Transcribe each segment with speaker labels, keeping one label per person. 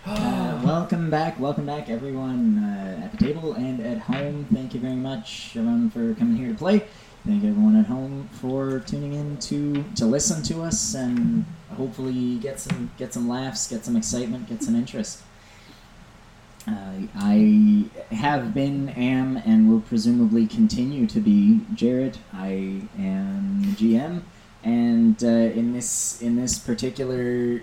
Speaker 1: Welcome back, welcome back, everyone uh, at the table and at home. Thank you very much, everyone, for coming here to play. Thank everyone at home for tuning in to to listen to us and hopefully get some get some laughs, get some excitement, get some interest. Uh, I have been, am, and will presumably continue to be Jared. I am the GM, and uh, in this in this particular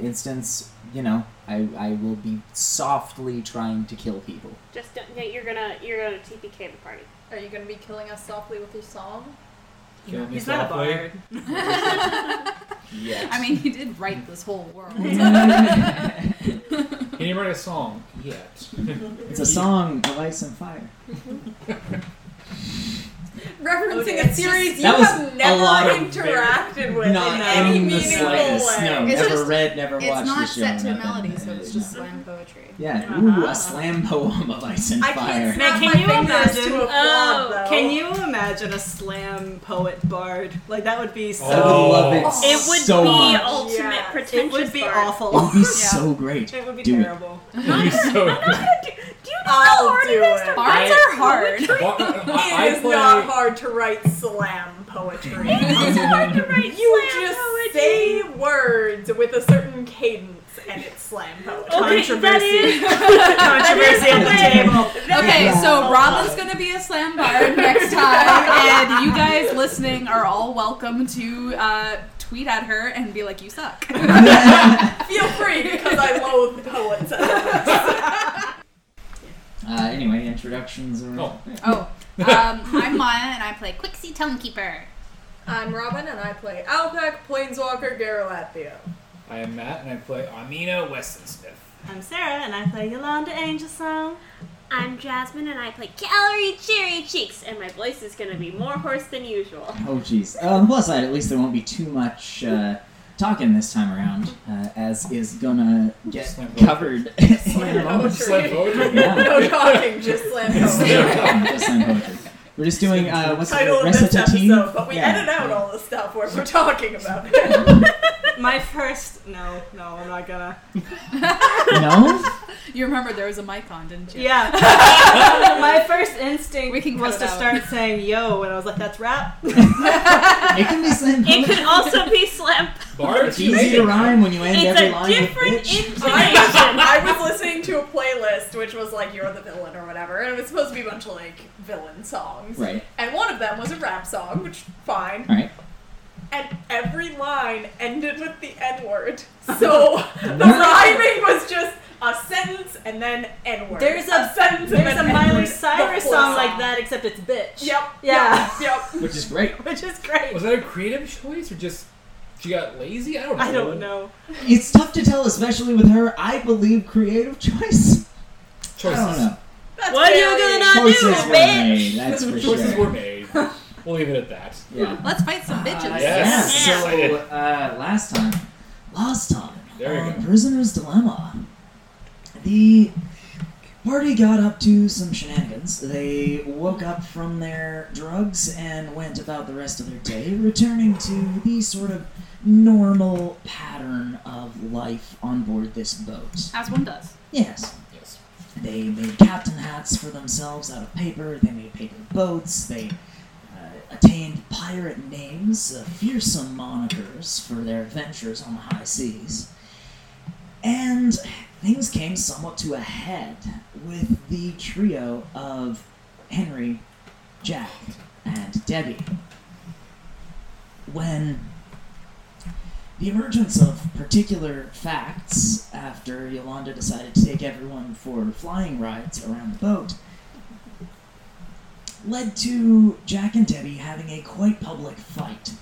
Speaker 1: instance, you know, I, I will be softly trying to kill people.
Speaker 2: Just don't, yeah, you're gonna you're gonna TPK the party.
Speaker 3: Are you gonna be killing us softly with your song?
Speaker 4: Kill me
Speaker 5: He's not a
Speaker 4: softly.
Speaker 5: bard.
Speaker 4: Yes.
Speaker 3: I mean, he did write this whole world.
Speaker 4: Can you write a song? Yet.
Speaker 1: It's a song of ice and fire.
Speaker 3: Referencing
Speaker 5: Okay.
Speaker 3: a series
Speaker 1: That
Speaker 3: you
Speaker 1: was
Speaker 3: have
Speaker 1: a
Speaker 3: never
Speaker 1: lot of
Speaker 5: Interacted with in
Speaker 1: Not
Speaker 5: any
Speaker 1: in the
Speaker 5: meaningful
Speaker 1: slightest.
Speaker 5: way.
Speaker 1: No,
Speaker 3: It's
Speaker 1: never
Speaker 3: just-
Speaker 1: read, never
Speaker 3: It's
Speaker 1: watched the
Speaker 3: not
Speaker 1: show.
Speaker 3: set to a
Speaker 1: nothing.
Speaker 3: melody, so
Speaker 1: Uh,
Speaker 3: it's just
Speaker 1: no.
Speaker 3: slam poetry.
Speaker 1: Yeah,
Speaker 5: Uh-huh.
Speaker 1: ooh, a slam poem of ice and
Speaker 5: I
Speaker 1: fire.
Speaker 5: can't snap
Speaker 2: Now,
Speaker 5: my
Speaker 2: can you
Speaker 5: fingers
Speaker 2: imagine-
Speaker 5: to applaud,
Speaker 2: Oh,
Speaker 5: though.
Speaker 2: can
Speaker 5: you imagine a slam poet bard? Like that would be so.
Speaker 1: I would love it.
Speaker 3: Oh.
Speaker 2: It would
Speaker 1: so
Speaker 2: be
Speaker 1: much.
Speaker 2: ultimate
Speaker 5: Yes,
Speaker 2: pretentious.
Speaker 5: It would be
Speaker 2: bard.
Speaker 1: It would be
Speaker 5: awful.
Speaker 1: so great.
Speaker 5: it would be
Speaker 1: Do it.
Speaker 5: terrible.
Speaker 4: You're so good.
Speaker 2: Do you know how
Speaker 5: I'll
Speaker 2: hard
Speaker 5: do
Speaker 2: it is to
Speaker 5: it.
Speaker 3: Bards
Speaker 4: I-
Speaker 3: are hard.
Speaker 4: Well, I, I
Speaker 5: It is
Speaker 4: play.
Speaker 5: not hard to write slam poetry.
Speaker 2: It's hard to write
Speaker 5: you
Speaker 2: slam
Speaker 5: just
Speaker 2: poetry.
Speaker 5: say words with a certain cadence, and it's slam poetry.
Speaker 2: Okay, that is
Speaker 5: Controversy
Speaker 2: that is
Speaker 5: at the
Speaker 2: the way.
Speaker 5: table.
Speaker 3: Okay,
Speaker 1: Yeah.
Speaker 3: so Robin's gonna be a slam bard next time, and you guys listening are all welcome to uh, tweet at her and be like, "You suck."
Speaker 5: Feel free because I loathe poets.
Speaker 1: Uh, anyway, introductions are.
Speaker 4: Oh.
Speaker 3: Oh, um, I'm Maya, and I play Quixie Tonekeeper.
Speaker 5: I'm Robin, and I play Alpec Planeswalker Garalathio.
Speaker 4: I am Matt, and I play Amina Weston Smith.
Speaker 5: I'm Sarah, and I play Yolanda Angel Song.
Speaker 2: I'm Jasmine and I play Calorie Cherry Cheeks, and my voice is gonna be more hoarse than usual.
Speaker 1: Oh, jeez. Uh, on the plus side, at least there won't be too much uh, talking this time around, uh, as is gonna get
Speaker 4: Slam poetry.
Speaker 1: covered.
Speaker 5: Slam poetry.
Speaker 4: Slam poetry.
Speaker 1: Yeah.
Speaker 5: No talking, just slam poetry.
Speaker 1: Just slam poetry. We're just doing uh, what's it
Speaker 5: Title
Speaker 1: called?
Speaker 5: of this
Speaker 1: Recitative.
Speaker 5: episode, but we
Speaker 1: Yeah.
Speaker 5: edit out all the stuff where we're talking about. My first, no, no, I'm not gonna.
Speaker 1: No.
Speaker 3: You remember there was a mic on, didn't you?
Speaker 6: Yeah. My first instinct
Speaker 3: We can
Speaker 6: was
Speaker 3: cut
Speaker 6: to
Speaker 3: it out.
Speaker 6: start saying yo, and I was like, that's rap.
Speaker 1: It can be slam
Speaker 2: It
Speaker 1: poetry.
Speaker 2: could also be slam.
Speaker 4: Bard,
Speaker 1: It's
Speaker 4: you
Speaker 1: easy
Speaker 4: make
Speaker 1: to
Speaker 4: it.
Speaker 1: rhyme when you end
Speaker 2: It's
Speaker 1: every
Speaker 2: a
Speaker 1: line with
Speaker 2: different
Speaker 1: bitch.
Speaker 2: intonation.
Speaker 5: I was listening to a playlist which was like "You're the Villain" or whatever, and it was supposed to be a bunch of like villain songs.
Speaker 1: Right.
Speaker 5: And one of them was a rap song, which fine.
Speaker 1: All right.
Speaker 5: And every line ended with the N word, so the rhyming was just a sentence and then N word.
Speaker 6: There's a-
Speaker 5: sentence. and
Speaker 6: There's a
Speaker 5: then
Speaker 6: Miley
Speaker 5: N-word.
Speaker 6: Cyrus
Speaker 5: The whole
Speaker 6: song like that, except it's bitch.
Speaker 5: Yep.
Speaker 6: Yeah.
Speaker 5: Yep. yep.
Speaker 1: Which is great.
Speaker 6: Which is great.
Speaker 4: Was that a creative choice or just she got lazy? I don't know.
Speaker 6: I don't know.
Speaker 1: It's tough to tell, especially with her. I believe creative choice.
Speaker 4: Choices.
Speaker 1: I don't know.
Speaker 5: That's
Speaker 2: What are you
Speaker 5: fairly-
Speaker 2: gonna- Not
Speaker 1: Choices
Speaker 2: you,
Speaker 1: were
Speaker 2: bitch.
Speaker 1: made. That's for
Speaker 4: Choices
Speaker 1: sure.
Speaker 4: were made. We'll leave it at that.
Speaker 1: Yeah.
Speaker 3: Let's fight some bitches.
Speaker 1: Uh,
Speaker 4: Yes.
Speaker 1: yeah,
Speaker 4: Yeah.
Speaker 1: So uh, last time, last time,
Speaker 4: There we
Speaker 1: on
Speaker 4: go.
Speaker 1: Prisoner's Dilemma, the party got up to some shenanigans. They woke up from their drugs and went about the rest of their day, returning to the sort of normal pattern of life on board this boat.
Speaker 3: As one does.
Speaker 1: Yes.
Speaker 4: Yes.
Speaker 1: They made captain hats for themselves out of paper. They made paper boats. They uh, attained pirate names, uh, fearsome monikers for their adventures on the high seas. And things came somewhat to a head with the trio of Henry, Jack, and Debbie. When the emergence of particular facts after Yolanda decided to take everyone for flying rides around the boat led to Jack and Debbie having a quite public fight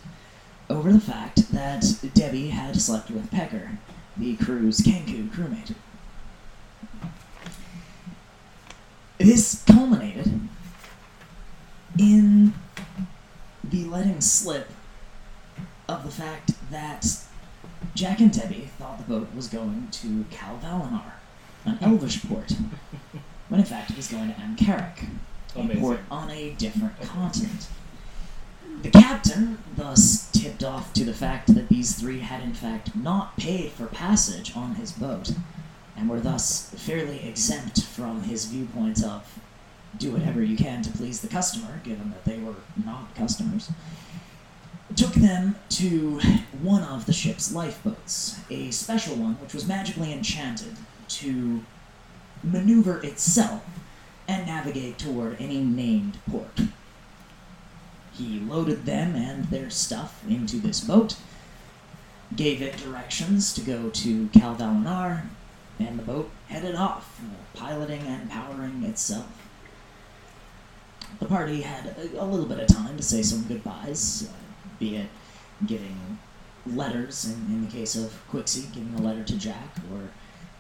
Speaker 1: over the fact that Debbie had slept with Pecker, the crew's Kenku crewmate. This culminated in the letting slip of the fact that Jack and Debbie thought the boat was going to Cal Valinar, an elvish port, when in fact it was going to Amkarak, a
Speaker 4: Amazing.
Speaker 1: port on a different continent. The captain thus tipped off to the fact that these three had in fact not paid for passage on his boat, and were thus fairly exempt from his viewpoint of do whatever you can to please the customer, given that they were not customers, took them to one of the ship's lifeboats, a special one which was magically enchanted to maneuver itself and navigate toward any named port. He loaded them and their stuff into this boat, gave it directions to go to Calvalinar, and the boat headed off, piloting and powering itself. The party had a, a little bit of time to say some goodbyes, uh, be it giving letters, in, in the case of Quixie, giving a letter to Jack, or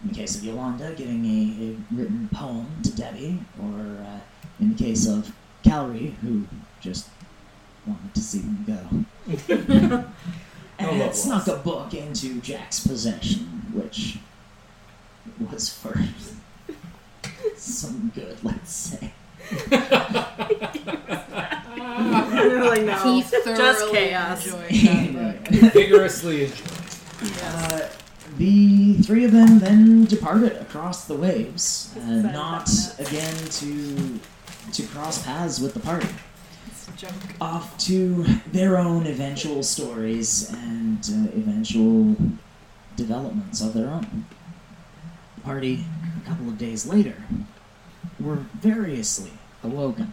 Speaker 1: in the case of Yolanda, giving a, a written poem to Debbie, or uh, in the case of Calry, who just wanted to see them go.
Speaker 4: No
Speaker 1: and
Speaker 4: love
Speaker 1: had snuck a book into Jack's possession, which was for some good, let's say.
Speaker 6: really
Speaker 3: He
Speaker 6: no.
Speaker 3: thoroughly
Speaker 6: Just chaos.
Speaker 3: enjoyed that book.
Speaker 4: vigorously.
Speaker 1: Uh, the three of them then departed across the waves, uh, not again to to cross paths with the party.
Speaker 3: It's a joke.
Speaker 1: Off to their own eventual stories and uh, eventual developments of their own. The party, a couple of days later, were variously awoken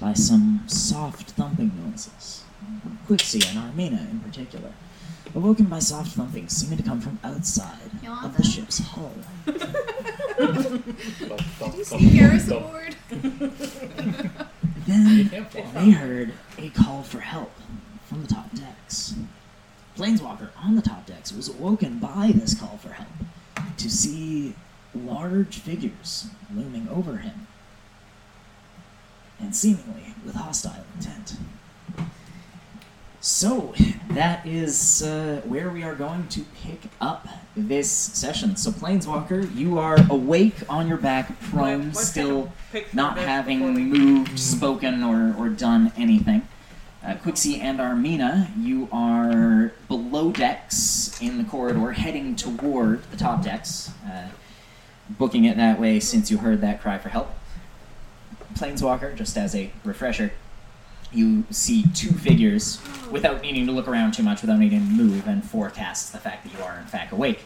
Speaker 1: by some soft thumping noises. Quixie and Armina, in particular, awoken by soft thumping seeming to come from outside of the
Speaker 3: Yolanda?
Speaker 1: ship's hull.
Speaker 4: Did
Speaker 3: You see Harris Award?
Speaker 1: Then
Speaker 4: can't fall.
Speaker 1: They heard a call for help from the top decks. Planeswalker on the top decks was awoken by this call for help to see large figures looming over him and seemingly with hostile intent. So, that is uh, where we are going to pick up this session. So, Planeswalker, you are awake on your back, prone,
Speaker 6: What- what
Speaker 1: still
Speaker 6: Pick
Speaker 1: not
Speaker 6: the-
Speaker 1: having moved, spoken, or, or done anything. Uh, Quixie and Armina, you are below decks in the corridor, heading toward the top decks, uh, booking it that way since you heard that cry for help. Planeswalker, just as a refresher, you see two figures without needing to look around too much, without needing to move and forecast the fact that you are in fact awake.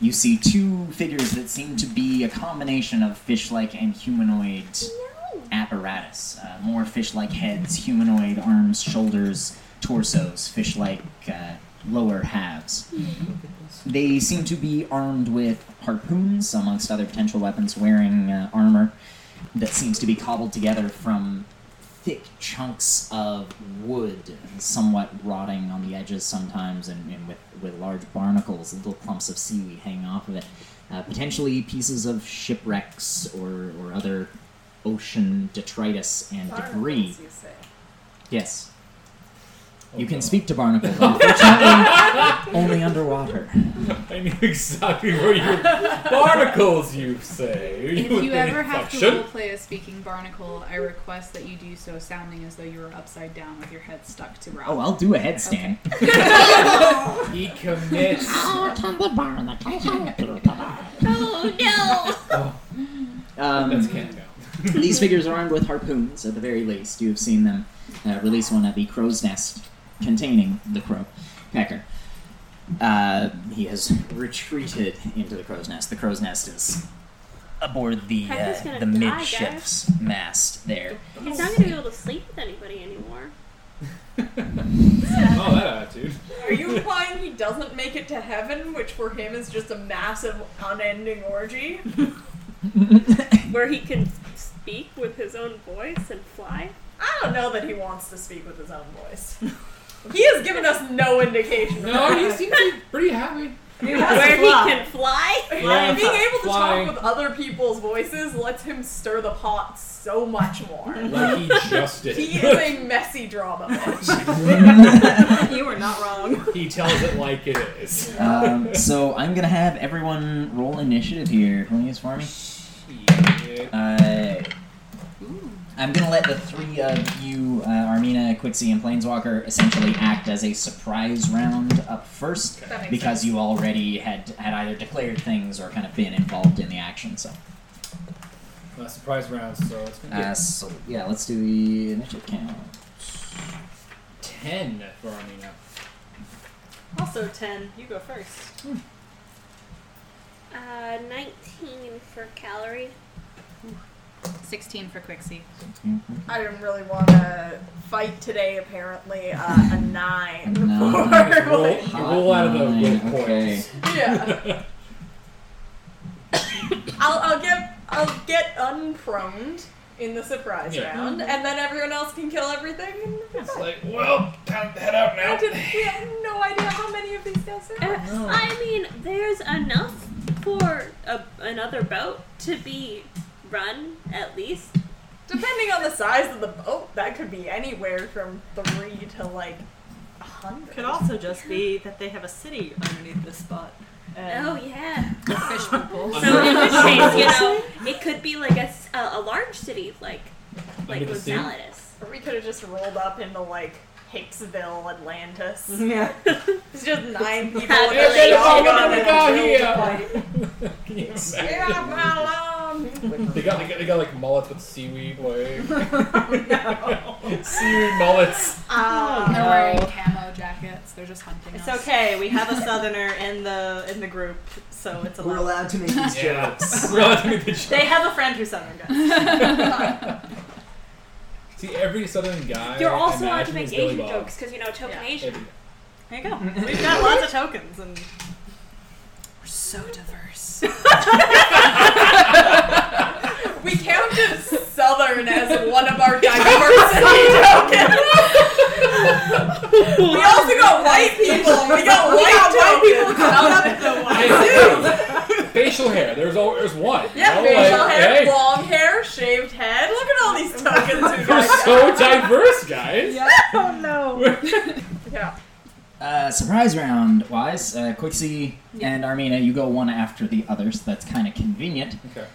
Speaker 1: You see two figures that seem to be a combination of fish-like and humanoid apparatus. Uh, more fish-like heads, humanoid arms, shoulders, torsos, fish-like uh, lower halves. They seem to be armed with harpoons, amongst other potential weapons, wearing uh, armor that seems to be cobbled together from thick chunks of wood, somewhat rotting on the edges sometimes, and, and with, with large barnacles, little clumps of seaweed hanging off of it. Uh, potentially pieces of shipwrecks or, or other ocean detritus and debris. Yes. You can speak to barnacles, unfortunately, only underwater.
Speaker 4: I knew exactly where you barnacles. You say.
Speaker 3: If
Speaker 4: would
Speaker 3: you
Speaker 4: think
Speaker 3: ever have to
Speaker 4: suction.
Speaker 3: roleplay a speaking barnacle, I request that you do so sounding as though you were upside down with your head stuck to rock.
Speaker 1: Oh, I'll do a headstand.
Speaker 4: he commits.
Speaker 2: Ah, Oh no!
Speaker 1: Um,
Speaker 4: That's can't count.
Speaker 1: These figures are armed with harpoons, at the very least. You have seen them uh, release one at the crow's nest containing the crow pecker. Uh, he has retreated into the crow's nest. The crow's nest is aboard the
Speaker 2: Pecker's
Speaker 1: uh, the
Speaker 2: gonna die,
Speaker 1: midship's mast there.
Speaker 2: He's not gonna be able to sleep with anybody anymore.
Speaker 4: Oh, that attitude.
Speaker 5: Are you implying he doesn't make it to heaven, which for him is just a massive, unending orgy?
Speaker 2: Where he can speak with his own voice and fly.
Speaker 5: I don't know that he wants to speak with his own voice. He has given us no indication. of
Speaker 4: No,
Speaker 5: that.
Speaker 4: he seems to be pretty happy.
Speaker 5: He
Speaker 2: Where
Speaker 5: has
Speaker 2: he
Speaker 5: fly.
Speaker 2: can fly?
Speaker 4: Yeah.
Speaker 5: Being able to
Speaker 4: Flying.
Speaker 5: talk with other people's voices lets him stir the pot so much more.
Speaker 4: Like he just did.
Speaker 5: He is a messy drama bitch.
Speaker 6: You were not wrong.
Speaker 4: He tells it like it is.
Speaker 1: Um, so I'm gonna have everyone roll initiative here. Can you use for me?
Speaker 4: Shit.
Speaker 1: Uh,
Speaker 3: Ooh.
Speaker 1: I'm gonna let the three of you, uh, Armina, Quixie, and Planeswalker, essentially act as a surprise round up first
Speaker 5: That makes
Speaker 1: because
Speaker 5: sense.
Speaker 1: you already had had either declared things or kind of been involved in the action. So,
Speaker 4: Uh, surprise round, so it's gonna be
Speaker 1: uh, so yeah, let's do the initiative count.
Speaker 4: ten for Armina.
Speaker 6: Also 10. You go first.
Speaker 2: Uh, 19 for calorie.
Speaker 7: 16 for Quixie.
Speaker 5: I didn't really want to fight today. Apparently, uh, a nine.
Speaker 1: Nine.
Speaker 5: for-
Speaker 4: Roll, you
Speaker 1: Hot
Speaker 4: roll out of the
Speaker 1: nine,
Speaker 4: roll
Speaker 1: okay.
Speaker 4: points.
Speaker 5: yeah. I'll, I'll get I'll get unproned in the surprise
Speaker 4: Yeah.
Speaker 5: round, and then everyone else can kill everything. and we'll be
Speaker 4: It's
Speaker 5: fine.
Speaker 4: like, well, time to head out
Speaker 5: I
Speaker 4: now.
Speaker 5: didn't- we have no idea how many of these guys there are.
Speaker 4: No.
Speaker 2: I mean, there's enough for a, another boat to be run, at least.
Speaker 5: Depending on the size of the boat, that could be anywhere from three to like a hundred.
Speaker 6: Could also just be that they have a city underneath this spot. And
Speaker 2: Oh, yeah.
Speaker 7: The fish people.
Speaker 2: So in which case, you know, it could be like a, s- a- a large city, like like
Speaker 4: Under the sea?
Speaker 2: Rosalis.
Speaker 5: Or we could have just rolled up into like Hicksville, Atlantis.
Speaker 6: Yeah.
Speaker 5: It's just nine people.
Speaker 2: Yeah,
Speaker 5: with their
Speaker 2: get all
Speaker 5: dogs on
Speaker 4: over
Speaker 5: it.
Speaker 4: down here.
Speaker 5: Like,
Speaker 4: Can you imagine?
Speaker 5: "Get off my
Speaker 4: um,
Speaker 5: lawn."
Speaker 4: They got, they got they got like mullets with seaweed, like seaweed mullets.
Speaker 5: Ah.
Speaker 7: They're wearing camo jackets. They're just hunting
Speaker 6: It's
Speaker 7: us.
Speaker 6: okay. We have a southerner in the in the group, so it's
Speaker 1: We're
Speaker 6: allowed.
Speaker 1: allowed to make these
Speaker 4: Yeah.
Speaker 1: jokes.
Speaker 4: We're allowed to make the joke.
Speaker 6: They have a friend who's southern guys.
Speaker 4: See, every southern guy.
Speaker 2: You're also
Speaker 4: I
Speaker 2: allowed to
Speaker 4: imagine is
Speaker 2: make
Speaker 4: Billy
Speaker 2: Asian
Speaker 4: Bob.
Speaker 2: jokes because you know token
Speaker 6: Yeah.
Speaker 2: Asian.
Speaker 4: Every-
Speaker 6: There you go. We've got lots of tokens and
Speaker 7: We're so diverse.
Speaker 5: We counted Southern as one of our diversity tokens. we also got white people. We got white, tokens.
Speaker 4: I do. facial hair. There's all there's one.
Speaker 5: Yeah,
Speaker 4: you know,
Speaker 5: facial
Speaker 4: like,
Speaker 5: hair,
Speaker 4: hey,
Speaker 5: long hair, shaved head. Look at all these tokens we
Speaker 4: We're
Speaker 5: got.
Speaker 4: so diverse, guys.
Speaker 6: oh no.
Speaker 5: Yeah.
Speaker 1: Uh, surprise round wise, uh, Quixie
Speaker 7: Yeah.
Speaker 1: and Armina, you go one after the other, so that's kind of convenient.
Speaker 4: Okay.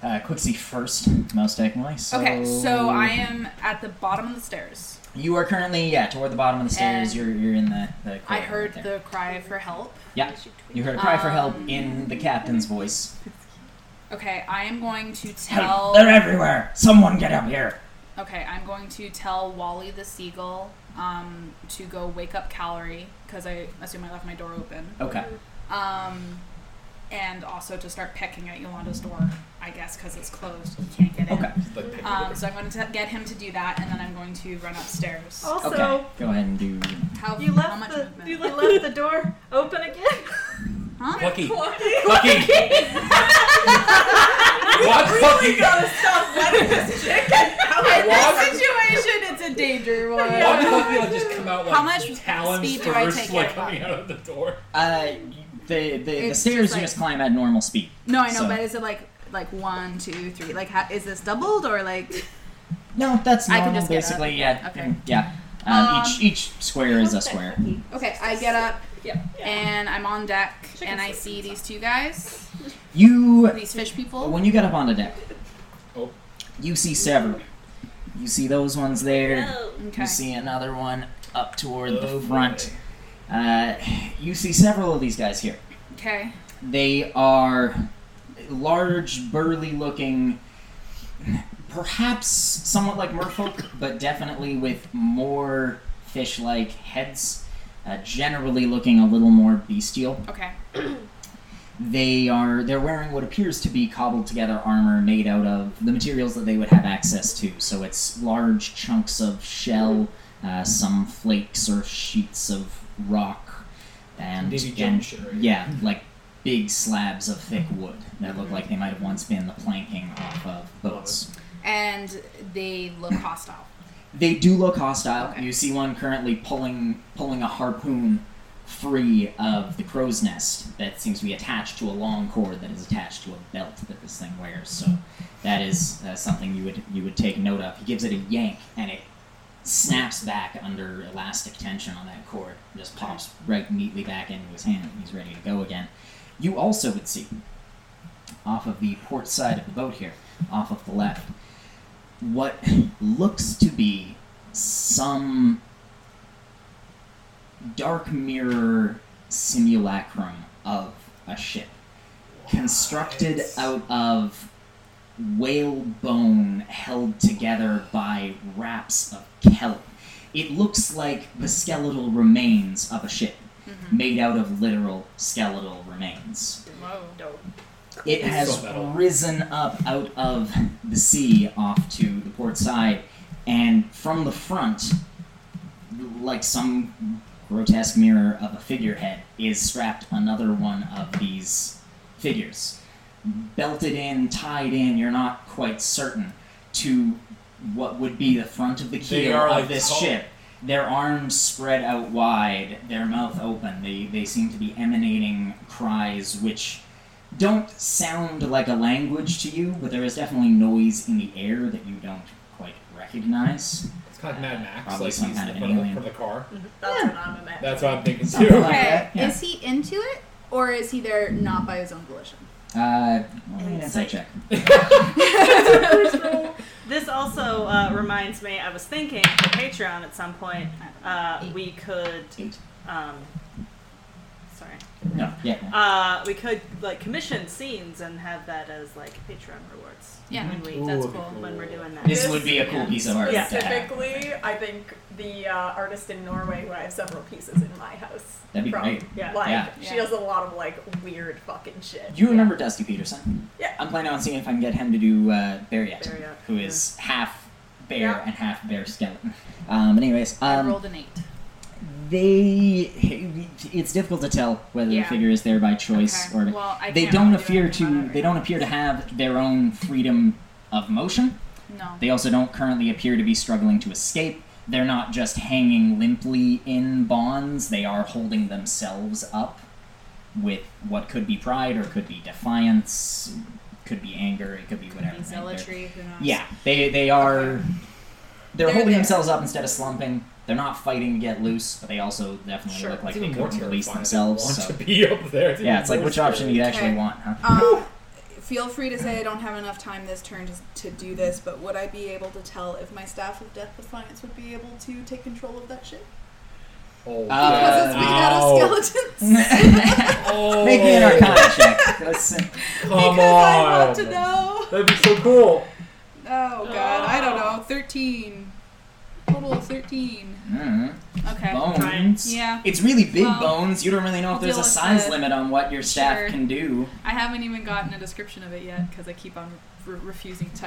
Speaker 1: Uh, Quixie first, most definitely. So
Speaker 7: Okay,
Speaker 1: Oh.
Speaker 7: so I am at the bottom of the stairs.
Speaker 1: You are currently, yeah, toward the bottom of the stairs.
Speaker 7: And
Speaker 1: You're, you're in the. the
Speaker 7: I
Speaker 1: corridor
Speaker 7: heard
Speaker 1: right there.
Speaker 7: the cry for help.
Speaker 1: Yeah. You heard a cry for help
Speaker 7: Um,
Speaker 1: in the captain's voice.
Speaker 7: Okay, I am going to
Speaker 1: Help!
Speaker 7: tell.
Speaker 1: They're everywhere! Someone get up here!
Speaker 7: Okay, I'm going to tell Wally the seagull um, to go wake up Calorie because I assume I left my door open.
Speaker 1: Okay.
Speaker 7: Um, and also to start pecking at Yolanda's door, I guess, because it's closed. You can't get in.
Speaker 1: Okay.
Speaker 4: Like, pick-
Speaker 7: Um, so I'm going to get him to do that, and then I'm going to run upstairs.
Speaker 6: Also,
Speaker 1: okay. Go ahead and do.
Speaker 7: How,
Speaker 6: you
Speaker 7: how
Speaker 6: left
Speaker 7: much
Speaker 6: the
Speaker 7: movement?
Speaker 6: you left the door open again.
Speaker 7: huh?
Speaker 4: Clucky.
Speaker 5: Clucky.
Speaker 4: Clucky. Watch
Speaker 5: We
Speaker 4: Clucky.
Speaker 5: gotta stop letting this chicken out.
Speaker 4: Watch
Speaker 7: Situation, it's a danger one.
Speaker 4: Watch Buffy like just come out like
Speaker 7: How much
Speaker 4: talons
Speaker 7: speed do I
Speaker 4: first,
Speaker 7: take
Speaker 4: like
Speaker 7: at a
Speaker 4: coming out of the door.
Speaker 1: Uh, the, the, the
Speaker 7: It's
Speaker 1: stairs
Speaker 7: just
Speaker 1: you
Speaker 7: like-
Speaker 1: just climb at normal speed.
Speaker 7: No, I know,
Speaker 1: So-
Speaker 7: but is it like like one, two, three? Like, ha- is this doubled or like?
Speaker 1: No, that's
Speaker 7: I can
Speaker 1: normal,
Speaker 7: just get up.
Speaker 1: basically, yeah.
Speaker 7: Okay.
Speaker 1: Yeah. Um,
Speaker 7: Um,
Speaker 1: each, each square is a square.
Speaker 7: Okay, I get up
Speaker 6: Yeah.
Speaker 7: and I'm on deck
Speaker 6: Chicken
Speaker 7: and I
Speaker 6: soup.
Speaker 7: see these two guys,
Speaker 1: You
Speaker 7: these fish people.
Speaker 1: When you get up on the deck,
Speaker 4: Oh.
Speaker 1: you see several. You see those ones there.
Speaker 2: Oh,
Speaker 7: Okay.
Speaker 1: You see another one up toward
Speaker 4: Oh,
Speaker 1: the front. Uh, you see several of these guys here.
Speaker 7: Okay.
Speaker 1: They are large, burly looking, perhaps somewhat like merfolk, but definitely with more fish like heads, uh, generally looking a little more bestial
Speaker 7: Okay.
Speaker 1: they are they're wearing what appears to be cobbled together armor made out of the materials that they would have access to so it's large chunks of shell uh, some flakes or sheets of rock and,
Speaker 4: Davy
Speaker 1: and-
Speaker 4: Jones shit, right?
Speaker 1: yeah like big slabs of thick wood that look like they might have once been the planking off of boats
Speaker 7: And they look hostile.
Speaker 1: they do look hostile
Speaker 7: Okay.
Speaker 1: you see one currently pulling pulling a harpoon free of the crow's nest that seems to be attached to a long cord that is attached to a belt that this thing wears. So that is uh, something you would you would take note of. He gives it a yank and it snaps back under elastic tension on that cord. Just pops right neatly back into his hand and he's ready to go again. You also would see off of the port side of the boat here, off of the left, what looks to be some dark mirror simulacrum of a ship constructed out of whalebone held together by wraps of kelp. It looks like the skeletal remains of a ship, made out of literal skeletal remains. It has
Speaker 4: Saw that all.
Speaker 1: risen up out of the sea off to the port side, and from the front, like some grotesque mirror of a figurehead, is strapped another one of these figures. Belted in, tied in, you're not quite certain, to what would be the front of the keel
Speaker 4: are,
Speaker 1: of
Speaker 4: like,
Speaker 1: this
Speaker 4: tall-
Speaker 1: ship. Their arms spread out wide, their mouth open. They, they seem to be emanating cries which don't sound like a language to you, but there is definitely noise in the air that you don't quite recognize.
Speaker 4: It's kind of Mad Max,
Speaker 1: Probably
Speaker 4: like he's
Speaker 1: some
Speaker 4: in
Speaker 1: kind of
Speaker 4: front of the,
Speaker 1: alien.
Speaker 4: from the car.
Speaker 5: That's what I'm imagining.
Speaker 4: That's what I'm thinking
Speaker 1: Something
Speaker 4: too.
Speaker 1: like
Speaker 7: Okay,
Speaker 1: that, yeah.
Speaker 7: is he into it or is he there not by his own volition?
Speaker 1: Uh, well, an insight check.
Speaker 6: This also uh, reminds me, I was thinking for Patreon at some point, uh, we could.
Speaker 1: Eight.
Speaker 6: Um, sorry.
Speaker 1: No, yeah. yeah.
Speaker 6: Uh, we could like commission scenes and have that as like Patreon rewards.
Speaker 7: Yeah.
Speaker 6: When we,
Speaker 4: Ooh,
Speaker 6: that's
Speaker 4: that'd be
Speaker 6: cool,
Speaker 4: cool.
Speaker 6: when we're doing that.
Speaker 1: This would be a cool piece of art. to have.
Speaker 5: Specifically, I think the uh, artist in Norway, who I have several pieces in my house.
Speaker 1: That'd be
Speaker 5: from,
Speaker 1: great.
Speaker 6: Yeah.
Speaker 5: Like,
Speaker 1: Yeah.
Speaker 5: she
Speaker 7: Yeah.
Speaker 5: does a lot of like weird fucking shit.
Speaker 1: You remember Dusty Peterson?
Speaker 5: Yeah.
Speaker 1: I'm planning on seeing if I can get him to do uh, Barriet,
Speaker 6: Barriot,
Speaker 1: who is half bear
Speaker 5: Yeah.
Speaker 1: and half bear skeleton. Um, but anyways,
Speaker 7: I
Speaker 1: um,
Speaker 7: rolled an eight.
Speaker 1: they it's difficult to tell whether the
Speaker 7: Yeah.
Speaker 1: figure is there by choice
Speaker 7: Okay.
Speaker 1: or
Speaker 7: well, I
Speaker 1: they
Speaker 7: can't
Speaker 1: don't
Speaker 7: really do
Speaker 1: appear
Speaker 7: anything
Speaker 1: to
Speaker 7: about it
Speaker 1: they
Speaker 7: right
Speaker 1: don't appear to have their own freedom of motion.
Speaker 7: now. No.
Speaker 1: They also don't currently appear to be struggling to escape. They're not just hanging limply in bonds, they are holding themselves up with what could be pride or could be defiance, could be anger, it could be whatever.
Speaker 7: Any
Speaker 1: right? They're-
Speaker 7: zealotry, who knows?
Speaker 1: yeah, they they are. They're,
Speaker 7: They're
Speaker 1: holding
Speaker 7: there.
Speaker 1: themselves up instead of slumping. They're not fighting to get loose, but they also definitely
Speaker 7: Sure,
Speaker 1: look like
Speaker 4: It's
Speaker 1: they
Speaker 4: even more
Speaker 1: couldn't release
Speaker 4: terrifying if
Speaker 1: themselves.
Speaker 4: you want
Speaker 1: So
Speaker 4: to be up there.
Speaker 1: yeah, it's like
Speaker 4: even
Speaker 1: which
Speaker 4: more
Speaker 1: option do you
Speaker 4: scary.
Speaker 1: actually
Speaker 7: Okay.
Speaker 1: want, huh?
Speaker 7: Um, feel free to say I don't have enough time this turn to, to do this, but would I be able to tell if my staff of death defiance would be able to take control of that ship?
Speaker 4: Oh,
Speaker 1: Uh,
Speaker 7: Because it's made
Speaker 4: ow.
Speaker 7: out of skeletons.
Speaker 4: Oh,
Speaker 1: Make me an arcana check. Let's-
Speaker 4: Come
Speaker 7: because I
Speaker 4: on.
Speaker 7: want to know.
Speaker 4: That'd be so cool.
Speaker 7: Oh god, I don't know. Thirteen. Total of thirteen.
Speaker 1: mm,
Speaker 7: Okay.
Speaker 1: bones.
Speaker 7: Yeah.
Speaker 1: It's really big
Speaker 7: Well,
Speaker 1: bones. You don't really know if
Speaker 7: I'll
Speaker 1: there's
Speaker 7: deal
Speaker 1: a
Speaker 7: with
Speaker 1: size
Speaker 7: the-
Speaker 1: limit on what your staff
Speaker 7: Sure.
Speaker 1: can do.
Speaker 7: I haven't even gotten a description of it yet because I keep on re- refusing to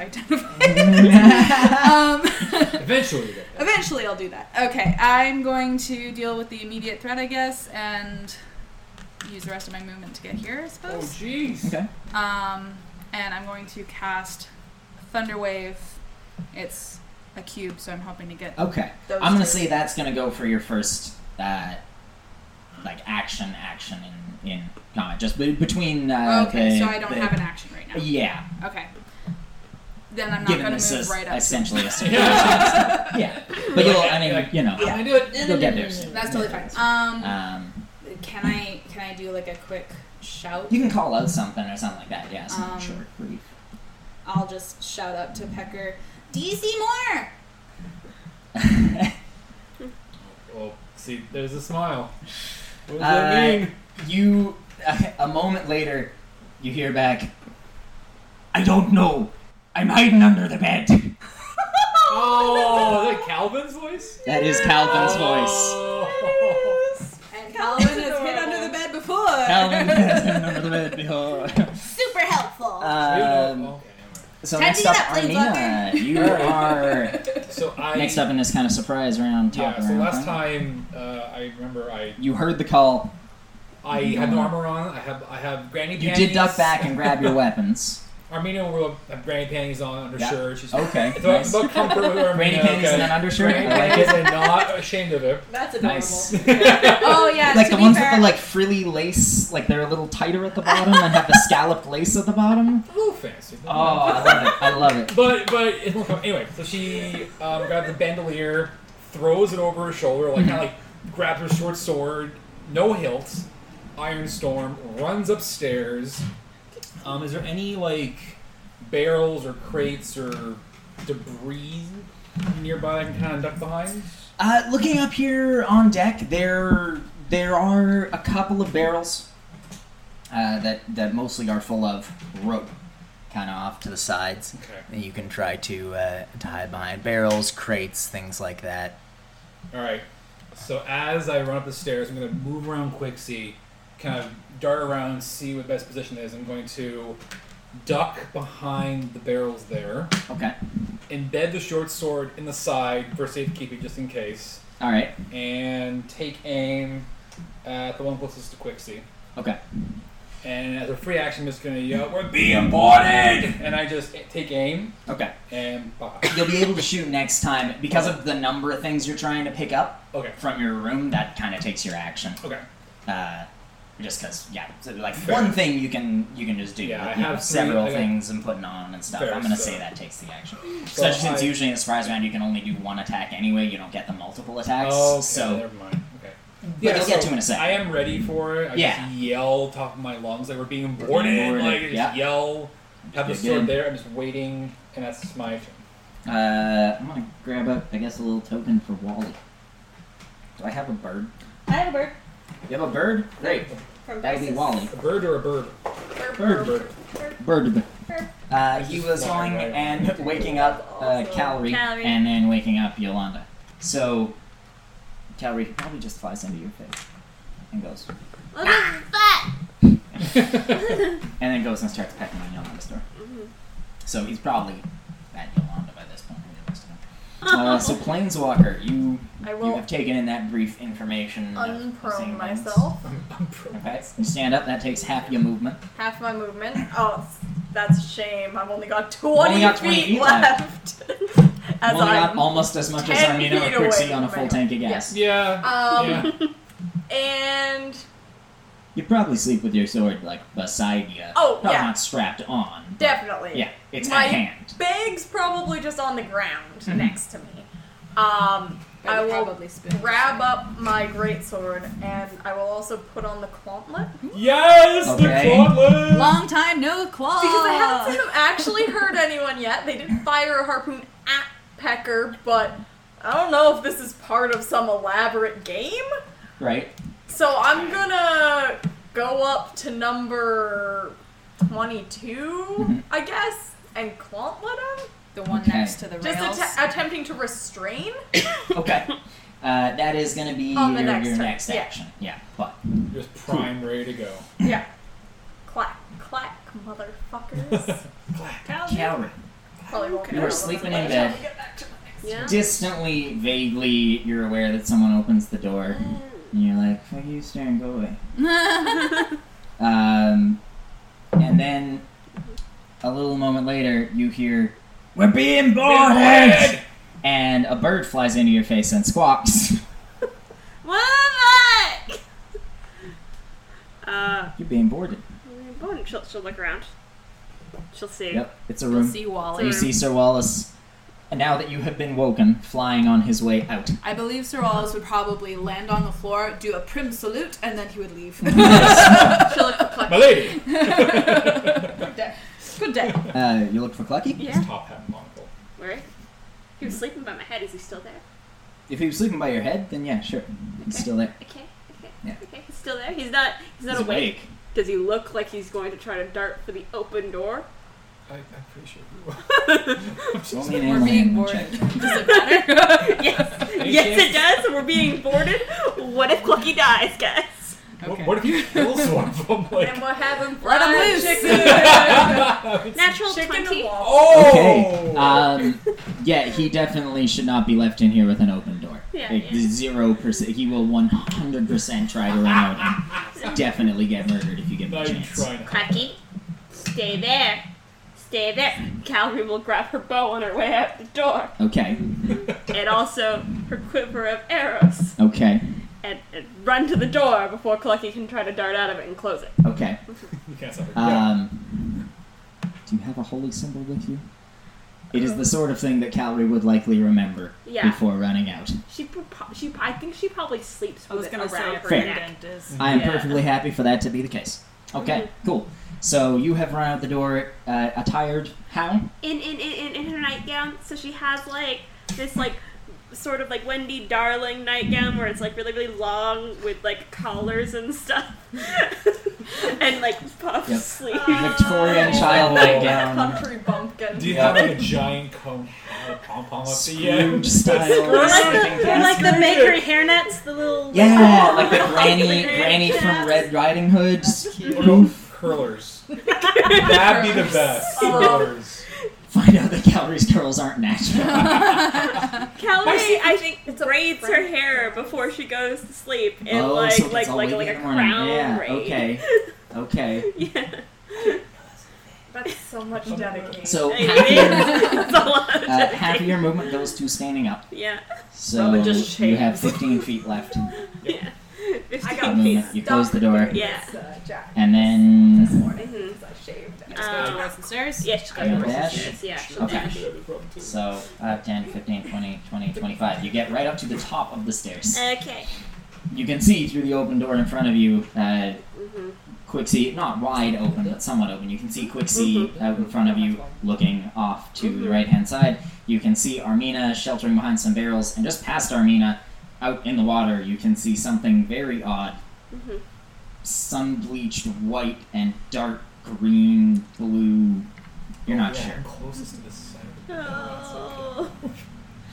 Speaker 7: identify. um,
Speaker 4: Eventually, you get there.
Speaker 7: eventually, I'll do that. Okay, I'm going to deal with the immediate threat, I guess, and use the rest of my movement to get here, I
Speaker 4: Oh,
Speaker 7: suppose.
Speaker 4: jeez.
Speaker 1: okay.
Speaker 7: Um, and I'm going to cast Thunder Wave. It's a cube, so I'm hoping to get.
Speaker 1: Okay.
Speaker 7: Those
Speaker 1: I'm gonna
Speaker 7: two.
Speaker 1: say that's gonna go for your first, uh, like action, action in in combat. Just be- between. Uh,
Speaker 7: Oh, okay,
Speaker 1: the-
Speaker 7: so I don't
Speaker 1: the-
Speaker 7: have an action right now.
Speaker 1: Yeah,
Speaker 7: Okay. Then I'm not
Speaker 1: given
Speaker 7: going
Speaker 1: this
Speaker 7: to move
Speaker 1: is
Speaker 7: right up. to
Speaker 1: essentially a situation.
Speaker 4: Yeah.
Speaker 1: yeah, but you'll. I mean,
Speaker 4: Like,
Speaker 1: you know,
Speaker 4: I'm gonna do it.
Speaker 1: you'll get there soon.
Speaker 7: That's totally fine. Um,
Speaker 1: Um,
Speaker 7: can I can I do like a quick shout?
Speaker 1: you can call out something or something like that. Yeah, some
Speaker 7: Um,
Speaker 1: short brief.
Speaker 7: I'll just shout out to Pecker. Do you see more?
Speaker 4: Oh, see, there's a smile. What does
Speaker 1: Uh,
Speaker 4: that mean?
Speaker 7: Oh,
Speaker 1: You, a moment later, you hear back, I don't know. I'm hiding under the bed.
Speaker 4: Oh, is that Calvin's voice?
Speaker 1: That is Calvin's voice.
Speaker 4: Oh.
Speaker 7: And Calvin has hid under the bed before.
Speaker 1: Calvin has been under the bed before.
Speaker 7: Super helpful.
Speaker 1: Um,
Speaker 4: okay, never
Speaker 1: so
Speaker 7: Tidy
Speaker 1: next up,
Speaker 7: it up, please,
Speaker 1: Armina, you are
Speaker 4: mind. so I
Speaker 1: next up in this kind of surprise round. Top
Speaker 4: Yeah, so
Speaker 1: round,
Speaker 4: last
Speaker 1: huh?
Speaker 4: time uh, I remember I
Speaker 1: you heard the call.
Speaker 4: I had no armor on. I have I have granny.
Speaker 1: You
Speaker 4: panties.
Speaker 1: did duck back and grab your weapons.
Speaker 4: Armina will have granny panties on under
Speaker 1: Yeah.
Speaker 4: shirt. She's
Speaker 1: Okay,
Speaker 4: So
Speaker 1: nice.
Speaker 4: about comfort with Armina.
Speaker 1: Granny panties
Speaker 4: okay.
Speaker 1: and an undershirt.
Speaker 4: Granny
Speaker 1: I like
Speaker 4: panties
Speaker 1: it.
Speaker 4: and not ashamed of it.
Speaker 5: That's adorable.
Speaker 1: Nice.
Speaker 7: oh yeah,
Speaker 1: Like
Speaker 7: to
Speaker 1: the
Speaker 7: be
Speaker 1: ones
Speaker 7: fair,
Speaker 1: with the like frilly lace, like they're a little tighter at the bottom and have the scalloped lace at the bottom.
Speaker 4: Ooh, fancy.
Speaker 1: Oh, I love it. I love it.
Speaker 4: But but anyway, so she um, grabs the bandolier, throws it over her shoulder, like kind of like grabs her short sword, no hilt, Iron Storm, runs upstairs. Um, is there any like barrels or crates or debris nearby I can kind of duck behind?
Speaker 1: Uh, looking up here on deck, there there are a couple of barrels uh, that that mostly are full of rope, kind of off to the sides.
Speaker 4: Okay.
Speaker 1: And you can try to uh, to hide behind barrels, crates, things like that.
Speaker 4: All right. So as I run up the stairs, I'm going to move around quick, see, kind of dart around, see what the best position is. I'm going to duck behind the barrels there,
Speaker 1: Okay.
Speaker 4: embed the short sword in the side for safekeeping just in case,
Speaker 1: All right.
Speaker 4: and take aim at the one closest to Quixie.
Speaker 1: Okay.
Speaker 4: And as a free action, I'm just going to yell, "We're being boarded!" And I just take aim
Speaker 1: Okay.
Speaker 4: and bye.
Speaker 1: You'll be able to shoot next time because of the number of things you're trying to pick up
Speaker 4: Okay.
Speaker 1: from your room. That kind of takes your action.
Speaker 4: Okay.
Speaker 1: Uh, just because, yeah, so, like
Speaker 4: Fair.
Speaker 1: one thing you can you can just do.
Speaker 4: Yeah,
Speaker 1: but,
Speaker 4: I
Speaker 1: you know,
Speaker 4: have three-
Speaker 1: several
Speaker 4: I got-
Speaker 1: things and putting on and stuff.
Speaker 4: Fair,
Speaker 1: I'm gonna
Speaker 4: so-
Speaker 1: say that takes the action.
Speaker 4: So
Speaker 1: Especially since
Speaker 4: I-
Speaker 1: usually in the surprise round you can only do one attack anyway. You don't get the multiple attacks.
Speaker 4: Oh, okay,
Speaker 1: so
Speaker 4: never mind. Okay.
Speaker 1: But you'll get to in a second.
Speaker 4: I am ready for it. I
Speaker 1: Mm. Yeah.
Speaker 4: just yell top of my lungs like we're being
Speaker 1: being
Speaker 4: boarded.
Speaker 1: boarded,
Speaker 4: Like just
Speaker 1: yeah.
Speaker 4: yell. Have the
Speaker 1: Just
Speaker 4: sword
Speaker 1: again.
Speaker 4: there. I'm just waiting, and that's my turn.
Speaker 1: uh, I'm gonna grab up I guess a little token for Wally. Do I have a bird?
Speaker 6: I have a bird
Speaker 1: You have a bird? Great.
Speaker 6: from
Speaker 1: That'll be
Speaker 6: Versus.
Speaker 1: Wally.
Speaker 4: A bird or a bird?
Speaker 1: Bird.
Speaker 4: Bird.
Speaker 1: Bird.
Speaker 6: Bird.
Speaker 1: Uh, he was falling and waking up uh, Calry,
Speaker 2: Calry.
Speaker 1: and then waking up Yolanda. So, Calry probably just flies into your face and goes,
Speaker 2: Look at that!
Speaker 1: and then goes and starts pecking on Yolanda's door.
Speaker 5: Mm-hmm.
Speaker 1: So he's probably at Yolanda by this point. really, most of the time.
Speaker 5: Oh.
Speaker 1: Uh, so Planeswalker, you
Speaker 5: I
Speaker 1: you
Speaker 5: will
Speaker 1: have taken in that brief information. of- of
Speaker 5: unprone
Speaker 1: seeing things.
Speaker 5: myself.
Speaker 1: Okay, you stand up. That takes half your movement.
Speaker 5: Half my movement. Oh, it's- that's a shame. I've only got 20
Speaker 1: only got 20
Speaker 5: feet
Speaker 1: feet
Speaker 5: left. As
Speaker 1: Well, you got
Speaker 5: I'm-
Speaker 1: almost as much as
Speaker 5: 10
Speaker 1: Armino
Speaker 5: feet
Speaker 1: or Quixie
Speaker 5: away
Speaker 1: on a
Speaker 5: from
Speaker 1: full
Speaker 5: my-
Speaker 1: tank of gas.
Speaker 5: Yes.
Speaker 4: Yeah.
Speaker 5: Um,
Speaker 4: yeah.
Speaker 5: And
Speaker 1: You probably sleep with your sword like beside you.
Speaker 5: Oh,
Speaker 1: Probably
Speaker 5: yeah.
Speaker 1: not strapped on. but-
Speaker 5: definitely.
Speaker 1: Yeah, it's
Speaker 5: My-
Speaker 1: at hand.
Speaker 5: Bag's probably just on the ground
Speaker 1: Mhm.
Speaker 5: next to me. Um, I
Speaker 3: would
Speaker 5: will
Speaker 3: probably spin.
Speaker 5: grab up my greatsword and I will also put on the gauntlet.
Speaker 4: Yes.
Speaker 1: Okay.
Speaker 4: The gauntlet.
Speaker 3: Long time no claw.
Speaker 5: Because I
Speaker 7: Ah.
Speaker 5: haven't seen them actually hurt anyone yet. They didn't fire a harpoon at Pecker, but I don't know if this is part of some elaborate game.
Speaker 1: Right?
Speaker 5: So I'm gonna go up to number 22,
Speaker 1: Mhm.
Speaker 5: I guess, and gauntlet him.
Speaker 3: the one
Speaker 1: Okay.
Speaker 3: next to the rails.
Speaker 5: Just atta- attempting to restrain.
Speaker 1: Okay. uh, that is going to be
Speaker 5: On the
Speaker 1: your,
Speaker 5: next
Speaker 1: your
Speaker 5: turn,
Speaker 1: next
Speaker 5: yeah.
Speaker 1: action. Yeah. But
Speaker 4: Just prime, ready to go.
Speaker 5: yeah. Clack, clack, motherfuckers.
Speaker 1: Cowrie,
Speaker 5: Probably won't
Speaker 1: You
Speaker 5: get
Speaker 1: were
Speaker 5: it.
Speaker 1: sleeping
Speaker 5: By
Speaker 1: in
Speaker 5: the time
Speaker 1: bed.
Speaker 5: we get back to the next
Speaker 2: Yeah.
Speaker 1: distantly, vaguely, you're aware that someone opens the door, and you're like, "Fuck you, staring, go away." Um, and then a little moment later, you hear, "We're being boarded," and a bird flies into your face and squawks.
Speaker 2: What the heck? Uh,
Speaker 1: You're being boarded.
Speaker 2: Bone, she'll, she'll look around. She'll see.
Speaker 1: Yep, it's a
Speaker 3: You'll
Speaker 1: room.
Speaker 3: see Wally.
Speaker 1: You see Sir Wallace, and now that you have been woken, flying on his way out.
Speaker 3: I believe Sir Wallace would probably land on the floor, do a prim salute, and then he would leave.
Speaker 5: She'll look perplexed.
Speaker 4: My lady.
Speaker 5: Good day.
Speaker 3: Good day.
Speaker 1: Uh, you look for Clucky?
Speaker 2: Yeah.
Speaker 4: His top hat and long coat.
Speaker 2: Where? He was sleeping by my head. Is he still there?
Speaker 1: If he was sleeping by your head, then yeah, sure. He's
Speaker 2: Okay.
Speaker 1: still there.
Speaker 2: Okay. Okay.
Speaker 1: Yeah.
Speaker 2: Okay. He's still there. He's not. He's not awake. Does he look like he's going to try to dart for the open door?
Speaker 4: I, I'm pretty sure he
Speaker 3: We're
Speaker 4: will.
Speaker 1: Roll me an animal
Speaker 3: being
Speaker 1: handling
Speaker 3: boarded.
Speaker 1: check.
Speaker 3: Does it matter?
Speaker 2: yes. yes, it does. We're being boarded. What if Clucky dies, guys?
Speaker 4: What, what if he kills one of them?
Speaker 5: And
Speaker 4: Like,
Speaker 5: we're having
Speaker 3: Let 'em loose.
Speaker 5: fried Chicken,
Speaker 2: Natural
Speaker 5: chicken
Speaker 2: twenty.
Speaker 5: and waffles.
Speaker 4: oh.
Speaker 1: Okay. Um, yeah, he definitely should not be left in here with an open door.
Speaker 2: Yeah,
Speaker 1: Like,
Speaker 2: yeah.
Speaker 1: Zero percent. He will one hundred percent try to run out and definitely get murdered if you give him
Speaker 4: Now
Speaker 1: a
Speaker 4: you
Speaker 1: chance.
Speaker 4: try to.
Speaker 2: Clucky, stay there. Stay there. Calvary will grab her bow on her way out the door,
Speaker 1: Okay.
Speaker 2: and also her quiver of arrows,
Speaker 1: Okay.
Speaker 2: and, and run to the door before Clucky can try to dart out of it and close it.
Speaker 1: Okay.
Speaker 4: You can't stop it. Yeah.
Speaker 1: Um, do you have a holy symbol with you? It is the sort of thing that Calvary would likely remember
Speaker 2: Uh-huh. Yeah.
Speaker 6: Hmm.
Speaker 1: before running out.
Speaker 2: She, pro- pro- she, I think she probably sleeps
Speaker 6: I was
Speaker 2: with it
Speaker 6: gonna say
Speaker 2: around
Speaker 6: a
Speaker 2: her
Speaker 1: Fair.
Speaker 2: neck.
Speaker 6: pendant is.
Speaker 1: I am
Speaker 2: Yeah. Mm-hmm.
Speaker 1: perfectly happy for that to be the case. Okay, cool. So you have run out the door uh, attired how?
Speaker 2: in, in, in, in, in her nightgown. So she has like this like sort of like Wendy Darling nightgown where it's like really really long with like collars and stuff and like puff
Speaker 1: Yep.
Speaker 2: sleeves.
Speaker 1: Victorian child nightgown.
Speaker 5: Country bumpkin.
Speaker 4: Do you
Speaker 1: Yeah.
Speaker 4: have like a giant cone hat, a pom pom up the
Speaker 1: Scrooge
Speaker 4: end?
Speaker 6: We're
Speaker 1: style.
Speaker 6: like,
Speaker 1: sleeping
Speaker 6: we're like
Speaker 1: dress.
Speaker 6: the bakery hairnets, the little.
Speaker 1: Yeah, Oh, like the
Speaker 6: Like the
Speaker 1: granny,
Speaker 6: Granny
Speaker 1: granny from
Speaker 6: Jack.
Speaker 1: Red Riding Hood.
Speaker 4: Little Oh, curlers. That'd be the best.
Speaker 6: Oh.
Speaker 5: Um,
Speaker 4: Curlers.
Speaker 1: Find out that Calgary's curls aren't natural.
Speaker 2: Callie, I think,
Speaker 5: It's a
Speaker 2: braids her
Speaker 5: brand.
Speaker 2: hair before she goes to sleep in
Speaker 1: oh,
Speaker 2: like
Speaker 1: so it's
Speaker 2: like
Speaker 1: all
Speaker 2: like
Speaker 1: wavy
Speaker 2: like a
Speaker 1: in the morning.
Speaker 2: crown
Speaker 1: Yeah.
Speaker 2: braid.
Speaker 1: Okay. Okay.
Speaker 2: Yeah.
Speaker 5: That's so much dedication.
Speaker 1: So happier,
Speaker 2: It is. It's a lot of
Speaker 1: Oh. uh,
Speaker 2: dedication.
Speaker 1: happier movement goes to standing up.
Speaker 2: Yeah.
Speaker 1: So
Speaker 6: Robin just
Speaker 1: you have
Speaker 6: shakes.
Speaker 1: 15 feet left.
Speaker 2: Yeah.
Speaker 5: I
Speaker 1: I
Speaker 5: got
Speaker 1: mean, you close the door,
Speaker 2: Yeah.
Speaker 5: Uh, Jack.
Speaker 1: and then
Speaker 5: Morning.
Speaker 2: Mhm.
Speaker 5: I shaved.
Speaker 2: Um,
Speaker 3: downstairs.
Speaker 2: yeah, she got
Speaker 1: Yeah.
Speaker 2: the horses
Speaker 1: Dash?
Speaker 2: stairs, Yeah. she'll
Speaker 1: Okay.
Speaker 2: dash.
Speaker 1: so 5, 10, 15, 20, 20, 25. You get right up to the top of the stairs.
Speaker 2: Okay.
Speaker 1: You can see through the open door in front of you, uh,
Speaker 2: Mm-hmm.
Speaker 1: Quixie, not wide open, but somewhat open. You can see Quixie
Speaker 2: Mm-hmm.
Speaker 1: out in front of you, looking off to the right hand side. You can see Armina sheltering behind some barrels, and just past Armina, out in the water, you can see something very odd.
Speaker 2: Mhm.
Speaker 1: Sun bleached white and dark green, blue. You're not
Speaker 4: Yeah,
Speaker 1: sure.
Speaker 4: Closest to the center.
Speaker 2: Oh.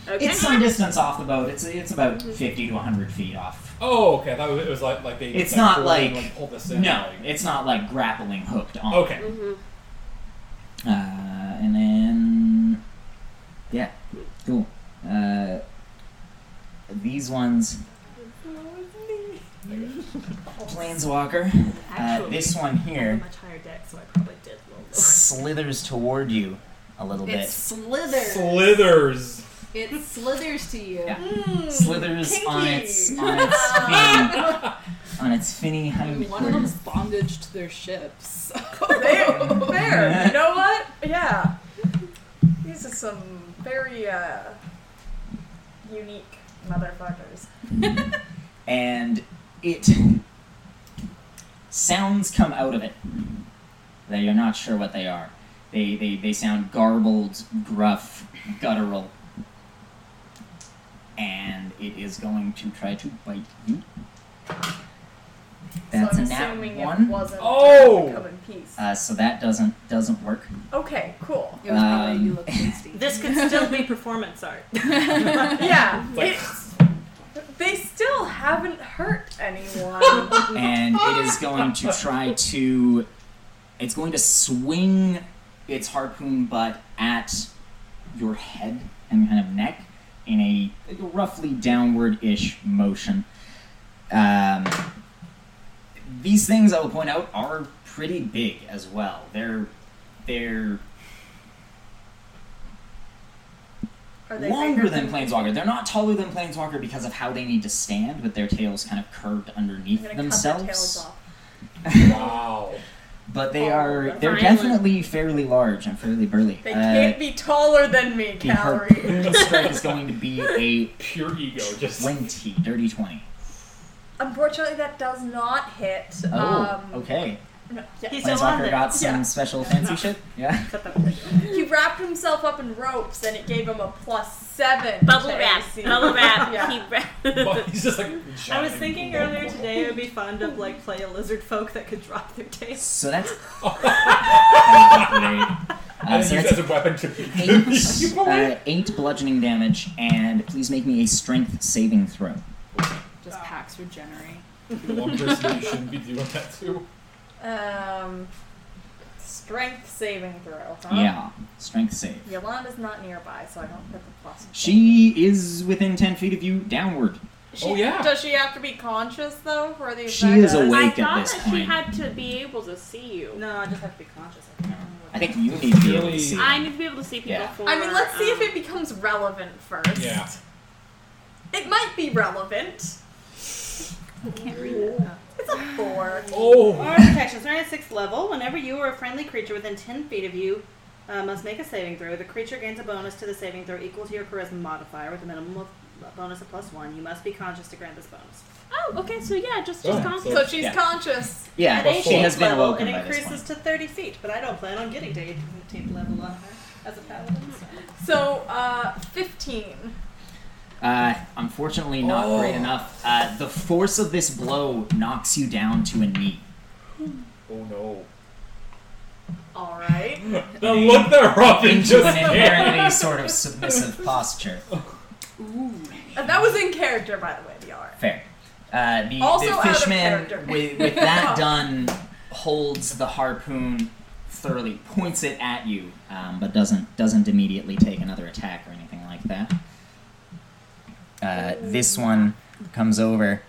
Speaker 2: Okay. Mm-hmm.
Speaker 1: It's some distance off the boat. It's it's about fifty to hundred feet off.
Speaker 4: Oh, okay. I thought it was like like they.
Speaker 1: It's
Speaker 4: like,
Speaker 1: not
Speaker 4: pulled
Speaker 1: like-
Speaker 4: and, like pulled this in.
Speaker 1: No,
Speaker 4: like-
Speaker 1: it's not like grappling hooked on.
Speaker 4: okay.
Speaker 2: Mhm.
Speaker 1: Uh, and then, yeah, cool. Uh, these ones, Planeswalker. Uh,
Speaker 6: Actually,
Speaker 1: this one
Speaker 6: I have a
Speaker 1: here
Speaker 6: much higher deck, so I probably did a little lower.
Speaker 1: slithers toward you a little
Speaker 3: It
Speaker 1: bit.
Speaker 3: slithers.
Speaker 4: Slithers.
Speaker 3: it slithers to you.
Speaker 1: Yeah. Slithers on
Speaker 5: kinky.
Speaker 1: its on its finny, on its finny
Speaker 3: One of them's
Speaker 1: hindquarters.
Speaker 3: bondage to their ships.
Speaker 5: There, there. You know what? Yeah. These are some very uh, unique motherfuckers.
Speaker 1: and it sounds come out of it that you're not sure what they are. They, they, they sound garbled, gruff, guttural. And it is going to try to bite you. That's
Speaker 5: so I'm
Speaker 1: a nat
Speaker 5: assuming it
Speaker 1: one.
Speaker 5: wasn't
Speaker 4: Oh!
Speaker 5: come in peace.
Speaker 1: Uh, so that doesn't doesn't work.
Speaker 5: Okay, cool.
Speaker 3: It was probably
Speaker 1: Um,
Speaker 3: you look tasty.
Speaker 6: This could still be performance art.
Speaker 5: Yeah.
Speaker 4: It's like,
Speaker 5: it- they still haven't hurt anyone.
Speaker 1: and it is going to try to it's going to swing its harpoon butt at your head and kind of neck in a roughly downward-ish motion um, these things i will point out are pretty big as well they're they're
Speaker 5: Are they
Speaker 1: longer
Speaker 5: bigger
Speaker 1: than planeswalker they're not taller than planeswalker because of how they need to stand with their tails kind of curved underneath
Speaker 5: I'm gonna
Speaker 1: themselves
Speaker 5: cut their tails off.
Speaker 4: wow.
Speaker 1: But they
Speaker 5: Oh,
Speaker 1: are
Speaker 5: that's
Speaker 1: they're
Speaker 2: violent.
Speaker 1: definitely fairly large and fairly burly.
Speaker 5: They
Speaker 1: Uh,
Speaker 5: can't be taller than me,
Speaker 1: the
Speaker 5: Calorie.
Speaker 1: harpoon strike is going to be a
Speaker 4: Pure ego. Just.
Speaker 1: 20, dirty 20.
Speaker 5: Unfortunately, that does not hit.
Speaker 1: Oh,
Speaker 5: um,
Speaker 1: okay.
Speaker 5: no, yeah.
Speaker 6: He's still on
Speaker 1: Planeswalker
Speaker 6: it.
Speaker 1: got some
Speaker 5: Yeah.
Speaker 1: special fancy shit. Yeah.
Speaker 6: Except that-
Speaker 5: He wrapped himself up in ropes and it gave him a plus seven.
Speaker 2: Bubble
Speaker 5: to
Speaker 2: wrap.
Speaker 5: AC.
Speaker 2: Bubble wrap.
Speaker 5: Yeah.
Speaker 2: Keep wrap.
Speaker 4: He's just like.
Speaker 6: I was
Speaker 4: giant.
Speaker 6: thinking earlier today it would be fun to like play a lizard folk that could drop their tails.
Speaker 1: So that's
Speaker 4: And
Speaker 1: Uh,
Speaker 4: then
Speaker 1: so
Speaker 4: use
Speaker 1: that's
Speaker 4: it as a weapon to.
Speaker 1: eight, uh, eight bludgeoning damage, and please make me a strength saving throw.
Speaker 3: Just packs regenerate.
Speaker 4: One person you shouldn't be doing that to.
Speaker 5: Um, strength saving throw. Huh?
Speaker 1: Yeah, strength save.
Speaker 5: Yolanda's not nearby, so I don't get the plus.
Speaker 1: She is within 10 feet of you, downward.
Speaker 5: She,
Speaker 4: Oh, yeah.
Speaker 5: Does she have to be conscious though for the?
Speaker 1: She
Speaker 5: effect?
Speaker 1: is awake. Wake
Speaker 2: I
Speaker 1: at
Speaker 2: thought
Speaker 1: this
Speaker 2: that she
Speaker 1: point.
Speaker 2: had to be able to see you.
Speaker 6: No, I just have to be conscious. I can't remember what
Speaker 1: I think you need to be able to
Speaker 4: Really?
Speaker 1: see.
Speaker 2: I need to be able to see people
Speaker 1: Yeah.
Speaker 2: for.
Speaker 5: I mean, let's see if
Speaker 2: um,
Speaker 5: it becomes relevant first.
Speaker 4: Yeah.
Speaker 5: It might be relevant.
Speaker 3: I can't read it.
Speaker 5: It's a four.
Speaker 4: Oh.
Speaker 6: Or protections are at sixth level. Whenever you or a friendly creature within ten feet of you uh, must make a saving throw, the creature gains a bonus to the saving throw equal to your charisma modifier with a minimum of bonus of plus one. You must be conscious to grant this bonus.
Speaker 2: Oh, okay. So yeah, just
Speaker 4: Oh, so-
Speaker 2: just conscious.
Speaker 5: So she's
Speaker 1: Yeah.
Speaker 5: conscious.
Speaker 1: Yeah,
Speaker 6: At 18th
Speaker 1: she has been
Speaker 6: level,
Speaker 1: awoken
Speaker 6: it
Speaker 1: by this
Speaker 6: increases
Speaker 1: point.
Speaker 6: to 30 feet, but I don't plan on getting to 18th level on her as a paladin. so-
Speaker 5: So, uh, 15.
Speaker 1: Uh, unfortunately, not
Speaker 4: Oh.
Speaker 1: great enough. Uh, the force of this blow knocks you down to a knee.
Speaker 4: Oh no.
Speaker 5: Alright.
Speaker 4: The look that Robin
Speaker 1: Into
Speaker 4: just
Speaker 1: an
Speaker 4: had.
Speaker 1: inherently sort of submissive posture.
Speaker 5: And that was in character, by the way, the R.
Speaker 1: Fair. Uh, the,
Speaker 5: Also
Speaker 1: the
Speaker 5: out of
Speaker 1: fishman,
Speaker 5: character.
Speaker 1: with, with that done, holds the harpoon thoroughly, points it at you, um, but doesn't doesn't immediately take another attack or anything like that. Uh, this one comes over,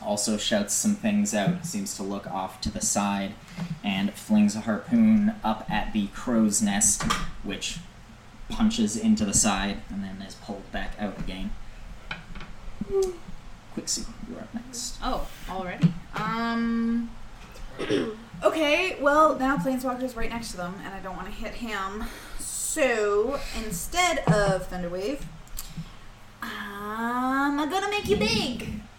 Speaker 1: also shouts some things out, seems to look off to the side, and flings a harpoon up at the crow's nest, which punches into the side and then is pulled back out again. Quixie, you're up next.
Speaker 3: Oh, already. Um. okay, well, now Planeswalker's right next to them, and I don't want to hit him. So, instead of Thunderwave, I'm gonna make you big.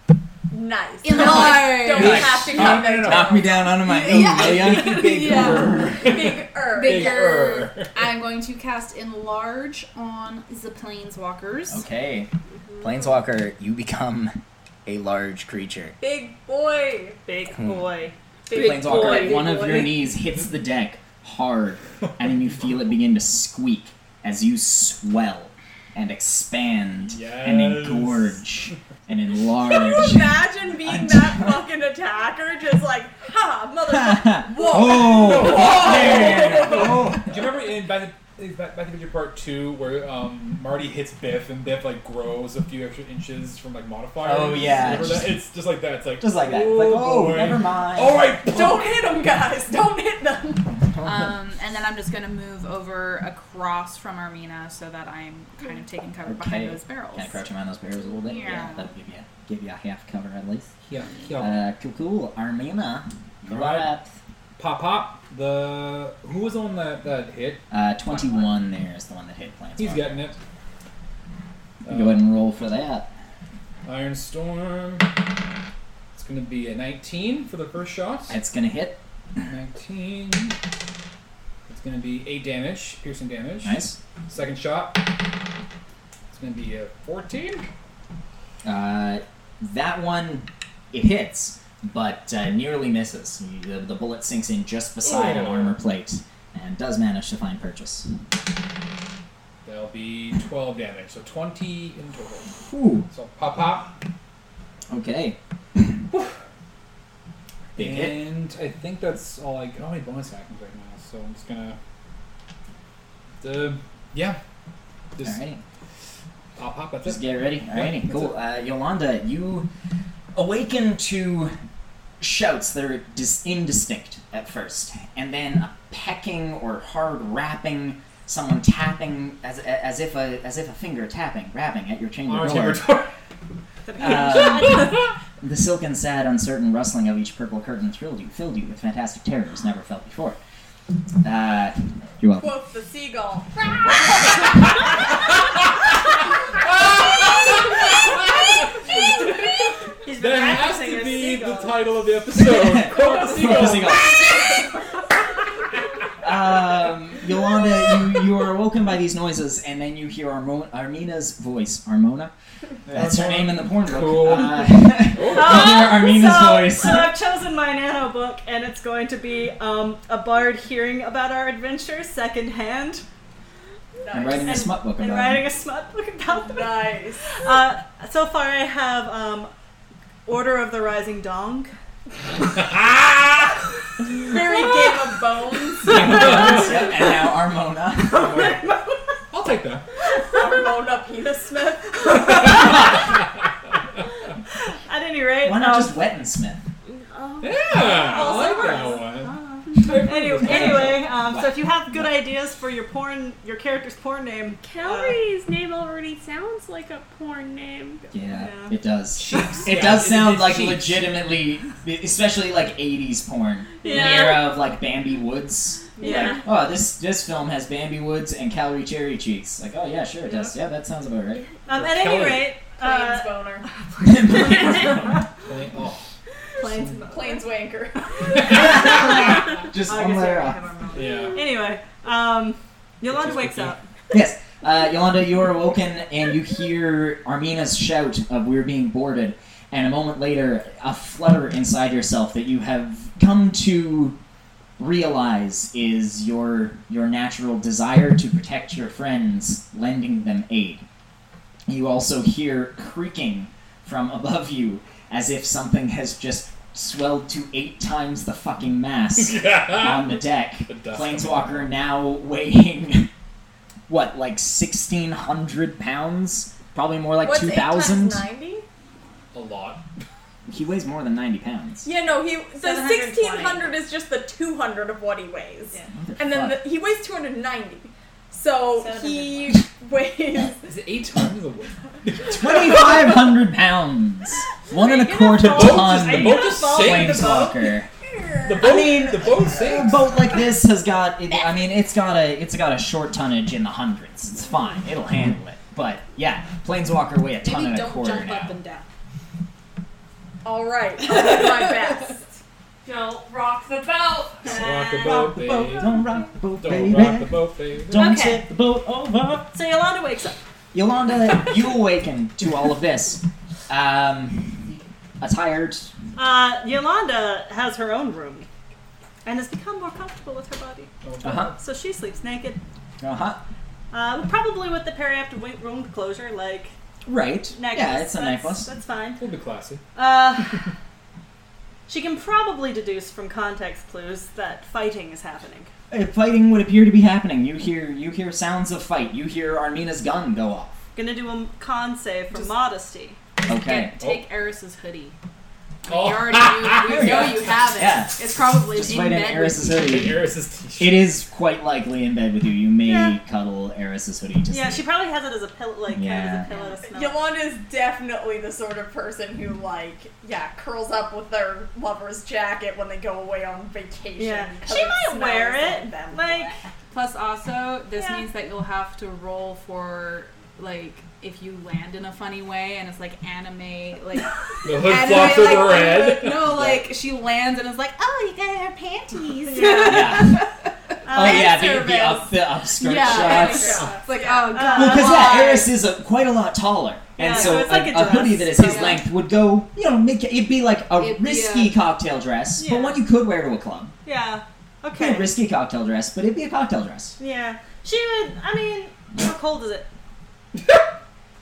Speaker 5: Nice.
Speaker 3: Enlarge.
Speaker 5: Don't
Speaker 1: Nice.
Speaker 5: have to
Speaker 4: No, no, no,
Speaker 5: come back
Speaker 4: no.
Speaker 5: down.
Speaker 1: Knock me down onto my own,
Speaker 3: Yeah.
Speaker 1: will ya?
Speaker 3: Yeah.
Speaker 5: Bigger.
Speaker 3: Bigger.
Speaker 4: Bigger.
Speaker 3: I'm going to cast Enlarge on the Planeswalkers.
Speaker 1: Okay. Planeswalker, you become a large creature.
Speaker 5: Big boy.
Speaker 6: Big boy.
Speaker 1: Planeswalker,
Speaker 5: boy.
Speaker 1: one of
Speaker 5: Big
Speaker 1: your
Speaker 5: boy.
Speaker 1: knees hits the deck hard, and then you feel it begin to squeak as you swell and expand and
Speaker 4: Yes.
Speaker 1: engorge and
Speaker 5: Can you
Speaker 1: enlarge.
Speaker 5: imagine being that fucking attacker? Just like, ha, motherfucker. Whoa.
Speaker 1: oh, man. Oh,
Speaker 4: Do you remember in Back to Back Back to the Future Part Two where um, Marty hits Biff and Biff like grows a few extra inches from like modifiers?
Speaker 1: Oh, yeah.
Speaker 4: Remember that? It's just like that. It's like
Speaker 1: Just like that. It's like, oh,
Speaker 4: boy.
Speaker 1: never mind.
Speaker 4: All right,
Speaker 5: Don't hit him, guys. Don't hit them.
Speaker 3: Um, and then I'm just going to move over across from Armina so that I'm kind of taking cover behind
Speaker 1: Okay.
Speaker 3: those barrels.
Speaker 1: Kind of crouch around those barrels a little bit.
Speaker 3: Yeah.
Speaker 1: that'll give you give you a half cover at least.
Speaker 4: Yeah, yeah.
Speaker 1: Uh, cool, cool. Armina, you're
Speaker 4: Alright.
Speaker 1: up.
Speaker 4: pop, pop. The who was on that that hit?
Speaker 1: Uh, 21 there is the one that hit plants.
Speaker 4: He's getting it.
Speaker 1: Go ahead and roll for that.
Speaker 4: Iron Storm. It's gonna be a 19 for the first shot.
Speaker 1: It's gonna hit.
Speaker 4: 19. It's gonna be 8 damage, piercing damage.
Speaker 1: Nice.
Speaker 4: Second shot. It's gonna be a 14.
Speaker 1: Uh, that one, it hits, but uh, nearly misses. You- The, the bullet sinks in just beside an
Speaker 4: Ooh.
Speaker 1: armor plate and does manage to find purchase.
Speaker 4: That'll be 12 damage, so 20 in total.
Speaker 1: Whew.
Speaker 4: So pop pop.
Speaker 1: Okay. Big hit.
Speaker 4: and I think that's all I got. All my bonus actions right now, so I'm just gonna. The yeah, just
Speaker 1: Alrighty.
Speaker 4: pop pop. That's
Speaker 1: Just
Speaker 4: it.
Speaker 1: get ready. Alrighty,
Speaker 4: that's
Speaker 1: cool. Uh, Yolanda, you awaken to shouts that are dis- indistinct at first, and then a pecking or hard rapping, someone tapping as, as if a as if a finger tapping, rapping at your chamber
Speaker 4: Our
Speaker 1: door.
Speaker 4: territory.
Speaker 1: Uh, Um, the silken, sad, uncertain rustling of each purple curtain thrilled you, filled you with fantastic terrors never felt before. Uh, you're welcome.
Speaker 5: Quoth the seagull.
Speaker 1: Ah!
Speaker 6: He's been
Speaker 4: That has
Speaker 6: practicing
Speaker 4: to
Speaker 6: his
Speaker 4: be the
Speaker 6: seagull.
Speaker 4: title of the episode. Quote the seagull.
Speaker 1: um, Yolanda, you, you are awoken by these noises, and then you hear Armo- Armina's voice. Armona? That's her name in the porn book.
Speaker 4: Cool.
Speaker 1: Uh, you hear Armina's
Speaker 6: so,
Speaker 1: voice.
Speaker 6: So I've chosen my nano book, and it's going to be um, a bard hearing about our adventure secondhand
Speaker 1: I'm writing a smut book
Speaker 6: and
Speaker 1: about
Speaker 6: writing
Speaker 1: it.
Speaker 6: a smut book about them.
Speaker 5: Nice.
Speaker 6: Uh, so far, I have um, Order of the Rising Dong.
Speaker 4: Ah!
Speaker 5: Very Game of Bones.
Speaker 1: Yep, and now Armona.
Speaker 4: I'll take that.
Speaker 5: Ramona Penis Smith.
Speaker 6: At any rate,
Speaker 1: Why not
Speaker 6: um,
Speaker 1: just Wetton Smith?
Speaker 4: Yeah, I
Speaker 2: Oh,
Speaker 4: like that one. I've heard
Speaker 6: Anyway,
Speaker 4: this one.
Speaker 6: anyway um, so if you have good ideas for your porn, your character's porn name,
Speaker 2: Calories name already sounds like a porn name.
Speaker 1: Yeah,
Speaker 6: Yeah.
Speaker 1: it does.
Speaker 4: Cheeks,
Speaker 1: It
Speaker 4: yeah,
Speaker 1: does sound
Speaker 4: is
Speaker 1: like
Speaker 4: cheeks.
Speaker 1: legitimately, especially like 80s porn. In the
Speaker 2: Yeah.
Speaker 1: era of like Bambi Woods.
Speaker 2: Yeah.
Speaker 1: Oh, this this film has Bambi Woods and Calorie Cherry Cheeks. Like, oh yeah, sure it does. Yeah, that sounds about right.
Speaker 6: Um, at any
Speaker 4: Kelly.
Speaker 6: rate,
Speaker 5: Plains
Speaker 6: uh,
Speaker 5: boner.
Speaker 4: Really? Oh.
Speaker 6: planes.
Speaker 5: Plains wanker.
Speaker 1: Just
Speaker 6: Oh, I
Speaker 1: one
Speaker 6: guess
Speaker 1: layer
Speaker 6: we
Speaker 1: off.
Speaker 6: have our moment.
Speaker 4: Yeah.
Speaker 6: Anyway, um, Yolanda wakes up.
Speaker 1: Yes. Uh, Yolanda, you are awoken and you hear Armina's shout of we're being boarded. And a moment later, a flutter inside yourself that you have come to realize is your your natural desire to protect your friends, lending them aid. You also hear creaking from above you as if something has just swelled to eight times the fucking mass on the deck.
Speaker 4: Ah. The dust.
Speaker 1: Planeswalker now weighing what, like sixteen hundred pounds? Probably more like
Speaker 5: What's
Speaker 1: two
Speaker 5: eight times
Speaker 1: thousand.
Speaker 5: 90?
Speaker 4: A lot.
Speaker 1: He weighs more than ninety pounds.
Speaker 5: Yeah, no, he the
Speaker 3: 720.
Speaker 5: sixteen hundred is just the two hundred of what he weighs,
Speaker 3: Yeah.
Speaker 1: What
Speaker 5: and then the,
Speaker 1: fuck?
Speaker 5: he weighs two hundred ninety. So he weighs.
Speaker 4: Is it eight times the weight?
Speaker 1: twenty-five hundred pounds, one and a quarter
Speaker 4: The boat just, the
Speaker 1: ton.
Speaker 4: boat just sinks.
Speaker 1: Planeswalker.
Speaker 4: The boat,
Speaker 1: mean,
Speaker 4: the boat
Speaker 1: A
Speaker 4: sinks.
Speaker 1: boat like this has got. It, I mean, it's got a it's got a short tonnage in the hundreds. It's fine. It'll handle it. But yeah, planeswalker weigh a ton
Speaker 3: Maybe
Speaker 1: and a
Speaker 3: don't
Speaker 1: quarter
Speaker 3: jump
Speaker 1: now.
Speaker 3: up and down.
Speaker 5: All right, I'll do my best.
Speaker 7: Don't rock the boat.
Speaker 4: Rock the boat, baby.
Speaker 1: Don't rock the boat,
Speaker 4: Don't
Speaker 1: baby.
Speaker 4: rock the boat, baby.
Speaker 1: Don't
Speaker 6: Okay.
Speaker 1: tip the boat over.
Speaker 6: So Yolanda wakes up.
Speaker 1: Yolanda, you awaken to all of this. Um, a tired.
Speaker 6: Uh, Yolanda has her own room and has become more comfortable with her body.
Speaker 1: Uh huh.
Speaker 6: So she sleeps naked.
Speaker 1: Uh huh.
Speaker 6: Uh, probably with the peri after wo- wound closure, like
Speaker 1: Right.
Speaker 6: necklace.
Speaker 1: Yeah, it's a
Speaker 6: That's-
Speaker 1: necklace.
Speaker 6: That's fine.
Speaker 4: We'll be classy.
Speaker 6: Uh, she can probably deduce from context clues that fighting is happening.
Speaker 1: Uh, Fighting would appear to be happening. You hear you hear sounds of fight. You hear Armina's gun go off.
Speaker 6: Gonna do a con save for modesty.
Speaker 1: Okay.
Speaker 3: Get- take Eris's hoodie.
Speaker 4: Oh.
Speaker 3: You already knew. We know you have it.
Speaker 1: Yeah.
Speaker 3: It's probably
Speaker 1: Just
Speaker 3: in
Speaker 1: fight in
Speaker 3: bed
Speaker 1: Eris's
Speaker 3: with
Speaker 4: The
Speaker 1: hoodie.
Speaker 4: Eris's t-shirt.
Speaker 1: It is quite likely in bed with you. You may
Speaker 6: Yeah.
Speaker 1: cuddle Eris's hoodie. Just
Speaker 6: Yeah, she probably has it as a pillow, like
Speaker 1: Yeah.
Speaker 6: kind of as a pillow to snuggle.
Speaker 5: Yolanda is definitely the sort of person who, like, yeah, curls up with their lover's jacket when they go away on vacation.
Speaker 6: Yeah.
Speaker 5: 'cause
Speaker 6: She
Speaker 5: it
Speaker 6: might
Speaker 5: smells
Speaker 6: wear
Speaker 5: like
Speaker 6: it.
Speaker 5: them.
Speaker 6: Like,
Speaker 7: Plus, also, this
Speaker 6: Yeah.
Speaker 7: means that you'll have to roll for like if you land in a funny way, and it's like anime, like
Speaker 4: The hood
Speaker 7: anime,
Speaker 4: flops
Speaker 7: like,
Speaker 4: over her head.
Speaker 7: No, like she lands and it's like, oh, you got her panties.
Speaker 1: Yeah. oh
Speaker 6: Um,
Speaker 1: yeah, the, the
Speaker 7: service.
Speaker 1: up the upskirt
Speaker 7: Yeah,
Speaker 1: shots.
Speaker 7: It's like,
Speaker 5: Yeah.
Speaker 7: oh,
Speaker 6: Uh,
Speaker 7: God,
Speaker 1: Well, because
Speaker 7: why?
Speaker 1: yeah, Eris is a, quite a lot taller, and
Speaker 6: Yeah,
Speaker 1: so,
Speaker 6: so it's like a dress,
Speaker 1: hoodie that is his
Speaker 7: so-
Speaker 1: length would go, you know, make it'd be like a
Speaker 7: It'd be
Speaker 1: risky
Speaker 7: a-
Speaker 1: cocktail dress,
Speaker 6: Yeah.
Speaker 1: but one you could wear to a club.
Speaker 6: yeah.
Speaker 1: It'd be
Speaker 6: Okay.
Speaker 1: a risky cocktail dress, but it'd be a cocktail dress.
Speaker 6: Yeah. She would. I mean, how cold is it?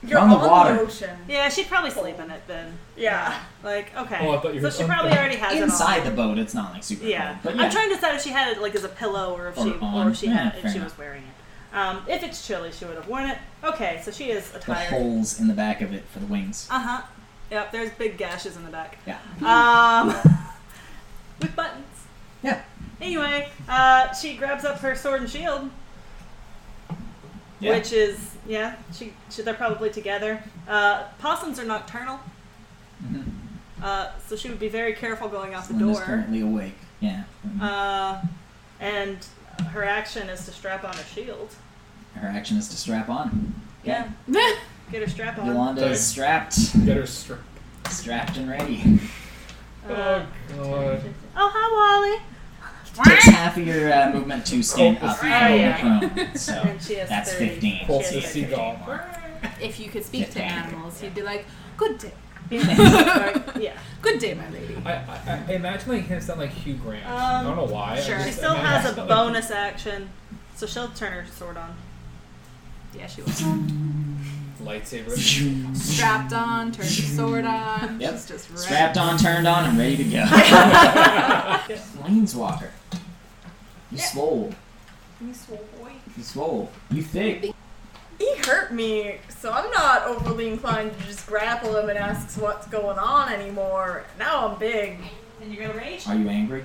Speaker 5: You're
Speaker 1: on the water.
Speaker 5: ocean.
Speaker 6: Yeah, she'd probably sleep in it then.
Speaker 5: Yeah.
Speaker 6: Like, okay.
Speaker 4: Oh, I thought you
Speaker 6: so
Speaker 4: were-
Speaker 6: she probably already has it
Speaker 1: Inside
Speaker 6: on.
Speaker 1: the boat, it's not like super
Speaker 6: Yeah.
Speaker 1: cold, but yeah,
Speaker 6: I'm trying to decide if she had it like as a pillow or if
Speaker 1: Or
Speaker 6: she
Speaker 1: on.
Speaker 6: or if she
Speaker 1: Yeah,
Speaker 6: had
Speaker 1: fair
Speaker 6: if she
Speaker 1: enough.
Speaker 6: was wearing it. Um, if it's chilly, she would have worn it. Okay, so she is
Speaker 1: the
Speaker 6: attired.
Speaker 1: holes in the back of it for the wings.
Speaker 6: Uh huh. Yep. There's big gashes in the back.
Speaker 1: Yeah.
Speaker 6: Um, with buttons.
Speaker 1: Yeah.
Speaker 6: Anyway, uh, she grabs up her sword and shield,
Speaker 1: Yeah.
Speaker 6: which is yeah. She, she they're probably together. Uh, possums are nocturnal,
Speaker 1: Mhm.
Speaker 6: uh, so she would be very careful going out the
Speaker 1: Linda's
Speaker 6: door.
Speaker 1: currently awake. Yeah,
Speaker 6: Uh, and her action is to strap on her shield.
Speaker 1: her action is to strap on.
Speaker 6: Yeah. Get her strap on.
Speaker 1: Yolanda
Speaker 4: Okay.
Speaker 1: is strapped,
Speaker 4: Get her strap.
Speaker 1: strapped and ready.
Speaker 6: Uh,
Speaker 4: Oh, God.
Speaker 6: oh hi Wally.
Speaker 1: Takes half of your uh, movement to stand
Speaker 4: Cold as-
Speaker 1: up and
Speaker 6: Oh, Yeah.
Speaker 1: roll prone, so
Speaker 6: And she has
Speaker 1: that's
Speaker 6: 30.
Speaker 1: fifteen.
Speaker 4: Pulse the
Speaker 6: Yeah.
Speaker 4: seagull.
Speaker 7: If you could speak
Speaker 1: Get
Speaker 7: to
Speaker 1: down.
Speaker 7: animals, you'd be like, good day,
Speaker 6: Yeah.
Speaker 7: good day, my lady.
Speaker 4: I, I, I imagine like him sound like Hugh Grant. I
Speaker 6: Um,
Speaker 4: don't know why. I
Speaker 7: sure.
Speaker 4: just
Speaker 6: She still has
Speaker 4: imagine-
Speaker 6: a bonus action, so she'll turn her sword on.
Speaker 7: Yeah, she was
Speaker 4: lightsaber.
Speaker 7: strapped on, turned her sword on.
Speaker 1: Yep.
Speaker 7: She's just ready.
Speaker 1: Strapped on, turned on, and ready to go. Planeswalker. You swole.
Speaker 5: You swole boy.
Speaker 1: You swole. You thick.
Speaker 5: He hurt me, so I'm not overly inclined to just grapple him and ask what's going on anymore. Now I'm big.
Speaker 6: And you're gonna rage.
Speaker 1: Are you angry?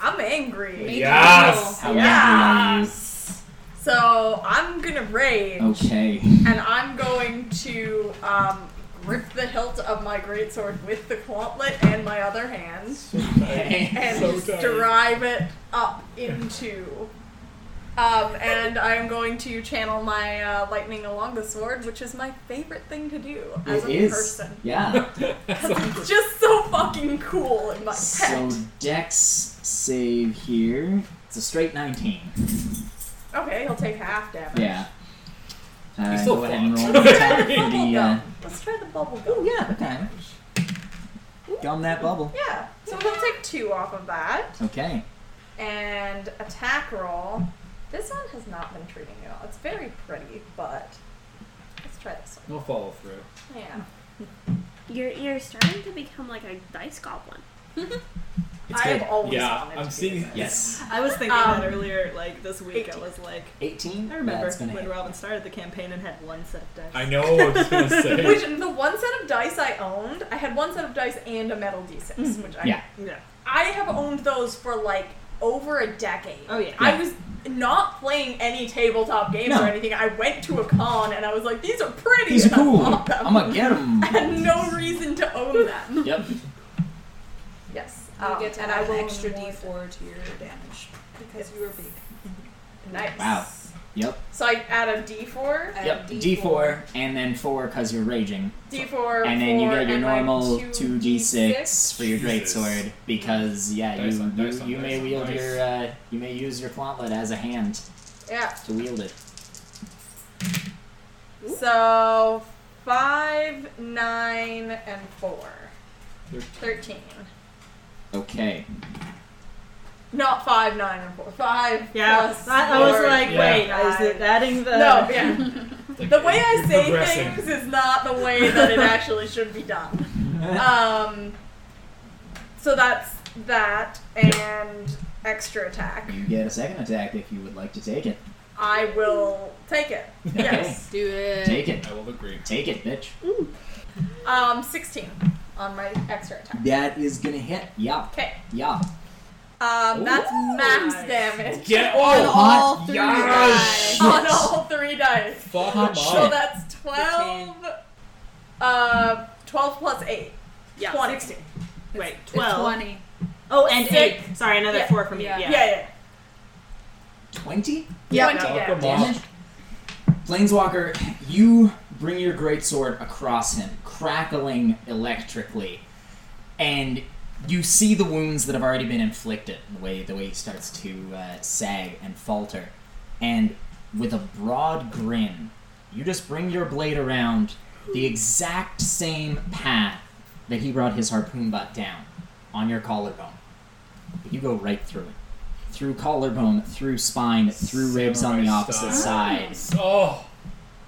Speaker 5: I'm angry.
Speaker 4: Yes.
Speaker 1: How
Speaker 5: Yes. So I'm gonna
Speaker 1: angry
Speaker 5: rage,
Speaker 1: are you? Okay.
Speaker 5: and I'm going to um, grip the hilt of my greatsword with the gauntlet and my other hand,
Speaker 4: So tight.
Speaker 1: Okay.
Speaker 5: and
Speaker 4: So
Speaker 5: just
Speaker 4: tight.
Speaker 5: drive it up into Um, and I'm going to channel my uh, lightning along the sword, which is my favorite thing to do as
Speaker 1: It
Speaker 5: a
Speaker 1: is.
Speaker 5: person.
Speaker 1: Yeah.
Speaker 5: 'Cause it's just so fucking cool in my
Speaker 1: so
Speaker 5: head.
Speaker 1: Dex save here. It's a straight 19.
Speaker 5: Okay, he'll take half damage.
Speaker 1: Yeah. Uh,
Speaker 4: He's still
Speaker 1: go ahead and roll
Speaker 4: fucked.
Speaker 1: the
Speaker 5: Try
Speaker 1: attack
Speaker 5: the
Speaker 1: for
Speaker 5: bubble
Speaker 1: the. Uh,
Speaker 5: gum. Let's try the bubble
Speaker 1: oh
Speaker 5: gum.
Speaker 1: yeah, okay. Gum that bubble.
Speaker 5: Yeah. So he'll take two off of that.
Speaker 1: Okay.
Speaker 5: And attack roll. This one has not been treating me well. It's very pretty, but let's try this
Speaker 4: No follow through.
Speaker 5: one. Yeah.
Speaker 2: You're you're starting to become like a dice goblin.
Speaker 1: It's
Speaker 5: I've
Speaker 1: good.
Speaker 5: always
Speaker 4: Yeah,
Speaker 5: wanted
Speaker 4: I'm
Speaker 5: to
Speaker 4: seeing-
Speaker 5: be a dice
Speaker 1: Yes.
Speaker 6: I was thinking
Speaker 5: Um,
Speaker 6: that earlier, like this week. I
Speaker 5: 18.
Speaker 6: was like,
Speaker 1: 18.
Speaker 6: I remember
Speaker 1: That's gonna
Speaker 6: when
Speaker 1: hit.
Speaker 6: Robin started the campaign and had one set of dice.
Speaker 4: I know what I was gonna say.
Speaker 5: Which the one set of dice I owned, I had one set of dice and a metal D6, which I
Speaker 1: Mm-hmm. Yeah.
Speaker 6: Yeah.
Speaker 5: I have owned those for like over a decade.
Speaker 6: Oh yeah.
Speaker 5: I was not playing any tabletop games
Speaker 1: No.
Speaker 5: or anything. I went to a con and I was like, these are pretty.
Speaker 1: These are
Speaker 5: and I
Speaker 1: cool.
Speaker 5: bought them.
Speaker 1: I'm gonna get them.
Speaker 5: I had no reason to own them.
Speaker 1: Yep.
Speaker 5: Yes.
Speaker 7: Oh,
Speaker 3: You
Speaker 5: um,
Speaker 3: get to
Speaker 5: and
Speaker 3: add
Speaker 5: I will
Speaker 3: an extra
Speaker 5: more-
Speaker 3: d4 to your damage because you were big.
Speaker 5: Nice.
Speaker 1: Wow. Yep.
Speaker 5: So I add a D4.
Speaker 3: Add
Speaker 1: Yep. D4 and then four because you're raging.
Speaker 5: D4.
Speaker 1: and then you
Speaker 5: four,
Speaker 1: get your
Speaker 5: and my
Speaker 1: normal
Speaker 5: 2
Speaker 1: 2d6 for your
Speaker 4: Jesus.
Speaker 1: greatsword because yeah
Speaker 4: Dice
Speaker 1: you,
Speaker 4: on,
Speaker 1: you,
Speaker 4: dice on,
Speaker 1: you may
Speaker 4: dice on,
Speaker 1: wield
Speaker 4: dice.
Speaker 1: your uh, you may use your flauntlet as a hand
Speaker 5: Yeah.
Speaker 1: to wield it
Speaker 5: So 5, 9, and 4.
Speaker 4: Thirteen.
Speaker 5: 13.
Speaker 1: okay
Speaker 5: Not 5, 9, and 4. 5.
Speaker 6: Yeah,
Speaker 5: plus
Speaker 6: I, I was
Speaker 5: four.
Speaker 6: like,
Speaker 4: Yeah.
Speaker 6: wait, is it adding the?
Speaker 5: No, yeah.
Speaker 4: Like,
Speaker 5: The way I
Speaker 4: you're
Speaker 5: say
Speaker 4: progressing.
Speaker 5: things is not the way that it actually should be done. Um, so that's that and extra attack.
Speaker 1: you get a second attack if you would like to take it
Speaker 5: I will take it. Yes.
Speaker 7: Do it.
Speaker 1: take it
Speaker 4: I will agree.
Speaker 1: take it bitch
Speaker 5: Um, 16 on my extra attack.
Speaker 1: that is gonna hit yeah
Speaker 5: Okay.
Speaker 1: yeah
Speaker 5: Um, that's max
Speaker 6: nice.
Speaker 5: damage
Speaker 4: Get
Speaker 7: On
Speaker 4: oh,
Speaker 7: all three
Speaker 4: yes.
Speaker 7: guys.
Speaker 5: on all three dice.
Speaker 4: fuck them
Speaker 1: Hot
Speaker 5: So
Speaker 1: shit.
Speaker 4: up.
Speaker 5: that's 12. Uh, 12 plus 8.
Speaker 2: Yeah.
Speaker 5: 20.
Speaker 6: Wait,
Speaker 7: It's
Speaker 6: twelve.
Speaker 7: 20.
Speaker 6: Oh, and
Speaker 5: Six.
Speaker 6: eight. Sorry, another
Speaker 5: Yeah.
Speaker 6: four from
Speaker 7: Yeah.
Speaker 6: you.
Speaker 5: Yeah,
Speaker 6: Yeah.
Speaker 5: yeah.
Speaker 1: 20
Speaker 5: Yeah.
Speaker 4: Fuck
Speaker 5: 20
Speaker 4: them
Speaker 5: damage.
Speaker 4: up.
Speaker 1: damage planeswalker you bring your greatsword across him crackling electrically and you see the wounds that have already been inflicted the way the way he starts to uh, sag and falter and with a broad grin you just bring your blade around the exact same path that he brought his harpoon butt down on your collarbone but you go right through it through collarbone through spine through ribs on the
Speaker 4: Samurai
Speaker 1: opposite
Speaker 4: style.
Speaker 1: side
Speaker 4: Oh,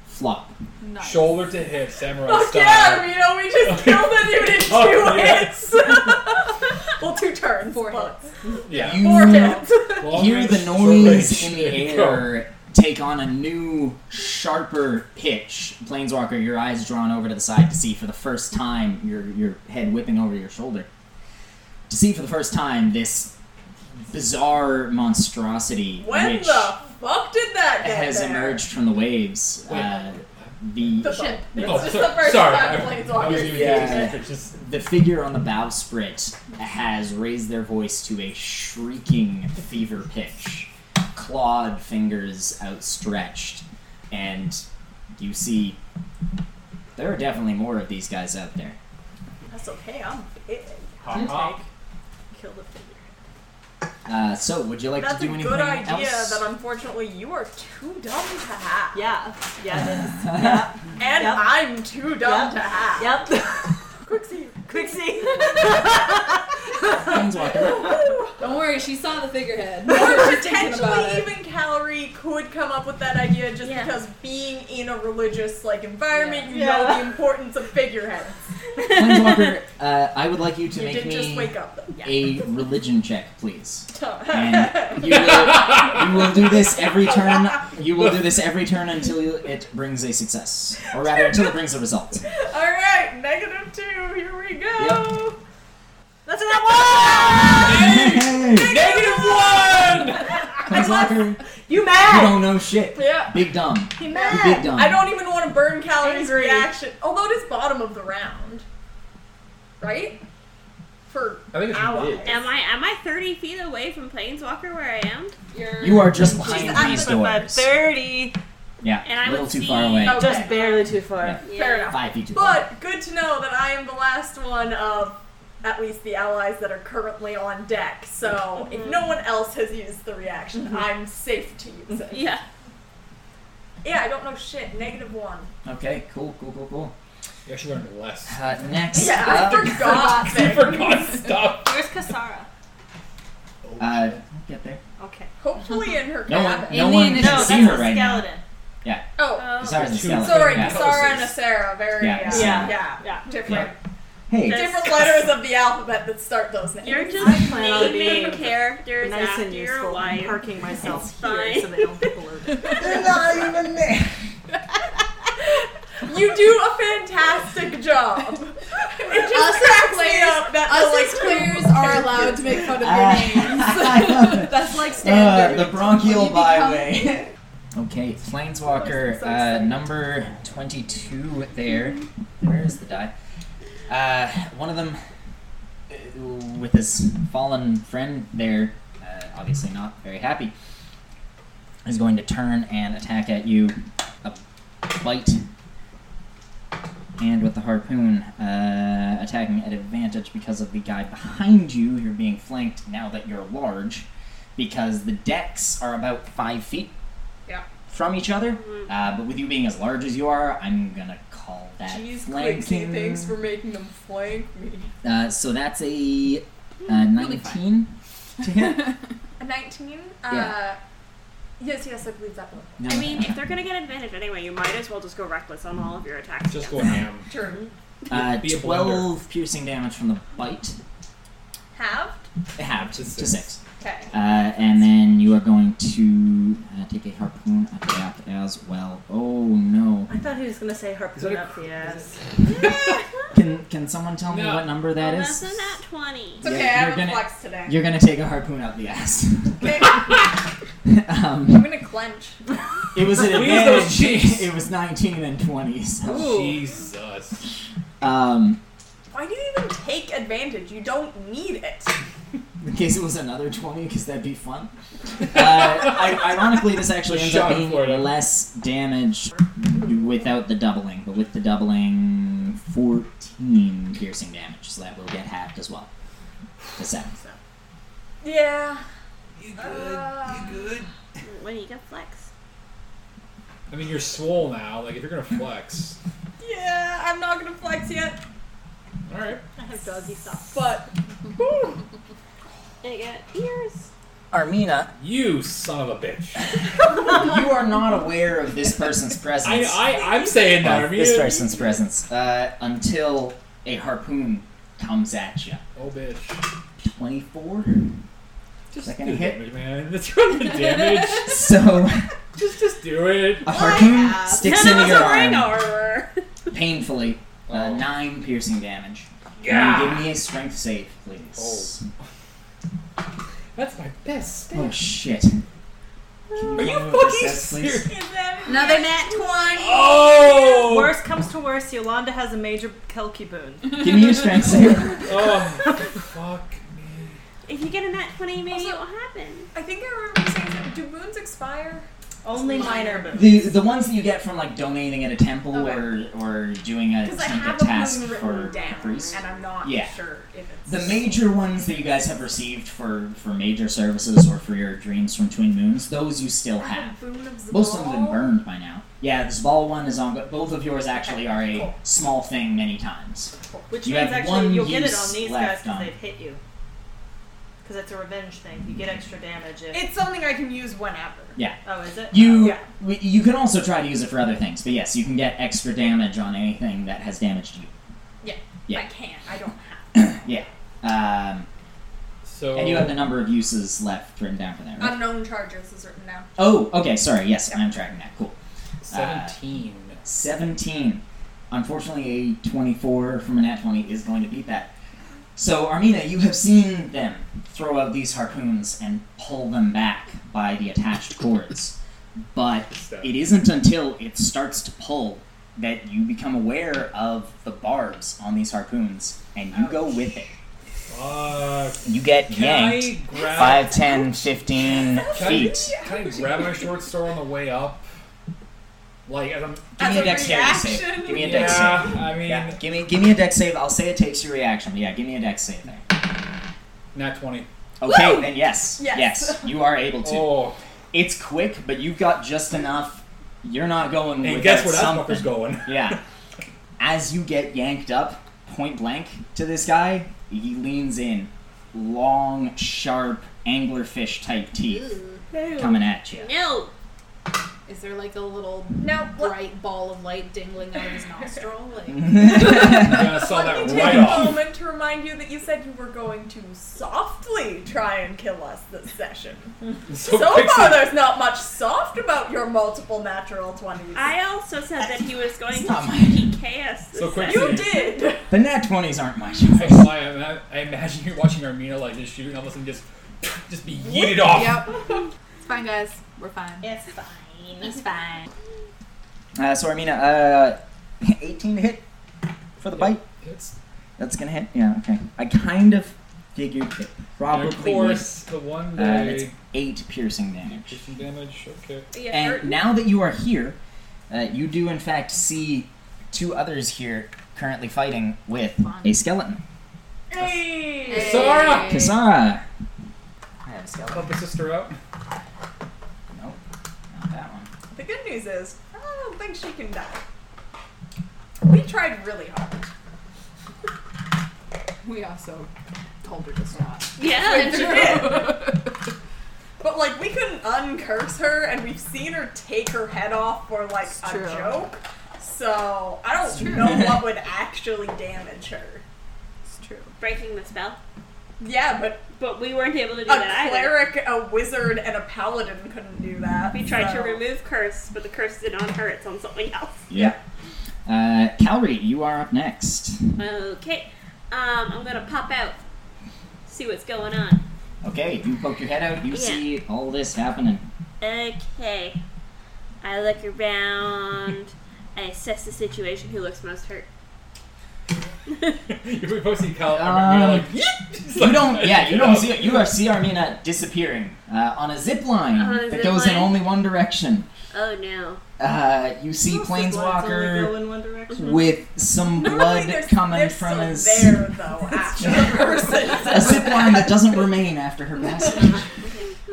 Speaker 1: flop
Speaker 7: Nice.
Speaker 4: shoulder to hip, samurai
Speaker 5: Fuck
Speaker 4: style.
Speaker 5: Oh, yeah, you know, we just killed the dude in
Speaker 4: Fuck
Speaker 5: two
Speaker 4: yes.
Speaker 5: hits. well, two turns.
Speaker 7: Four
Speaker 5: but-
Speaker 4: Yeah.
Speaker 1: You
Speaker 5: Four hits.
Speaker 4: Long
Speaker 1: hear
Speaker 4: range,
Speaker 1: the
Speaker 4: short
Speaker 1: noise in
Speaker 4: range.
Speaker 1: the air take on a new, sharper pitch. Planeswalker, your eyes drawn over to the side to see for the first time, your, your head whipping over your shoulder. To see for the first time this bizarre monstrosity
Speaker 5: when
Speaker 1: which
Speaker 5: the fuck did that get
Speaker 1: has
Speaker 5: there?
Speaker 1: emerged from the waves.
Speaker 4: Wait.
Speaker 1: Uh, the,
Speaker 5: The ship. It's
Speaker 4: Oh,
Speaker 5: just
Speaker 4: sorry,
Speaker 5: the first
Speaker 4: sorry.
Speaker 5: time
Speaker 4: I,
Speaker 5: Planeswalker.
Speaker 4: I was even
Speaker 1: Yeah.
Speaker 4: confused. Just
Speaker 1: the figure on the bowsprit has raised their voice to a shrieking fever pitch, clawed fingers outstretched, and you see there are definitely more of these guys out there.
Speaker 5: That's okay, I'm big.
Speaker 4: hop, hop.
Speaker 5: Kill the figure.
Speaker 1: Uh, so, would you like
Speaker 5: That's
Speaker 1: to
Speaker 5: a
Speaker 1: do anything
Speaker 5: good idea
Speaker 1: else?
Speaker 5: that unfortunately you are too dumb to have.
Speaker 6: Yeah. Yeah.
Speaker 5: And
Speaker 6: Yep.
Speaker 5: I'm too dumb
Speaker 6: Yep.
Speaker 5: to have.
Speaker 6: Yep.
Speaker 5: Quicksilver.
Speaker 6: Quixie.
Speaker 1: Planeswalker.
Speaker 7: Don't worry, she saw the figurehead.
Speaker 5: Or
Speaker 7: thinking about
Speaker 5: potentially
Speaker 7: it.
Speaker 5: even Calorie could come up with that idea just
Speaker 2: Yeah.
Speaker 5: because being in a religious like environment, you
Speaker 6: Yeah.
Speaker 5: know the importance of figureheads.
Speaker 1: Planeswalker, uh, I would like you to
Speaker 5: You
Speaker 1: make
Speaker 5: did just
Speaker 1: me
Speaker 5: wake up though.
Speaker 1: a religion check, please. And
Speaker 5: Yeah.
Speaker 1: you will, you will do this every turn. You will do this every turn until you, it brings a success, or rather, until it brings a result.
Speaker 5: All right, negative two. Here we go.
Speaker 1: Yep.
Speaker 6: That's what I want.
Speaker 4: Negative one.
Speaker 1: Planeswalker,
Speaker 6: You
Speaker 1: you
Speaker 6: mad?
Speaker 1: don't know shit.
Speaker 5: Yeah.
Speaker 1: Big dumb.
Speaker 5: He
Speaker 1: You
Speaker 5: mad.
Speaker 1: big dumb.
Speaker 5: I don't even want to burn calories
Speaker 6: Angry.
Speaker 5: reaction. Although it is bottom of the round, right? per
Speaker 4: I think it's
Speaker 5: hour.
Speaker 4: mid.
Speaker 2: Am I am I thirty feet away from Planeswalker where I am?
Speaker 5: You're,
Speaker 1: You are just
Speaker 3: She's
Speaker 1: behind
Speaker 3: at
Speaker 1: these
Speaker 3: the
Speaker 1: doors.
Speaker 6: 30.
Speaker 1: Yeah,
Speaker 2: And I
Speaker 1: a little
Speaker 2: would
Speaker 1: too
Speaker 2: see-
Speaker 1: far away.
Speaker 5: Okay.
Speaker 6: Just barely too far.
Speaker 1: Yeah.
Speaker 5: Fair enough.
Speaker 1: Five feet too far.
Speaker 5: But good to know that I am the last one of at least the allies that are currently on deck. So if no one else has used the reaction, I'm safe to use it.
Speaker 2: Yeah.
Speaker 5: Yeah, I don't know shit. Negative one.
Speaker 1: Okay, cool, cool, cool, cool.
Speaker 4: You actually learned less.
Speaker 1: Uh, next
Speaker 5: Yeah,
Speaker 1: up,
Speaker 5: I forgot.
Speaker 4: You
Speaker 5: things.
Speaker 4: forgot stuff.
Speaker 7: Where's Kasara?
Speaker 1: uh, get there.
Speaker 6: Okay.
Speaker 5: Hopefully in her
Speaker 1: No
Speaker 5: cabin.
Speaker 1: one, no
Speaker 7: In the
Speaker 1: one can
Speaker 7: initiative-
Speaker 6: No, that's
Speaker 1: see her
Speaker 6: a
Speaker 1: right now.
Speaker 6: skeleton.
Speaker 5: Oh,
Speaker 2: Oh.
Speaker 1: Besides the
Speaker 4: Two.
Speaker 1: skeleton.
Speaker 5: sorry,
Speaker 1: yeah.
Speaker 5: Kasara and Asera. Very
Speaker 1: Yeah,
Speaker 5: yeah,
Speaker 6: yeah.
Speaker 5: yeah, yeah, different,
Speaker 1: Hey,
Speaker 2: That's-
Speaker 5: different letters of the alphabet that start those names.
Speaker 2: You're
Speaker 6: I
Speaker 2: just
Speaker 6: plan on
Speaker 2: naming
Speaker 6: being
Speaker 2: characters
Speaker 6: Nice
Speaker 2: after
Speaker 6: and
Speaker 2: your
Speaker 6: useful. I'm
Speaker 2: wife.
Speaker 6: parking myself
Speaker 2: It's
Speaker 6: here
Speaker 2: fine.
Speaker 6: so they don't get bloated.
Speaker 1: they're not even there.
Speaker 5: You do a fantastic job. It just
Speaker 3: Us
Speaker 5: cracks me
Speaker 3: players-
Speaker 5: up that
Speaker 7: Oh,
Speaker 3: Us
Speaker 5: the,
Speaker 3: as
Speaker 5: like,
Speaker 3: queers are allowed to make fun of your
Speaker 1: I
Speaker 3: names.
Speaker 1: love it.
Speaker 3: That's like
Speaker 1: Uh,
Speaker 3: standard.
Speaker 1: the
Speaker 3: When you
Speaker 1: bronchial
Speaker 3: become-
Speaker 1: byway. okay, Planeswalker, uh, number 22 there. Where is the die? Uh, one of them uh, with his fallen friend there, uh, obviously not very happy, is going to turn and attack at you. A bite. And with the harpoon, uh, attacking at advantage because of the guy behind you. You're being flanked now that you're large because the decks are about five feet
Speaker 5: Yeah. Mm-hmm.
Speaker 1: from each other. Uh, but with you being as large as you are, I'm gonna call that
Speaker 5: Jeez, Quincy,
Speaker 1: flanking.
Speaker 5: thanks for making them flank me.
Speaker 1: uh, so that's a uh,
Speaker 2: Hmm,
Speaker 1: 19 to hit.
Speaker 5: A 19?
Speaker 1: Yeah.
Speaker 5: Uh, yes, yes, I believe that one.
Speaker 1: No,
Speaker 2: I mean,
Speaker 1: okay.
Speaker 2: if they're gonna get advantage anyway, you might as well just go reckless on all of your attacks.
Speaker 4: Just go
Speaker 2: against
Speaker 4: ham.
Speaker 5: Turn.
Speaker 1: uh,
Speaker 4: be a blender.
Speaker 1: 12 piercing damage from the bite,
Speaker 5: Halved?
Speaker 1: halved to
Speaker 4: To
Speaker 1: six.
Speaker 4: six.
Speaker 5: Okay.
Speaker 1: Uh, and then you are going to uh, take a harpoon attack as well. Oh no!
Speaker 6: I thought he was going to say harpoon
Speaker 4: that a
Speaker 6: up
Speaker 4: cr-
Speaker 6: the ass.
Speaker 1: Can can someone tell me
Speaker 4: No.
Speaker 1: what number
Speaker 2: them.
Speaker 1: that
Speaker 2: Well,
Speaker 1: is?
Speaker 2: That's a nat twenty.
Speaker 5: It's okay,
Speaker 1: Yeah,
Speaker 5: I
Speaker 1: you're
Speaker 5: haven't
Speaker 1: gonna-
Speaker 5: flexed today.
Speaker 1: You're gonna take a harpoon out the ass.
Speaker 5: Okay,
Speaker 1: um,
Speaker 5: I'm gonna clench.
Speaker 1: It was an
Speaker 4: Squeeze those
Speaker 1: advantage.
Speaker 4: cheeks.
Speaker 1: It was 19 and 20. So,
Speaker 4: Jesus.
Speaker 1: um,
Speaker 5: Why do you even take advantage? You don't need it.
Speaker 1: in case it was another 20, because that'd be fun. Uh, I, ironically, this actually ends
Speaker 4: Shot
Speaker 1: up
Speaker 4: in
Speaker 1: being
Speaker 4: Florida.
Speaker 1: less damage without the doubling, but with the doubling, 14 piercing damage. So that will get halved as well. The seven.
Speaker 5: Yeah.
Speaker 4: You good?
Speaker 5: Uh,
Speaker 4: good?
Speaker 2: When you get flex.
Speaker 4: I mean, you're swole now. Like, if you're gonna flex,
Speaker 5: yeah, I'm not gonna flex yet,
Speaker 4: all right.
Speaker 6: I have doggy socks.
Speaker 5: but
Speaker 2: I get ears.
Speaker 1: Armina,
Speaker 4: You son of a bitch.
Speaker 1: you are not aware of this person's presence.
Speaker 4: I, I, I'm saying that.
Speaker 1: of
Speaker 4: I mean,
Speaker 1: Uh, this
Speaker 4: you-
Speaker 1: person's presence uh, until a harpoon comes at you.
Speaker 4: Oh, bitch.
Speaker 1: 24.
Speaker 4: Just
Speaker 1: Second
Speaker 4: do
Speaker 1: hit.
Speaker 4: damage, man. It's from the damage.
Speaker 1: So
Speaker 4: just, just do it.
Speaker 1: a harpoon
Speaker 5: ass.
Speaker 1: sticks
Speaker 2: None
Speaker 1: into
Speaker 2: of us
Speaker 1: your
Speaker 2: are wearing
Speaker 1: arm
Speaker 2: armor.
Speaker 1: painfully. Uh,
Speaker 4: Oh.
Speaker 1: nine piercing damage.
Speaker 4: Yeah. Oh,
Speaker 1: And give me a strength save, please.
Speaker 4: That's my best spell.
Speaker 1: Oh, shit.
Speaker 4: Are you
Speaker 1: Roll
Speaker 4: fucking
Speaker 1: this, please.
Speaker 4: serious?
Speaker 3: Another nat 20.
Speaker 4: Oh.
Speaker 6: Worst comes to worst, Yolanda has a major Kelky boon.
Speaker 1: Give me a strength save.
Speaker 4: Oh, fuck me.
Speaker 2: If you get a nat twenty, maybe
Speaker 5: Also-
Speaker 2: it will happen.
Speaker 5: I think I remember saying something. Do boons expire?
Speaker 6: Only minor boon.
Speaker 1: The the ones that you get from like donating at a temple
Speaker 5: Okay.
Speaker 1: or or doing a,
Speaker 5: Because I
Speaker 1: like, a
Speaker 5: have
Speaker 1: task
Speaker 5: a boon
Speaker 1: for
Speaker 5: written down,
Speaker 1: a priest.
Speaker 5: and I'm not
Speaker 1: Yeah.
Speaker 5: sure if it's
Speaker 1: The major ones that you guys have received for, for major services or for your dreams from Twin Moons, those you still
Speaker 5: I
Speaker 1: have.
Speaker 5: have a boon of the
Speaker 1: Most of them have been
Speaker 5: ball.
Speaker 1: burned by now. Yeah, this ball one is on, but both of yours actually are a
Speaker 5: Cool.
Speaker 1: small thing many times.
Speaker 6: Which
Speaker 1: You
Speaker 6: means
Speaker 1: have one
Speaker 6: actually you'll get it
Speaker 1: use
Speaker 6: on these guys
Speaker 1: left
Speaker 6: because
Speaker 1: on.
Speaker 6: they've hit you. Because it's a revenge thing. You get extra damage if.
Speaker 5: It's something I can use whenever.
Speaker 6: oh, is it?
Speaker 1: You
Speaker 5: Yeah.
Speaker 1: w- you can also try to use it for other things, but yes, you can get extra damage on anything that has damaged you. Yeah.
Speaker 5: I can't. I don't have.
Speaker 1: Um,
Speaker 4: So.
Speaker 1: and you have the number of uses left written down for that,
Speaker 7: Um,
Speaker 1: right?
Speaker 5: Unknown charges is written down.
Speaker 1: oh, okay, sorry, yes, I'm tracking that. Cool.
Speaker 4: 17.
Speaker 1: 17. Unfortunately, a 24 from a nat 20 is going to beat that. So, Armina, you have seen them throw out these harpoons and pull them back by the attached cords. But it isn't until it starts to pull that you become aware of the barbs on these harpoons and you go with it.
Speaker 4: Uh,
Speaker 1: You get
Speaker 4: can
Speaker 1: yanked
Speaker 4: I grab?
Speaker 1: 5, 10, 15
Speaker 4: Can I,
Speaker 1: feet.
Speaker 4: can I grab my short sword on the way up? Like, as I'm.
Speaker 1: Give me a
Speaker 7: As a
Speaker 1: dexterity save. Give me a dex save.
Speaker 4: yeah, I mean,
Speaker 1: Yeah, give me give me a dex save. I'll say it takes your reaction. Yeah, give me a dex save there.
Speaker 4: nat 20.
Speaker 1: Okay, then yes, yes,
Speaker 5: Yes.
Speaker 1: you are able to.
Speaker 4: Oh,
Speaker 1: It's quick, but you've got just enough. You're not going.
Speaker 4: and
Speaker 1: without
Speaker 4: guess where that
Speaker 1: something.
Speaker 4: fucker's going?
Speaker 1: Yeah. As you get yanked up point blank to this guy, he leans in, long, sharp anglerfish type teeth coming at you.
Speaker 2: No.
Speaker 7: Is there like a little
Speaker 5: Now, let,
Speaker 7: bright ball of light dangling out of his nostril? Like,
Speaker 1: yeah,
Speaker 4: Yeah, I saw
Speaker 5: let
Speaker 4: that
Speaker 5: me take
Speaker 4: right
Speaker 5: a
Speaker 4: off.
Speaker 5: moment to remind you that you said you were going to softly try and kill us this session.
Speaker 4: So,
Speaker 5: So
Speaker 4: Pixie-
Speaker 5: far, there's not much soft about your multiple natural 20s.
Speaker 2: I also said that he was going to
Speaker 1: not my-
Speaker 2: PK us.
Speaker 4: So
Speaker 2: this
Speaker 4: quick-
Speaker 2: session.
Speaker 5: you did!
Speaker 1: the nat twenties aren't my job.
Speaker 4: I, saw him, and I, I imagine you watching Armina like just shooting all of a sudden just just be yeeted off.
Speaker 3: Yep.
Speaker 7: it's fine, guys. We're fine.
Speaker 6: It's fine.
Speaker 7: It's fine.
Speaker 1: Uh, so Armina, uh, eighteen to hit for the bite.
Speaker 4: It's,
Speaker 1: That's gonna hit. Yeah. Okay. I kind of figured it
Speaker 4: and
Speaker 1: probably
Speaker 4: of course, the one
Speaker 1: would. Uh, that's
Speaker 4: day.
Speaker 1: eight piercing damage.
Speaker 4: Some damage, okay.
Speaker 2: Yeah, or-
Speaker 1: And now that you are here, uh, you do in fact see two others here currently fighting with a skeleton.
Speaker 5: Hey!
Speaker 4: Sara!
Speaker 1: Kazara. I have a skeleton.
Speaker 4: Help the sister out.
Speaker 1: Nope, not that one.
Speaker 5: The good news is, I don't think she can die. We tried really hard.
Speaker 7: We also told her to stop.
Speaker 2: yeah.
Speaker 5: She did. But like we couldn't uncurse her, and we've seen her take her head off for like
Speaker 7: It's
Speaker 5: a
Speaker 7: true.
Speaker 5: joke. So I don't know what would actually damage her.
Speaker 7: It's true.
Speaker 2: Breaking the spell.
Speaker 5: Yeah, but
Speaker 2: But we weren't able to do
Speaker 5: a
Speaker 2: that either.
Speaker 5: cleric, a wizard, and a paladin couldn't do that.
Speaker 2: We tried to
Speaker 5: so-
Speaker 2: remove curse, but the curse did on her. It's on something else.
Speaker 1: Yep. Uh, Calry, you are up next.
Speaker 2: Okay. Um, I'm gonna pop out. See what's going on.
Speaker 1: Okay, you poke your head out, you
Speaker 2: Yeah.
Speaker 1: see all this happening.
Speaker 2: Okay. I look around. I assess the situation. Who looks most hurt?
Speaker 4: you both see Cal
Speaker 1: Um,
Speaker 4: Armina like, It's
Speaker 1: You
Speaker 4: like-
Speaker 1: don't, yeah, you
Speaker 4: get
Speaker 1: don't
Speaker 4: up.
Speaker 1: see it. You are- see Armina disappearing uh, on a zip line
Speaker 2: On a
Speaker 1: that
Speaker 2: zip
Speaker 1: goes in
Speaker 2: line?
Speaker 1: only one direction.
Speaker 2: Oh no.
Speaker 1: Uh, you see
Speaker 6: Only go
Speaker 1: Planeswalker
Speaker 6: in one direction.
Speaker 1: with some
Speaker 5: Normally,
Speaker 1: blood
Speaker 5: there's-
Speaker 1: coming
Speaker 5: they're
Speaker 1: from
Speaker 5: still
Speaker 1: his
Speaker 5: there though after the person.
Speaker 1: a zip line that doesn't remain after her passage.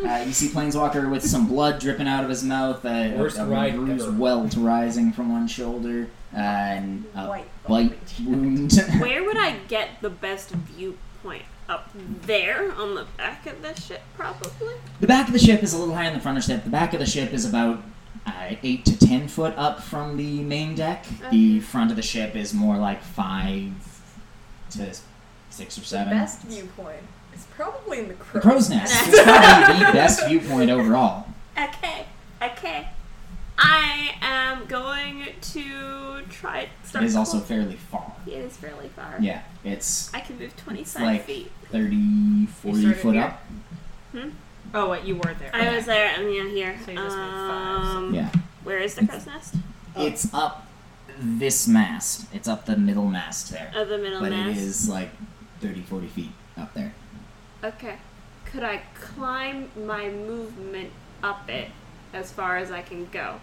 Speaker 1: Uh, you see Planeswalker with some blood dripping out of his mouth, uh, a,
Speaker 4: Worst
Speaker 1: a
Speaker 4: ride
Speaker 1: bruised
Speaker 4: ever.
Speaker 1: welt rising from one shoulder, uh, and a
Speaker 5: White
Speaker 1: bite wound.
Speaker 2: Where would I get the best viewpoint? Up there on the back of this ship, probably.
Speaker 1: the back of the ship is a little higher than the front of the ship. The back of the ship is about uh, 8 to 10 foot up from the main deck. The front of the ship is more like 5 to 6 or 7.
Speaker 5: Best viewpoint is probably in the
Speaker 1: The
Speaker 5: crow's,
Speaker 1: crow's nest is probably the best viewpoint overall.
Speaker 2: Okay. Okay. I am going to try.
Speaker 1: It
Speaker 2: Start
Speaker 1: is also
Speaker 2: clo-
Speaker 1: fairly far.
Speaker 2: It is fairly far.
Speaker 1: Yeah, it's
Speaker 2: I can move 25
Speaker 1: like
Speaker 2: feet.
Speaker 1: 30, 40
Speaker 7: started
Speaker 1: foot
Speaker 7: here?
Speaker 1: up.
Speaker 6: Oh, what you were there.
Speaker 2: I was there and yeah, here.
Speaker 7: So you just made five, so-
Speaker 2: um,
Speaker 1: Yeah.
Speaker 2: Where is the crow's nest?
Speaker 1: It's up this mast. It's up the middle mast there.
Speaker 2: Of the Uh, middle
Speaker 1: but
Speaker 2: nest.
Speaker 1: it is like 30, 40 feet up there.
Speaker 2: Okay. Could I climb my movement up it as far as I can go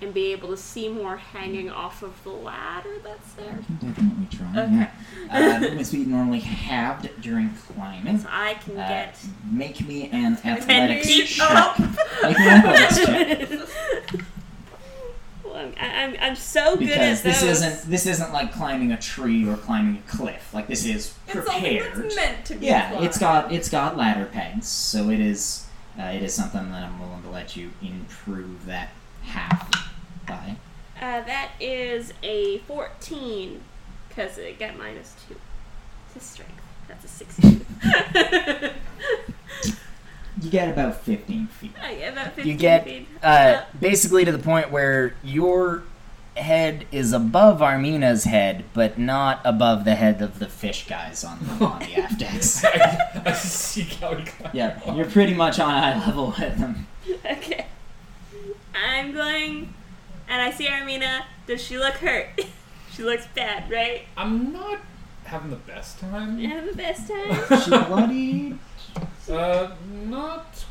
Speaker 2: and be able to see more hanging off of the ladder that's there?
Speaker 1: You can definitely try.
Speaker 2: Okay.
Speaker 1: Yeah. Uh, movement speed normally halved during climbing.
Speaker 2: So I can
Speaker 1: Uh,
Speaker 2: get
Speaker 1: make me an athletics
Speaker 2: feet
Speaker 1: check. Make me an athletics check.
Speaker 2: Well, I'm, I'm, I'm so good
Speaker 1: Because
Speaker 2: at
Speaker 1: this
Speaker 2: those.
Speaker 1: isn't this isn't like climbing a tree or climbing a cliff. Like this is
Speaker 5: It's something
Speaker 1: prepared.
Speaker 5: that's meant to be.
Speaker 1: Yeah,
Speaker 5: fun.
Speaker 1: it's got it's got ladder pegs, so it is uh, it is something that I'm willing to let you improve that half by.
Speaker 2: Uh, that is a 14 because it got minus 2 to strength. That's a 16.
Speaker 1: You get about 15 feet.
Speaker 2: I get about 15
Speaker 1: You get
Speaker 2: feet.
Speaker 1: uh, basically to the point where your head is above Armina's head, but not above the head of the fish guys on the, on the Aftex.
Speaker 4: I, I see Cal.
Speaker 1: Yeah, you're pretty much on eye level with them.
Speaker 2: Okay. I'm going, and I see Armina. Does she look hurt? she looks bad, right?
Speaker 4: I'm not having the best time?
Speaker 2: Have the best time.
Speaker 1: She bloody.
Speaker 4: Uh, not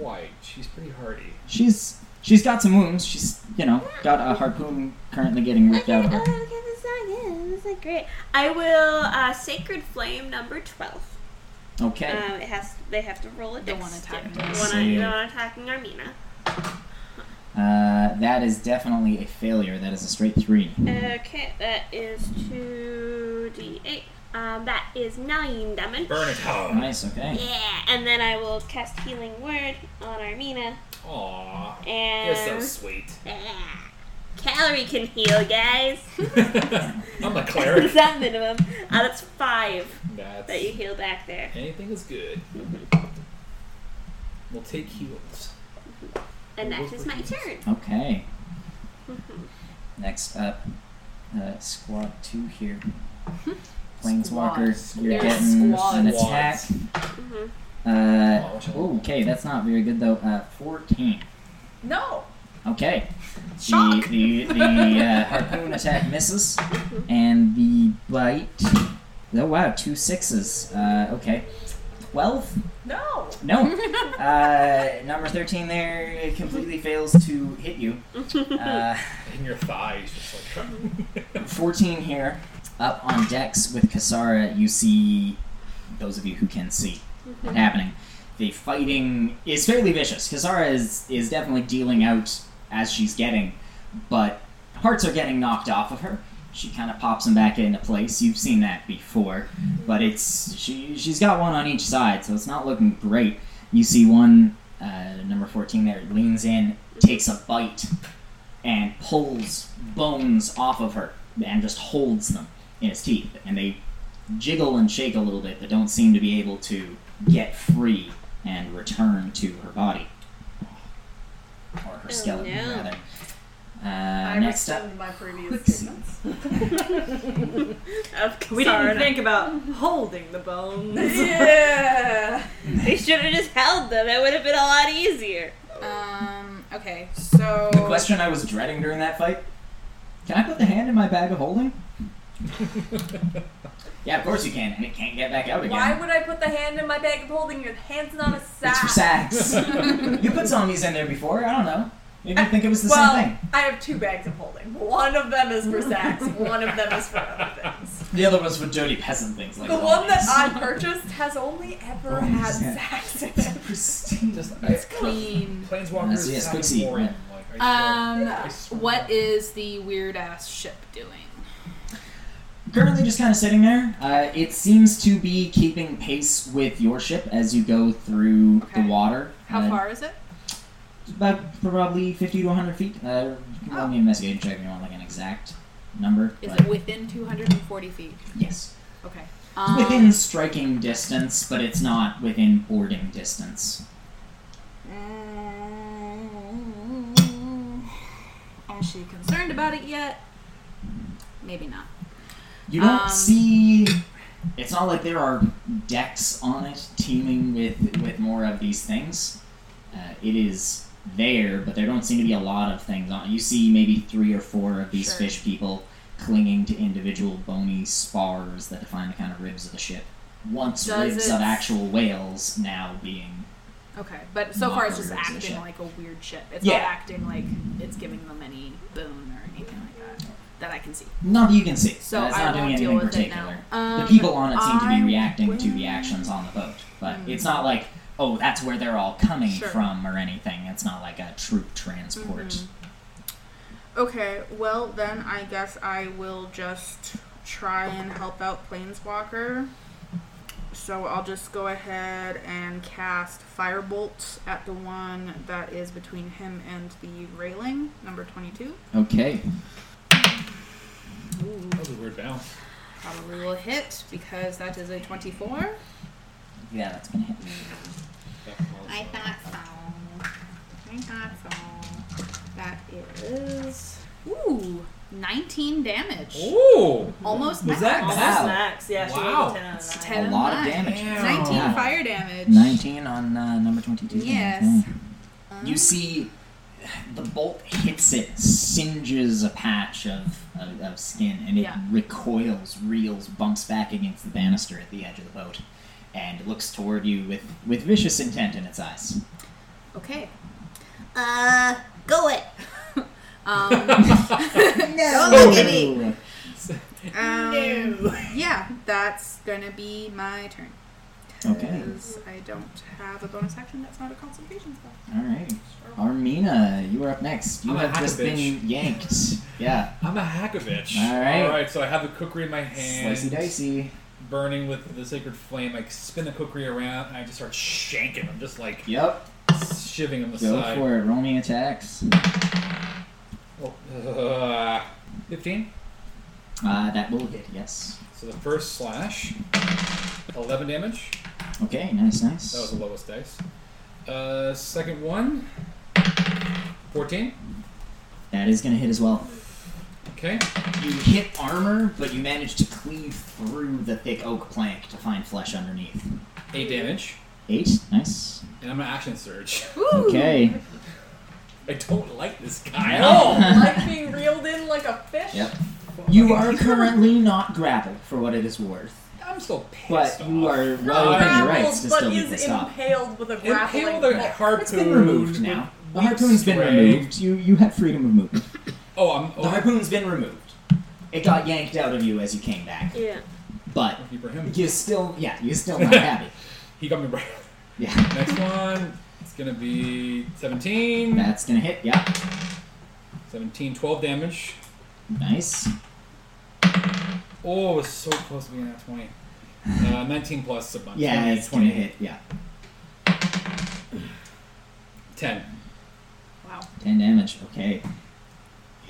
Speaker 4: quite. She's pretty hardy.
Speaker 1: She's she's got some wounds. She's you know got a harpoon currently getting ripped out of her.
Speaker 2: this is great. I will uh, sacred flame number twelve.
Speaker 1: Okay.
Speaker 2: Um, it has they have to roll a
Speaker 7: The
Speaker 2: dex.
Speaker 7: one attacking
Speaker 2: The
Speaker 1: us.
Speaker 2: one,
Speaker 1: See.
Speaker 2: the one attacking Armina.
Speaker 1: Uh, that is definitely a failure. That is a straight three.
Speaker 2: Okay, that is two d eight. Um, that is nine damage.
Speaker 4: Burn it out.
Speaker 1: Nice. Okay.
Speaker 2: Yeah, and then I will cast healing word on Armina
Speaker 4: Aww. You're so
Speaker 2: and
Speaker 4: sweet.
Speaker 2: yeah. Calorie can heal, guys.
Speaker 4: I'm a
Speaker 2: Is
Speaker 4: cleric.
Speaker 2: that minimum? Uh, that's five
Speaker 4: That's
Speaker 2: that you heal back there.
Speaker 4: anything is good. We'll take heals.
Speaker 2: And that is my turn.
Speaker 1: Okay. Next up, uh, squad two here. Planeswalker, you're
Speaker 7: Squad.
Speaker 1: getting
Speaker 7: Squad.
Speaker 1: an
Speaker 4: Squad.
Speaker 1: attack.
Speaker 2: hmm
Speaker 1: Uh,
Speaker 4: Squad.
Speaker 1: ooh, okay, that's not very good though. Uh, 14.
Speaker 5: No.
Speaker 1: Okay. The the, the uh, harpoon attack misses, and the bite. Oh wow, two sixes. Uh, okay, twelve.
Speaker 5: No.
Speaker 1: No. Uh, number 13 there it completely fails to hit you. Uh,
Speaker 4: In your thighs, just like
Speaker 1: 14 here. Up on decks with Kasara, you see those of you who can see it happening. The fighting is fairly vicious. Kasara is, is definitely dealing out as she's getting, but hearts are getting knocked off of her. She kind of pops them back into place. You've seen that before, but it's she. She's got one on each side, so it's not looking great. You see one uh, number fourteen there leans in, takes a bite, and pulls bones off of her and just holds them in his teeth. And they jiggle and shake a little bit, but don't seem to be able to get free and return to her body. Or her
Speaker 2: Oh,
Speaker 1: skeleton,
Speaker 2: no.
Speaker 1: rather. Uh,
Speaker 5: I
Speaker 1: next up,
Speaker 5: rescind my previous
Speaker 1: Let's see.
Speaker 5: statements.
Speaker 2: Of
Speaker 6: We didn't
Speaker 2: Kasarna.
Speaker 6: think about holding the bones.
Speaker 5: yeah.
Speaker 2: They should have just held them. It would have been a lot easier.
Speaker 3: Um. Okay. So.
Speaker 1: the question I was dreading during that fight can I put the hand in my bag of holding? yeah, of course you can, and it can't get back out again.
Speaker 5: Why would I put the hand in my bag of holding? Your hand's not a sack.
Speaker 1: it's for sacks. you put zombies in there before, I don't know. Maybe you think it was the
Speaker 5: well,
Speaker 1: same thing.
Speaker 5: I have two bags of holding. One of them is for sacks. one of them is for other things.
Speaker 1: The other was for dirty peasant things like
Speaker 5: The one that
Speaker 1: zombies.
Speaker 5: I purchased has only ever
Speaker 1: Oh,
Speaker 5: had
Speaker 1: yeah.
Speaker 5: sacks in it.
Speaker 1: Pristine.
Speaker 4: just I,
Speaker 7: Clean.
Speaker 4: planeswalkers.
Speaker 1: Yes, yes,
Speaker 4: sound
Speaker 1: quick seed,
Speaker 4: boring,
Speaker 1: yeah.
Speaker 4: like, I swear.
Speaker 7: Um,
Speaker 4: I swear.
Speaker 7: what is the weird ass ship doing?
Speaker 1: Currently, just kind of sitting there. Uh, it seems to be keeping pace with your ship as you go through
Speaker 7: Okay.
Speaker 1: the water.
Speaker 7: How
Speaker 1: Uh,
Speaker 7: far is it?
Speaker 1: About probably 50 to 100 feet. Uh, you can roll me an investigation check if you want like an exact number.
Speaker 7: Is
Speaker 1: but
Speaker 7: it within 240 feet?
Speaker 1: Yes.
Speaker 7: Okay.
Speaker 1: It's
Speaker 7: Um,
Speaker 1: within striking distance, but it's not within boarding distance.
Speaker 7: Mm, Is she concerned about it yet? Maybe not.
Speaker 1: You don't
Speaker 7: Um,
Speaker 1: see. It's not like there are decks on it teeming with with more of these things. Uh, it is there, but there don't seem to be a lot of things on. it. You see maybe three or four of these
Speaker 7: Sure.
Speaker 1: fish people clinging to individual bony spars that define the kind of ribs of the ship. Once
Speaker 7: Does
Speaker 1: ribs
Speaker 7: it-
Speaker 1: of actual whales now being
Speaker 7: Okay, but so far it's just
Speaker 1: Mockers and shit.
Speaker 7: acting like a weird ship. It's
Speaker 1: Yeah.
Speaker 7: not acting like it's giving them any boon or anything like that that I can see.
Speaker 1: not that you can see.
Speaker 7: So
Speaker 1: Uh, it's
Speaker 7: I
Speaker 1: not
Speaker 7: will
Speaker 1: doing
Speaker 7: deal
Speaker 1: anything
Speaker 7: with it
Speaker 1: particular.
Speaker 7: now. Um,
Speaker 1: the people on it seem to
Speaker 7: I
Speaker 1: be reacting to the
Speaker 7: will-
Speaker 1: actions on the boat, but it's not like, oh, that's where they're all coming
Speaker 7: Hmm. Sure.
Speaker 1: from or anything. It's not like a troop transport.
Speaker 3: Okay. Well, then I guess I will just try and help out Planeswalker. So I'll just go ahead and cast Firebolt at the one that is between him and the railing, number 22.
Speaker 7: Mm-hmm.
Speaker 1: Okay.
Speaker 4: That was a weird bounce.
Speaker 3: Probably will hit because that is a 24.
Speaker 1: Yeah, that's gonna hit.
Speaker 4: That was, uh,
Speaker 3: so. I thought so. That is. Ooh, 19 damage.
Speaker 4: Ooh!
Speaker 3: Almost
Speaker 4: Was
Speaker 3: max.
Speaker 4: that
Speaker 6: Almost
Speaker 4: Wow.
Speaker 6: max. Yeah, she rolled
Speaker 4: Wow.
Speaker 6: a 10 out of 9.
Speaker 3: 10
Speaker 1: a lot of
Speaker 3: nine.
Speaker 1: damage.
Speaker 4: Damn.
Speaker 3: 19
Speaker 1: Yeah.
Speaker 3: fire damage.
Speaker 1: Nineteen on uh, number twenty-two.
Speaker 3: Yes.
Speaker 1: Okay.
Speaker 3: Um,
Speaker 1: You see the bolt hits it, singes a patch of, of, of skin, and it
Speaker 7: Yeah.
Speaker 1: recoils, reels, bumps back against the banister at the edge of the boat, and looks toward you with, with vicious intent in its eyes.
Speaker 7: Okay.
Speaker 8: Uh, go it.
Speaker 7: Um,
Speaker 8: Don't look at me.
Speaker 1: Oh,
Speaker 3: Um, Yeah, that's gonna be my turn.
Speaker 1: Okay,
Speaker 3: Because I don't have a bonus action. That's not a concentration spell.
Speaker 1: all right. Armina, you are up next. You
Speaker 4: I'm a
Speaker 1: have
Speaker 4: hack a
Speaker 1: just
Speaker 4: bitch.
Speaker 1: been yanked. Yeah,
Speaker 4: I'm a hackovich.
Speaker 1: All right.
Speaker 4: All right. So I have the cookery in my hand,
Speaker 1: slicey dicey.
Speaker 4: burning with the sacred flame. I spin the cookery around, and I just start shanking them, just like
Speaker 1: Yep,
Speaker 4: shivving them
Speaker 1: go
Speaker 4: aside.
Speaker 1: for it. Roll me attacks.
Speaker 4: Oh, uh, Fifteen.
Speaker 1: Uh, that will hit, yes.
Speaker 4: So the first slash, eleven damage.
Speaker 1: Okay, nice, nice.
Speaker 4: That was the lowest dice. Uh, second one, 14.
Speaker 1: That is going to hit as well.
Speaker 4: Okay.
Speaker 1: You hit armor, but you manage to cleave through the thick oak plank to find flesh underneath.
Speaker 4: Eight damage.
Speaker 1: Eight, nice.
Speaker 4: And I'm an action surge.
Speaker 1: Okay.
Speaker 4: I don't like this guy at all.
Speaker 5: like being reeled in like a fish.
Speaker 1: Yep. You are currently not grappled for what it is worth,
Speaker 4: I'm still pissed
Speaker 1: but you
Speaker 4: off.
Speaker 1: are well within your
Speaker 5: Grappled,
Speaker 1: rights to
Speaker 5: but
Speaker 1: still get
Speaker 5: is
Speaker 1: this off.
Speaker 5: impaled with a grappling
Speaker 4: Impale the
Speaker 5: hook.
Speaker 4: harpoon.
Speaker 1: It's been removed now. The harpoon's been
Speaker 4: Stray.
Speaker 1: removed. You you have freedom of movement.
Speaker 4: Oh, I'm.
Speaker 1: The
Speaker 4: Oh,
Speaker 1: harpoon's been removed. It got yanked out of you as you came back,
Speaker 2: Yeah.
Speaker 1: but
Speaker 4: lucky for him.
Speaker 1: you still yeah you're still not happy.
Speaker 4: He got me right.
Speaker 1: Yeah,
Speaker 4: Next one. It's gonna be 17.
Speaker 1: that's gonna hit. Yeah,
Speaker 4: 17, 12 damage.
Speaker 1: nice.
Speaker 4: Oh, it was so close to being at 20. Uh, 19 plus a bunch.
Speaker 1: Yeah,
Speaker 4: 20,
Speaker 1: it's gonna hit. Yeah,
Speaker 4: 10.
Speaker 1: ten damage. Okay.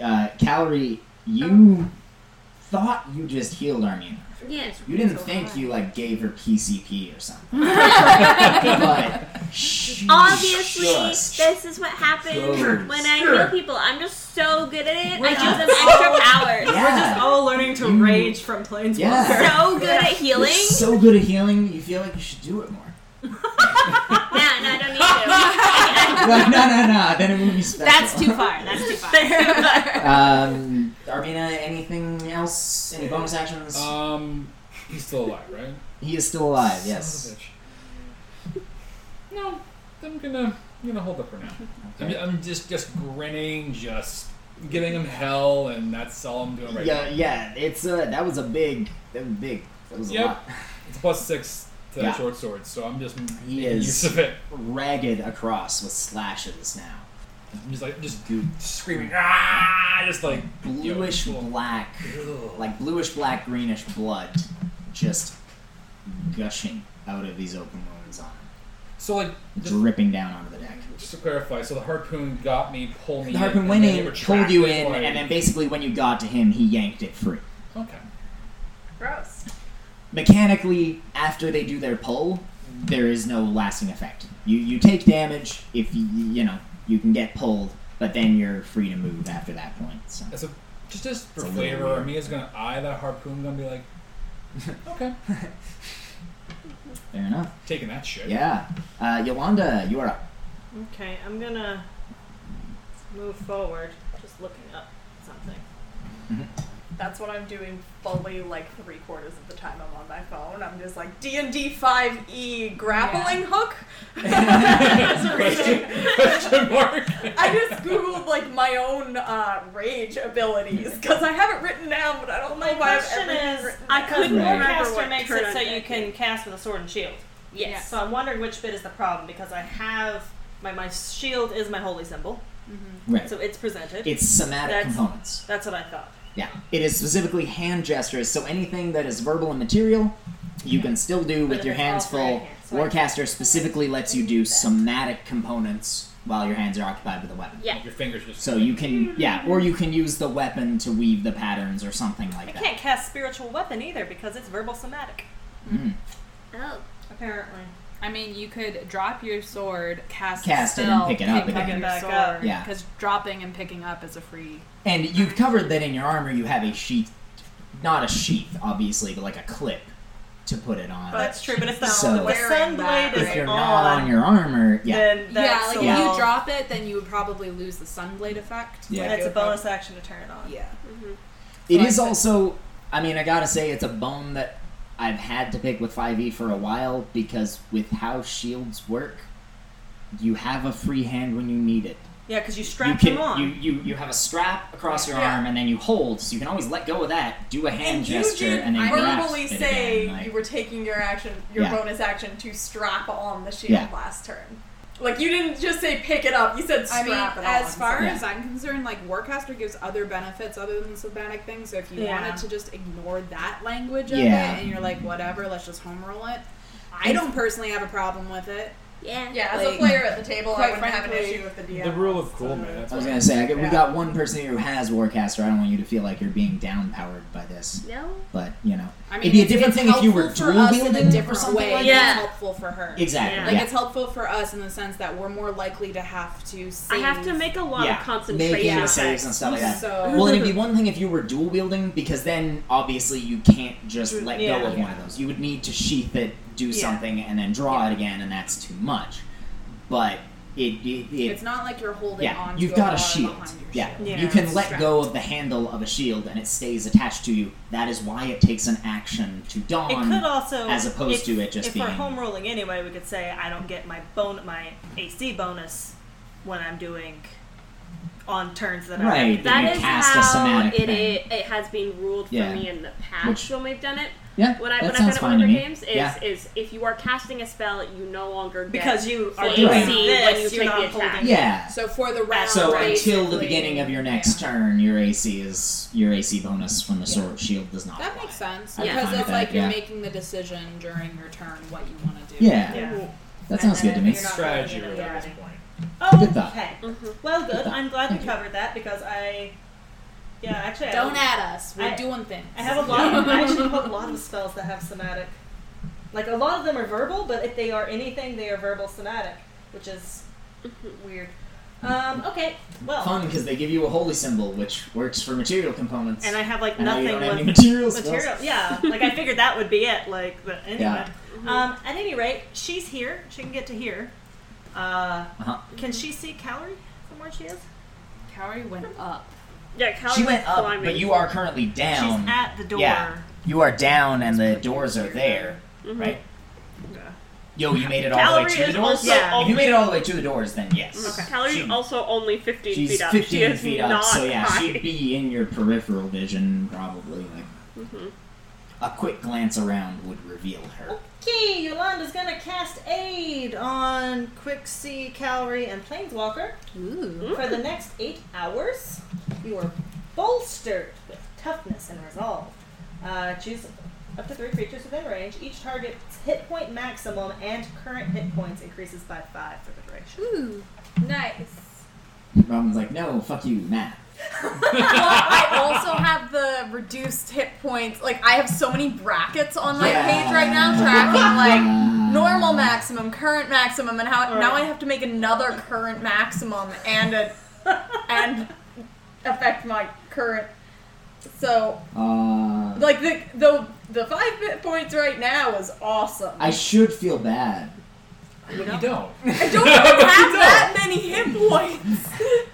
Speaker 1: Uh, Calorie, you thought you just healed Armina.
Speaker 2: Yeah.
Speaker 1: You didn't think you like gave her PCP or something. but she
Speaker 2: Obviously,
Speaker 1: just
Speaker 2: this is what happens
Speaker 1: Sure.
Speaker 2: when I
Speaker 1: Sure.
Speaker 2: heal people. I'm just so good at it. I
Speaker 6: We're
Speaker 2: give them
Speaker 6: just-
Speaker 2: extra powers.
Speaker 1: Yeah.
Speaker 6: All learning to
Speaker 1: You-
Speaker 6: rage from planeswalker.
Speaker 1: Yeah.
Speaker 2: So good at
Speaker 1: You're
Speaker 2: healing.
Speaker 1: so good at healing, you feel like you should do it more.
Speaker 2: Yeah, no, I don't need to.
Speaker 1: like, no, no, no, then it would be special.
Speaker 7: that's too far. That's too far.
Speaker 1: Um, Armina, anything else? Any bonus actions?
Speaker 4: Um, he's still alive, right?
Speaker 1: he is still alive,
Speaker 4: Son
Speaker 1: yes.
Speaker 4: of a bitch. No, I'm gonna I'm gonna hold up for now. I'm,
Speaker 1: Okay.
Speaker 4: I'm just just grinning, just giving him hell, and that's all I'm doing right
Speaker 1: Yeah,
Speaker 4: now.
Speaker 1: yeah, it's uh that was a big, that was big, that was a
Speaker 4: Yep.
Speaker 1: lot.
Speaker 4: It's plus six to
Speaker 1: Yeah.
Speaker 4: short sword, so I'm just making
Speaker 1: is-
Speaker 4: use of it.
Speaker 1: Ragged across with slashes now.
Speaker 4: I'm just like just
Speaker 1: Goop.
Speaker 4: screaming, ah, just like yo,
Speaker 1: Bluish
Speaker 4: cool.
Speaker 1: black
Speaker 4: Ugh.
Speaker 1: like bluish black greenish blood just gushing out of these open wounds on him,
Speaker 4: So like just,
Speaker 1: dripping down onto the deck.
Speaker 4: just to clarify, so the harpoon got me, pulled me,
Speaker 1: The harpoon
Speaker 4: in,
Speaker 1: went
Speaker 4: and then it
Speaker 1: in, pulled
Speaker 4: retracted,
Speaker 1: you in,
Speaker 4: like-
Speaker 1: and then basically when you got to him, he yanked it free.
Speaker 4: okay,
Speaker 5: Gross.
Speaker 1: Mechanically, after they do their pull, there is no lasting effect. You you take damage if you you know you can get pulled, but then you're free to move after that point. So.
Speaker 4: and so just just for
Speaker 1: It's a little
Speaker 4: flavor,
Speaker 1: weird.
Speaker 4: Armia's gonna eye that harpoon, gonna be like, okay,
Speaker 1: Fair enough.
Speaker 4: taking that shit.
Speaker 1: Yeah, uh, Yolanda, you are up.
Speaker 6: Okay, I'm gonna move forward, just looking up something.
Speaker 5: That's what I'm doing fully like three quarters of the time I'm on my phone. I'm just like D and D five E grappling hook.
Speaker 4: question, question mark.
Speaker 5: I just googled like my own uh, rage abilities because I have it written down, but I don't know
Speaker 6: My
Speaker 5: why I've
Speaker 6: question
Speaker 5: ever
Speaker 6: is,
Speaker 5: written
Speaker 6: I
Speaker 5: down.
Speaker 6: couldn't
Speaker 1: Right.
Speaker 6: caster
Speaker 2: Remember what
Speaker 6: makes
Speaker 2: turn
Speaker 6: it so
Speaker 2: I'm
Speaker 6: you can cast with a sword and shield.
Speaker 2: yes.
Speaker 6: So I'm wondering which bit is the problem because I have my my shield is my holy symbol,
Speaker 1: Right.
Speaker 6: so it's presented.
Speaker 1: It's somatic
Speaker 6: That's-
Speaker 1: components.
Speaker 6: That's what I thought.
Speaker 1: Yeah, it is specifically hand gestures, so anything that is verbal and material, you can still do
Speaker 6: But
Speaker 1: with
Speaker 6: if
Speaker 1: your
Speaker 6: it's
Speaker 1: hands
Speaker 6: all right
Speaker 1: full.
Speaker 6: here, so I
Speaker 1: Warcaster specifically lets you do somatic components while your hands are occupied with a weapon.
Speaker 2: Yeah.
Speaker 4: Your fingers just.
Speaker 1: So you can, yeah, or you can use the weapon to weave the patterns or something like
Speaker 6: I
Speaker 1: that.
Speaker 6: can't cast spiritual weapon either because it's verbal somatic.
Speaker 2: Oh.
Speaker 6: Apparently,
Speaker 7: I mean, you could drop your sword, cast,
Speaker 1: Cast
Speaker 7: a
Speaker 1: it and
Speaker 7: spell,
Speaker 1: pick it up again.
Speaker 7: your
Speaker 6: Back
Speaker 7: sword,
Speaker 6: up.
Speaker 1: Yeah.
Speaker 7: Because dropping and picking up is a free.
Speaker 1: And you've covered that in your armor, you have a sheath, not a sheath, obviously, but like a clip to put it on.
Speaker 6: That's true, but if the,
Speaker 1: So-
Speaker 6: the sun blade is
Speaker 1: if you're
Speaker 6: on,
Speaker 1: not on your armor, yeah.
Speaker 6: then
Speaker 7: yeah,
Speaker 6: that's
Speaker 7: like
Speaker 6: a-
Speaker 7: if you drop it, then you would probably lose the sunblade effect.
Speaker 1: Yeah.
Speaker 7: Like,
Speaker 6: It's
Speaker 7: it
Speaker 6: a
Speaker 7: would prob-
Speaker 6: bonus action to turn it on.
Speaker 7: Yeah.
Speaker 1: It
Speaker 7: So I
Speaker 1: is
Speaker 7: said-
Speaker 1: also, I mean, I gotta say, it's a bone that I've had to pick with 5e for a while because with how shields work, you have a free hand when you need it.
Speaker 6: Yeah, because you strap
Speaker 1: you can,
Speaker 6: them on.
Speaker 1: You, you, you have a strap across your
Speaker 7: Yeah.
Speaker 1: arm and then you hold, so you can always let go of that, do a hand
Speaker 5: And you
Speaker 1: gesture,
Speaker 5: did
Speaker 1: and then grasp
Speaker 5: verbally
Speaker 1: it
Speaker 5: say
Speaker 1: again, like-
Speaker 5: you were taking your action, your
Speaker 1: Yeah.
Speaker 5: bonus action to strap on the shield
Speaker 1: Yeah.
Speaker 5: last turn. Like you didn't just say pick it up; you said
Speaker 7: I
Speaker 5: strap
Speaker 7: mean,
Speaker 5: it on.
Speaker 7: as far
Speaker 1: Yeah.
Speaker 7: as I'm concerned, like Warcaster gives other benefits other than Sylvanic things. So if you
Speaker 6: Yeah.
Speaker 7: wanted to just ignore that language of
Speaker 1: Yeah.
Speaker 7: it, and you're
Speaker 6: Mm-hmm.
Speaker 7: like, whatever, let's just home roll it. I don't personally have a problem with it.
Speaker 2: Yeah.
Speaker 5: yeah, as
Speaker 7: like,
Speaker 5: a player at the table, I
Speaker 7: quite
Speaker 5: wouldn't have an
Speaker 7: frankly,
Speaker 5: issue with the DM.
Speaker 4: The rule of cool, man. That's
Speaker 1: I was
Speaker 4: what-
Speaker 1: gonna say, I get, we
Speaker 7: Yeah.
Speaker 1: got one person here who has Warcaster. I don't want you to feel like you're being downpowered by this,
Speaker 2: No.
Speaker 1: but you know,
Speaker 7: I mean,
Speaker 1: It'd be a
Speaker 7: it's-
Speaker 1: different
Speaker 7: it's
Speaker 1: thing if you were
Speaker 7: helpful for
Speaker 1: dual
Speaker 7: us in
Speaker 1: wielding
Speaker 7: a
Speaker 1: or
Speaker 7: different
Speaker 1: something
Speaker 7: way.
Speaker 1: like
Speaker 7: than
Speaker 2: that.
Speaker 7: it's helpful for her.
Speaker 1: exactly.
Speaker 2: Yeah.
Speaker 7: Like
Speaker 1: yeah.
Speaker 7: it's helpful for us in the sense that we're more likely to have to.
Speaker 2: I
Speaker 7: Save.
Speaker 2: have to make a lot
Speaker 1: Yeah,
Speaker 2: of
Speaker 1: making
Speaker 2: concentration
Speaker 1: the saves and
Speaker 2: checks.
Speaker 1: stuff like that.
Speaker 7: So
Speaker 1: Well, and it'd be one thing if you were dual wielding, because then obviously you can't just let
Speaker 6: Yeah.
Speaker 1: go of one of those. You would need to sheath it, do something, and then draw it again, and that's too much. But it, it, it
Speaker 7: it's not like you're holding
Speaker 1: yeah,
Speaker 7: on.
Speaker 1: you've
Speaker 7: to
Speaker 1: got
Speaker 7: a,
Speaker 1: a
Speaker 7: bar
Speaker 1: shield.
Speaker 7: behind your
Speaker 1: Yeah.
Speaker 7: shield.
Speaker 6: Yeah.
Speaker 1: you can
Speaker 7: It's
Speaker 1: let
Speaker 7: strapped.
Speaker 1: go of the handle of a shield, and it stays attached to you. That is why it takes an action to dawn.
Speaker 6: It
Speaker 5: um,
Speaker 6: could also,
Speaker 1: as opposed
Speaker 6: if,
Speaker 1: to it just
Speaker 6: if we're
Speaker 1: being-
Speaker 6: home rolling anyway, we could say I don't get my bone, my AC bonus when I'm doing on turns that I
Speaker 1: Right.
Speaker 2: That
Speaker 1: you
Speaker 2: is
Speaker 1: cast a
Speaker 2: how
Speaker 1: somatic
Speaker 2: it,
Speaker 1: thing.
Speaker 2: i- it has been ruled for
Speaker 1: Yeah.
Speaker 2: me in the past
Speaker 1: Which-
Speaker 2: when we've done it.
Speaker 1: yeah,
Speaker 2: When I
Speaker 1: that
Speaker 2: when I've done
Speaker 1: sounds
Speaker 2: it
Speaker 1: fine
Speaker 2: with
Speaker 1: to
Speaker 2: other
Speaker 1: me.
Speaker 2: games is
Speaker 1: yeah.
Speaker 2: is if you are casting a spell, you no longer get
Speaker 6: because you
Speaker 2: So
Speaker 6: are
Speaker 2: you
Speaker 6: doing
Speaker 1: see
Speaker 2: when you
Speaker 6: this,
Speaker 2: take
Speaker 6: you're not
Speaker 2: the attack.
Speaker 6: holding.
Speaker 1: yeah.
Speaker 7: So for the round,
Speaker 1: So
Speaker 7: basically-
Speaker 1: until the beginning of your next turn, your AC is your AC bonus from the sword shield does not.
Speaker 7: That
Speaker 1: apply.
Speaker 7: makes sense
Speaker 1: I
Speaker 7: because
Speaker 1: find
Speaker 7: it's
Speaker 1: that,
Speaker 7: like you're
Speaker 1: yeah.
Speaker 7: making the decision during your turn what you want to do.
Speaker 1: Yeah,
Speaker 6: Yeah.
Speaker 1: that sounds good to me.
Speaker 4: It's strategy really at this
Speaker 5: Yeah.
Speaker 4: point.
Speaker 6: Oh,
Speaker 1: Good thought.
Speaker 6: okay.
Speaker 2: Mhm.
Speaker 6: Well, good.
Speaker 1: Good thought.
Speaker 6: I'm glad we
Speaker 1: Thank you.
Speaker 6: covered that because I, yeah, actually, I
Speaker 7: Don't at us. We're
Speaker 6: I-
Speaker 7: doing things.
Speaker 6: I have a lot. Of, I actually have a lot of spells that have somatic. Like a lot of them are verbal, but if they are anything, they are verbal somatic, which is weird. Um, okay, well,
Speaker 1: Mm-hmm. Fun because they give you a holy symbol, which works for material components.
Speaker 6: and I have like
Speaker 1: I know you
Speaker 6: nothing
Speaker 1: don't have any
Speaker 6: with
Speaker 1: material spells.
Speaker 6: material. Yeah, like I figured that would be it. Like, but anyway.
Speaker 1: Yeah.
Speaker 6: Um, at any rate, she's here. She can get to here. Uh,
Speaker 1: Uh-huh.
Speaker 6: Can she see Calorie from where she is?
Speaker 7: Cowrie went up.
Speaker 2: yeah, Cal
Speaker 1: She went up,
Speaker 2: climbing.
Speaker 1: but you are currently down.
Speaker 6: She's at the door.
Speaker 1: Yeah. You are down, and the doors are there, right?
Speaker 6: Yeah.
Speaker 1: Yo, you made it all
Speaker 2: Mm-hmm. Calorie
Speaker 1: the way to
Speaker 2: is
Speaker 1: the doors.
Speaker 2: also Mm,
Speaker 6: Yeah.
Speaker 1: If you made it all the way to the doors, then yes.
Speaker 2: Okay. Calorie
Speaker 1: She-
Speaker 2: is also only 15
Speaker 1: She's
Speaker 2: feet up.
Speaker 1: 15
Speaker 2: she is
Speaker 1: feet
Speaker 2: not
Speaker 1: up, so yeah,
Speaker 2: high.
Speaker 1: she'd be in your peripheral vision probably. Like
Speaker 2: Mm-hmm.
Speaker 1: a quick glance around would reveal her.
Speaker 2: Oh.
Speaker 6: Okay, Yolanda's gonna cast aid on Quixie, Calorie, and Planeswalker.
Speaker 7: Ooh.
Speaker 6: For the next eight hours, you are bolstered with toughness and resolve. Uh, choose up to three creatures within range. Each target's hit point maximum and current hit points increases by five for the duration.
Speaker 7: Ooh.
Speaker 5: Nice.
Speaker 1: Robin's like, no, fuck you, Matt.
Speaker 5: well, I also have the reduced hit points. Like I have so many brackets on my
Speaker 1: Yeah.
Speaker 5: page right now, tracking like
Speaker 1: Uh,
Speaker 5: normal maximum, current maximum, and how
Speaker 6: Alright.
Speaker 5: now I have to make another current maximum and a and affect my current. So
Speaker 1: Uh,
Speaker 5: like the the the five hit points right now is awesome.
Speaker 1: I should feel bad.
Speaker 4: But you don't.
Speaker 5: I don't have that many hit points.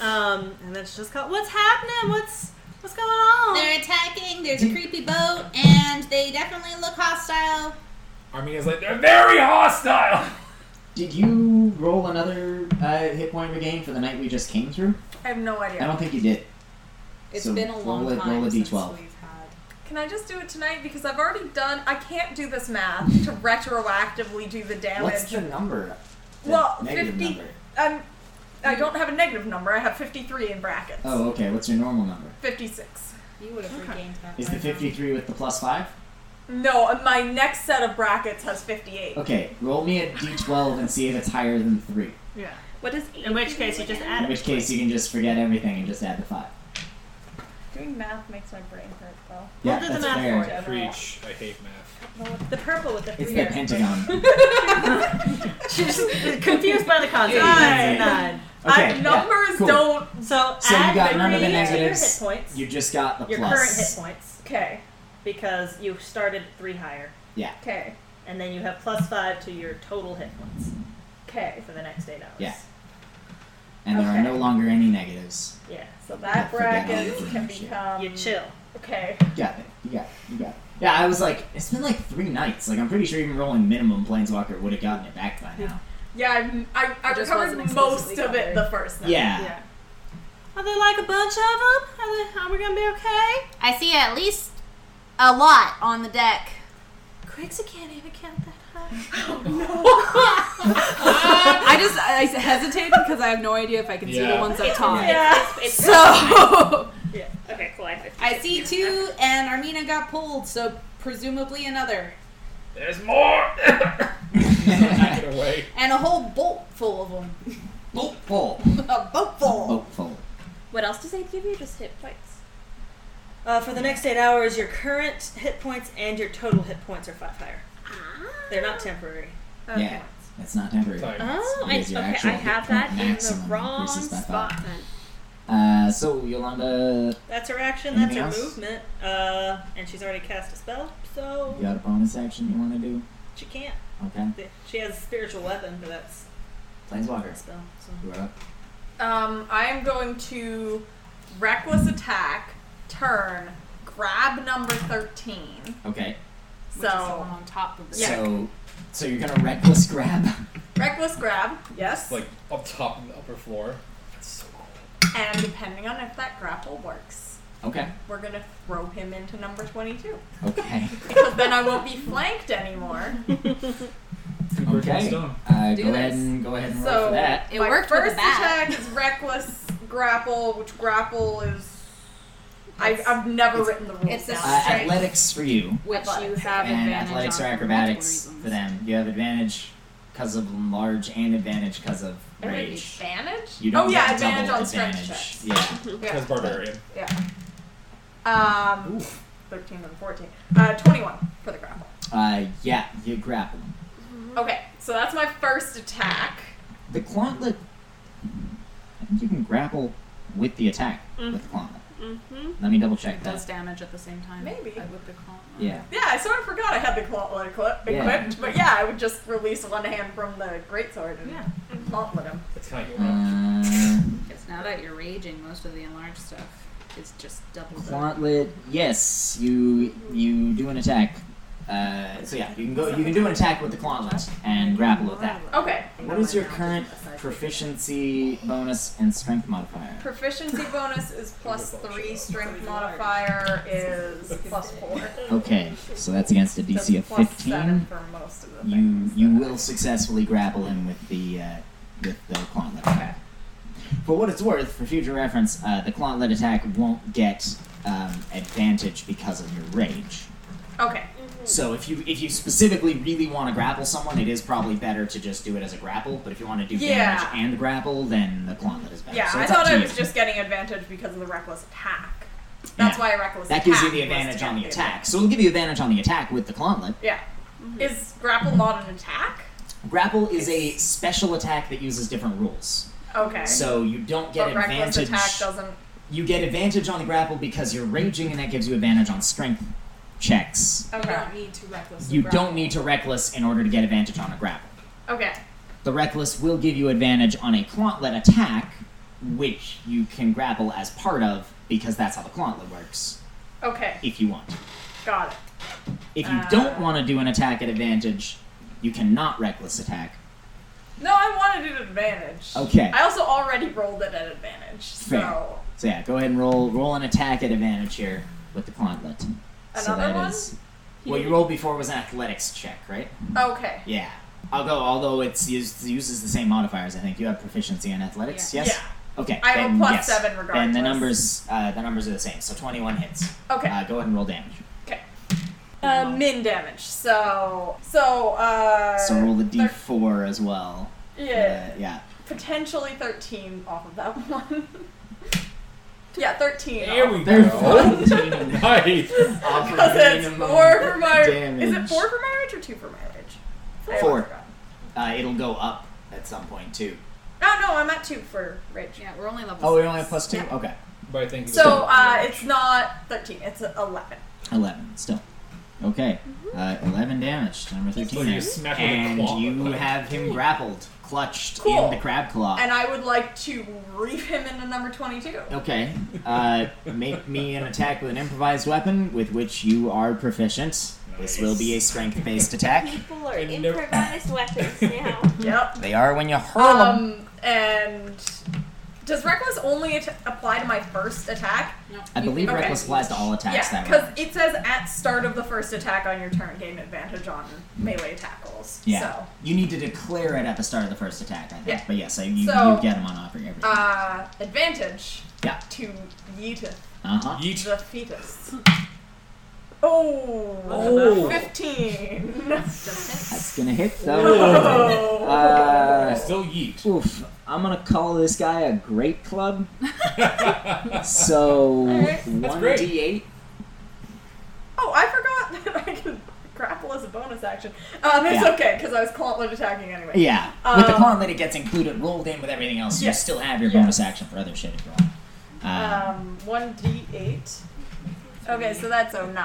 Speaker 6: Um, and then she just called, "What's happening? What's what's going on?"
Speaker 8: They're attacking. There's a creepy boat, and they definitely look hostile.
Speaker 4: Armenia's like, they're very hostile!
Speaker 1: Did you roll another uh, hit point regain for the night we just came through?
Speaker 5: I have no
Speaker 1: I
Speaker 5: idea.
Speaker 1: don't think you did.
Speaker 7: It's
Speaker 1: So
Speaker 7: been a long
Speaker 1: roll a-
Speaker 7: time
Speaker 1: roll a
Speaker 7: since
Speaker 1: D12.
Speaker 7: we've had.
Speaker 5: Can I just do it tonight because I've already done. I can't do this math to retroactively do the
Speaker 1: What's
Speaker 5: damage.
Speaker 1: the number? The
Speaker 5: Well,
Speaker 1: negative
Speaker 5: 50
Speaker 1: number.
Speaker 5: I'm- I don't have a negative number. I have 53 in brackets.
Speaker 1: Oh, okay. What's your normal number?
Speaker 5: 56.
Speaker 7: You would have regained that.
Speaker 1: Is
Speaker 7: by
Speaker 1: the
Speaker 7: now.
Speaker 1: 53 with the plus 5?
Speaker 5: No, my next set of brackets has 58.
Speaker 1: Okay, roll me a d12 and see if it's higher than 3.
Speaker 6: Yeah.
Speaker 2: What is
Speaker 6: In which case, you just add
Speaker 1: In
Speaker 6: it.
Speaker 1: which case, you can just forget everything and just add the 5.
Speaker 5: Doing math makes my brain hurt, though.
Speaker 1: Yeah,
Speaker 6: do the
Speaker 1: that's
Speaker 6: math
Speaker 1: fair.
Speaker 6: for it.
Speaker 4: Preach. I hate math.
Speaker 6: The purple with the
Speaker 1: It's
Speaker 6: three
Speaker 1: the
Speaker 6: arrows.
Speaker 1: pentagon.
Speaker 6: She's confused by the concept.
Speaker 1: Nine.
Speaker 6: Nine.
Speaker 1: Okay,
Speaker 5: I,
Speaker 1: yeah,
Speaker 5: numbers
Speaker 1: cool.
Speaker 5: don't.
Speaker 6: So,
Speaker 1: So you
Speaker 6: add
Speaker 1: got
Speaker 6: three
Speaker 1: none of the
Speaker 6: to
Speaker 1: negatives.
Speaker 6: Your hit points.
Speaker 1: You just got the
Speaker 6: your
Speaker 1: plus.
Speaker 6: current hit points
Speaker 5: Okay.
Speaker 6: because you started three higher.
Speaker 1: Yeah.
Speaker 5: Okay.
Speaker 6: and then you have plus five to your total hit points
Speaker 5: Okay.
Speaker 6: for the next eight hours.
Speaker 1: Yeah. And there are no
Speaker 5: Okay.
Speaker 1: longer any negatives.
Speaker 6: Yeah.
Speaker 5: So
Speaker 1: Yeah,
Speaker 5: that
Speaker 1: for that
Speaker 5: bracket
Speaker 1: one,
Speaker 5: can
Speaker 1: yeah.
Speaker 5: become.
Speaker 6: You chill.
Speaker 5: Okay.
Speaker 1: You got it. You got it. You got it. Yeah, I was like, it's been like three nights. Like, I'm pretty sure even rolling minimum Planeswalker would have gotten it back by now.
Speaker 5: Yeah, I, I, I
Speaker 3: It just
Speaker 5: recovered
Speaker 3: wasn't
Speaker 5: most
Speaker 3: explicitly
Speaker 5: of it
Speaker 3: covered.
Speaker 5: the first night.
Speaker 1: Yeah.
Speaker 3: Yeah.
Speaker 6: Are there like a bunch of them? Are, they, are we gonna be okay?
Speaker 8: I see at least a lot on the deck.
Speaker 6: Quixie can't even count that high.
Speaker 7: I just I hesitate because I have no idea if I can see
Speaker 4: Yeah.
Speaker 7: the ones up top.
Speaker 5: Yeah.
Speaker 2: It's,
Speaker 7: So
Speaker 2: yeah. Okay, cool. I have 50.
Speaker 8: I see two, and Armina got pulled, so presumably another.
Speaker 4: There's more. Get away.
Speaker 8: And a whole boat full of them.
Speaker 1: Boat full.
Speaker 8: A boat full.
Speaker 1: Boat full.
Speaker 2: What else does it give you? Just hit points.
Speaker 6: Uh, for the next eight hours, your current hit points and your total hit points are five higher. They're
Speaker 2: Ah.
Speaker 6: not temporary.
Speaker 1: Yeah. That's not temporary.
Speaker 4: Sorry.
Speaker 2: Oh, I,
Speaker 1: It is
Speaker 2: okay.
Speaker 1: your
Speaker 2: I
Speaker 1: actual hit
Speaker 2: have
Speaker 1: point
Speaker 2: that in the
Speaker 1: maximum
Speaker 2: wrong
Speaker 1: increases by five.
Speaker 2: spot. Then.
Speaker 1: Uh, so, Yolanda,
Speaker 6: That's her action.
Speaker 1: Anything
Speaker 6: that's her
Speaker 1: else?
Speaker 6: movement. Uh, and she's already cast a spell, so
Speaker 1: you got a bonus action you want to do?
Speaker 6: she can't.
Speaker 1: Okay.
Speaker 6: She has a spiritual weapon, but that's a
Speaker 1: Planeswalker.
Speaker 6: spell. So.
Speaker 1: You're up.
Speaker 5: Um, I am going to reckless attack, turn, grab number thirteen.
Speaker 1: Okay.
Speaker 7: Which is the one
Speaker 5: So
Speaker 7: on top of the
Speaker 5: Yeah.
Speaker 1: So, so you're gonna reckless grab.
Speaker 5: reckless grab, yes.
Speaker 4: Like up top in the upper floor. It's so cool.
Speaker 5: and depending on if that grapple works,
Speaker 1: Okay.
Speaker 5: we're gonna throw him into number twenty-two
Speaker 1: Okay.
Speaker 5: because then I won't be flanked anymore.
Speaker 4: Two birds in
Speaker 1: Okay.
Speaker 4: stone.
Speaker 1: Uh,
Speaker 3: Do
Speaker 1: go ahead
Speaker 3: this.
Speaker 1: and go ahead and roll
Speaker 5: So
Speaker 1: for that.
Speaker 5: my
Speaker 7: worked with the
Speaker 5: first
Speaker 7: bat.
Speaker 5: attack is reckless grapple, which grapple is. I,
Speaker 7: It's-
Speaker 5: I've never written the rules
Speaker 7: it's a
Speaker 5: down.
Speaker 1: Uh, athletics for you,
Speaker 7: which you
Speaker 5: Athletics.
Speaker 7: have
Speaker 1: and
Speaker 7: advantage
Speaker 1: athletics
Speaker 7: on
Speaker 1: or
Speaker 7: for multiple
Speaker 1: acrobatics for
Speaker 7: reasons.
Speaker 1: them. You have advantage because of large and advantage because of rage.
Speaker 5: Advantage?
Speaker 1: You don't
Speaker 5: oh yeah,
Speaker 1: get double
Speaker 5: advantage on
Speaker 1: advantage.
Speaker 5: strength checks.
Speaker 1: Yeah.
Speaker 5: Yeah.
Speaker 4: Because barbarian.
Speaker 5: Um, 13 and 14. Uh, 21 for the grapple.
Speaker 1: Uh, yeah. You grapple. him.
Speaker 5: Okay, so that's my first attack.
Speaker 1: The Quantlet. I think you can grapple with the attack with the Quantlet.
Speaker 2: Mm-hmm.
Speaker 1: Let me double check
Speaker 7: It does
Speaker 1: that.
Speaker 7: damage at the same time.
Speaker 5: Maybe.
Speaker 7: I would become.
Speaker 1: Yeah.
Speaker 5: Yeah, I sort of forgot I had the gauntlet equi-
Speaker 1: Yeah.
Speaker 5: equipped, but yeah, I would just release one hand from the greatsword and
Speaker 7: Yeah.
Speaker 5: gauntlet him.
Speaker 4: That's kind of rough.
Speaker 1: Uh,
Speaker 7: Because now that you're raging, most of the enlarged stuff is just double. the-
Speaker 1: Quantlet, yes, you you do an attack. Uh, so yeah, you can go. You can do an attack with the Quantlet and grapple with that.
Speaker 5: Okay,
Speaker 1: What is your current proficiency bonus and strength modifier?
Speaker 5: proficiency bonus is plus 3, strength modifier is plus 4.
Speaker 1: Okay, so that's against a
Speaker 5: That's
Speaker 1: DC of
Speaker 5: plus 7
Speaker 1: fifteen.
Speaker 5: for most of the
Speaker 1: You
Speaker 5: things
Speaker 1: you
Speaker 5: that-
Speaker 1: will successfully grapple him with the uh, with the Quantlet attack. For what it's worth, for future reference, uh, the Quantlet attack won't get um, advantage because of your rage.
Speaker 5: Okay,
Speaker 1: So if you if you specifically really want to grapple someone, it is probably better to just do it as a grapple. But if you want to do
Speaker 5: Yeah.
Speaker 1: damage and grapple, then the gauntlet is better.
Speaker 5: yeah,
Speaker 1: so
Speaker 5: I
Speaker 1: it's up
Speaker 5: thought
Speaker 1: to
Speaker 5: I
Speaker 1: you.
Speaker 5: was just getting advantage because of the reckless attack. That's
Speaker 1: Yeah.
Speaker 5: why reckless
Speaker 1: that
Speaker 5: attack
Speaker 1: gives you the
Speaker 5: was
Speaker 1: advantage on the
Speaker 5: 10.
Speaker 1: attack. So it'll give you advantage on the attack with the gauntlet.
Speaker 5: Yeah. Is grapple not an attack?
Speaker 1: Grapple is a special attack that uses different rules.
Speaker 5: Okay.
Speaker 1: So you don't get
Speaker 5: but reckless
Speaker 1: advantage.
Speaker 5: attack doesn't.
Speaker 1: You get advantage on the grapple because you're raging, and that gives you advantage on strength checks.
Speaker 5: Okay.
Speaker 3: need to reckless.
Speaker 1: You don't need to reckless in order to get advantage on a grapple.
Speaker 5: Okay.
Speaker 1: The Reckless will give you advantage on a Quantlet attack, which you can grapple as part of, because that's how the Quantlet works,
Speaker 5: Okay.
Speaker 1: if you want.
Speaker 5: Got it.
Speaker 1: If you
Speaker 5: Uh.
Speaker 1: don't want to do an attack at advantage, you cannot Reckless attack.
Speaker 5: No, I wanted an advantage.
Speaker 1: Okay.
Speaker 5: I also already rolled it at advantage. So
Speaker 1: Fair. So yeah, go ahead and roll roll an attack at advantage here with the Quantlet. so
Speaker 5: Another
Speaker 1: that
Speaker 5: one?
Speaker 1: is- What you rolled before was an athletics check, right?
Speaker 5: okay.
Speaker 1: Yeah. Although although it's used, uses the same modifiers, I think you have proficiency in athletics. Yes.
Speaker 5: Yeah.
Speaker 1: Okay.
Speaker 5: I have a
Speaker 1: then
Speaker 5: plus
Speaker 1: yes.
Speaker 5: seven
Speaker 1: And
Speaker 5: regardless.
Speaker 1: the numbers uh, the numbers are the same. So twenty one hits.
Speaker 5: Okay.
Speaker 1: Uh, go ahead and roll damage.
Speaker 5: Uh, min damage. So so uh.
Speaker 1: So roll the
Speaker 5: thir-
Speaker 1: d4 as well.
Speaker 5: yeah.
Speaker 1: Uh, yeah.
Speaker 5: Potentially thirteen off of that one. yeah, thirteen.
Speaker 4: There
Speaker 5: off.
Speaker 4: we
Speaker 1: There
Speaker 4: go. nice.
Speaker 5: Because it's four for my. Is it
Speaker 1: damage.
Speaker 5: four for marriage or two for marriage? I
Speaker 1: Four.
Speaker 5: always forgot.
Speaker 1: Uh, it'll go up at some point too.
Speaker 5: Oh no, I'm at two for rage.
Speaker 7: Yeah, we're only level.
Speaker 1: Oh, we
Speaker 7: six.
Speaker 1: only have plus two. Okay,
Speaker 4: But I think
Speaker 5: uh, So uh, it's not thirteen. It's eleven.
Speaker 1: eleven still. Okay.
Speaker 5: Mm-hmm.
Speaker 1: Uh, 11 damage to number 13.
Speaker 4: So you smack with a
Speaker 1: and
Speaker 4: claw.
Speaker 1: you have him grappled, clutched
Speaker 5: Cool.
Speaker 1: in the crab claw.
Speaker 5: And I would like to reef him into number 22.
Speaker 1: okay. Uh, make me an attack with an improvised weapon with which you are proficient. This will be a strength based attack.
Speaker 2: People are
Speaker 4: And never-
Speaker 2: improvised weapons now.
Speaker 5: Yep.
Speaker 1: They are when you hurl them.
Speaker 5: Um, and does reckless only at- apply to my first attack?
Speaker 1: I believe
Speaker 5: okay.
Speaker 1: reckless applies to all attacks
Speaker 5: yeah,
Speaker 1: that way.
Speaker 5: because it says at start of the first attack on your turn, gain advantage on melee attack rolls.
Speaker 1: Yeah.
Speaker 5: So,
Speaker 1: You need to declare it at the start of the first attack, I think.
Speaker 5: Yeah.
Speaker 1: But yeah, so you,
Speaker 5: So,
Speaker 1: you get him on offer every.
Speaker 5: uh, advantage
Speaker 1: Yeah.
Speaker 5: to Yeetith,
Speaker 1: uh-huh.
Speaker 4: Yeet.
Speaker 5: the fetus. Oh,
Speaker 4: Oh.
Speaker 5: 15.
Speaker 1: That's gonna hit though.
Speaker 5: Oh.
Speaker 1: uh,
Speaker 4: Still yeet.
Speaker 1: oof. I'm gonna call this guy a great club. So
Speaker 5: Alright.
Speaker 1: one
Speaker 4: great.
Speaker 1: d eight.
Speaker 5: Oh, I forgot that I can grapple as a bonus action. Um, it's
Speaker 1: Yeah.
Speaker 5: okay because I was clawed attacking anyway.
Speaker 1: Yeah. with the
Speaker 5: Um,
Speaker 1: con that it gets included, rolled in with everything else, you
Speaker 5: Yes.
Speaker 1: still have your
Speaker 5: Yes.
Speaker 1: bonus action for other shit if you want. Uh,
Speaker 5: Um, one d eight. Okay, so that's a nine.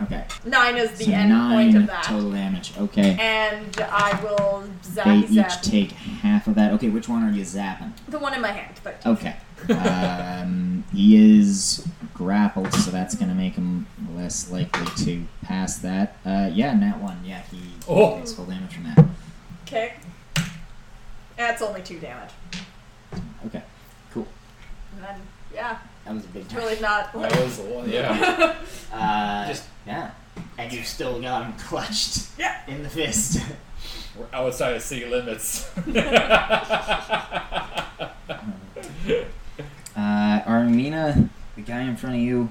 Speaker 1: Uh, okay.
Speaker 5: Nine is the
Speaker 1: so
Speaker 5: end
Speaker 1: nine
Speaker 5: point of that.
Speaker 1: total damage. Okay.
Speaker 5: And I will
Speaker 1: They
Speaker 5: zap
Speaker 1: each
Speaker 5: zap
Speaker 1: take half of that. Okay, which one are you zapping?
Speaker 5: the one in my hand. But
Speaker 1: Okay. Um, he is grappled, so that's going to make him less likely to pass that. Uh, yeah, nat one. Yeah, he
Speaker 4: Oh.
Speaker 1: takes full damage from that.
Speaker 5: okay, that's only two damage.
Speaker 1: Okay, cool.
Speaker 5: And then yeah,
Speaker 1: That was a big
Speaker 5: it's
Speaker 1: turn.
Speaker 5: really not.
Speaker 4: That was one. Yeah.
Speaker 1: Uh,
Speaker 4: Just-
Speaker 1: yeah. And you've still got him clutched
Speaker 5: Yeah.
Speaker 1: in the fist.
Speaker 4: We're outside of city limits.
Speaker 1: Uh, Armina, the guy in front of you,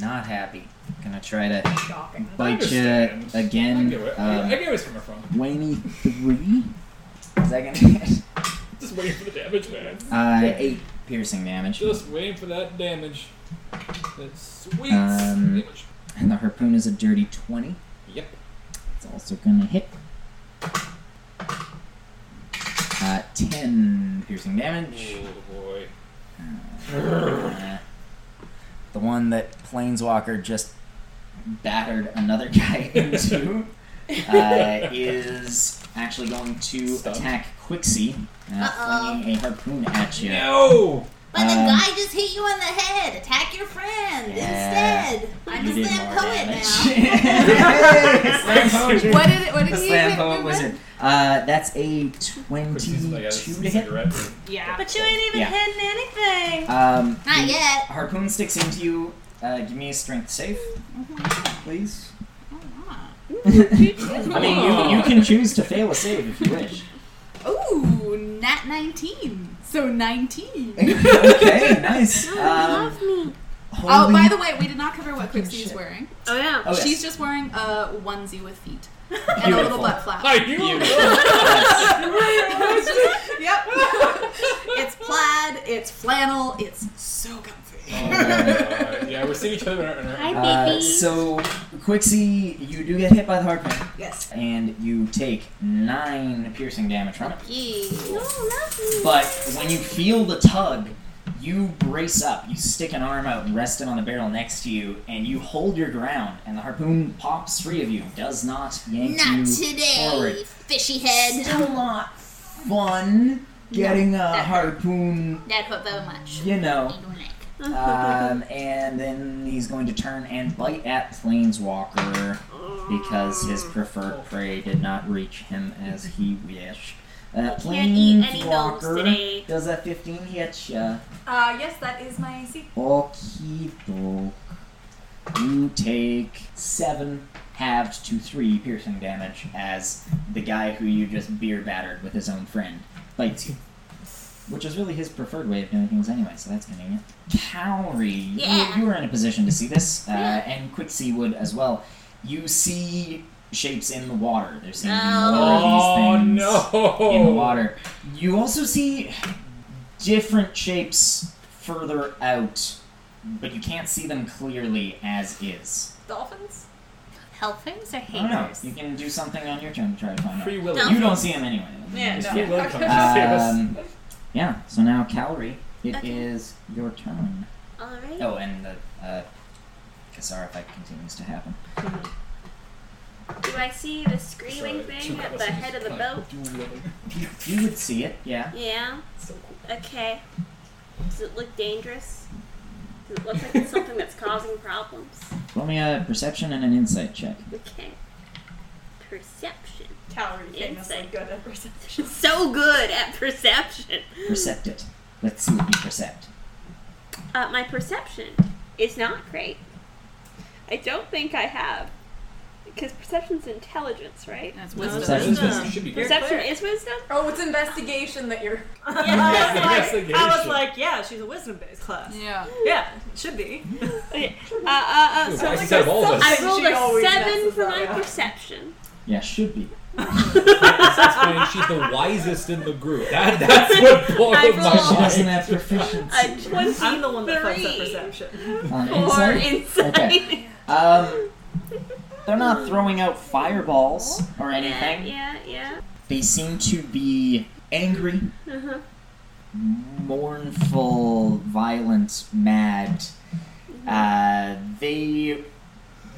Speaker 1: not happy. Gonna try to
Speaker 5: Shocking.
Speaker 1: bite you
Speaker 4: understand. I
Speaker 1: again.
Speaker 4: get it. I
Speaker 1: Um,
Speaker 4: get where it's coming from.
Speaker 1: 23? Is that gonna hit?
Speaker 4: Just waiting for the damage, man.
Speaker 1: Uh, 8 piercing damage.
Speaker 4: Just waiting for that damage. That sweet
Speaker 1: Um,
Speaker 4: damage.
Speaker 1: And the harpoon is a dirty 20.
Speaker 4: Yep.
Speaker 1: It's also gonna hit. Uh, 10 piercing damage.
Speaker 4: Oh boy.
Speaker 1: Uh, the one that Planeswalker just battered another guy into uh, is actually going to
Speaker 4: Stunned.
Speaker 1: attack Quixie, uh,
Speaker 8: Uh-oh.
Speaker 1: flinging a harpoon at you.
Speaker 4: No!
Speaker 8: But the
Speaker 1: Um,
Speaker 8: guy just hit you on the head. Attack your friend
Speaker 1: Yeah.
Speaker 8: instead. I'm
Speaker 1: You
Speaker 8: a
Speaker 1: did
Speaker 8: slam
Speaker 1: more
Speaker 8: poet now.
Speaker 1: damage. Slam poetry.
Speaker 7: What did it, what did
Speaker 1: The
Speaker 7: he
Speaker 1: slam
Speaker 7: hit
Speaker 1: poet
Speaker 7: me
Speaker 1: wizard. Uh, that's a
Speaker 4: Quixie's like a
Speaker 1: twenty-two to hit.
Speaker 4: cigarette.
Speaker 7: with? Yeah.
Speaker 2: But you ain't even
Speaker 1: Yeah.
Speaker 2: hitting anything.
Speaker 1: Um,
Speaker 8: Not
Speaker 1: the
Speaker 8: yet.
Speaker 1: Harpoon sticks into you. Uh, give me a strength save,
Speaker 8: Mm-hmm.
Speaker 1: please. I mean, you, you can choose to fail a save if you wish.
Speaker 7: Ooh, nat 19. So 19.
Speaker 1: okay, nice. Um, holy-
Speaker 7: Oh, by the way, we did not cover what Quixie is wearing.
Speaker 2: Oh yeah.
Speaker 1: Oh, yes.
Speaker 7: She's just wearing a onesie with feet and a
Speaker 1: Beautiful.
Speaker 7: little butt flap.
Speaker 4: Are you?
Speaker 7: yep. it's plaid. It's flannel. It's so comfy.
Speaker 4: Uh, Oh, yeah, we see each other in our, in our
Speaker 2: Hi,
Speaker 1: Uh,
Speaker 2: baby.
Speaker 1: so, Quixie, you do get hit by the harpoon,
Speaker 7: Yes.
Speaker 1: and you take nine piercing damage from it.
Speaker 8: Ew.
Speaker 1: But when you feel the tug, you brace up. You stick an arm out and rest it on the barrel next to you, and you hold your ground. And the harpoon pops free of you. Does not yank you
Speaker 8: Not today,
Speaker 1: forward.
Speaker 8: fishy head.
Speaker 1: Still not fun getting a
Speaker 8: that hurt.
Speaker 1: harpoon.
Speaker 8: That hurt very much.
Speaker 1: You know.
Speaker 8: In your neck.
Speaker 1: Um, and then he's going to turn and bite at Planeswalker because his preferred prey did not reach him as he wished. Uh,
Speaker 2: can't eat any gnomes
Speaker 1: Planeswalker
Speaker 2: today.
Speaker 1: does a 15 hit ya.
Speaker 5: Uh, yes, that is my AC.
Speaker 1: Okie doke. You take 7 halved to 3 piercing damage as the guy who you just beer battered with his own friend bites you. Which is really his preferred way of doing things anyway, so that's convenient. Cowrie, you-
Speaker 8: Yeah.
Speaker 1: you, were in a position to see this, uh, and Quixie would as well. You see shapes in the water. There's seem to be more
Speaker 4: Oh
Speaker 1: of these things
Speaker 4: no!
Speaker 1: in the water. You also see different shapes further out, but you can't see them clearly as is.
Speaker 5: Dolphins?
Speaker 8: Helpers or
Speaker 1: I don't know.
Speaker 8: haters?
Speaker 1: You can do something on your turn to try to find
Speaker 4: Free
Speaker 1: out.
Speaker 4: Willy.
Speaker 1: You don't see them anyway.
Speaker 5: Yeah,
Speaker 4: It's
Speaker 5: no.
Speaker 4: free will coming.
Speaker 1: Um, yeah. So now, Calorie, it is
Speaker 2: Okay.
Speaker 1: your turn.
Speaker 2: All right.
Speaker 1: Oh, and the uh, Kasarifite continues to happen.
Speaker 2: Do I see the screaming
Speaker 4: So, two
Speaker 2: thing at
Speaker 4: couples
Speaker 2: the
Speaker 4: just
Speaker 2: head of the
Speaker 4: kinda
Speaker 2: boat?
Speaker 4: do it.
Speaker 1: You would see it, yeah.
Speaker 2: Yeah.
Speaker 4: So cool.
Speaker 2: Okay. Does it look dangerous? Does it look like it's something that's causing problems?
Speaker 1: Roll me a perception and an insight check.
Speaker 2: Okay. Perception.
Speaker 5: Calorie famously
Speaker 2: Insight.
Speaker 5: good at perception.
Speaker 2: So good at perception.
Speaker 1: Percept it. Let's see what you percept.
Speaker 2: Uh, my perception is not great. I don't think I have. Because perception's intelligence, right?
Speaker 7: That's
Speaker 1: Wisdom.
Speaker 7: wisdom.
Speaker 1: Perception's
Speaker 4: Wisdom.
Speaker 1: wisdom.
Speaker 4: Should be good.
Speaker 2: Perception
Speaker 5: clear.
Speaker 2: is wisdom?
Speaker 5: Oh, it's investigation that you're.
Speaker 6: I, was like,
Speaker 4: Investigation.
Speaker 6: I was like, yeah, she's a wisdom based class.
Speaker 7: Yeah.
Speaker 6: Yeah, should be.
Speaker 2: Okay. Uh, uh, uh,
Speaker 4: Ooh,
Speaker 2: so
Speaker 4: I said all of us.
Speaker 2: I
Speaker 5: Mm-hmm. She
Speaker 2: rolled a
Speaker 5: always
Speaker 2: seven
Speaker 5: messes
Speaker 2: for
Speaker 5: up,
Speaker 2: my
Speaker 5: yeah.
Speaker 2: perception.
Speaker 1: Yeah, should be.
Speaker 4: That's when she's the wisest in the group. That, that's what blows
Speaker 2: I
Speaker 1: She
Speaker 4: my
Speaker 2: rolled-
Speaker 1: doesn't
Speaker 4: mind.
Speaker 1: have
Speaker 2: A
Speaker 1: proficiency
Speaker 6: I'm the one that fucks up
Speaker 2: 23.
Speaker 6: perception.
Speaker 1: on
Speaker 2: Or
Speaker 1: insight.
Speaker 2: insight.
Speaker 1: Okay. Um, they're not throwing out fireballs or
Speaker 2: Yeah,
Speaker 1: anything.
Speaker 2: yeah, yeah.
Speaker 1: They seem to be angry,
Speaker 2: Uh-huh.
Speaker 1: mournful, violent, mad.
Speaker 2: Mm-hmm.
Speaker 1: Uh, they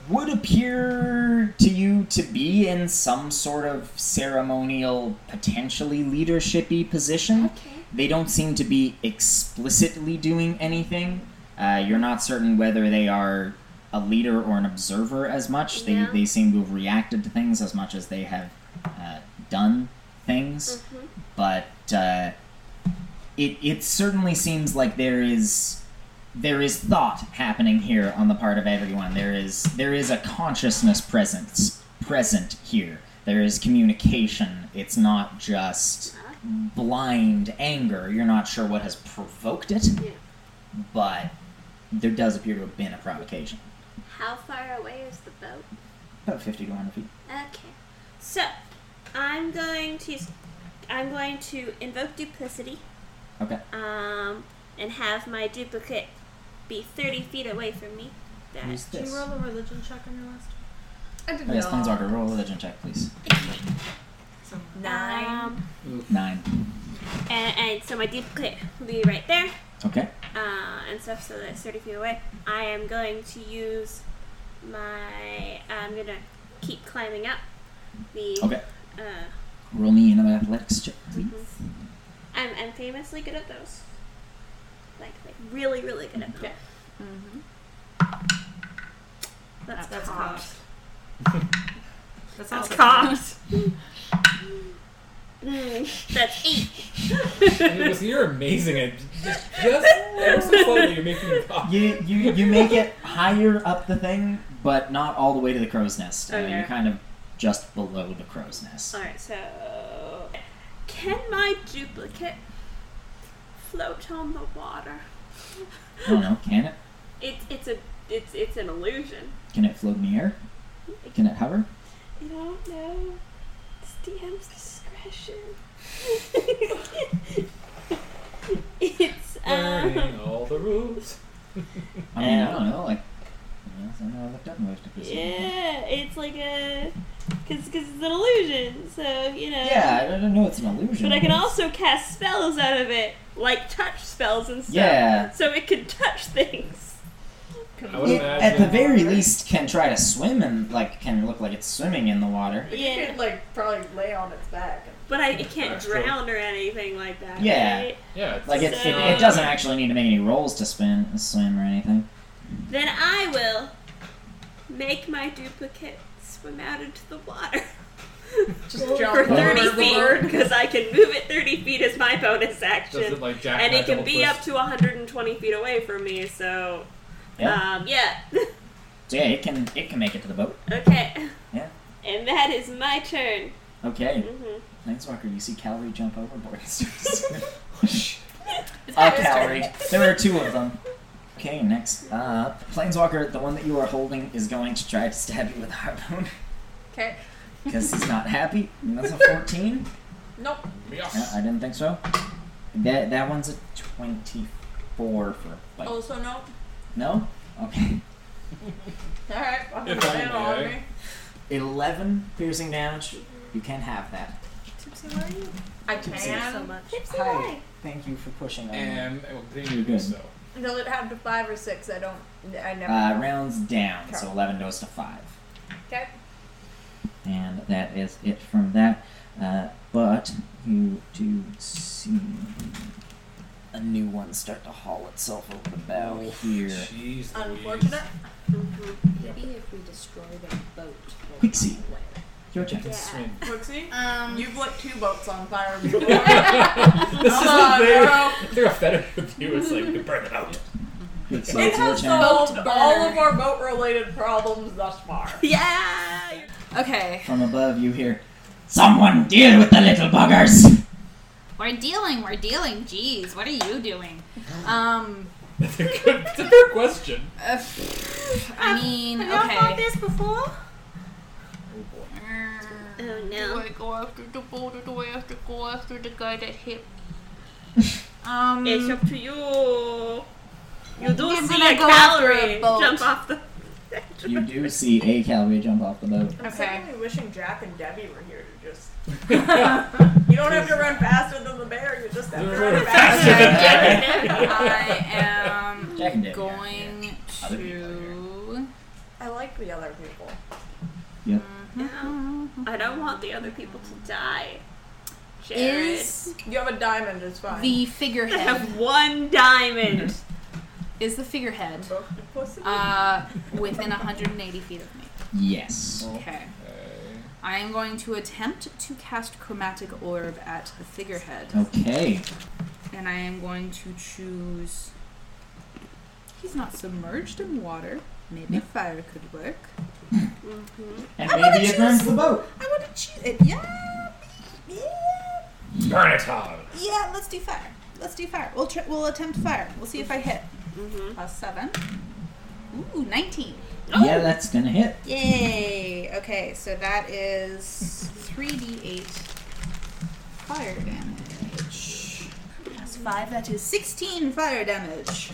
Speaker 1: would appear to you to be in some sort of ceremonial, potentially leadershipy position.
Speaker 2: Okay.
Speaker 1: They don't seem to be explicitly doing anything. Uh, you're not certain whether they are a leader or an observer as much. They,
Speaker 2: Yeah.
Speaker 1: they seem to have reacted to things as much as they have uh, done things
Speaker 2: Mhm.
Speaker 1: but uh, it it certainly seems like there is there is thought happening here on the part of everyone. There is there is a consciousness presence present here. There is communication. It's not just blind anger. You're not sure what has provoked it,
Speaker 2: Yeah.
Speaker 1: but there does appear to have been a provocation.
Speaker 2: How far away is the boat?
Speaker 1: About fifty to one hundred feet.
Speaker 2: Okay. So, I'm going to I'm going to invoke duplicity.
Speaker 1: Okay.
Speaker 2: Um, and have my duplicate be 30 feet away from me. That
Speaker 1: Who's this?
Speaker 6: a religion check on your last
Speaker 5: I did
Speaker 1: Oh, yes, Plains Order. Roll a religion check, please.
Speaker 5: Nine.
Speaker 2: Um,
Speaker 1: Nine.
Speaker 2: and, and so my duplicate will be right there.
Speaker 1: Okay.
Speaker 2: uh, and stuff so that's 30 feet away. I am going to use my. I'm gonna keep climbing up the.
Speaker 1: Okay.
Speaker 2: Uh,
Speaker 1: Roll me another athletics check, please.
Speaker 2: I'm, I'm famously good at those. Like, like really, really good at them. That's,
Speaker 6: That's
Speaker 2: cocked.
Speaker 6: cocked.
Speaker 7: That's
Speaker 2: That's
Speaker 7: awesome.
Speaker 2: cocked. Mm, that's eight.
Speaker 4: Listen, you're amazing at just, just ever so slightly you're making me pop.
Speaker 1: You, you you make it higher up the thing, but not all the way to the crow's nest. Uh,
Speaker 2: Okay.
Speaker 1: you're kind of just below the crow's nest.
Speaker 2: Alright, so. Can my duplicate float on the water?
Speaker 1: I don't know. Can it?
Speaker 2: It's it's a it's it's an illusion.
Speaker 1: Can it float in the air? Can it hover?
Speaker 2: I don't know. It's DM's discretion. it's um,
Speaker 4: Learning all the rules.
Speaker 1: I mean, I don't know. Like, you know, something I looked up most of this.
Speaker 2: yeah, it's like a because because it's an illusion. So you know.
Speaker 1: Yeah, I don't know. It's an illusion.
Speaker 2: But I can
Speaker 1: it's-
Speaker 2: also cast spells out of it, like touch spells and stuff.
Speaker 1: Yeah.
Speaker 2: So it can touch things.
Speaker 4: I would
Speaker 1: It,
Speaker 4: imagine.
Speaker 1: at the very least, can try to swim and like can look like it's swimming in the water.
Speaker 2: Yeah.
Speaker 5: You could like probably lay on its back.
Speaker 2: But I, it can't
Speaker 4: That's true.
Speaker 2: drown or anything like that.
Speaker 1: Yeah.
Speaker 2: right?
Speaker 4: yeah, it's
Speaker 1: Like it, it, it
Speaker 2: So-
Speaker 1: doesn't actually need to make any rolls to spin, swim or anything.
Speaker 2: Then I will make my duplicate swim out into the water.
Speaker 5: Just
Speaker 2: for
Speaker 5: jump
Speaker 1: over
Speaker 2: 30
Speaker 5: over the
Speaker 2: feet
Speaker 5: board.
Speaker 2: because I can move it 30 feet as my bonus
Speaker 4: does it
Speaker 2: action,
Speaker 4: like Jack
Speaker 2: and
Speaker 4: Black
Speaker 2: it can
Speaker 4: double
Speaker 2: be
Speaker 4: twist?
Speaker 2: up to 120 feet away from me. So,
Speaker 1: Yeah.
Speaker 2: um, yeah,
Speaker 1: So yeah, it can it can make it to the boat.
Speaker 2: okay.
Speaker 1: Yeah.
Speaker 2: And that is my turn.
Speaker 1: Okay.
Speaker 2: hmm
Speaker 1: Planeswalker, you see Calorie jump overboard.
Speaker 7: It's
Speaker 1: Ah,
Speaker 7: my first
Speaker 1: Calorie.
Speaker 7: turn.
Speaker 1: There are two of them. Okay, next up. Planeswalker, the one that you are holding, is going to try to stab you with a harpoon
Speaker 3: Okay.
Speaker 1: because he's not happy. And that's a 14.
Speaker 5: Nope.
Speaker 1: No, I didn't think so. That, that one's a 24 for bite.
Speaker 5: Also nope.
Speaker 1: No? Okay.
Speaker 5: All right. I'm
Speaker 4: If
Speaker 5: gonna lay it
Speaker 4: only,
Speaker 5: on
Speaker 4: eh?
Speaker 5: me.
Speaker 1: 11 piercing damage. You can have that.
Speaker 5: I
Speaker 1: Keeps it
Speaker 5: can.
Speaker 6: much.
Speaker 1: Hi. Thank you for pushing on. that.
Speaker 4: And I will continue to do so.
Speaker 5: Does it have to five or six? I don't. I never.
Speaker 1: Uh, rounds down, so 11 goes to 5.
Speaker 5: okay.
Speaker 1: and that is it from that. Uh, but you do see a new one start to haul itself over the bow here.
Speaker 4: Jeez.
Speaker 5: Unfortunate.
Speaker 8: Maybe if we destroy the boat. we'll
Speaker 1: Quixie.
Speaker 8: find a way.
Speaker 1: Your turn.
Speaker 4: Louise. Swing.
Speaker 5: Quixie,
Speaker 3: Um,
Speaker 5: you've lit two boats on fire before.
Speaker 4: this is
Speaker 5: on,
Speaker 4: their,
Speaker 5: bro.
Speaker 4: their fetish with you. It's like, you burn it out.
Speaker 1: Quixie, it's
Speaker 5: it
Speaker 1: your
Speaker 7: Um,
Speaker 5: has
Speaker 1: turn.
Speaker 5: solved all of our boat related problems thus far.
Speaker 3: yeah.
Speaker 7: Okay.
Speaker 1: From above, you hear, Someone deal with the little buggers!
Speaker 8: We're dealing, we're dealing. Jeez, what are you doing?
Speaker 7: Um.
Speaker 4: That's a good that's a fair question.
Speaker 7: uh, pff, I mean,
Speaker 3: Have y'all thought
Speaker 7: okay.
Speaker 3: this before?
Speaker 2: Oh
Speaker 3: Do
Speaker 2: no.
Speaker 3: I go after the boat or do I have to go after the guy that hit me?
Speaker 7: Um.
Speaker 2: It's up to you. You do
Speaker 3: He's
Speaker 2: see
Speaker 3: gonna
Speaker 2: a
Speaker 3: go after a
Speaker 2: calorie
Speaker 3: boat.
Speaker 2: jump off the.
Speaker 1: You do see a Calvary jump off the boat.
Speaker 5: I'm
Speaker 7: Okay.
Speaker 5: suddenly wishing Jack and Debbie were here to just. you don't have to run faster than the bear. You just have to run faster.
Speaker 4: Faster than
Speaker 7: I am
Speaker 1: Jack and Dave.
Speaker 7: going
Speaker 1: Other people are
Speaker 7: to.
Speaker 5: I like the other people.
Speaker 2: No. I don't want the other people to die. Jared.
Speaker 7: Is
Speaker 5: You have a diamond. It's fine.
Speaker 7: the
Speaker 2: I
Speaker 7: figurehead?
Speaker 2: have one diamond.
Speaker 7: Is the figurehead
Speaker 5: Both the pussy.
Speaker 7: uh within 180 feet of me?
Speaker 1: Yes.
Speaker 7: Okay.
Speaker 4: Uh, Okay.
Speaker 7: I am going to attempt to cast chromatic orb at the figurehead,
Speaker 1: Okay.
Speaker 7: and I am going to choose. He's not submerged in water. Maybe fire could work.
Speaker 1: And
Speaker 7: wanna
Speaker 1: maybe it burns
Speaker 7: choose-
Speaker 1: the boat.
Speaker 7: I want to choose it. Yeah, yeah,
Speaker 4: Burn it out.
Speaker 7: yeah. Let's do fire. Let's do fire. We'll try, we'll attempt fire. We'll see if I hit. Plus seven. Ooh, nineteen.
Speaker 1: Yeah, that's gonna hit.
Speaker 7: Yay! Okay, so that is 3d8 fire damage. Plus 5, that is 16 fire damage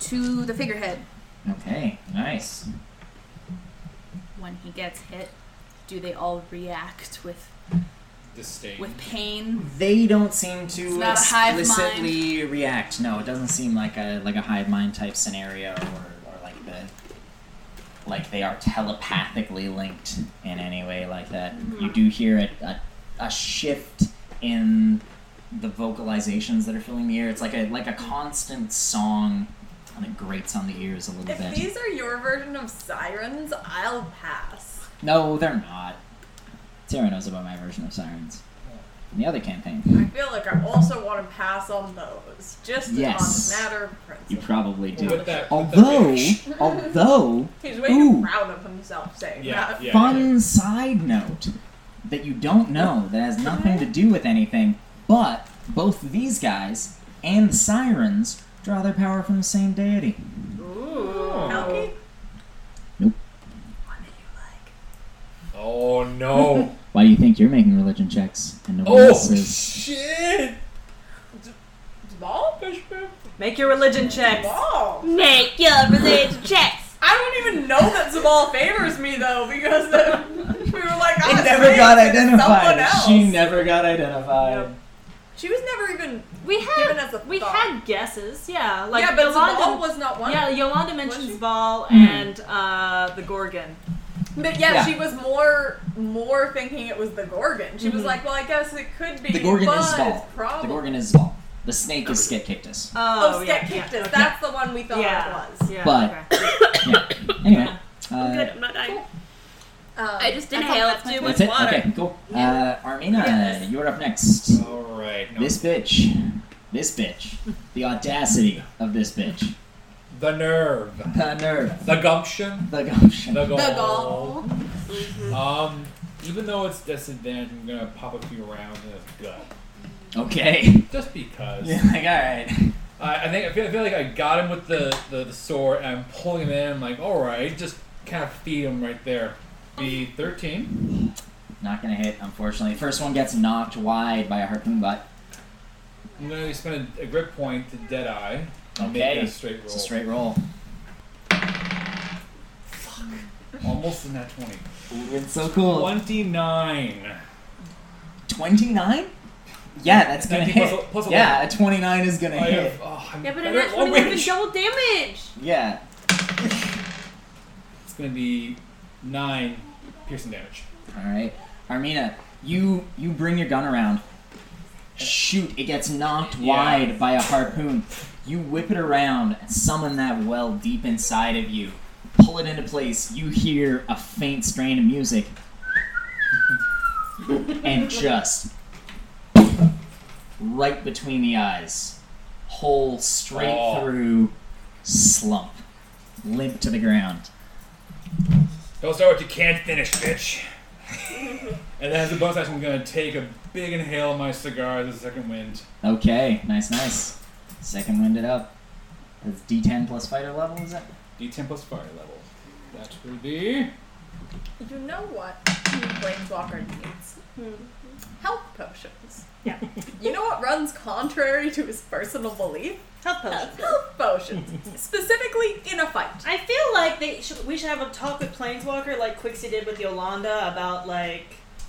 Speaker 7: to the figurehead.
Speaker 1: Okay, nice.
Speaker 7: When he gets hit, do they all react with,
Speaker 4: Disdain.
Speaker 7: with pain?
Speaker 1: They don't seem
Speaker 7: It's
Speaker 1: to
Speaker 7: not a hive
Speaker 1: explicitly react. No, it doesn't seem like a like a hive mind type scenario, or, or like the like they are telepathically linked in any way like that.
Speaker 7: Mm-hmm.
Speaker 1: You do hear a, a a shift in the vocalizations that are filling the air. It's like a like a constant song, and it grates on the ears a little
Speaker 5: if
Speaker 1: bit.
Speaker 5: these are your version of sirens, I'll pass.
Speaker 1: No, they're not. Tara knows about my version of sirens. From the other campaign.
Speaker 5: I feel like I also want to pass on those, just
Speaker 1: Yes.
Speaker 5: on a matter of
Speaker 1: You
Speaker 5: principle.
Speaker 1: probably do.
Speaker 4: With that,
Speaker 1: Although,
Speaker 4: with that
Speaker 1: although,
Speaker 5: He's way too
Speaker 1: Ooh.
Speaker 5: proud of himself saying
Speaker 4: yeah,
Speaker 5: that.
Speaker 4: yeah,
Speaker 1: fun side note that you don't know that has nothing to do with anything, but both these guys and the sirens draw their power from the same deity.
Speaker 5: Alki?
Speaker 1: Nope.
Speaker 5: One that you like.
Speaker 4: Oh no.
Speaker 1: Why do you think you're making religion checks and no one else
Speaker 4: oh
Speaker 1: is?
Speaker 4: shit.
Speaker 5: Small?
Speaker 6: Make your religion check.
Speaker 5: Small.
Speaker 2: Make your religion checks.
Speaker 5: I don't even know that Zabal favors me though, because the, we were like, I
Speaker 1: It never got
Speaker 5: Someone
Speaker 1: identified.
Speaker 5: else.
Speaker 1: She never got identified.
Speaker 5: Yep. She was never even
Speaker 6: We
Speaker 5: given
Speaker 6: had
Speaker 5: as a
Speaker 6: we
Speaker 5: thought.
Speaker 6: had guesses, yeah. Like
Speaker 5: yeah, but
Speaker 6: Yolanda,
Speaker 5: Zabal was not one.
Speaker 6: yeah, Yolanda
Speaker 5: Was she?
Speaker 6: mentions Ball and uh, the Gorgon.
Speaker 5: But yeah,
Speaker 1: Yeah.
Speaker 5: she was more more thinking it was the Gorgon. She
Speaker 6: Mm-hmm.
Speaker 5: was like, well, I guess it could be.
Speaker 1: The Gorgon
Speaker 5: but
Speaker 1: is Zal.
Speaker 5: it's
Speaker 1: The
Speaker 2: Oh.
Speaker 5: probably-
Speaker 1: Gorgon is Zal. The snake is Sketkictus.
Speaker 5: Oh,
Speaker 6: Oh,
Speaker 5: Sket
Speaker 6: yeah,
Speaker 5: kicked
Speaker 6: yeah.
Speaker 5: us. That's the one we thought
Speaker 6: yeah,
Speaker 5: it was.
Speaker 6: yeah,
Speaker 1: But-
Speaker 6: okay.
Speaker 1: Anyway,
Speaker 2: I'm
Speaker 1: uh,
Speaker 2: good. I'm not dying.
Speaker 5: Um,
Speaker 2: I just inhaled too much
Speaker 1: that's it.
Speaker 2: water.
Speaker 1: Okay, cool. Uh, Armina,
Speaker 5: Yes.
Speaker 1: you're up next.
Speaker 4: All right. No.
Speaker 1: This bitch. This bitch. The audacity of this bitch.
Speaker 4: the nerve.
Speaker 1: The nerve.
Speaker 4: The gumption.
Speaker 1: The gumption.
Speaker 4: The goal.
Speaker 3: The goal.
Speaker 4: Um, even though it's disadvantage, I'm gonna pop a few rounds in his gut,
Speaker 1: Okay.
Speaker 4: just because.
Speaker 1: Yeah, like, alright.
Speaker 4: I, I think I feel, I feel like I got him with the, the, the sword, and I'm pulling him in. I'm like, all right, just kind of feed him right there. Be 13.
Speaker 1: Not gonna hit, unfortunately. First one gets knocked wide by a harpoon butt.
Speaker 4: I'm gonna spend a grip point to Deadeye. I'll
Speaker 1: Okay.
Speaker 4: Make it a straight roll.
Speaker 1: It's a straight roll.
Speaker 4: Almost in that 20.
Speaker 1: It's so cool.
Speaker 4: 29.
Speaker 1: 29? Yeah, that's gonna
Speaker 4: 19 plus
Speaker 1: hit.
Speaker 4: a- plus
Speaker 1: yeah, a 29 is gonna
Speaker 4: I
Speaker 1: hit.
Speaker 4: have, oh, I'm
Speaker 2: Yeah, but
Speaker 4: better
Speaker 2: in that
Speaker 4: at long
Speaker 2: 20 you
Speaker 4: range.
Speaker 2: can double damage.
Speaker 1: Yeah.
Speaker 4: It's gonna be 9 piercing damage.
Speaker 1: All right, Armina, you you bring your gun around. Shoot! It gets knocked
Speaker 4: Yeah.
Speaker 1: wide by a harpoon. You whip it around and summon that well deep inside of you. Pull it into place. You hear a faint strain of music, and just right between the eyes, hole straight
Speaker 4: Oh.
Speaker 1: through, slump, limp to the ground.
Speaker 4: Don't start what you can't finish, bitch. and then as a bonus action, I'm gonna take a big inhale of my cigar as a second wind.
Speaker 1: Okay, nice, nice. Second wind it up. That's D10 plus fighter level, is it?
Speaker 4: D10 plus fire level. That will be.
Speaker 5: You know what Planeswalker needs? Health potions.
Speaker 6: Hmm. Yeah.
Speaker 5: You know what runs contrary to his personal belief?
Speaker 6: Health potion.
Speaker 5: Health potions. Specifically in a fight.
Speaker 6: I feel like they should, we should have a talk with Planeswalker like Quixie did with Yolanda about like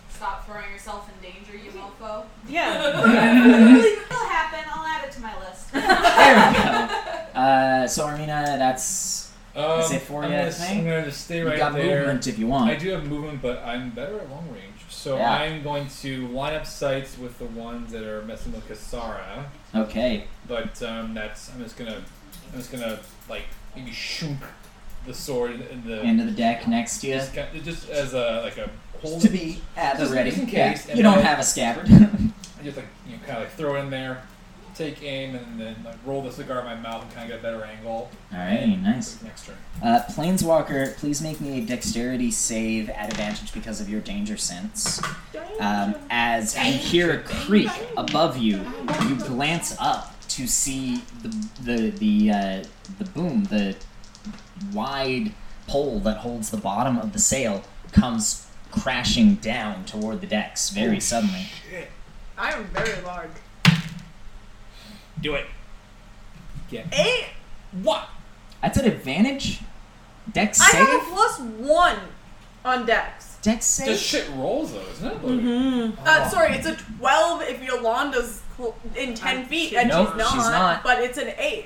Speaker 9: Stop throwing yourself in danger, you mofo.
Speaker 6: yeah
Speaker 9: It'll happen. I'll add it to my list.
Speaker 1: There we go. Uh, so, Armina, that's.
Speaker 4: Um,
Speaker 1: Is it four
Speaker 4: I'm,
Speaker 1: yet,
Speaker 4: gonna,
Speaker 1: I
Speaker 4: s-
Speaker 1: think?
Speaker 4: I'm gonna just stay
Speaker 1: You
Speaker 4: right
Speaker 1: got
Speaker 4: there.
Speaker 1: movement if you
Speaker 4: I
Speaker 1: want.
Speaker 4: do have movement, but I'm better at long range. So
Speaker 1: Yeah.
Speaker 4: I'm going to line up sights with the ones that are messing with Kasara.
Speaker 1: Okay.
Speaker 4: But um, that's I'm just gonna I'm just gonna like maybe shoot the sword in the
Speaker 1: End of the deck next to you.
Speaker 4: just, ca- just as a like a hold
Speaker 1: To be at the
Speaker 4: Just-
Speaker 1: ready.
Speaker 4: just in case,
Speaker 1: Yeah,
Speaker 4: and
Speaker 1: You don't
Speaker 4: then-
Speaker 1: have a scabbard.
Speaker 4: I just like you know, kind of like throw it in there, take aim, and then like roll the cigar in my mouth and kind of get a better angle.
Speaker 1: Alright, nice.
Speaker 4: Next turn.
Speaker 1: Uh, Planeswalker, please make me a dexterity save at advantage because of your danger sense. Um, as you hear a creak above you, you glance up to see the the the uh, the boom, the wide pole that holds the bottom of the sail, comes crashing down toward the decks very suddenly.
Speaker 5: I am very large.
Speaker 4: Do it. Get
Speaker 5: Eight?
Speaker 4: what?
Speaker 1: That's an advantage. Dex
Speaker 5: I have
Speaker 1: save.
Speaker 5: a plus one on dex.
Speaker 1: Dex
Speaker 4: This
Speaker 1: save.
Speaker 4: shit rolls though, isn't it? Logan?
Speaker 5: Uh, sorry, it's a 12 if Yolanda's cl- in 10 feet, and
Speaker 1: Nope,
Speaker 5: she's, not,
Speaker 1: she's not.
Speaker 5: but it's an 8.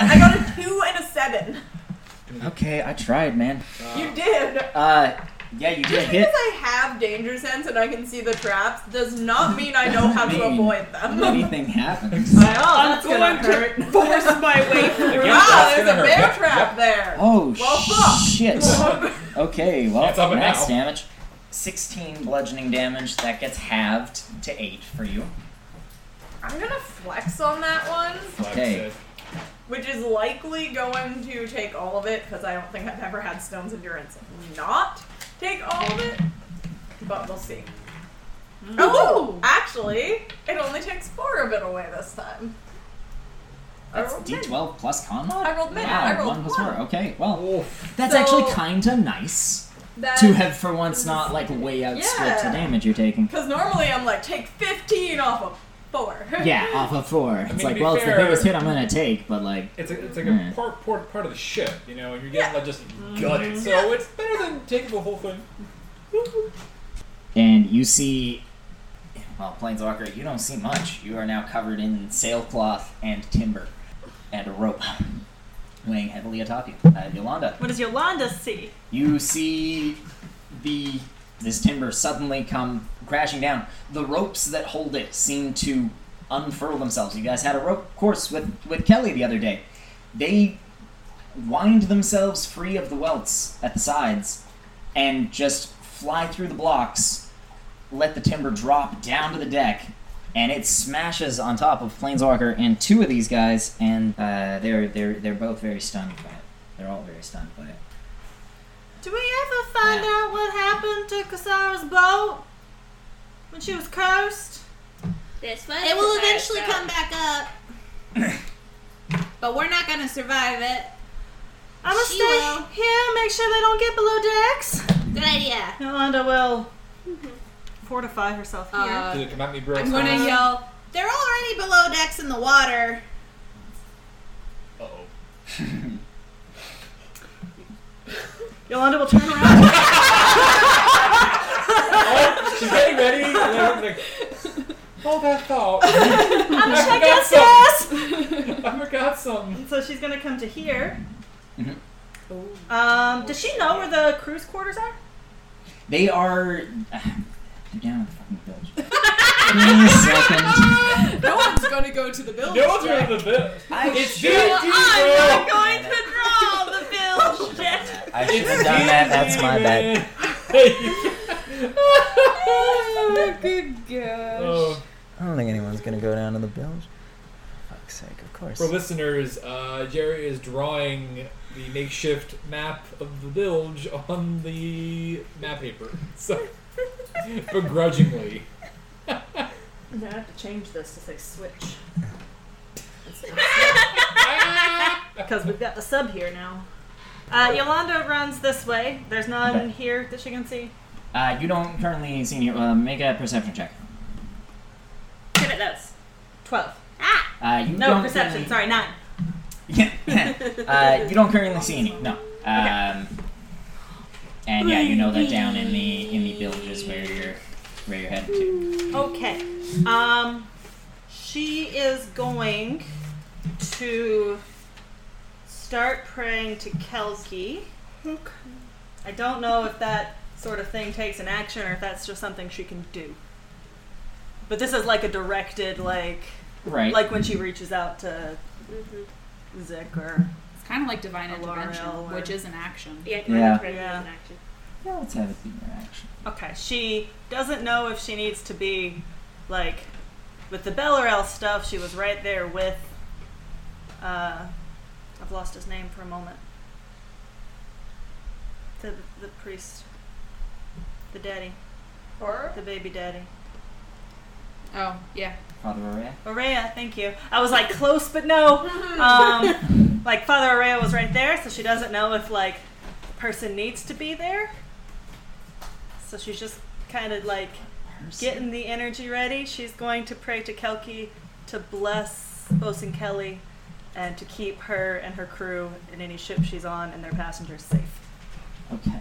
Speaker 5: I got a 2 and a 7.
Speaker 1: Okay, I tried, man.
Speaker 5: You did.
Speaker 1: Uh, yeah, you did
Speaker 5: Just
Speaker 1: hit.
Speaker 5: because I have danger sense and I can see the traps does not mean I know how to
Speaker 1: Mean.
Speaker 5: avoid them.
Speaker 1: Anything happens.
Speaker 5: I'm
Speaker 6: going to
Speaker 5: force my way
Speaker 4: Again,
Speaker 5: Ah,
Speaker 4: that's
Speaker 5: there's
Speaker 4: gonna
Speaker 5: a
Speaker 4: hurt.
Speaker 5: bear
Speaker 4: Yep,
Speaker 5: trap there.
Speaker 1: Oh
Speaker 5: Well, fuck.
Speaker 1: shit. Okay, well,
Speaker 4: That's up and
Speaker 1: max
Speaker 4: out.
Speaker 1: damage. 16 bludgeoning damage. That gets halved to 8 for you.
Speaker 5: I'm gonna flex on that one,
Speaker 4: yep.
Speaker 1: Okay.
Speaker 4: That's it.
Speaker 5: which is likely going to take all of it because I don't think I've ever had Stone's Endurance not take all of it, but we'll see. Oh, actually, it only takes four of it away this time. I
Speaker 1: That's
Speaker 5: rolled mid.
Speaker 1: d12 plus con mod?
Speaker 5: I rolled mid.
Speaker 1: Wow,
Speaker 5: I rolled
Speaker 1: 1 plus 4.
Speaker 5: one.
Speaker 1: Okay, well,
Speaker 4: Oof.
Speaker 1: that's
Speaker 5: So-
Speaker 1: actually kinda nice
Speaker 5: That-
Speaker 1: to have for once not like way outstripped
Speaker 5: Yeah.
Speaker 1: the damage you're taking.
Speaker 5: Because normally I'm like, take 15 off of four.
Speaker 1: Yeah, off of 4. It's
Speaker 4: mean, to
Speaker 1: like,
Speaker 4: be
Speaker 1: well, it's
Speaker 4: fair-
Speaker 1: the biggest hit I'm gonna take, but like,
Speaker 4: It's a, it's like a
Speaker 1: Mm.
Speaker 4: part, part part of the ship, you know. and You're
Speaker 5: Yeah.
Speaker 4: getting like just gutted, so it's better than taking the whole thing.
Speaker 1: and you see. Well, Planeswalker, you don't see much. You are now covered in sailcloth and timber and a rope weighing heavily atop you. Uh, Yolanda.
Speaker 6: what does Yolanda see
Speaker 1: You see the this timber suddenly come crashing down. The ropes that hold it seem to unfurl themselves. You guys had a rope course with with Kelly the other day. They wind themselves free of the welts at the sides and just fly through the blocks, let the timber drop down to the deck, and it smashes on top of Planeswalker and two of these guys, and uh, they're they're they're both very stunned by it. They're all very stunned by it.
Speaker 6: do we ever find
Speaker 1: Yeah.
Speaker 6: out what happened to Kasara's boat when she was cursed
Speaker 2: This one.
Speaker 8: It will eventually come back up. but we're not gonna survive it.
Speaker 6: I'm gonna
Speaker 8: She
Speaker 6: stay
Speaker 8: will.
Speaker 6: here make sure they don't get below decks
Speaker 8: Good idea.
Speaker 6: Yolanda will
Speaker 2: Mm-hmm.
Speaker 6: fortify herself here
Speaker 7: Uh,
Speaker 4: Did it come at me, bro?
Speaker 9: I'm gonna yell.
Speaker 8: They're already below decks in the water.
Speaker 4: Uh oh.
Speaker 6: Yolanda will turn around
Speaker 4: Oh, she's getting ready. And then I'm like, hold that thought. I
Speaker 6: yes
Speaker 4: forgot something. I forgot something.
Speaker 6: so she's gonna come to here
Speaker 1: Mhm.
Speaker 2: Mm-hmm.
Speaker 6: um does she know where the cruise quarters are
Speaker 1: They are. they're down in the fucking village. Give me a second.
Speaker 7: No one's gonna go to the village.
Speaker 4: No one's going to the village.
Speaker 1: I
Speaker 4: It's
Speaker 1: should-
Speaker 4: Disney World.
Speaker 2: going to draw the bill. Shit.
Speaker 10: I should have done that. That's my bad.
Speaker 4: bad.
Speaker 7: Oh, good gosh.
Speaker 4: oh.
Speaker 10: I don't think anyone's gonna go down to the bilge. Fuck's sake, of course.
Speaker 4: For listeners, uh, Jerry is drawing the makeshift map of the bilge on the map paper. So, begrudgingly.
Speaker 5: I'm gonna have to change this to say switch.
Speaker 6: Because we've got the sub here now. Uh, Yolanda runs this way. There's none
Speaker 1: Okay.
Speaker 6: here that she can see.
Speaker 1: Uh, you don't currently see any. Uh, make a perception check.
Speaker 2: Good at those.
Speaker 6: 12.
Speaker 1: Uh, you
Speaker 6: No,
Speaker 1: don't
Speaker 6: perception.
Speaker 1: currently-
Speaker 6: Sorry, 9.
Speaker 1: uh, you don't currently see any. No. Um, and yeah, you know that down in the in the bilge is where you're where you're headed to.
Speaker 6: Okay. Um, she is going to start praying to Kelski. I don't know if that sort of thing takes an action or if that's just something she can do. But this is like a directed, like,
Speaker 1: Right.
Speaker 6: like when she reaches out to
Speaker 2: Mm-hmm.
Speaker 6: Zick or
Speaker 7: It's kind of like divine
Speaker 6: Alarm
Speaker 7: intervention,
Speaker 6: alarm.
Speaker 7: which is an action.
Speaker 2: Yeah.
Speaker 1: Yeah.
Speaker 6: Yeah.
Speaker 2: An action.
Speaker 1: Yeah, let's have it be your action.
Speaker 6: Okay, she doesn't know if she needs to be like with the Bellarel stuff. She was right there with. Uh, I've lost his name for a moment. The the priest, the daddy,
Speaker 5: Or
Speaker 6: the baby daddy.
Speaker 7: Oh, yeah.
Speaker 1: Father Aurea.
Speaker 6: Aurea, thank you. I was like close, but no. Um, like Father Aurea was right there, so she doesn't know if like the person needs to be there. So she's just kind of like getting the energy ready. She's going to pray to Kelki to bless Bosun Kelly and to keep her and her crew and any ship she's on and their passengers safe.
Speaker 1: Okay.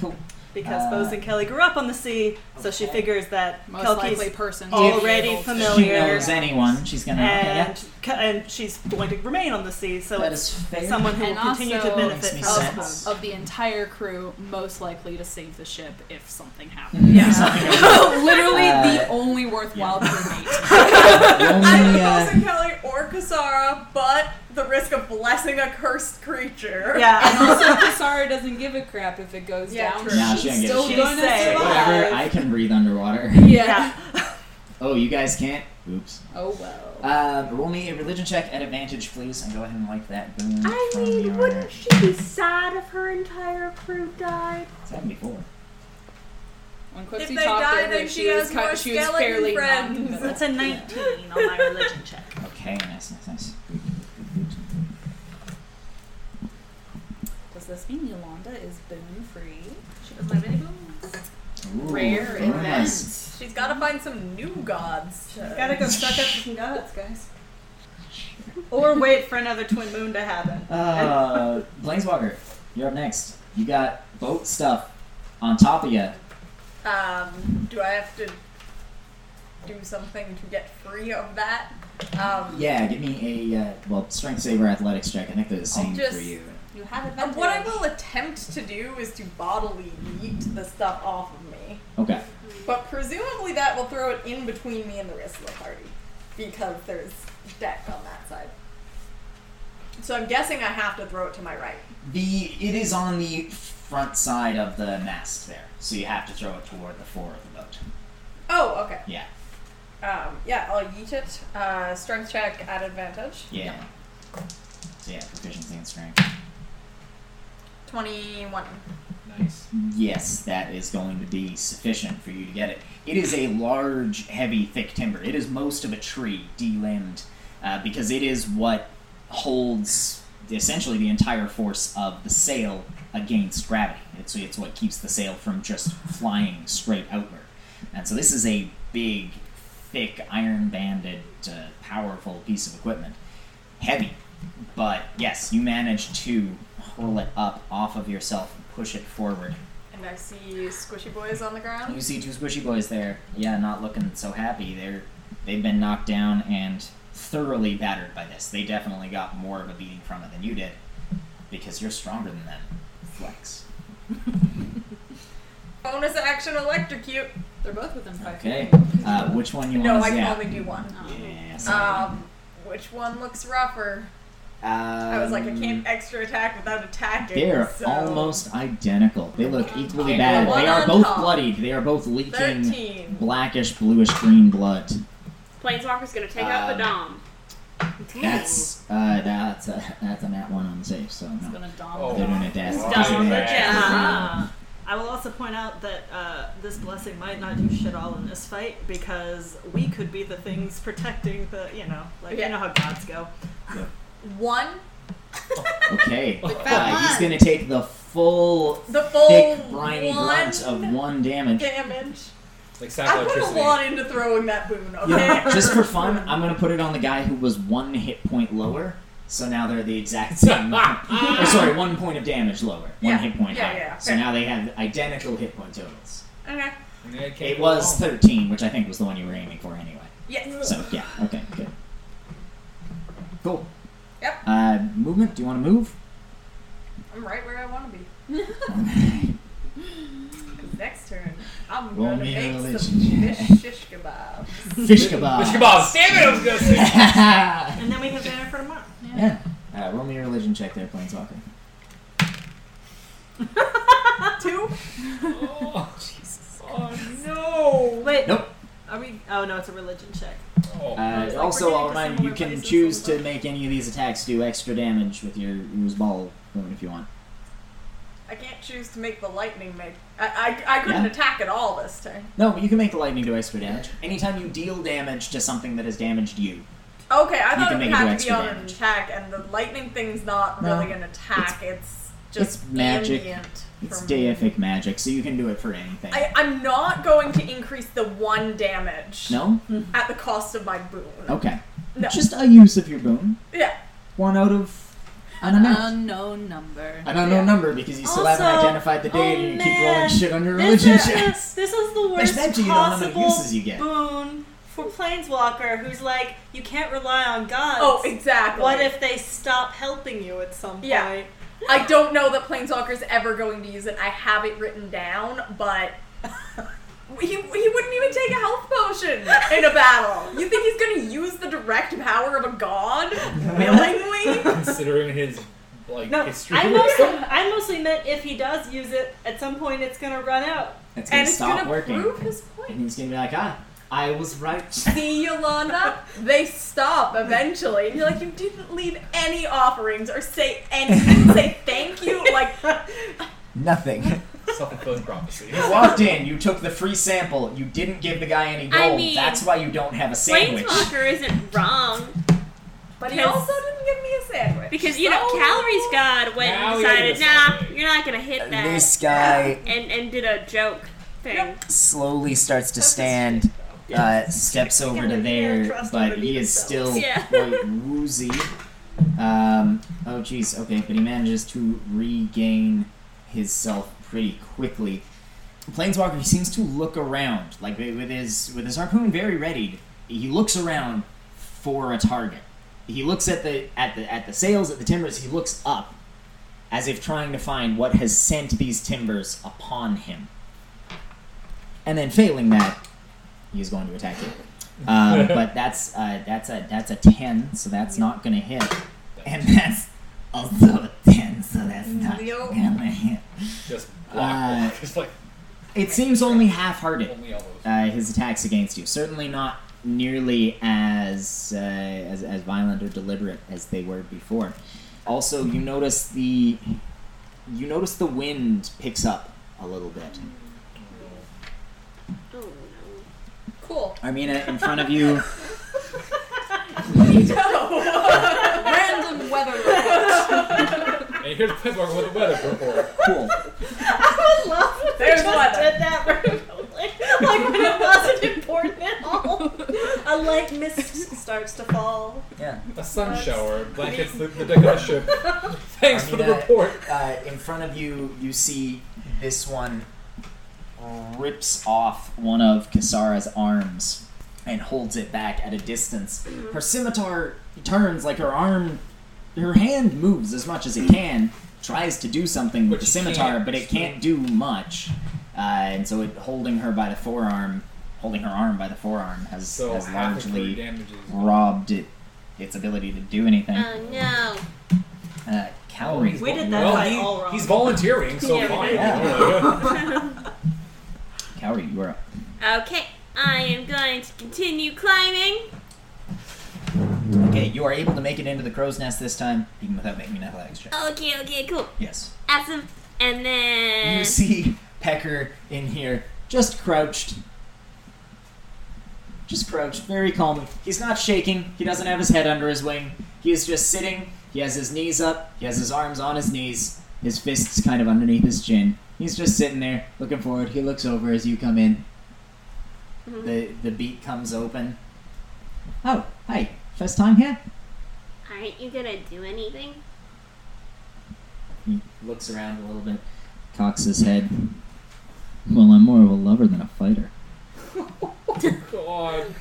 Speaker 1: Cool.
Speaker 6: Because
Speaker 1: Uh,
Speaker 6: Bosun Kelly grew up on the sea, so she
Speaker 1: okay.
Speaker 6: figures that
Speaker 7: Most
Speaker 6: Kelki's
Speaker 7: likely person.
Speaker 6: already
Speaker 7: Able to-
Speaker 1: She
Speaker 6: familiar.
Speaker 1: knows anyone. She's gonna. Okay, yeah.
Speaker 6: and ca- and she's going to remain on the sea, so
Speaker 1: That
Speaker 6: it's
Speaker 1: is fair.
Speaker 6: someone who
Speaker 7: And
Speaker 6: will continue to
Speaker 7: also-
Speaker 1: Makes
Speaker 6: benefit
Speaker 1: me
Speaker 6: from
Speaker 1: sad.
Speaker 6: this.
Speaker 1: sense.
Speaker 7: Of, of the entire crew, most likely to save the ship if something happens.
Speaker 1: Yeah.
Speaker 7: Literally
Speaker 1: Uh,
Speaker 7: the only worthwhile crewmate.
Speaker 1: The
Speaker 5: I'm
Speaker 1: only, uh,
Speaker 5: Bosun Kelly or Kasara, but the risk of blessing a cursed creature.
Speaker 6: Yeah,
Speaker 7: And also, Kasara doesn't give a crap if it goes
Speaker 5: Yeah,
Speaker 7: down.
Speaker 5: true.
Speaker 1: Nah, she don't give
Speaker 7: She's
Speaker 1: a
Speaker 7: still
Speaker 6: shit.
Speaker 7: gonna
Speaker 6: She's safe.
Speaker 7: survive.
Speaker 1: whatever. I can breathe underwater.
Speaker 7: yeah.
Speaker 6: yeah.
Speaker 1: Oh, you guys can't. Oops.
Speaker 7: Oh well.
Speaker 1: Uh, roll me a religion check at advantage, please, and go ahead and like that boon
Speaker 2: I
Speaker 7: Oh,
Speaker 1: from the
Speaker 2: mean,
Speaker 1: honor.
Speaker 2: wouldn't she be sad if her entire crew died?
Speaker 1: Seventy-four.
Speaker 7: When Quixie
Speaker 5: If they
Speaker 7: talked
Speaker 5: die,
Speaker 7: over,
Speaker 5: then
Speaker 7: she
Speaker 5: she
Speaker 7: was
Speaker 5: has
Speaker 7: cut,
Speaker 5: more
Speaker 7: she was
Speaker 5: skeleton
Speaker 7: fairly
Speaker 5: friends.
Speaker 7: non-committal.
Speaker 6: That's a 19 on my religion check.
Speaker 1: Okay, nice, nice, nice. Good, good, good, good.
Speaker 7: Does this mean Yolanda is boon free?
Speaker 6: She doesn't have any bones.
Speaker 1: Ooh,
Speaker 5: Rare
Speaker 1: very nice.
Speaker 5: events. She's gotta find some new gods. to-
Speaker 6: Gotta go suck up some gods, guys. Or wait for another twin moon to happen.
Speaker 1: Uh, Planeswalker, you're up next. You got boat stuff on top of you.
Speaker 5: Um, do I have to do something to get free of that? Um,
Speaker 1: Yeah, give me a uh, well strength saver athletics check. I think they're the same
Speaker 5: just-
Speaker 1: for you.
Speaker 7: You have
Speaker 5: and What I will attempt to do is to bodily yeet the stuff off of me.
Speaker 1: Okay.
Speaker 5: But presumably that will throw it in between me and the rest of the party. Because there's deck on that side. So I'm guessing I have to throw it to my right.
Speaker 1: The it is on the front side of the mast there, so you have to throw it toward the fore of the boat.
Speaker 5: Oh, okay.
Speaker 1: Yeah.
Speaker 5: Um, yeah, I'll yeet it. Uh, strength check at advantage.
Speaker 1: Yeah. So yeah, proficiency and strength.
Speaker 5: 21.
Speaker 4: Nice.
Speaker 1: Yes, that is going to be sufficient for you to get it. It is a large, heavy, thick timber. It is most of a tree, de-limbed, uh, because it is what holds essentially the entire force of the sail against gravity. It's, it's what keeps the sail from just flying straight outward. And so this is a big, thick, iron-banded, uh, powerful piece of equipment. Heavy, but yes, you managed to hurl it up off of yourself and push it forward.
Speaker 5: And I see squishy boys on the
Speaker 1: You
Speaker 5: ground.
Speaker 1: see two squishy boys there. Yeah, not looking so happy. They're they've been knocked down and thoroughly battered by this. They definitely got more of a beating from it than you did because you're stronger than them. Flex.
Speaker 5: Bonus action electrocute. They're both within five
Speaker 1: Okay.
Speaker 5: feet.
Speaker 1: Uh, which one you
Speaker 5: No,
Speaker 1: want?
Speaker 5: I
Speaker 1: to
Speaker 5: can
Speaker 1: yeah.
Speaker 5: only do one.
Speaker 1: Yeah, sorry.
Speaker 5: Um, which one looks rougher?
Speaker 1: Um,
Speaker 5: I was like, I can't extra attack without attacking.
Speaker 1: They're
Speaker 5: so.
Speaker 1: almost identical. They look equally
Speaker 4: Okay,
Speaker 1: bad.
Speaker 5: one
Speaker 1: They are
Speaker 5: on
Speaker 1: both
Speaker 5: top.
Speaker 1: bloodied. They are both leaking
Speaker 5: 13.
Speaker 1: blackish, bluish green blood.
Speaker 2: Planeswalker's gonna take out
Speaker 1: Um,
Speaker 2: the Dom.
Speaker 1: That's uh, that's a that's a nat one on the save. So no,
Speaker 8: gonna
Speaker 4: Oh.
Speaker 8: dom
Speaker 1: they're doing a dash.
Speaker 4: Dom
Speaker 1: disadvantage.
Speaker 4: the Jedi.
Speaker 6: Ah. I will also point out that uh, this blessing might not do shit all in this fight because we could be the things protecting the, you know, like
Speaker 5: Yeah.
Speaker 6: you know how gods go.
Speaker 5: One.
Speaker 1: Okay,
Speaker 8: fat
Speaker 1: uh, he's
Speaker 8: one.
Speaker 1: gonna take the full
Speaker 5: The full
Speaker 1: thick briny
Speaker 5: one
Speaker 1: grunt of one damage.
Speaker 5: damage.
Speaker 4: Like
Speaker 5: I put a
Speaker 4: sacroelectricity.
Speaker 5: lot into throwing that boon, okay?
Speaker 1: You know, just for fun, I'm gonna put it on the guy who was one hit point lower. So now they're the exact same. or sorry, one point of damage lower, one
Speaker 5: Yeah,
Speaker 1: hit point
Speaker 5: yeah,
Speaker 1: higher.
Speaker 5: yeah,
Speaker 1: So
Speaker 5: fair.
Speaker 1: now they have identical hit point totals.
Speaker 5: okay.
Speaker 4: Yeah, it can't
Speaker 1: It
Speaker 4: go
Speaker 1: was
Speaker 5: Oh.
Speaker 4: wrong.
Speaker 1: 13, which I think was the one you were aiming for anyway.
Speaker 5: Yes.
Speaker 1: So yeah, okay, good. Cool.
Speaker 5: Yep.
Speaker 1: Uh, movement. Do you want to move?
Speaker 5: I'm right where I want to be. Cause next turn, I'm
Speaker 1: Roll
Speaker 5: gonna
Speaker 1: me a
Speaker 5: make some
Speaker 1: religion
Speaker 5: fish shish kebab.
Speaker 1: Fish kebab.
Speaker 4: Fish kebabs. Damn it! I was gonna say.
Speaker 1: yeah.
Speaker 6: And then we have dinner for tomorrow.
Speaker 1: Uh, roll me a religion check there, Planeswalker.
Speaker 5: Two.
Speaker 4: Oh,
Speaker 5: No.
Speaker 6: Wait.
Speaker 1: Nope.
Speaker 6: Are we? Oh no, it's a religion check.
Speaker 4: oh.
Speaker 1: Uh,
Speaker 6: like,
Speaker 1: also,
Speaker 6: we're
Speaker 1: I'll
Speaker 6: doing
Speaker 1: remind
Speaker 6: this
Speaker 1: you, you
Speaker 6: similar
Speaker 1: can
Speaker 6: places
Speaker 1: choose
Speaker 6: all the
Speaker 1: to make any of these attacks do extra damage with your ooze ball wound if you want.
Speaker 5: I can't choose to make the lightning make. I I, I couldn't
Speaker 1: Yeah.
Speaker 5: attack at all this turn.
Speaker 1: No, but you can make the lightning do extra damage. Anytime you deal damage to something that has damaged you,
Speaker 5: Okay, I
Speaker 1: You
Speaker 5: thought
Speaker 1: can
Speaker 5: it
Speaker 1: make
Speaker 5: would
Speaker 1: it do
Speaker 5: have to be
Speaker 1: extra
Speaker 5: on an
Speaker 1: damage.
Speaker 5: attack, and the lightning thing's not
Speaker 1: No.
Speaker 5: really an attack. It's, just
Speaker 1: it's magic.
Speaker 5: ambient
Speaker 1: it's
Speaker 5: for me.
Speaker 1: deific magic, so you can do it for anything.
Speaker 5: I, I'm not going to increase the one damage
Speaker 1: no?
Speaker 5: at the cost of my boon.
Speaker 1: Okay.
Speaker 5: No.
Speaker 1: Just a use of your boon.
Speaker 5: Yeah.
Speaker 1: One out of an amount.
Speaker 7: Um, Unknown number.
Speaker 1: I don't know
Speaker 5: Yeah.
Speaker 1: number because you still haven't
Speaker 6: Also-
Speaker 1: identified the deity
Speaker 6: oh,
Speaker 1: and you keep rolling
Speaker 6: man.
Speaker 1: shit on your
Speaker 6: This
Speaker 1: religion
Speaker 6: is,
Speaker 1: check.
Speaker 6: this, this is the
Speaker 1: Which
Speaker 6: worst
Speaker 1: meant you don't know how many
Speaker 6: possible
Speaker 1: uses you get.
Speaker 6: boon for Planeswalker, who's like, you can't rely on gods.
Speaker 5: Oh, exactly.
Speaker 6: What if they stop helping you at some
Speaker 5: Yeah.
Speaker 6: point?
Speaker 5: I don't know that Planeswalker's ever going to use it. I have it written down, but he, he wouldn't even take a health potion in a battle. You think he's going to use the direct power of a god willingly?
Speaker 4: Considering his like
Speaker 6: No,
Speaker 4: history.
Speaker 6: I mostly, I mostly meant if he does use it, at some point it's gonna run out.
Speaker 1: It's gonna
Speaker 5: and it's
Speaker 1: stop
Speaker 5: going to
Speaker 1: working.
Speaker 5: prove his
Speaker 1: And
Speaker 5: point.
Speaker 1: he's gonna be like, ah, I was right.
Speaker 5: See, Yolanda, they stop eventually. And you're like, you didn't leave any offerings or say any, you didn't say thank you. Like,
Speaker 10: Nothing.
Speaker 4: Self-fulfilling prophecy.
Speaker 1: You walked in, you took the free sample, you didn't give the guy any gold.
Speaker 2: I mean,
Speaker 1: That's why you don't have a sandwich.
Speaker 2: Planeswalker isn't wrong
Speaker 5: but he
Speaker 2: Because-
Speaker 5: also didn't give me a sandwich.
Speaker 2: because you know
Speaker 5: So-
Speaker 2: calories god went
Speaker 4: Now
Speaker 2: and
Speaker 4: we gotta
Speaker 2: decided,
Speaker 4: get a
Speaker 2: nah,
Speaker 4: sandwich."
Speaker 2: you're not gonna hit that,
Speaker 10: this guy
Speaker 2: and and did a joke thing.
Speaker 5: Yep.
Speaker 1: slowly starts to stand, uh, steps over to there, but he is still
Speaker 2: Yeah.
Speaker 1: quite woozy. Um, oh, jeez, okay, but he manages to regain his self pretty quickly. Planeswalker, he seems to look around, like with his with his harpoon very ready. He looks around for a target. He looks at the at the at the sails at the timbers. He looks up, as if trying to find what has sent these timbers upon him. And then failing that, he's going to attack you. Um, but that's uh, that's a that's a ten, so that's not gonna hit. And that's also a ten, so that's not
Speaker 5: Nope.
Speaker 1: gonna hit.
Speaker 4: Just
Speaker 1: Uh,
Speaker 4: block. Just like
Speaker 1: It seems only half-hearted.
Speaker 4: only elbows.
Speaker 1: Uh, his attacks against you certainly not nearly as, uh, as as violent or deliberate as they were before. Also, you notice the you notice the wind picks up a little bit.
Speaker 2: Oh, no.
Speaker 5: Cool.
Speaker 1: Armina, uh, in front of you.
Speaker 5: Random weather report.
Speaker 4: And here's Pittsburgh with the weather report.
Speaker 1: Cool.
Speaker 6: I love that
Speaker 5: There's
Speaker 6: we just
Speaker 5: weather.
Speaker 6: did that randomly. like when it wasn't important at all. A light mist starts to fall.
Speaker 1: Yeah.
Speaker 4: A sun shower blankets the, the deck of the ship. Thanks for the
Speaker 1: Armida,
Speaker 4: report.
Speaker 1: Uh, in front of you, you see this one rips off one of Kasara's arms and holds it back at a distance.
Speaker 4: Mm-hmm.
Speaker 1: Her scimitar turns like her arm, her hand moves as much as it can, tries to do something
Speaker 4: Mm-hmm. But
Speaker 1: with the
Speaker 4: she
Speaker 1: scimitar,
Speaker 4: can't.
Speaker 1: but it can't do much. Uh, and so it holding her by the forearm, holding her arm by the forearm has,
Speaker 4: So
Speaker 1: has
Speaker 4: half of her
Speaker 1: largely
Speaker 4: damages.
Speaker 1: robbed it its ability to do anything.
Speaker 2: Oh no.
Speaker 1: Uh, Calories.
Speaker 6: We did that
Speaker 4: well,
Speaker 6: fight
Speaker 4: he-
Speaker 6: all wrong.
Speaker 4: He's volunteering, so
Speaker 2: Yeah, we
Speaker 4: fine.
Speaker 2: did.
Speaker 4: Yeah.
Speaker 1: Calorie, you are up.
Speaker 2: Okay, I am going to continue climbing.
Speaker 1: Okay, you are able to make it into the crow's nest this time, even without making an athletics check.
Speaker 2: Okay, okay, cool.
Speaker 1: Yes.
Speaker 2: Awesome. And then
Speaker 1: You see Pecker in here, just crouched. Just crouched, very calmly. He's not shaking, he doesn't have his head under his wing. He is just sitting, he has his knees up, he has his arms on his knees, his fists kind of underneath his chin. He's just sitting there, looking forward. He looks over as you come in. The the beat comes open. Oh, hi. First time here?
Speaker 2: aren't you gonna do anything?
Speaker 1: He looks around a little bit, cocks his head. Well, I'm more of a lover than a fighter.
Speaker 4: God.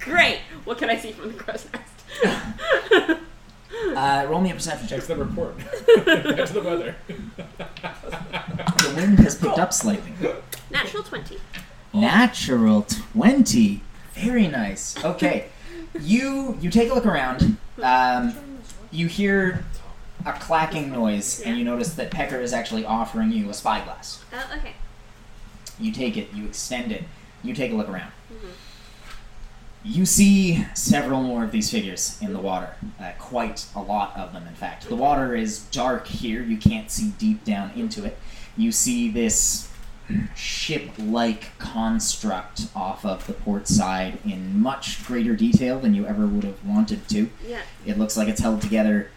Speaker 2: Great. What can I see from the crow's nest?
Speaker 1: Uh, roll me a perception check.
Speaker 4: Check the report. Back to the weather.
Speaker 1: The wind has picked up slightly.
Speaker 2: Natural twenty.
Speaker 1: Natural twenty. Oh. Very nice. Okay, you you take a look around. Um, you hear a clacking noise, and you notice that Pecker is actually offering you a spyglass.
Speaker 2: Oh, okay.
Speaker 1: You take it. You extend it. You take a look around. You see several more of these figures in the water. Uh, quite a lot of them, in fact. The water is dark here. You can't see deep down into it. You see this ship like construct off of the port side in much greater detail than you ever would have wanted to.
Speaker 2: Yeah.
Speaker 1: It looks like it's held together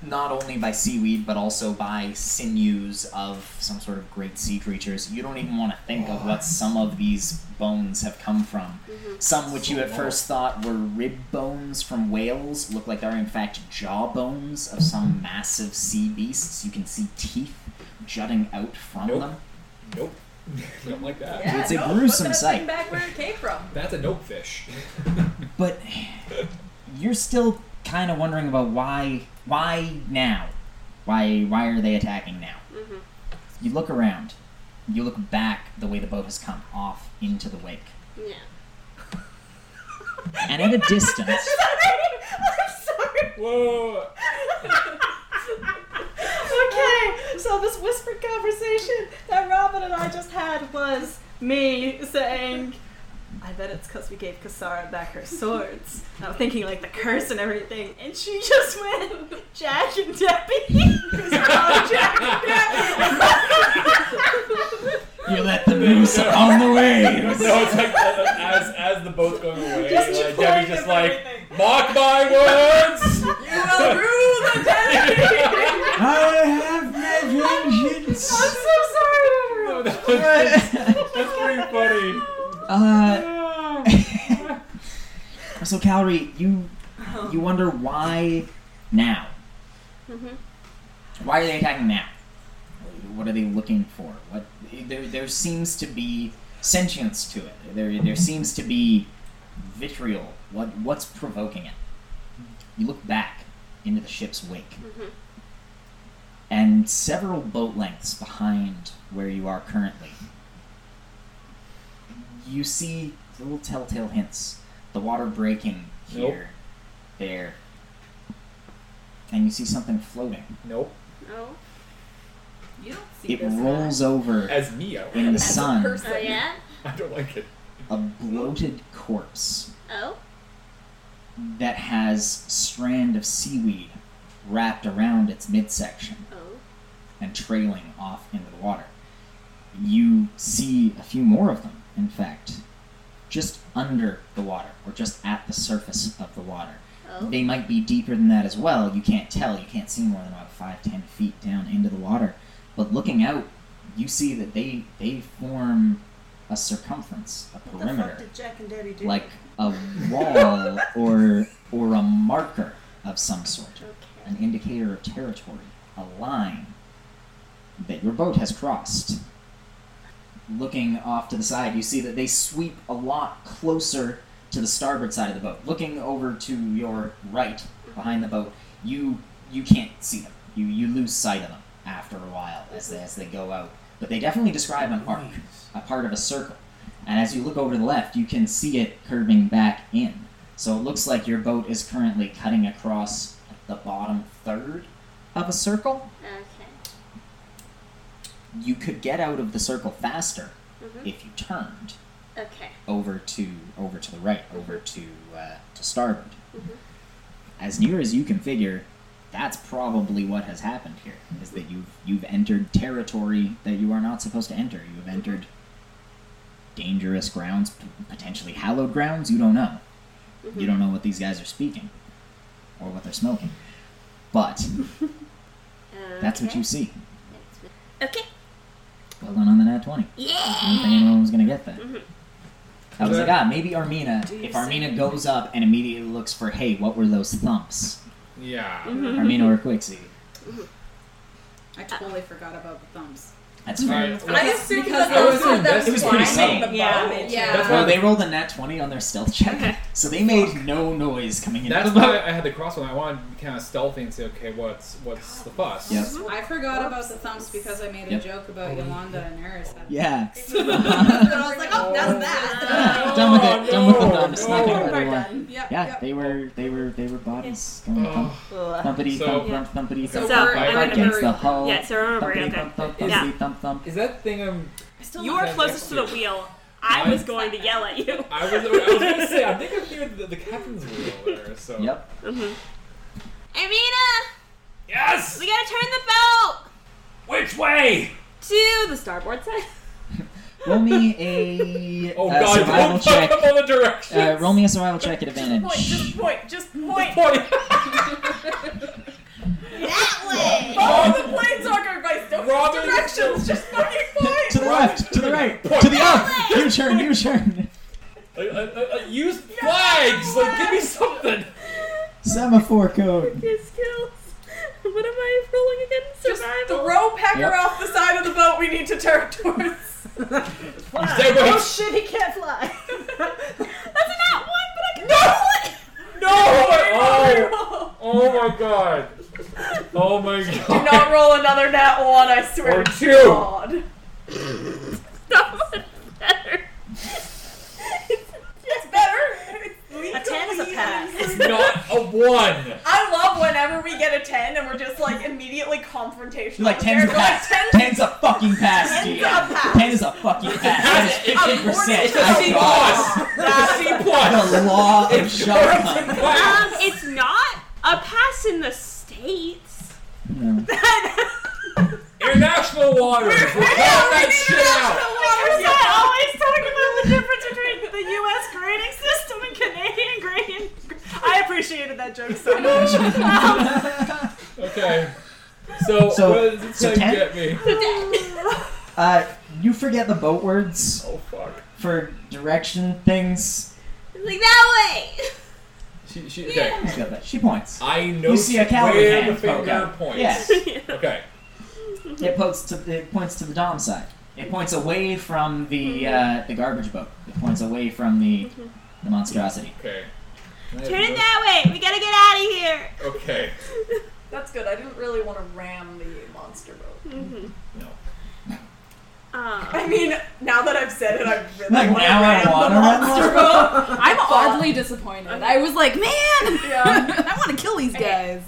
Speaker 1: not only by seaweed but also by sinews of some sort of great sea creatures. You don't even want to think of what some of these bones have come from. Some which you at first thought were rib bones from whales look like they're in fact jaw bones of some massive sea beasts. You can see teeth jutting out from
Speaker 4: Nope.
Speaker 1: them.
Speaker 4: Nope. Don't like that.
Speaker 5: Yeah,
Speaker 1: It's a
Speaker 5: no,
Speaker 1: gruesome
Speaker 5: put that
Speaker 1: sight.
Speaker 5: Thing back where it came from.
Speaker 4: That's a nope fish.
Speaker 1: But you're still kind of wondering about why why now? Why why are they attacking now?
Speaker 6: Mm-hmm.
Speaker 1: You look around. You look back the way the boat has come off into the wake.
Speaker 2: Yeah.
Speaker 1: And at a distance,
Speaker 4: Whoa.
Speaker 6: okay, so this whispered conversation that Robin and I just had was me saying, I bet it's because we gave Kasara back her swords. And I'm thinking like the curse and everything, and she just went, Jack and Debbie. Oh, Jack and Debbie.
Speaker 1: you let them loose on the waves.
Speaker 4: No, it's like uh, as as the boat's going away,
Speaker 6: Just
Speaker 4: like,
Speaker 6: playing
Speaker 4: Debbie's just
Speaker 6: with
Speaker 4: like
Speaker 6: everything.
Speaker 4: mock my words.
Speaker 1: I have my vengeance.
Speaker 6: I'm so sorry.
Speaker 4: No, that was- that's pretty funny.
Speaker 1: Uh, so Calorie, you you wonder why now? Why are they attacking now? What are they looking for? What there there seems to be sentience to it. There there seems to be vitriol. What what's provoking it? You look back into the ship's wake. And several boat lengths behind where you are currently, you see little telltale hints. The water breaking
Speaker 4: Nope.
Speaker 1: here, there, and you see something floating.
Speaker 4: Nope.
Speaker 2: Oh.
Speaker 5: You don't see
Speaker 1: It
Speaker 5: this.
Speaker 1: rolls over
Speaker 4: As Neo,
Speaker 1: in the sun,
Speaker 2: Oh yeah.
Speaker 4: I don't like it.
Speaker 1: a bloated corpse
Speaker 2: Oh.
Speaker 1: that has strand of seaweed wrapped around its midsection
Speaker 2: Oh.
Speaker 1: and trailing off into the water. You see a few more of them, in fact, just under the water or just at the surface of the water.
Speaker 2: Oh.
Speaker 1: They might be deeper than that as well. You can't tell. You can't see more than about five, ten feet down into the water. But looking out, you see that they they form a circumference, a
Speaker 6: What the fuck
Speaker 1: perimeter,
Speaker 6: did Jack and Debbie do?
Speaker 1: like a wall or or a marker of some sort,
Speaker 2: Okay.
Speaker 1: an indicator of territory, a line that your boat has crossed. Looking off to the side, you see that they sweep a lot closer to the starboard side of the boat. Looking over to your right, behind the boat, you you can't see them. You you lose sight of them after a while as they, as they go out. but they definitely describe an arc, a part of a circle. And as you look over to the left, you can see it curving back in. So it looks like your boat is currently cutting across the bottom third of a circle.
Speaker 2: Okay.
Speaker 1: You could get out of the circle faster
Speaker 2: Mhm.
Speaker 1: if you turned
Speaker 2: Okay.
Speaker 1: over to over to the right, over to uh, to starboard.
Speaker 2: Mhm.
Speaker 1: As near as you can figure, that's probably what has happened here. Is that you've you've entered territory that you are not supposed to enter. You have entered dangerous grounds, p- potentially hallowed grounds. You don't know. You don't know what these guys are speaking or what they're smoking. But that's what
Speaker 2: Okay.
Speaker 1: you see.
Speaker 2: That's what- Okay.
Speaker 1: Well done on the nat twenty. I
Speaker 2: Yeah.
Speaker 1: didn't think anyone was gonna get that.
Speaker 2: Mhm.
Speaker 1: I was
Speaker 4: Is
Speaker 1: like, ah, maybe Armina.
Speaker 5: Do you
Speaker 1: If Armina goes up and immediately looks for, hey, what were those thumps?
Speaker 4: Yeah.
Speaker 1: Armina or Quixie?
Speaker 7: I totally forgot about the thumbs.
Speaker 1: That's fair.
Speaker 4: Alright,
Speaker 5: I assume
Speaker 7: Because
Speaker 5: because
Speaker 4: I
Speaker 5: those
Speaker 4: was
Speaker 5: were
Speaker 4: investing-
Speaker 5: them
Speaker 1: It was pretty
Speaker 5: climbing
Speaker 1: sane.
Speaker 5: the
Speaker 6: Yeah.
Speaker 5: boat.
Speaker 7: Yeah.
Speaker 4: That's
Speaker 1: Well,
Speaker 4: why
Speaker 1: they rolled a nat 20 on their stealth check, so they made no noise coming in.
Speaker 4: That's why I had the crossbow. I wanted to be kind of stealthy and say, okay, what's what's the fuss?
Speaker 1: Yep.
Speaker 2: Mm-hmm.
Speaker 7: I forgot about the thumbs because I made a
Speaker 1: Yep. Oh,
Speaker 7: joke about Yolanda and hers.
Speaker 1: Yeah.
Speaker 7: but I was like, oh, that's that.
Speaker 1: done with it. done with the dumps. Not gonna let
Speaker 2: We're
Speaker 1: anyone-
Speaker 2: done.
Speaker 7: Yep,
Speaker 1: Yeah,
Speaker 7: yep.
Speaker 1: they were they were they were bodies going thump,
Speaker 4: Oh,
Speaker 6: Ugh.
Speaker 1: thumpity
Speaker 4: So-
Speaker 1: thump thump thumpity
Speaker 4: So
Speaker 1: thump
Speaker 2: we're-
Speaker 4: I'm
Speaker 1: thump, thump
Speaker 4: gonna
Speaker 1: against
Speaker 7: hurry.
Speaker 1: the hull.
Speaker 2: Yeah, so remember, we're
Speaker 1: thumpity
Speaker 2: okay.
Speaker 1: thump thump
Speaker 4: Yeah.
Speaker 1: thumpity thump thump.
Speaker 4: is that thing I'm?
Speaker 2: You were closest to the wheel. I
Speaker 4: Why?
Speaker 2: was going to yell at you.
Speaker 4: I was, I was gonna say. I think I'm near the, the captain's wheel there. So.
Speaker 1: Yep.
Speaker 8: Irina,
Speaker 4: Yes.
Speaker 8: we gotta turn the boat
Speaker 4: Which way?
Speaker 8: to
Speaker 2: The starboard side.
Speaker 1: Roll me a
Speaker 4: Oh
Speaker 1: uh,
Speaker 4: God!
Speaker 1: survival
Speaker 4: Don't
Speaker 1: check.
Speaker 4: fuck up all the directions.
Speaker 1: Uh, roll me a survival check at
Speaker 5: Point,
Speaker 1: advantage.
Speaker 5: just point, just point.
Speaker 4: Point.
Speaker 8: that way.
Speaker 5: Follow the planeswalker advice. Don't
Speaker 4: Robin-
Speaker 5: give directions. Just fucking point.
Speaker 1: to the left, to the right, to the up. New turn, new turn.
Speaker 4: Uh, uh, uh, use flags. Like, give me something.
Speaker 1: Semaphore code.
Speaker 2: His skills. What am I rolling again?
Speaker 5: Just
Speaker 2: Survival.
Speaker 5: throw Pecker
Speaker 1: Yep.
Speaker 5: off the side of the boat. We need to turn towards.
Speaker 4: Say wait.
Speaker 6: Oh shit, he can't fly.
Speaker 2: That's a nat one, but I can
Speaker 4: No! Oh, oh my god. Oh my
Speaker 5: Do
Speaker 4: god.
Speaker 5: not roll another nat one. I swear
Speaker 4: Or
Speaker 5: to
Speaker 4: two.
Speaker 5: God.
Speaker 2: That was better.
Speaker 5: It's better. It's
Speaker 6: A ten is a
Speaker 5: legally
Speaker 6: pass.
Speaker 4: Not a one.
Speaker 5: I love whenever we get a 10 and we're just like immediately confrontational.
Speaker 1: You're like
Speaker 5: We're
Speaker 1: tens a pass.
Speaker 5: Like,
Speaker 2: Um,
Speaker 5: 10
Speaker 1: Tens a fucking pass,
Speaker 5: Ten's
Speaker 1: dude.
Speaker 5: a pass.
Speaker 1: Ten is a fucking pass. That is fifty percent.
Speaker 4: It's a C plus. It's a C plus.
Speaker 1: The law of shotgun.
Speaker 4: Wow.
Speaker 2: Um, it's not a pass in the states.
Speaker 1: No.
Speaker 4: International waters. We're cutting that shit out.
Speaker 5: Waters,
Speaker 2: Yeah, always talk
Speaker 5: yeah.
Speaker 2: about the difference between the U.S. grading system and Canadian grading.
Speaker 5: I appreciated that joke so much.
Speaker 4: Okay. So,
Speaker 1: So-
Speaker 4: what does this
Speaker 1: so
Speaker 4: thing
Speaker 1: ten?
Speaker 4: get me?
Speaker 1: Uh, you forget the boat words
Speaker 4: Oh fuck.
Speaker 1: for direction things.
Speaker 8: It's like that way.
Speaker 4: She, she, okay.
Speaker 1: She's got that. She points.
Speaker 4: I know
Speaker 1: You see a calorie
Speaker 4: where the
Speaker 1: hand poke
Speaker 4: finger
Speaker 1: out.
Speaker 4: points.
Speaker 1: Yeah.
Speaker 4: Okay.
Speaker 1: It points to it points to the dom side. It points away from the uh, the garbage boat. It points away from the the monstrosity.
Speaker 4: Okay.
Speaker 8: Turn it that way. We gotta get out of here.
Speaker 4: Okay.
Speaker 5: That's good. I didn't really want to ram the monster boat.
Speaker 4: No.
Speaker 2: Um,
Speaker 5: I mean, now that I've said it, I really
Speaker 1: Like
Speaker 5: want to
Speaker 1: now I
Speaker 5: ram
Speaker 1: want
Speaker 5: the
Speaker 1: to run
Speaker 5: monster boat.
Speaker 1: the
Speaker 7: I'm oddly disappointed. I was like, man,
Speaker 5: Yeah.
Speaker 7: I want to kill these guys.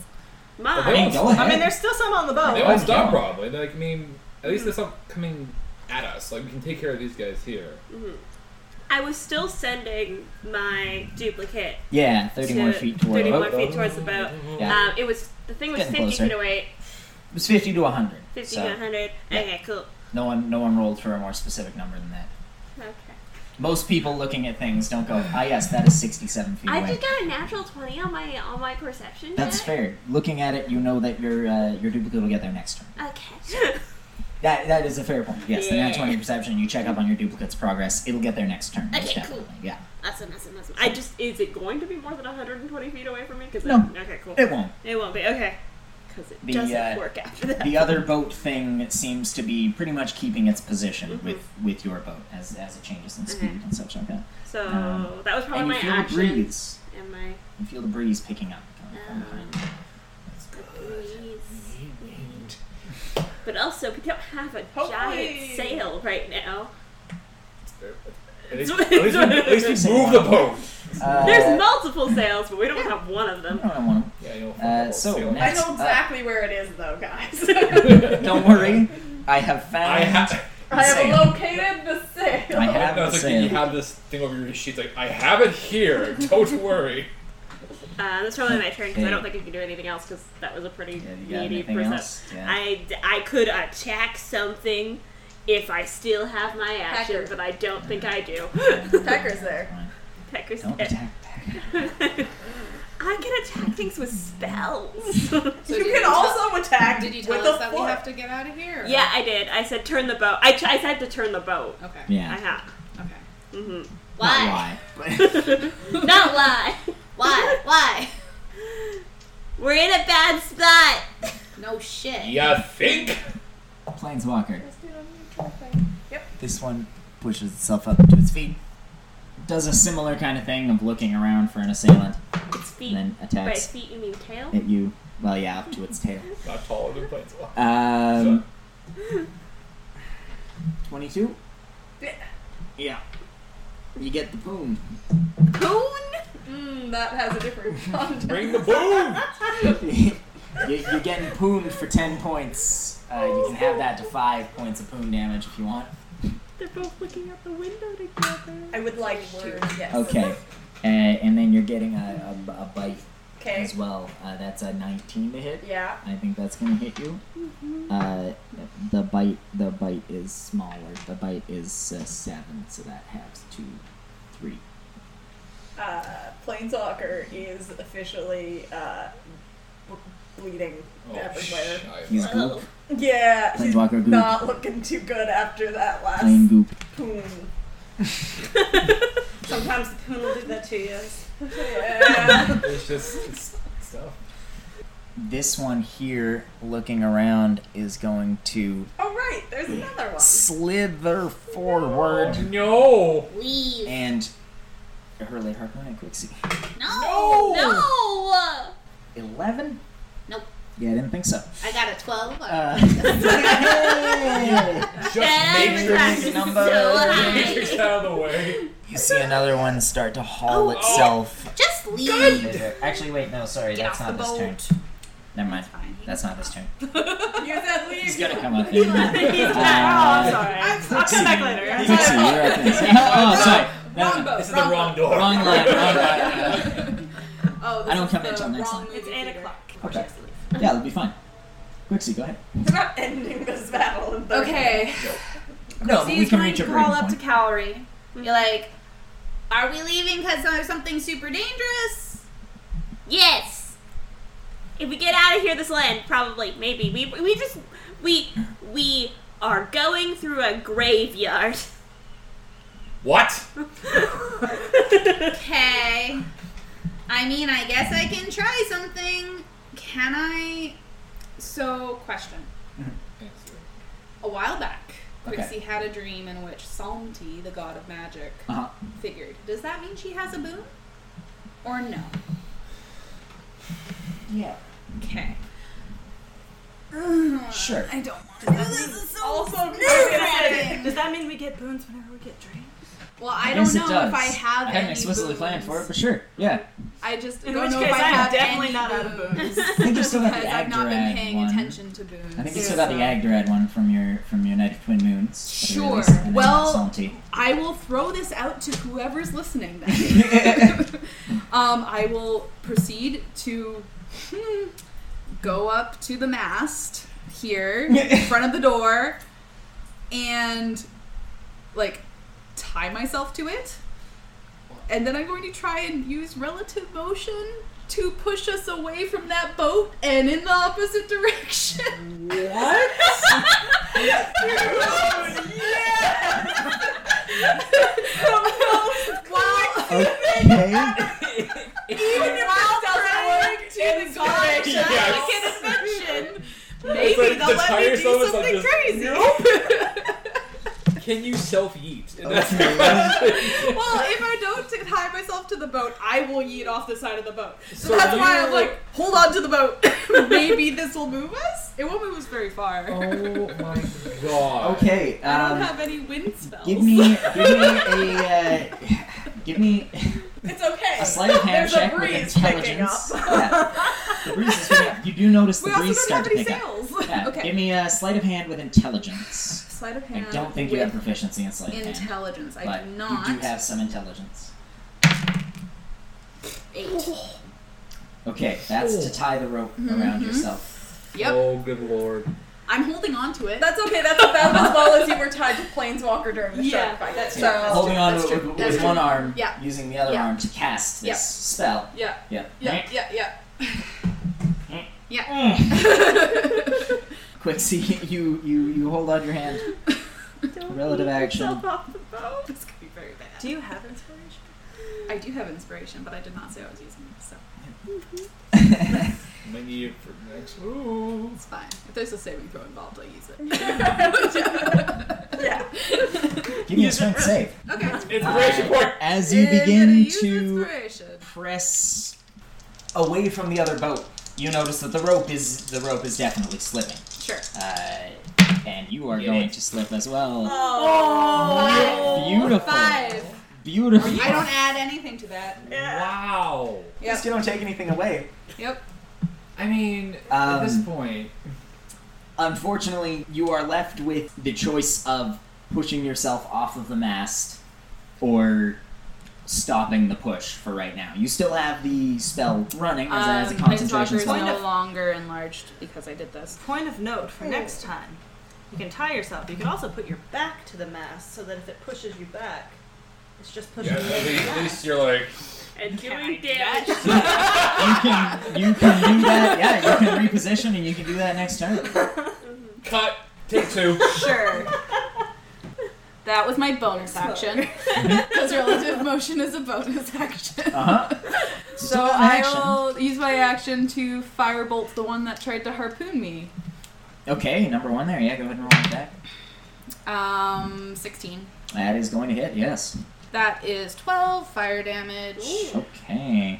Speaker 4: Well, they
Speaker 2: mine.
Speaker 1: Hey,
Speaker 4: won't-
Speaker 1: go ahead.
Speaker 6: I mean, there's still some on the
Speaker 4: They
Speaker 6: boat.
Speaker 4: won't
Speaker 1: let's
Speaker 4: stop
Speaker 1: go.
Speaker 4: probably. They're Like I mean, at least they're not coming at us. Like we can take care of these guys here.
Speaker 2: I was still sending my duplicate
Speaker 1: yeah, thirty more
Speaker 2: to-
Speaker 1: feet toward the
Speaker 2: 31
Speaker 1: boat.
Speaker 2: feet towards the boat.
Speaker 1: Yeah.
Speaker 2: Um, it was the thing was
Speaker 1: Getting
Speaker 2: 50
Speaker 1: closer.
Speaker 2: feet away,
Speaker 1: It was fifty to hundred.
Speaker 2: 50
Speaker 1: So
Speaker 2: to 100. Okay, cool.
Speaker 1: no one no one rolled for a more specific number than that.
Speaker 2: Okay.
Speaker 1: Most people looking at things don't go, ah yes, that is sixty seven feet
Speaker 2: I
Speaker 1: away.
Speaker 2: just got a natural 20 on my on my perception.
Speaker 1: That's
Speaker 2: check.
Speaker 1: fair. Looking at it, you know that your uh, your duplicate will get there next turn.
Speaker 2: Okay.
Speaker 1: That that is a fair point. Yes, the
Speaker 2: Yeah.
Speaker 1: nat twenty perception. You check up on your duplicate's progress. It'll get there next turn. most
Speaker 2: Okay, cool.
Speaker 1: definitely. Yeah,
Speaker 2: Awesome, awesome, awesome. I just is it going to be more than 120 feet away from me? Cause
Speaker 1: No.
Speaker 2: It, okay, cool.
Speaker 1: it won't.
Speaker 2: It won't be okay. Because it
Speaker 1: The,
Speaker 2: doesn't
Speaker 1: uh,
Speaker 2: work after that.
Speaker 1: The other boat thing seems to be pretty much keeping its position
Speaker 2: Mm-hmm.
Speaker 1: with with your boat as as it changes in speed
Speaker 2: Okay.
Speaker 1: and such like that.
Speaker 2: so
Speaker 1: um,
Speaker 2: that was probably
Speaker 1: and you
Speaker 2: Mm-hmm.
Speaker 1: feel
Speaker 2: my action.
Speaker 1: the breeze.
Speaker 2: And my
Speaker 1: You feel the breeze
Speaker 2: Oh.
Speaker 1: picking up. coming from behind.
Speaker 2: breeze. But also, we don't have a
Speaker 5: Hopefully-
Speaker 2: giant sale right now.
Speaker 4: At least, at least, we- at least we move the boat.
Speaker 1: Uh,
Speaker 2: There's multiple sales, but we don't have one of
Speaker 1: I
Speaker 2: them.
Speaker 1: don't want them.
Speaker 4: Yeah, you'll
Speaker 1: Uh, so,
Speaker 4: see you later.
Speaker 5: I
Speaker 1: next-
Speaker 5: know
Speaker 1: uh,
Speaker 5: exactly where it is, though, guys.
Speaker 1: Don't worry. I have found.
Speaker 4: I have.
Speaker 5: I
Speaker 1: Sam.
Speaker 5: have located the sale.
Speaker 1: I have
Speaker 4: no,
Speaker 1: the
Speaker 4: it's like
Speaker 1: sale.
Speaker 4: you have this thing over your sheets. Like I have it here. Don't worry.
Speaker 2: Uh, that's probably my turn because I don't
Speaker 1: Okay.
Speaker 2: think I can do anything else because that was a pretty
Speaker 1: Yeah, you got
Speaker 2: needy
Speaker 1: anything
Speaker 2: percent.
Speaker 1: else? Yeah.
Speaker 2: I, I could attack something if I still have my action,
Speaker 5: Packer.
Speaker 2: but I don't think I do.
Speaker 5: Pecker's there.
Speaker 2: Pecker's
Speaker 1: Don't attack. attack.
Speaker 2: I can attack things with spells.
Speaker 9: So
Speaker 5: you
Speaker 9: did
Speaker 5: can
Speaker 9: tell-
Speaker 5: also attack
Speaker 9: Did you tell
Speaker 5: with a
Speaker 9: us that we
Speaker 5: fork.
Speaker 9: have
Speaker 7: to get out of here.
Speaker 2: yeah, I did. I said turn the boat. I, t- I said to turn the boat.
Speaker 7: Okay.
Speaker 2: I
Speaker 1: Yeah.
Speaker 2: have.
Speaker 7: Okay.
Speaker 2: hmm
Speaker 1: Not
Speaker 8: Why?
Speaker 1: why.
Speaker 2: Not lie.
Speaker 8: Why? Why?
Speaker 2: We're in a bad spot.
Speaker 8: No shit.
Speaker 4: Yeah, think.
Speaker 1: Planeswalker.
Speaker 5: Yep.
Speaker 1: This one pushes itself up to its feet. Does a similar kind of thing of looking around for an assailant,
Speaker 2: It's feet.
Speaker 1: and then
Speaker 2: By
Speaker 1: attacks
Speaker 2: feet, you mean tail?
Speaker 1: at you. Well, yeah, up to its tail.
Speaker 4: Not taller than planeswalker.
Speaker 1: Um, twenty-two.
Speaker 5: Yeah.
Speaker 1: Yeah. You get the boom.
Speaker 5: Mm, that has a different context.
Speaker 4: Bring the boom.
Speaker 1: you, you're getting pwned for 10 points. Uh, you can have that to 5 points of poon damage if you want.
Speaker 2: They're both looking out the window together.
Speaker 5: I would like to. Yes.
Speaker 1: Okay. Uh, and then you're getting a, a, a bite
Speaker 5: Okay.
Speaker 1: as well. Uh, that's a 19 to hit.
Speaker 5: Yeah.
Speaker 1: I think that's going to hit you.
Speaker 8: Mm-hmm.
Speaker 1: Uh, the bite the bite is smaller. The bite is uh, 7, so that halves to 3.
Speaker 5: Uh, Planeswalker is officially uh, b- bleeding
Speaker 4: Oh,
Speaker 5: everywhere.
Speaker 1: He's
Speaker 4: shit.
Speaker 1: goop.
Speaker 5: Yeah, he's
Speaker 1: Planeswalker goop.
Speaker 5: not looking too good after that last
Speaker 1: Plain goop.
Speaker 5: poon.
Speaker 6: Sometimes the poon will do that to you.
Speaker 5: Yeah.
Speaker 4: It's just it's stuff.
Speaker 1: This one here, looking around, is going to
Speaker 5: oh right, there's another one.
Speaker 1: slither forward.
Speaker 4: Oh, no.
Speaker 8: Leave.
Speaker 1: and Hurley Harpoon and Quixie.
Speaker 8: No. No.
Speaker 1: 11?
Speaker 8: Nope.
Speaker 1: Yeah, I didn't think so.
Speaker 8: I got a 12.
Speaker 1: Uh, hey!
Speaker 4: Just
Speaker 2: Every
Speaker 4: make
Speaker 2: time.
Speaker 4: your
Speaker 1: Matrix number.
Speaker 2: So high.
Speaker 4: matrix out of the way.
Speaker 1: You see another one start to
Speaker 8: Oh,
Speaker 1: haul itself.
Speaker 8: Just leave.
Speaker 1: Actually, wait, no, sorry,
Speaker 7: oh. Get
Speaker 1: that's
Speaker 7: off
Speaker 1: not
Speaker 7: the
Speaker 1: this turn.
Speaker 7: boat.
Speaker 1: Never mind. That's not this turn.
Speaker 5: You said leave.
Speaker 1: He's gonna come up Uh, there.
Speaker 2: He's
Speaker 1: Uh,
Speaker 2: back. Oh, sorry.
Speaker 5: I'm
Speaker 2: I'll come back
Speaker 1: Quixie,
Speaker 2: later.
Speaker 1: Quixie, you're at this. Oh, sorry. No, no,
Speaker 5: Wrong boat.
Speaker 4: This is the wrong door.
Speaker 1: Wrong line, wrong line.
Speaker 5: Oh,
Speaker 1: I don't come in
Speaker 5: until
Speaker 1: till next time.
Speaker 2: It's 8 o'clock.
Speaker 1: Okay. Yeah, it'll be fine. Quixie, go ahead.
Speaker 5: We're not ending this battle. In 30
Speaker 9: Okay.
Speaker 1: No, but we can reach a break.
Speaker 9: crawl up to Calorie.
Speaker 7: Hmm.
Speaker 9: You're like, are we leaving because there's something super dangerous?
Speaker 2: Yes. If we get out of here, this land probably, maybe we we just we we are going through a graveyard.
Speaker 4: What?
Speaker 2: Oh.
Speaker 9: Okay. I mean, I guess I can try something. Can I?
Speaker 7: So, question. A while back,
Speaker 1: Mm-hmm. Okay.
Speaker 7: Quixie had a dream in which Psalmty, the god of magic,
Speaker 1: Uh-huh.
Speaker 7: figured. Does that mean she has a boon? Or no?
Speaker 1: Yeah.
Speaker 7: Okay.
Speaker 1: Sure.
Speaker 9: I don't want
Speaker 5: Also,
Speaker 2: Does that mean we get boons whenever we get drained?
Speaker 9: Well, I
Speaker 1: Yes,
Speaker 9: don't
Speaker 1: it
Speaker 9: know
Speaker 1: does.
Speaker 9: if I have
Speaker 1: I
Speaker 9: any
Speaker 1: hadn't explicitly
Speaker 9: boons.
Speaker 1: planned for it, but sure. Yeah.
Speaker 9: I just
Speaker 5: In
Speaker 9: don't
Speaker 5: which
Speaker 9: know
Speaker 5: case,
Speaker 9: if I
Speaker 5: I'm
Speaker 9: have
Speaker 5: definitely
Speaker 9: any
Speaker 5: not out of boons.
Speaker 1: I think you still got
Speaker 9: because
Speaker 1: the
Speaker 9: I've not been
Speaker 1: Agdarad
Speaker 9: paying
Speaker 1: one.
Speaker 9: attention to boons.
Speaker 1: I think you still got the Agdarad one from your from your Night of Twin Moons. that you
Speaker 7: Sure.
Speaker 1: released, and then
Speaker 7: Well-
Speaker 1: Salty.
Speaker 7: I will throw this out to whoever's listening then. um, I will proceed to hmm, go up to the mast here in front of the door and like tie myself to it. And then I'm going to try and use relative motion to push us away from that boat and in the opposite direction.
Speaker 1: Okay.
Speaker 5: Even if it doesn't work, it's great.
Speaker 4: Yes.
Speaker 7: Maybe
Speaker 4: It's like
Speaker 7: they'll
Speaker 4: the
Speaker 7: let me
Speaker 4: tires
Speaker 7: do
Speaker 4: almost
Speaker 7: something
Speaker 4: like
Speaker 7: crazy.
Speaker 4: Nope. Can you self yeet? And that's the question.
Speaker 7: well, if I don't t- tie myself to the boat, I will yeet off the side of the boat. So,
Speaker 4: So
Speaker 7: that's why I'm
Speaker 4: you-
Speaker 7: like, hold on to the boat. Maybe this will move us. It won't move us very far.
Speaker 4: oh my god.
Speaker 1: Okay.
Speaker 7: I don't
Speaker 1: Um,
Speaker 7: have any wind spells.
Speaker 1: give me, give me a, uh, give me
Speaker 5: It's okay.
Speaker 1: a sleight of hand
Speaker 5: There's
Speaker 1: check
Speaker 5: a
Speaker 1: with
Speaker 5: breeze picking up.
Speaker 1: intelligence. Yeah. The breeze is picking up. You do notice
Speaker 7: we
Speaker 1: the
Speaker 7: also
Speaker 1: breeze
Speaker 7: don't
Speaker 1: start
Speaker 7: have
Speaker 1: to
Speaker 7: any
Speaker 1: pick up.
Speaker 7: sails.
Speaker 1: Yeah,
Speaker 7: Okay.
Speaker 1: Give me a sleight of hand with intelligence.
Speaker 7: Sleight of
Speaker 1: I
Speaker 7: hand.
Speaker 1: don't think you have
Speaker 7: with
Speaker 1: proficiency in sleight of hand.
Speaker 7: intelligence. I
Speaker 1: but
Speaker 7: do not.
Speaker 1: You do have some intelligence.
Speaker 7: eight.
Speaker 1: Okay, that's to tie the rope
Speaker 7: Mm-hmm.
Speaker 1: around yourself.
Speaker 7: Yep.
Speaker 4: Oh good lord.
Speaker 7: I'm holding on to it.
Speaker 5: That's okay. That's about as well as you were tied to Planeswalker during the
Speaker 6: Yeah,
Speaker 5: shark fight.
Speaker 6: that's
Speaker 5: so.
Speaker 1: Yeah, holding on
Speaker 7: That's
Speaker 1: with,
Speaker 7: true.
Speaker 1: with-
Speaker 7: That's
Speaker 1: with
Speaker 7: true.
Speaker 1: one arm,
Speaker 7: Yeah.
Speaker 1: using the other
Speaker 7: Yeah.
Speaker 1: arm to cast this
Speaker 7: Yeah.
Speaker 1: spell.
Speaker 7: Yeah.
Speaker 1: Yeah.
Speaker 7: Yeah, yeah, yeah.
Speaker 1: Quixie, you, you, you hold out your hand. Relative action.
Speaker 7: This could be very bad.
Speaker 5: Do you have inspiration?
Speaker 7: I do have inspiration, but I did not say I was using it, so
Speaker 4: Might need it for next. Ooh.
Speaker 7: it's fine. If there's a saving throw involved, I'll use it.
Speaker 1: Give me a strength save.
Speaker 7: Okay.
Speaker 4: Inspiration point.
Speaker 1: As you
Speaker 7: I'm gonna
Speaker 1: begin
Speaker 7: use
Speaker 1: to
Speaker 7: inspiration.
Speaker 1: press away from the other boat, you notice that the rope is the rope is definitely slipping.
Speaker 7: Sure.
Speaker 1: Uh, and you are
Speaker 4: Yeah.
Speaker 1: going to slip as well.
Speaker 5: Oh,
Speaker 1: Beautiful.
Speaker 7: Five.
Speaker 1: Beautiful.
Speaker 7: I don't add anything to that.
Speaker 4: Wow.
Speaker 1: At least you don't take anything away.
Speaker 7: Yep.
Speaker 4: I mean, at
Speaker 1: Um,
Speaker 4: this point,
Speaker 1: Unfortunately, you are left with the choice of pushing yourself off of the mast or stopping the push for right now. You still have the spell running as, as a
Speaker 7: Um, Planeswalker
Speaker 1: concentration
Speaker 7: is
Speaker 1: spell.
Speaker 7: no longer enlarged because I did this.
Speaker 6: Point of note for next time. You can tie yourself. You can also put your back to the mast so that if it pushes you back, it's just pushing
Speaker 4: yeah,
Speaker 6: you
Speaker 4: at, least, at
Speaker 6: back.
Speaker 4: least you're like,
Speaker 2: and doing damage.
Speaker 1: You can you can do that. Yeah, you can reposition and you can do that next turn.
Speaker 4: cut, take two.
Speaker 7: Sure. That was my bonus action. Because relative motion is a bonus action.
Speaker 1: Uh huh.
Speaker 7: So I will use my action to firebolt the one that tried to harpoon me.
Speaker 1: Okay, number one there. Yeah, go ahead and roll with that.
Speaker 7: Um, 16.
Speaker 1: That is going to hit. Yes.
Speaker 7: That is 12 fire damage.
Speaker 1: Okay.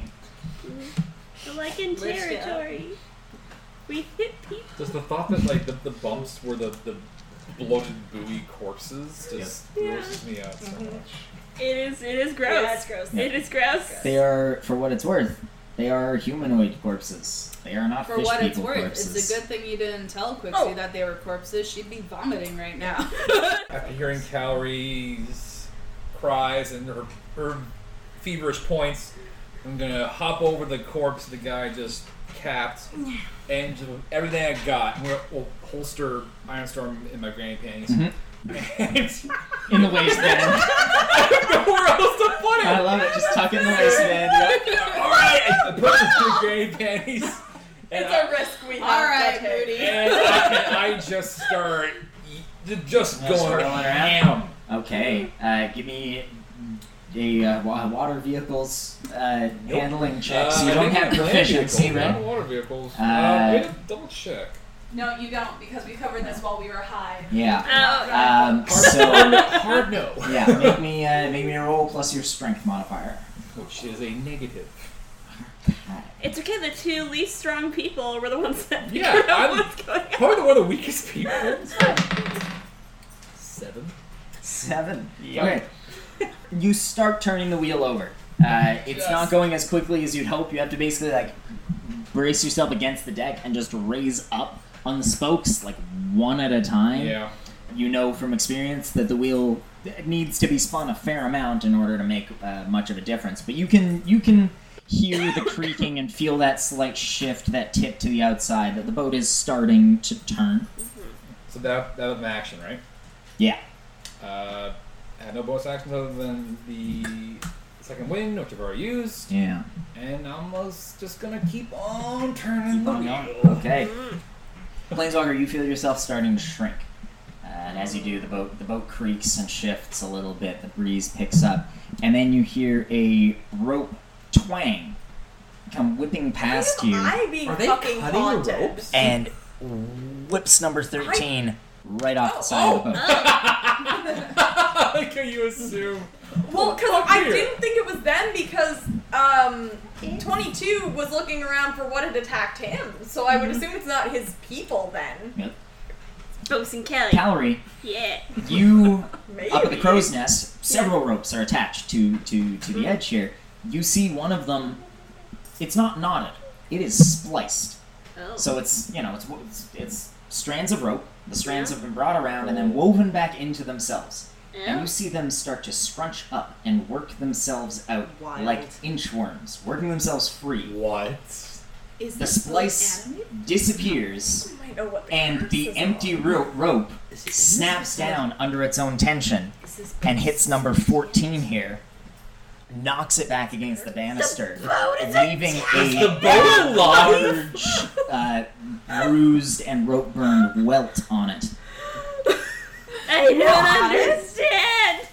Speaker 2: We're like in territory. We hit people.
Speaker 4: Just the thought that like the, the bumps were the, the bloated buoy corpses just grosses me out so much.
Speaker 2: It is it is gross.
Speaker 6: Yeah, that's gross.
Speaker 1: Yeah.
Speaker 2: It is gross.
Speaker 1: They are, for what it's worth, they are humanoid corpses. They are not
Speaker 7: For
Speaker 1: fish
Speaker 7: what
Speaker 1: people
Speaker 7: it's worth,
Speaker 1: corpses.
Speaker 7: it's a good thing you didn't tell Quixie
Speaker 5: Oh.
Speaker 7: that they were corpses. She'd be vomiting right now.
Speaker 4: After hearing Cowrie's cries and her, her feverish points, I'm gonna hop over the corpse the guy just capped and just with everything I got. I'm gonna we'll holster Ironstorm in my granny panties.
Speaker 1: Mhm.
Speaker 4: Mm-hmm. And
Speaker 1: In the waistband.
Speaker 4: nowhere else to put it!
Speaker 1: I love it. Just tuck it in the waistband. Yep.
Speaker 4: Alright! I put the two granny panties. And
Speaker 5: it's
Speaker 4: I-
Speaker 5: a risk we have.
Speaker 6: Uh,
Speaker 7: All right,
Speaker 5: to take.
Speaker 7: Moody.
Speaker 4: and I, I just start y- just
Speaker 1: Just
Speaker 4: going
Speaker 1: rolling around.
Speaker 4: ham.
Speaker 1: Okay. Uh, give me a uh, wa- water vehicles uh, handling check. So
Speaker 4: Uh,
Speaker 1: you
Speaker 4: I
Speaker 1: don't
Speaker 4: think
Speaker 1: have
Speaker 4: it's land
Speaker 1: proficiency,
Speaker 4: vehicles, not
Speaker 1: right?
Speaker 4: water vehicles. Uh,
Speaker 1: Uh,
Speaker 4: wait a- double check.
Speaker 7: no, you don't, because we covered this while we were high.
Speaker 1: Yeah.
Speaker 2: Oh,
Speaker 1: Um, so
Speaker 4: Hard no.
Speaker 1: yeah, make me uh, make me a roll plus your strength modifier.
Speaker 4: Which is a negative.
Speaker 2: it's okay. The two least strong people were the ones that figured
Speaker 4: Yeah,
Speaker 2: out
Speaker 4: I'm-
Speaker 2: what's going on.
Speaker 4: Probably one of the weakest people. Seven.
Speaker 1: Seven.
Speaker 4: Yep.
Speaker 1: Okay. you start turning the wheel over. Uh, it's not going as quickly as you'd hope. You have to basically like brace yourself against the deck and just raise up on the spokes like one at a time.
Speaker 4: Yeah.
Speaker 1: You know from experience that the wheel needs to be spun a fair amount in order to make uh, much of a difference. But you can you can hear the creaking and feel that slight shift, that tip to the outside, that the boat is starting to turn.
Speaker 4: So that that was my action, right?
Speaker 1: Yeah.
Speaker 4: Uh, I had no bonus actions other than the second win, which I've already used,
Speaker 1: Yeah.
Speaker 4: and I'm almost just gonna keep on turning
Speaker 1: Keep
Speaker 4: the
Speaker 1: on going.
Speaker 4: wheel.
Speaker 1: Oh, Okay. Planeswalker, you feel yourself starting to shrink. Uh, and as you do, the boat the boat creaks and shifts a little bit. The breeze picks up, and then you hear a rope twang come whipping past you,
Speaker 5: I being
Speaker 4: Are they
Speaker 5: fucking
Speaker 4: cutting the
Speaker 5: haunted.
Speaker 4: ropes?
Speaker 1: and
Speaker 2: Oh,
Speaker 1: whips number thirteen right off the side of the boat.
Speaker 4: like how you assume.
Speaker 5: Well, because
Speaker 4: Fuck
Speaker 5: I
Speaker 4: you.
Speaker 5: didn't think it was them because um, 22 was looking around for what had attacked him, so I would assume it's not his people then.
Speaker 2: Boats and Kelly.
Speaker 1: Calorie,
Speaker 2: Yeah.
Speaker 1: you
Speaker 5: Maybe.
Speaker 1: up at the crow's nest. Several ropes are attached to to to the edge here. You see one of them. It's not knotted. It is spliced.
Speaker 2: Oh.
Speaker 1: So it's you know it's it's, it's strands of rope. The strands have been brought around and then woven back into themselves.
Speaker 2: Oh.
Speaker 1: And you see them start to scrunch up and work themselves out
Speaker 6: Wild.
Speaker 1: like inchworms, working themselves free.
Speaker 4: What?
Speaker 7: Is
Speaker 1: The splice disappears,
Speaker 5: I know what the
Speaker 1: and the
Speaker 5: curses
Speaker 1: empty ro- rope snaps down under its own tension and hits number 14 here. Knocks it back against the banister, leaving a
Speaker 4: boat
Speaker 1: large, uh, bruised and rope burned welt on it.
Speaker 2: I don't Oh, understand.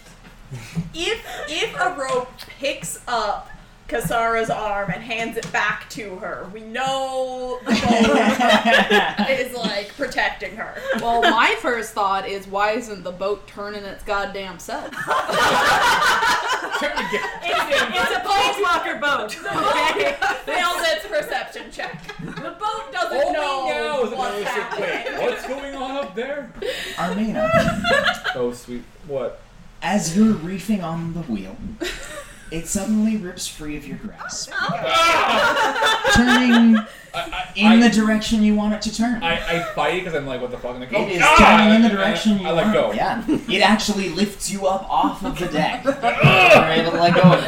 Speaker 5: if if a rope picks up Kasara's arm and hands it back to her, we know the boat is like protecting her.
Speaker 7: Well, my first thought is why isn't the boat turning its goddamn self?
Speaker 5: It's a planeswalker boat. The boat fails its perception check. The boat doesn't
Speaker 4: Only now
Speaker 5: know
Speaker 4: is it
Speaker 5: what's
Speaker 4: gonna
Speaker 5: happening.
Speaker 4: wait, what's going on up there?
Speaker 1: Armina,
Speaker 4: Oh, sweet. What?
Speaker 1: as you're reefing on the wheel, it suddenly rips free of your grasp, turning
Speaker 4: Ah! I, I,
Speaker 1: in
Speaker 4: I,
Speaker 1: the direction you want it to turn.
Speaker 4: I, I fight because I'm like, what the fuck? And I go,
Speaker 1: It is
Speaker 4: ah!
Speaker 1: turning in the
Speaker 4: And I-
Speaker 1: direction you
Speaker 4: I let go.
Speaker 1: want. Yeah. It actually lifts you up off of the deck. You're able to let go of it.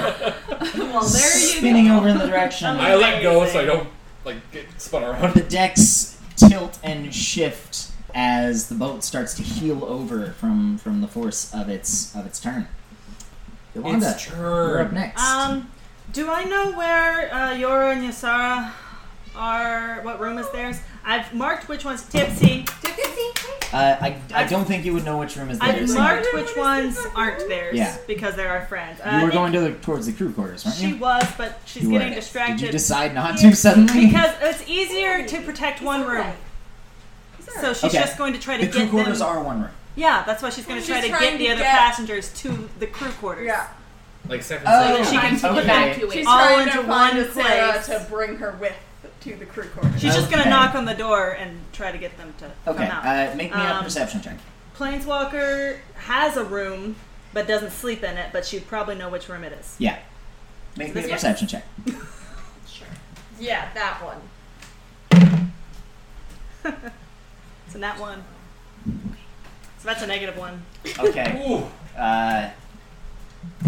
Speaker 7: well, there you
Speaker 1: Spinning over in the direction.
Speaker 4: I let go so I don't like get spun around.
Speaker 1: The decks tilt and shift as the boat starts to heel over from, from the force of its of its turn. Yolanda,
Speaker 4: It's
Speaker 1: you're up
Speaker 4: turn.
Speaker 1: next.
Speaker 6: Um, do I know where uh, Yora and Yasara are? What room is theirs? I've marked which one's tipsy.
Speaker 1: uh, I, I don't think you would know which room is
Speaker 6: I've
Speaker 1: theirs.
Speaker 6: marked which ones aren't theirs
Speaker 1: Yeah.
Speaker 6: because they're our friends. Uh,
Speaker 1: You
Speaker 6: I
Speaker 1: were
Speaker 6: think
Speaker 1: going to the, towards the crew quarters, weren't
Speaker 6: She
Speaker 1: you?
Speaker 6: was, but she's
Speaker 1: you
Speaker 6: getting
Speaker 1: were.
Speaker 6: distracted.
Speaker 1: Did you decide not to suddenly?
Speaker 6: because it's easier to protect one room. So she's
Speaker 1: Okay.
Speaker 6: just going to try to
Speaker 1: the crew
Speaker 6: get
Speaker 1: quarters
Speaker 6: them.
Speaker 1: are one room.
Speaker 6: Yeah, that's why she's going to
Speaker 5: She's
Speaker 6: try to
Speaker 5: trying
Speaker 6: get the
Speaker 5: to
Speaker 6: other
Speaker 5: get-
Speaker 6: passengers to the crew quarters.
Speaker 5: Yeah.
Speaker 4: Like second
Speaker 1: Oh.
Speaker 7: go. She can
Speaker 1: Okay.
Speaker 7: evacuate.
Speaker 5: She's
Speaker 6: All
Speaker 5: trying
Speaker 6: into
Speaker 5: to find
Speaker 6: one
Speaker 5: Sarah
Speaker 6: place.
Speaker 5: to bring her with to the crew quarters.
Speaker 6: She's just going to
Speaker 1: Okay.
Speaker 6: knock on the door and try to get them to
Speaker 1: Okay,
Speaker 6: come out.
Speaker 1: uh, make me a
Speaker 6: Um,
Speaker 1: perception check.
Speaker 6: Planeswalker has a room, but doesn't sleep in it. But she'd probably know which room it is.
Speaker 1: Yeah. Make me a
Speaker 6: This
Speaker 1: perception check.
Speaker 5: Yeah, that one.
Speaker 6: It's in that one. So that's a negative one.
Speaker 1: Okay.
Speaker 4: Ooh.
Speaker 1: Uh,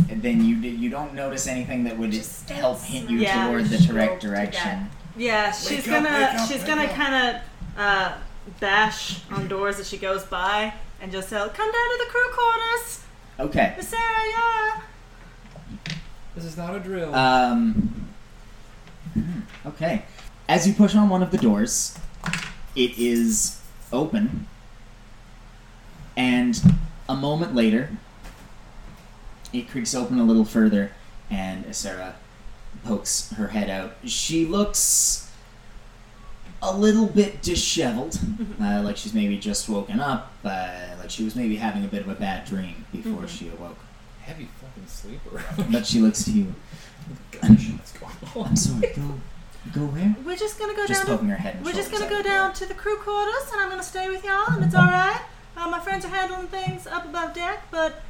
Speaker 1: and then you you don't notice anything that would help hint you
Speaker 6: Yeah.
Speaker 1: toward the correct direction.
Speaker 6: Yeah, she's
Speaker 4: up,
Speaker 6: gonna
Speaker 4: wake up,
Speaker 6: she's
Speaker 4: wake
Speaker 6: gonna
Speaker 4: up.
Speaker 6: kind of uh, bash on doors as she goes by and just yell, "Come down to the crew quarters,
Speaker 1: Okay.
Speaker 6: Miss Sarah, yeah."
Speaker 4: This is not a drill.
Speaker 1: Um. hmm, Okay. As you push on one of the doors, it is open, and a moment later, it creaks open a little further, and Sarah pokes her head out. She looks a little bit disheveled, uh, like she's maybe just woken up, uh, like she was maybe having a bit of a bad dream before she awoke.
Speaker 4: Heavy fucking sleeper.
Speaker 1: But she looks to you.
Speaker 4: Gosh, what's going on?
Speaker 1: I'm sorry. Go, go where?
Speaker 6: We're just gonna go
Speaker 1: Just
Speaker 6: down. To,
Speaker 1: poking her head. And
Speaker 6: we're just gonna
Speaker 1: shoulders
Speaker 6: go
Speaker 1: out.
Speaker 6: down to the crew quarters, and I'm gonna stay with y'all, and it's all right. Uh, my friends are handling things up above deck, but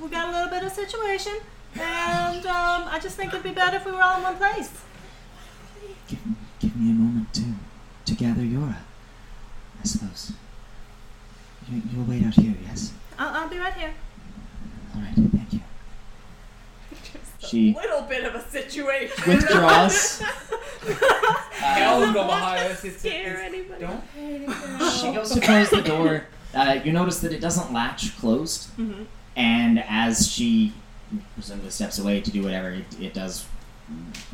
Speaker 6: we got a little bit of situation, and um, I just think it'd be better if we were all in one place.
Speaker 1: Give, give me a moment to, to gather Yora. I suppose. You, you'll wait out here, yes.
Speaker 6: I'll, I'll be right here.
Speaker 1: All right. Thank you. She
Speaker 5: Little bit of a situation.
Speaker 1: withdraws. Uh,
Speaker 4: Hell no, highest. It's,
Speaker 2: Scare
Speaker 4: it's,
Speaker 2: anybody.
Speaker 4: don't.
Speaker 1: she goes to close the door. Uh, you notice that it doesn't latch closed,
Speaker 5: Mm-hmm.
Speaker 1: and as she presumably steps away to do whatever, it, it does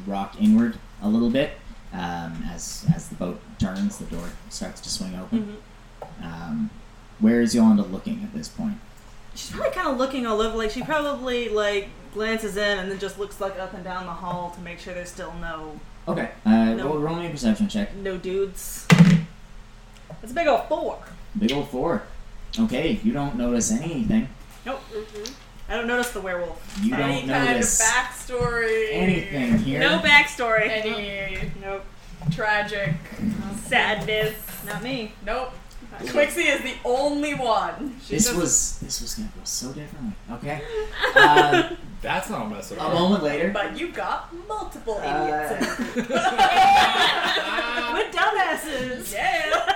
Speaker 1: rock inward a little bit. Um, as as the boat turns, the door starts to swing
Speaker 6: Mm-hmm.
Speaker 1: open.
Speaker 5: Mm-hmm.
Speaker 1: Um, where is Yolanda looking at this point?
Speaker 6: She's probably kind of looking all over. Like she probably like glances in and then just looks like up and down the hall to make sure there's still no
Speaker 1: Okay. Uh,
Speaker 6: No.
Speaker 1: roll, roll me a perception check.
Speaker 6: no dudes. It's a big old four.
Speaker 1: Big old four. Okay, you don't notice anything.
Speaker 6: Nope. I don't notice the werewolf.
Speaker 1: You
Speaker 5: Any
Speaker 1: don't know
Speaker 5: kind
Speaker 1: this.
Speaker 5: of backstory.
Speaker 1: anything here.
Speaker 2: No backstory.
Speaker 5: Any
Speaker 6: Nope.
Speaker 5: tragic.
Speaker 2: Sadness.
Speaker 6: Not me.
Speaker 5: Nope. Quixie is the only one. She
Speaker 1: This
Speaker 5: just-
Speaker 1: was this was gonna go so differently. Okay. Um,
Speaker 4: That's not a mess at
Speaker 1: a
Speaker 4: all.
Speaker 1: moment later,
Speaker 5: But you got multiple idiots.
Speaker 1: uh,
Speaker 6: With dumbasses.
Speaker 5: Yeah.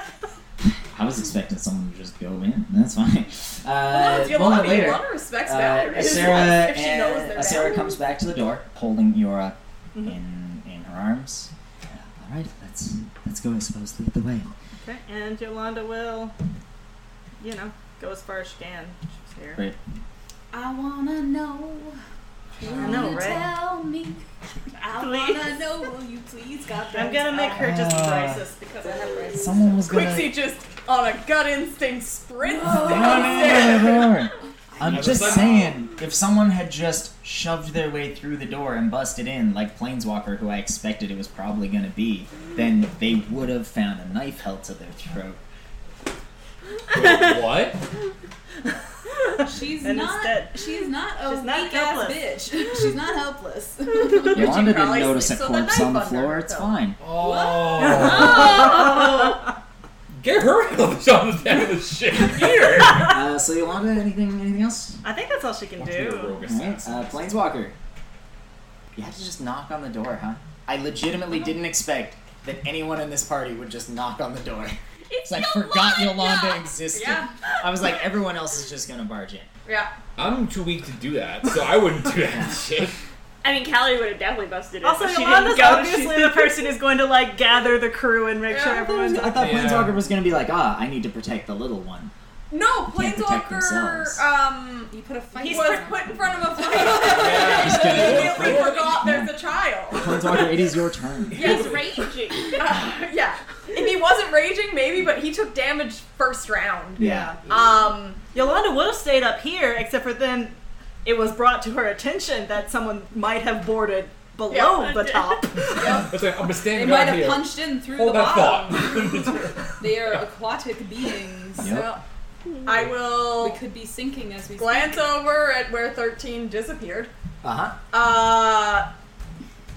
Speaker 1: I was expecting someone to just go in. That's fine.
Speaker 5: Well,
Speaker 1: Uh,
Speaker 5: it's
Speaker 1: a
Speaker 5: your
Speaker 1: moment
Speaker 5: lobby. You
Speaker 1: later,
Speaker 5: want to respect
Speaker 1: uh,
Speaker 5: boundaries.
Speaker 1: Asera,
Speaker 5: if she knows
Speaker 1: uh,
Speaker 5: they're
Speaker 1: Asera
Speaker 5: bad.
Speaker 1: comes back to the door, holding Yora in in her arms. All right, let's let's go. I suppose lead the way.
Speaker 6: Okay, and Yolanda will, you know, go as far as she can. She's here.
Speaker 1: Right.
Speaker 9: I wanna know.
Speaker 6: I know,
Speaker 9: Wanna
Speaker 6: right?
Speaker 9: Tell me. I
Speaker 6: Please.
Speaker 9: wanna know. Will you please, God?
Speaker 6: I'm gonna make her just
Speaker 1: Ah.
Speaker 6: crisis because I have crisis.
Speaker 1: Someone was gonna Ah,
Speaker 5: Quixie just on a gut instinct sprints
Speaker 1: run
Speaker 5: down
Speaker 1: into the door. I'm
Speaker 4: Another
Speaker 1: just
Speaker 4: side.
Speaker 1: saying, if someone had just shoved their way through the door and busted in, like Planeswalker, who I expected it was probably going to be, then they would have found a knife held to their throat.
Speaker 4: Wait, what?
Speaker 9: She's
Speaker 6: And
Speaker 9: not.
Speaker 6: instead-
Speaker 9: she's not a
Speaker 6: She's not
Speaker 9: weak ass
Speaker 6: helpless.
Speaker 9: bitch. She's not helpless.
Speaker 1: Yolanda didn't
Speaker 5: probably
Speaker 1: notice a
Speaker 5: sneaks with a
Speaker 1: corpse on the
Speaker 5: knife under
Speaker 1: floor.
Speaker 5: her
Speaker 1: It's
Speaker 5: throat.
Speaker 1: fine.
Speaker 4: Oh. Get her out of the- on the end of the shit here.
Speaker 1: Uh, so Yolanda, anything, anything else?
Speaker 6: I think that's all she can
Speaker 4: Watch me do a
Speaker 6: do.
Speaker 4: rogue
Speaker 1: All right.
Speaker 4: assassin.
Speaker 1: Uh, Planeswalker, you had to just knock on the door, huh? I legitimately
Speaker 5: Uh-huh.
Speaker 1: didn't expect that anyone in this party would just knock on the door. It's like I forgot Yolanda existed.
Speaker 5: Yeah.
Speaker 1: I was like, everyone else is just gonna barge in.
Speaker 5: Yeah.
Speaker 4: I'm too weak to do that, so I wouldn't do that shit.
Speaker 2: I mean, Callie would have definitely busted it.
Speaker 6: Also,
Speaker 2: but she
Speaker 6: Yolanda's
Speaker 2: didn't go.
Speaker 6: obviously the person who's going to like gather the crew and make sure
Speaker 5: Yeah.
Speaker 6: everyone's.
Speaker 1: I thought
Speaker 4: Yeah.
Speaker 1: Planeswalker was gonna be like, ah, I need to protect the little one.
Speaker 5: No,
Speaker 1: Can't protect themselves.
Speaker 5: Planeswalker um,
Speaker 7: You put a fight.
Speaker 5: he
Speaker 7: He's
Speaker 5: was put in front of a fire
Speaker 4: Yeah,
Speaker 1: just
Speaker 5: and
Speaker 1: gonna go
Speaker 5: immediately
Speaker 1: for it.
Speaker 5: forgot there's a child.
Speaker 1: Planeswalker, it is your turn.
Speaker 5: Yes,
Speaker 2: raging.
Speaker 5: uh, yeah. If he wasn't raging, maybe, but he took damage first round.
Speaker 1: Yeah.
Speaker 5: Um,
Speaker 6: Yolanda would have stayed up here, except for then it was brought to her attention that someone might have boarded below
Speaker 2: Yeah.
Speaker 6: the top.
Speaker 4: That's like, I'm gonna
Speaker 7: They
Speaker 4: stand
Speaker 7: might
Speaker 4: down
Speaker 7: have
Speaker 4: here.
Speaker 7: punched in through
Speaker 4: Hold
Speaker 7: the
Speaker 4: that
Speaker 7: bottom.
Speaker 4: thought.
Speaker 7: They are aquatic beings.
Speaker 1: Yep.
Speaker 5: so I
Speaker 7: We
Speaker 5: will
Speaker 7: could be sinking as we
Speaker 5: glance
Speaker 7: speak.
Speaker 5: over at where 13 disappeared.
Speaker 1: Uh huh.
Speaker 5: Uh,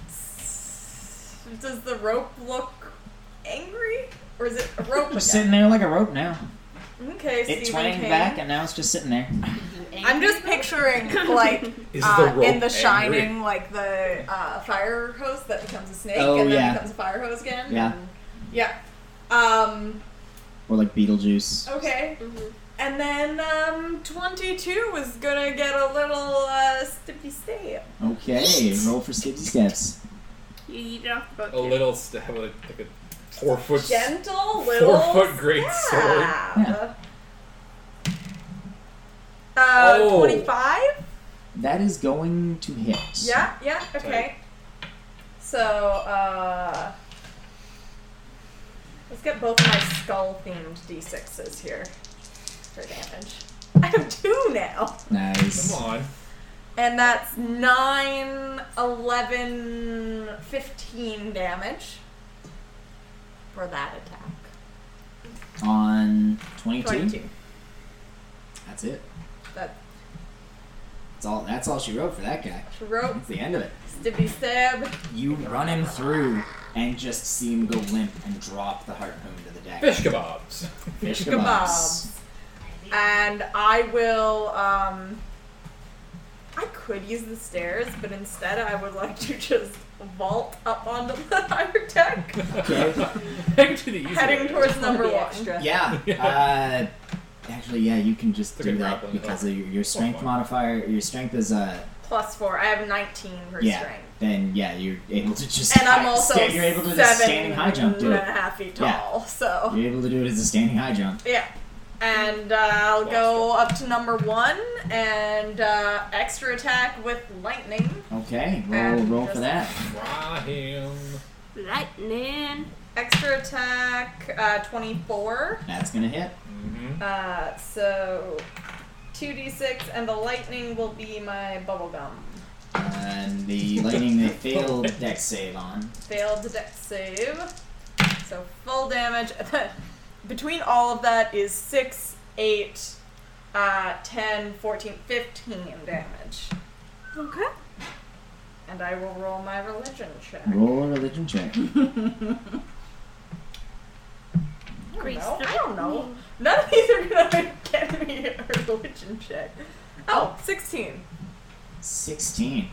Speaker 5: s- does the rope look angry? Or is it a rope?
Speaker 1: Just
Speaker 5: again?
Speaker 1: sitting there like a rope now.
Speaker 5: Okay,
Speaker 1: It
Speaker 5: Stephen
Speaker 1: twanged
Speaker 5: King.
Speaker 1: back, and now it's just sitting there.
Speaker 5: I'm just picturing like
Speaker 4: Is
Speaker 5: uh,
Speaker 4: the rope
Speaker 5: in The Shining,
Speaker 4: angry?
Speaker 5: like the uh, fire hose that becomes a snake
Speaker 1: Oh,
Speaker 5: and then
Speaker 1: yeah.
Speaker 5: becomes a fire hose again.
Speaker 1: Yeah.
Speaker 5: Yeah. Um.
Speaker 1: Or like
Speaker 5: Oh,
Speaker 1: Beetlejuice.
Speaker 5: Okay. And then um, 22 was gonna get a little uh, stippy stay.
Speaker 1: Okay, roll for skipsy steps.
Speaker 2: You eat it off the boat.
Speaker 4: A little step with a- like a four foot.
Speaker 5: Gentle little.
Speaker 4: foot great sword.
Speaker 5: stab.
Speaker 1: Yeah.
Speaker 5: Uh,
Speaker 4: Oh.
Speaker 5: 25?
Speaker 1: That is going to hit.
Speaker 5: Yeah, yeah, okay. So, uh. Let's get both my skull themed d6s here for damage. I have two now!
Speaker 1: Nice.
Speaker 4: Come on.
Speaker 5: And that's 9, 11, 15 damage for that attack.
Speaker 1: On 22?
Speaker 5: 22.
Speaker 1: That's it.
Speaker 5: That
Speaker 1: That's all. That's all she wrote for that guy.
Speaker 5: rope,
Speaker 1: That's the end of it.
Speaker 5: stabby stab.
Speaker 1: You run him through and just see him go limp and drop the harpoon to the deck.
Speaker 4: Fish kebabs.
Speaker 1: Fish
Speaker 5: kebabs. And I will, um, I could use the stairs, but instead I would like to just vault up onto the higher deck,
Speaker 1: Okay.
Speaker 4: Heading to the east.
Speaker 5: heading towards number
Speaker 6: Be
Speaker 5: one.
Speaker 6: extra.
Speaker 1: Yeah. Uh, actually, yeah, you can just
Speaker 4: Look at
Speaker 1: do that
Speaker 4: grappling,
Speaker 1: because
Speaker 4: huh?
Speaker 1: of your, your strength
Speaker 4: fun.
Speaker 1: modifier. Your strength is uh
Speaker 5: Plus four. I have 19 for
Speaker 1: yeah.
Speaker 5: strength.
Speaker 1: Then yeah, you're able to just
Speaker 5: And I'm
Speaker 1: high-
Speaker 5: also
Speaker 1: sta- you're able to just
Speaker 5: seven
Speaker 1: standing high jump do
Speaker 5: and a
Speaker 1: it.
Speaker 5: half feet
Speaker 1: Yeah.
Speaker 5: tall, so.
Speaker 1: You're able to do it as a standing high jump.
Speaker 5: Yeah. And uh, I'll go up to number one and uh, extra attack with lightning.
Speaker 1: Okay, roll
Speaker 5: And
Speaker 1: roll for
Speaker 5: just-
Speaker 1: that.
Speaker 4: Rahim.
Speaker 2: Lightning.
Speaker 5: Extra attack uh, 24.
Speaker 1: That's gonna hit.
Speaker 4: Mm-hmm.
Speaker 5: Uh, so 2d6 and the lightning will be my bubblegum.
Speaker 1: And the lightning they failed deck save on.
Speaker 5: Failed the dex save. So full damage. Between all of that is 6, 8, uh, 10, 14, 15 damage.
Speaker 2: Okay.
Speaker 5: And I will roll my religion check.
Speaker 1: Roll a religion check.
Speaker 2: Grease
Speaker 5: No,
Speaker 2: the
Speaker 5: I don't know. None of these are gonna get me a religion check. Oh, 16.
Speaker 1: 16.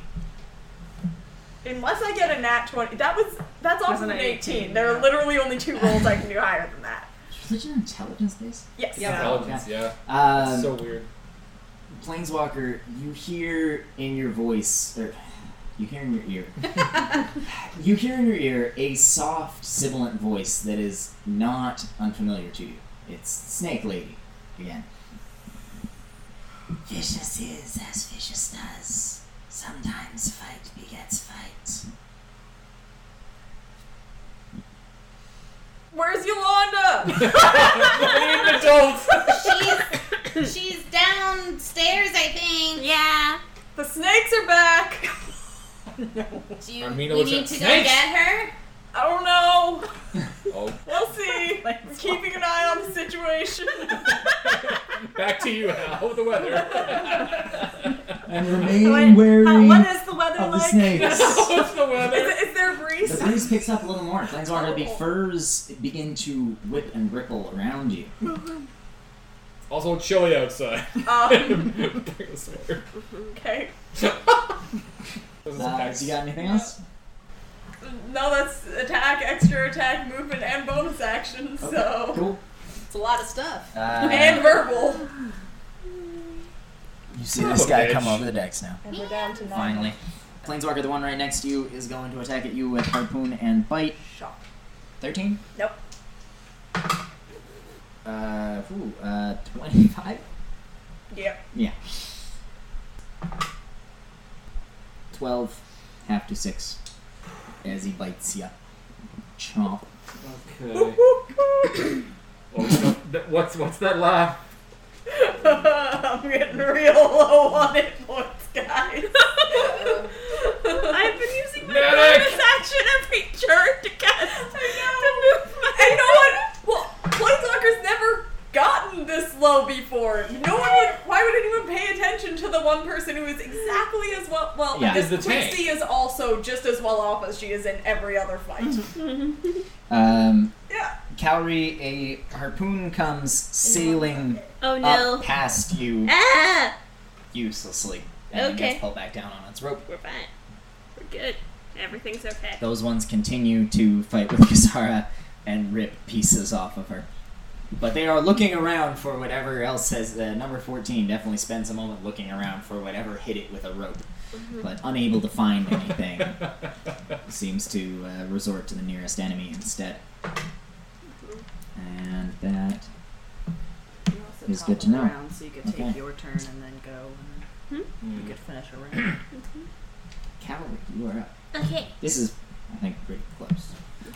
Speaker 5: Unless I get a nat 20. That was, that's also
Speaker 6: Wasn't
Speaker 5: an
Speaker 6: it
Speaker 5: 18.
Speaker 6: 18,
Speaker 5: There
Speaker 6: yeah.
Speaker 5: are literally only two rolls I can do higher than that.
Speaker 1: Is religion intelligence based?
Speaker 5: Yes.
Speaker 4: Intelligence, yeah.
Speaker 1: Um,
Speaker 4: so weird.
Speaker 1: Planeswalker, you hear in your voice, or you hear in your ear, you hear in your ear a soft, sibilant voice that is not unfamiliar to you. It's Snake Lady again. Vicious is as vicious does. Sometimes fight begets fight.
Speaker 5: Where's Yolanda?
Speaker 4: I need an adult!
Speaker 9: She's she's downstairs, I think.
Speaker 2: Yeah.
Speaker 5: the snakes are back.
Speaker 9: Do you,
Speaker 4: Armina
Speaker 9: we
Speaker 4: looks
Speaker 9: need
Speaker 4: at
Speaker 9: to
Speaker 4: snakes.
Speaker 9: go get her.
Speaker 5: I don't know.
Speaker 4: Oh,
Speaker 5: We'll see. Keeping an eye on the situation.
Speaker 4: back to you, Hal. The weather.
Speaker 1: And remain
Speaker 5: Wait,
Speaker 1: wary
Speaker 5: How, what is the weather
Speaker 1: of the
Speaker 5: like?
Speaker 1: snakes.
Speaker 4: What's the
Speaker 5: Is,
Speaker 4: weather?
Speaker 5: it- is there a breeze?
Speaker 1: The breeze picks up a little more. Planeswalker, the
Speaker 5: Oh.
Speaker 1: furs begin to whip and ripple around you.
Speaker 4: Also chilly outside.
Speaker 5: Um,
Speaker 4: Bring a sweater.
Speaker 5: okay.
Speaker 4: This is
Speaker 1: Uh,
Speaker 4: nice.
Speaker 1: so you got anything else?
Speaker 5: No, that's attack, extra attack, movement, and bonus action. So
Speaker 1: Cool.
Speaker 6: Oh, It's a lot of stuff.
Speaker 10: Uh,
Speaker 5: and verbal.
Speaker 10: you see this guy come
Speaker 4: Bitch.
Speaker 10: over the decks now.
Speaker 5: And we're down to nine.
Speaker 10: Finally.
Speaker 1: Planeswalker, the one right next to you, is going to attack at you with harpoon and bite.
Speaker 5: Shot.
Speaker 1: 13?
Speaker 5: Nope.
Speaker 1: Uh, ooh, uh, 25?
Speaker 5: Yep.
Speaker 1: Yeah. 12, half to 6. As he bites ya. Chomp.
Speaker 4: Okay. Oh, no, that- what's what's that laugh?
Speaker 5: I'm getting real low on it points, guys.
Speaker 2: I've been using my
Speaker 4: Medic!
Speaker 2: bonus action every turn to cast. I know. To move my
Speaker 5: and no one, well, Planeswalker's never gotten this low before. No one would. Why would anyone pay attention to the one person who is exactly as well? Well,
Speaker 1: Yeah.
Speaker 5: this
Speaker 4: Is the tank.
Speaker 5: Quixie is also just as well off as she is in every other fight.
Speaker 1: Mm-hmm. Um,
Speaker 5: yeah.
Speaker 1: Cowrie, a harpoon comes sailing
Speaker 2: Oh
Speaker 1: up
Speaker 4: Uh,
Speaker 2: no.
Speaker 1: past you
Speaker 2: Ah!
Speaker 1: uselessly. And
Speaker 2: Okay.
Speaker 1: gets pulled back down on its rope.
Speaker 2: We're fine. We're good. Everything's okay.
Speaker 1: Those ones continue to fight with Kisara and rip pieces off of her. But they are looking around for whatever else has. Uh, number 14 definitely spends a moment looking around for whatever hit it with a rope, but unable to find anything. seems to uh, resort to the nearest enemy instead. And that.
Speaker 6: You also
Speaker 1: It's good to
Speaker 6: toggle
Speaker 1: know.
Speaker 6: Around, so you could take
Speaker 1: Okay.
Speaker 6: your turn and then go, and then you could finish a round.
Speaker 1: Cavalry, you are up.
Speaker 8: Okay.
Speaker 1: This is, I think, pretty close.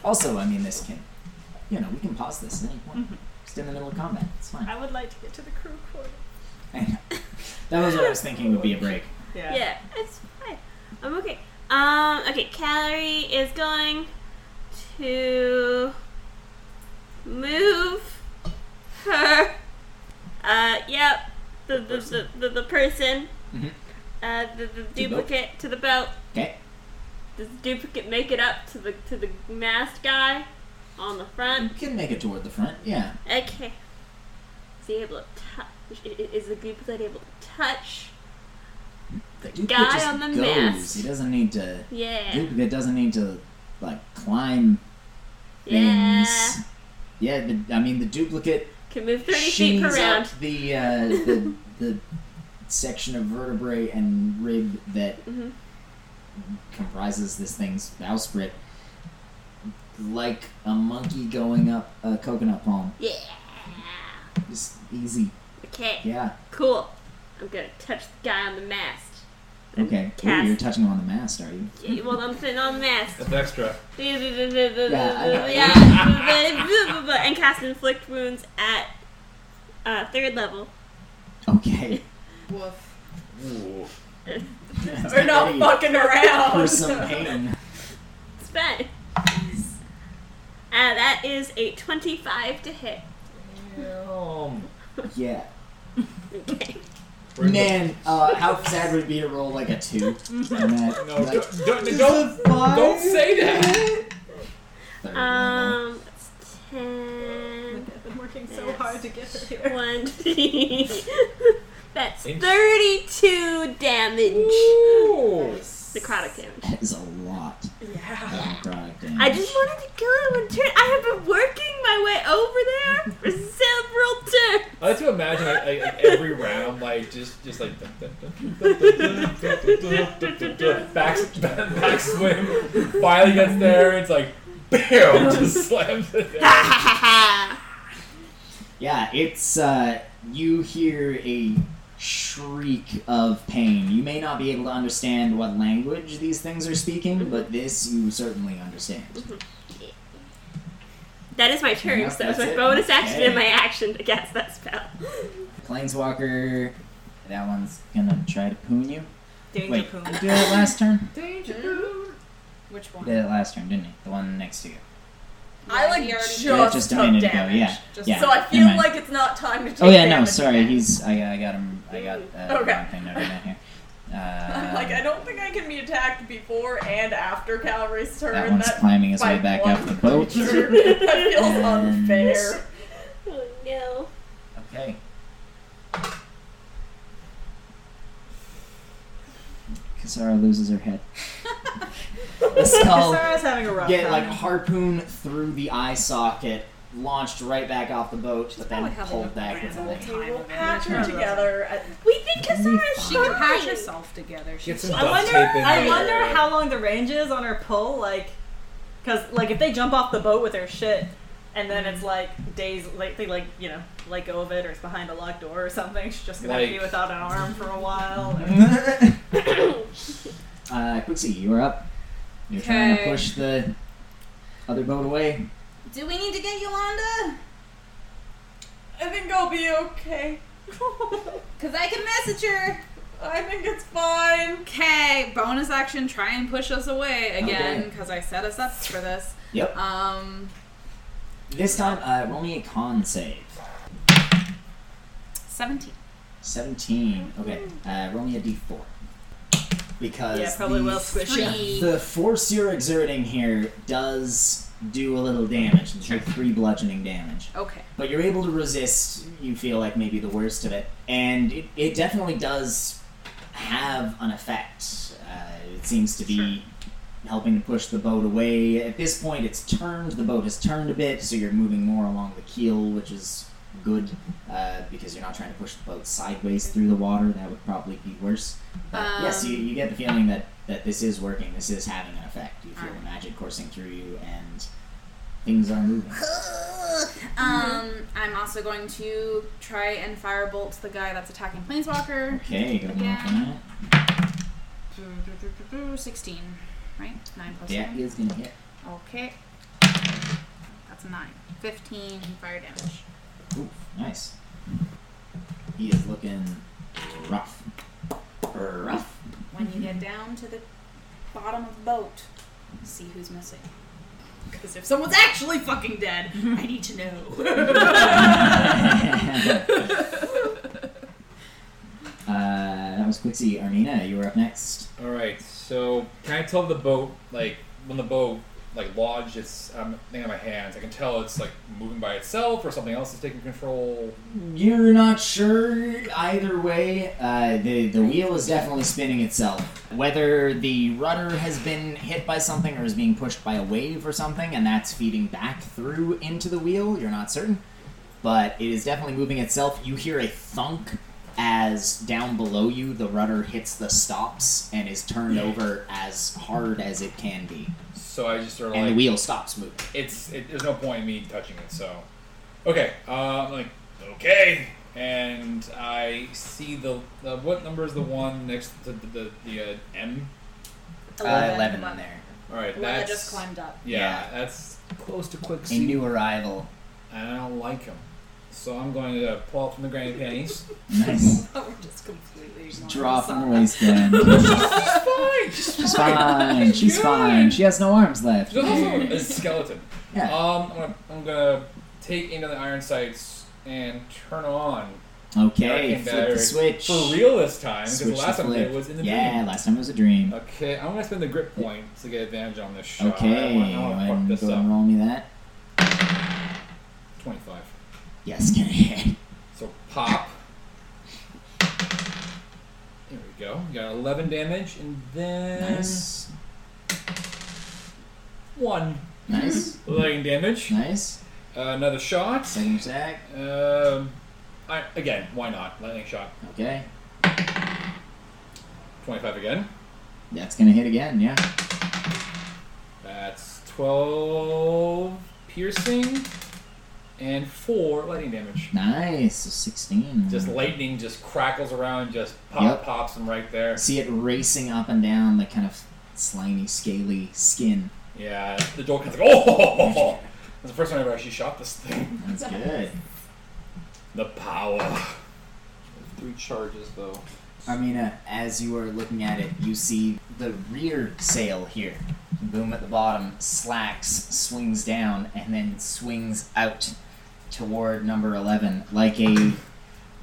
Speaker 1: Also, I mean, this can. You know, we can pause this at any point.
Speaker 2: Mm-hmm.
Speaker 1: Just in the middle of combat. It's fine.
Speaker 5: would like to get to the crew quarter.
Speaker 1: That was what I was thinking would be a break.
Speaker 2: Yeah. it's fine. I'm okay. Um, okay, Calorie is going to move her. Uh, yep. The the, the, the, the person.
Speaker 4: Mm-hmm.
Speaker 1: Mhm.
Speaker 2: Uh, the, the
Speaker 1: The boat?
Speaker 2: duplicate to the belt.
Speaker 1: Okay.
Speaker 2: Does the duplicate make it up to the to the masked guy on the front?
Speaker 1: You can make it toward the front, yeah.
Speaker 2: Okay. Is he able to touch? Is the duplicate able to touch?
Speaker 1: The duplicate
Speaker 2: guy
Speaker 1: just
Speaker 2: on the
Speaker 1: goes.
Speaker 2: mast.
Speaker 1: He doesn't need to.
Speaker 2: Yeah.
Speaker 1: Duplicate doesn't need to like climb
Speaker 2: Yeah.
Speaker 1: things. Yeah, the, I mean the duplicate
Speaker 2: Can move 30 feet per
Speaker 1: sheens
Speaker 2: round.
Speaker 1: up the uh, the the section of vertebrae and rib that
Speaker 2: Mhm. Mm-hmm.
Speaker 1: comprises this thing's bowsprit, like a monkey going up a coconut palm.
Speaker 2: Yeah.
Speaker 1: Just easy.
Speaker 2: Okay.
Speaker 1: Yeah.
Speaker 2: Cool. I'm gonna touch the guy on the mast.
Speaker 1: Okay. Ooh,
Speaker 2: Cast-
Speaker 1: you're touching him on the mast, are you?
Speaker 2: Yeah, well, I'm sitting on the mast.
Speaker 4: That's extra.
Speaker 1: I-
Speaker 2: Yeah. and cast inflict wounds at uh, third level.
Speaker 1: Okay.
Speaker 3: Woof.
Speaker 4: Ooh.
Speaker 5: We're not
Speaker 1: Hey,
Speaker 5: fucking
Speaker 1: For
Speaker 5: around.
Speaker 1: some pain.
Speaker 2: It's fine. Uh, that is a 25 to hit.
Speaker 1: Yeah.
Speaker 2: Okay.
Speaker 4: We're-
Speaker 1: Man, uh, how sad would it be to roll like a two?
Speaker 2: Mm-hmm.
Speaker 1: And that,
Speaker 4: No,
Speaker 1: like,
Speaker 4: don't, don't,
Speaker 1: "Does
Speaker 4: don't,
Speaker 1: a five
Speaker 4: don't say that.
Speaker 1: hit?" Third level.
Speaker 2: Um, it's ten.
Speaker 5: I've been working so
Speaker 2: Yes.
Speaker 5: hard to get her here.
Speaker 2: Twenty. That's
Speaker 4: Inch.
Speaker 2: thirty-two damage.
Speaker 4: Ooh.
Speaker 2: Necrotic damage.
Speaker 1: That is a lot
Speaker 5: Yeah.
Speaker 1: of necrotic damage.
Speaker 2: I just wanted to kill him and turn. I have been working my way over there for several turns.
Speaker 4: I like to imagine like, like, like, every round, like just just like dun- dun- dun- dun- dun- dun- dun- dun- dun- dun- back back swim. Finally gets there. It's like bam, just slams it. down.
Speaker 1: Yeah, it's uh, you hear a shriek of pain. You may not be able to understand what language these things are
Speaker 5: Mm-hmm.
Speaker 1: speaking, but this you certainly understand.
Speaker 2: That is my turn.
Speaker 1: Yeah,
Speaker 2: so that was
Speaker 1: that's
Speaker 2: my
Speaker 1: it.
Speaker 2: bonus action and
Speaker 1: Okay.
Speaker 2: my action to cast that spell.
Speaker 1: Planeswalker, that one's gonna try to poon you.
Speaker 6: Danger
Speaker 1: Wait,
Speaker 6: poon.
Speaker 1: you did it last turn.
Speaker 5: Which
Speaker 1: You
Speaker 5: one?
Speaker 1: did it last turn, didn't you? The one next to you.
Speaker 5: I like
Speaker 6: He already
Speaker 5: just,
Speaker 1: Yeah, just a
Speaker 5: took
Speaker 1: minute
Speaker 5: damage.
Speaker 1: ago, yeah,
Speaker 5: Just-
Speaker 1: yeah,
Speaker 5: so I
Speaker 1: never
Speaker 5: feel
Speaker 1: mind.
Speaker 5: like it's not time to take
Speaker 1: Oh yeah, no,
Speaker 5: damage
Speaker 1: sorry.
Speaker 5: yet.
Speaker 1: He's I, I got him. I got uh,
Speaker 5: Okay.
Speaker 1: wrong thing noted down here. Uh,
Speaker 5: I'm like, I don't think I can be attacked before and after Calvary's turn.
Speaker 1: that one's climbing his way
Speaker 5: by
Speaker 1: back
Speaker 5: one
Speaker 1: up the boat.
Speaker 5: creature. that feels
Speaker 1: And-
Speaker 5: unfair.
Speaker 2: Oh no.
Speaker 1: Okay. Kisara loses her head. the skull
Speaker 6: Sarah's having a rough
Speaker 1: get
Speaker 6: time.
Speaker 1: like harpoon through the eye socket, launched right back off the boat, but then
Speaker 7: probably having
Speaker 1: pulled back in the
Speaker 5: Okay, we'll patch her together. at-
Speaker 2: We think Kasara's
Speaker 7: She can patch
Speaker 2: fine.
Speaker 7: herself together. She
Speaker 4: Get some
Speaker 6: I
Speaker 4: duct
Speaker 6: wonder.
Speaker 4: tape in
Speaker 6: I
Speaker 4: there.
Speaker 6: wonder how long the range is on her pull. Like, because like if they jump off the boat with their shit, and then it's like days like they like you know let go of it or it's behind a locked door or something. She's just gonna have to
Speaker 4: Like-
Speaker 6: be without an arm for a while.
Speaker 1: boat. uh, Quixie, you are up. You're trying to
Speaker 7: Okay.
Speaker 1: push the other boat away.
Speaker 9: Do we need to get Yolanda?
Speaker 5: I think I'll be okay.
Speaker 9: Cause I can message her.
Speaker 5: I think it's fine.
Speaker 7: Okay, bonus action, try and push us away again,
Speaker 1: Okay.
Speaker 7: because I set us up for this.
Speaker 1: Yep.
Speaker 7: Um,
Speaker 1: This time, uh, roll me a con save.
Speaker 7: 17.
Speaker 1: 17. Okay. Uh, roll me a d4. Because
Speaker 6: Yeah, probably
Speaker 1: the,
Speaker 6: will squish it.
Speaker 1: the force you're exerting here does do a little damage. It's like three bludgeoning damage.
Speaker 7: Okay.
Speaker 1: But you're able to resist, you feel like maybe the worst of it. And it, it definitely does have an effect. Uh, it seems to be helping to push the boat away. At this point, it's turned. The boat has turned a bit, so you're moving more along the keel, which is good uh, because you're not trying to push the boat sideways through the water. That would probably be worse. But yes, you,
Speaker 7: Um,
Speaker 1: you get the feeling that, that this is working. This is having an effect. You feel
Speaker 7: Alright.
Speaker 1: the magic coursing through you, and things are moving.
Speaker 6: Mm-hmm.
Speaker 7: Um, I'm also going to try and firebolt the guy that's attacking Planeswalker.
Speaker 1: Okay, good one for
Speaker 7: Again.
Speaker 1: that.
Speaker 7: Boo, boo, boo, boo, boo, 16, right? 9 plus
Speaker 1: That
Speaker 7: 9.
Speaker 1: is gonna hit.
Speaker 7: Okay. That's a 9. 15 fire damage.
Speaker 1: Ooh, nice. He is looking rough. Rough.
Speaker 7: When you
Speaker 6: Mm-hmm.
Speaker 7: get down to the bottom of the boat, see who's missing. Because if someone's actually fucking dead,
Speaker 6: Mm-hmm.
Speaker 7: I need to know.
Speaker 1: uh, that was Quixie. Armina, you were up next.
Speaker 4: All right. So can I tell the boat like when the boat like lodged its um, thing in my hands? I can tell it's like moving by itself or something else is taking control.
Speaker 1: You're not sure either way. Uh, the the wheel is definitely spinning itself. Whether the rudder has been hit by something or is being pushed by a wave or something, and that's feeding back through into the wheel, you're not certain. But it is definitely moving itself. You hear a thunk as down below you the rudder hits the stops and is turned over as hard as it can be,
Speaker 4: So I just sort of
Speaker 1: and the
Speaker 4: like
Speaker 1: wheel stops moving.
Speaker 4: it's it, there's no point in me touching it. So, okay, uh, I'm like okay, and I see the, the what number is the one next to the the, the uh, M?
Speaker 1: Uh, Eleven on there.
Speaker 4: All right,
Speaker 6: The one that
Speaker 4: that's
Speaker 6: just climbed up.
Speaker 4: yeah, that's close to quick
Speaker 1: A new arrival.
Speaker 4: and I don't like him. So I'm going to pull up from the granny panties.
Speaker 1: Nice.
Speaker 6: Oh, We're just completely
Speaker 1: Draw from her waistband. she's fine. She's fine. She's fine. She has no arms left.
Speaker 4: There's also a skeleton.
Speaker 1: Yeah.
Speaker 4: Um, I'm gonna, I'm gonna take into the iron sights and turn on
Speaker 1: Okay,
Speaker 4: Dark and
Speaker 1: flip the
Speaker 4: direct.
Speaker 1: switch.
Speaker 4: For real this time, because
Speaker 1: Switch
Speaker 4: last
Speaker 1: the
Speaker 4: time I did
Speaker 1: flip.
Speaker 4: it was in the
Speaker 1: yeah,
Speaker 4: dream.
Speaker 1: last time was a dream.
Speaker 4: Okay, I'm gonna spend the grip point to get advantage on this shot. Oh, I
Speaker 1: Okay,
Speaker 4: wanna, I wanna
Speaker 1: and
Speaker 4: fuck this
Speaker 1: go
Speaker 4: up.
Speaker 1: and roll me that.
Speaker 4: 25.
Speaker 1: Yes, gonna hit.
Speaker 4: So pop. There we go. Got 11 damage, and then
Speaker 1: Nice,
Speaker 4: one
Speaker 1: nice,
Speaker 4: lightning damage.
Speaker 1: nice.
Speaker 4: Uh, another shot.
Speaker 1: Second attack.
Speaker 4: Um, I, again, why not? Lightning shot.
Speaker 1: Okay,
Speaker 4: 25 again.
Speaker 1: that's gonna hit again. Yeah,
Speaker 4: That's 12 piercing and 4 lightning damage.
Speaker 1: nice. So sixteen.
Speaker 4: Just lightning just crackles around, just pop,
Speaker 1: Yep.
Speaker 4: pops them right there.
Speaker 1: see it racing up and down the kind of slimy, scaly skin.
Speaker 4: Yeah, the door kind of like, oh! That's the first time I ever actually shot this thing.
Speaker 1: That's good.
Speaker 4: The power. Three charges, though.
Speaker 1: Armina, uh, as you are looking at it, you see the rear sail here. Boom at the bottom, slacks, swings down, and then swings out toward number 11 like a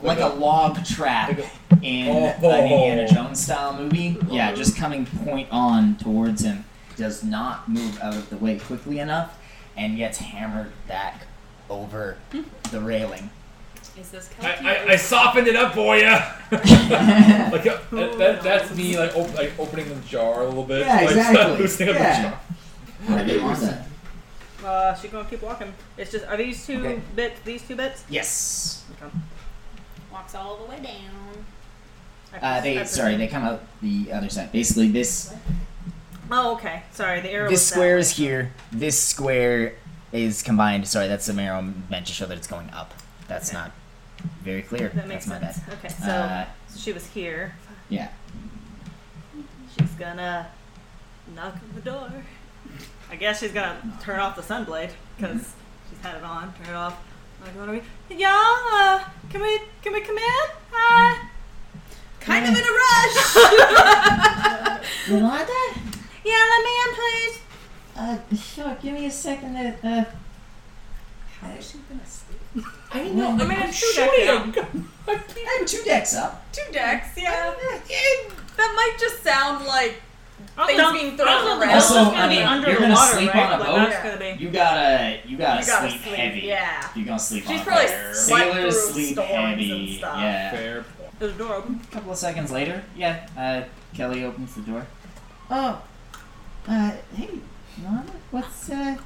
Speaker 1: like a log trap in
Speaker 4: Oh.
Speaker 1: an Indiana Jones style movie. Yeah, just coming point on towards him. Does not move out of the way quickly enough and gets hammered back over the railing.
Speaker 5: Is this
Speaker 4: I,
Speaker 5: Kelty?
Speaker 4: I, I softened it up for you. like uh, that, that, that's me like, op- like opening the jar a little bit.
Speaker 1: Yeah,
Speaker 4: like,
Speaker 1: exactly.
Speaker 4: loosening up the
Speaker 1: Yeah.
Speaker 4: jar.
Speaker 1: Wanda.
Speaker 6: Uh, she's gonna keep walking. It's just are these two
Speaker 1: Okay.
Speaker 6: bits? These two bits?
Speaker 1: Yes.
Speaker 9: Walks all the way down.
Speaker 1: Uh, they sorry, they come out the other side. Basically, this
Speaker 6: Oh, okay. Sorry, the arrow.
Speaker 1: this
Speaker 6: was that
Speaker 1: square
Speaker 6: way.
Speaker 1: is here. This square is combined. Sorry, that's the arrow meant to show that it's going up. That's
Speaker 6: Okay.
Speaker 1: not very clear.
Speaker 6: That makes
Speaker 1: that's
Speaker 6: sense. Okay, so
Speaker 1: my bad. Uh,
Speaker 6: she was here.
Speaker 1: Yeah.
Speaker 6: She's gonna knock on the door. I guess she's gonna turn off the sunblade because she's had it on. Turn it off. Like, what are we? Yeah. Uh, can we? Can we come in? Uh,
Speaker 9: Kind of in a rush.
Speaker 1: Uh, Wanda,
Speaker 6: yeah, let me in, please.
Speaker 1: uh, sure. Give me a second. To, uh,
Speaker 9: How is she gonna sleep?
Speaker 4: I know. I mean, I'm
Speaker 5: shooting.
Speaker 4: shooting.
Speaker 1: I have two decks up.
Speaker 5: Two decks, yeah. that might just sound like things
Speaker 6: Also-
Speaker 5: being thrown
Speaker 6: also,
Speaker 5: around.
Speaker 1: Also,
Speaker 6: it's gonna
Speaker 1: I
Speaker 6: be
Speaker 1: mean,
Speaker 6: under
Speaker 1: you're
Speaker 6: the
Speaker 1: gonna
Speaker 6: water,
Speaker 1: sleep
Speaker 6: right?
Speaker 1: on a
Speaker 6: Like,
Speaker 1: boat?
Speaker 6: That's gonna be.
Speaker 1: You gotta, you gotta,
Speaker 5: You gotta
Speaker 1: sleep,
Speaker 5: sleep,
Speaker 1: heavy.
Speaker 5: yeah.
Speaker 1: You gotta sleep.
Speaker 5: She's
Speaker 1: on
Speaker 5: probably
Speaker 1: a boat.
Speaker 5: slept
Speaker 1: sailors
Speaker 5: through
Speaker 1: sleep
Speaker 5: storms
Speaker 1: heavy.
Speaker 5: and stuff.
Speaker 1: Yeah.
Speaker 4: Fair point.
Speaker 6: Is the door open?
Speaker 1: couple of seconds later, yeah, uh, Kelly opens the door. Oh, uh, hey, Lana, what's, uh,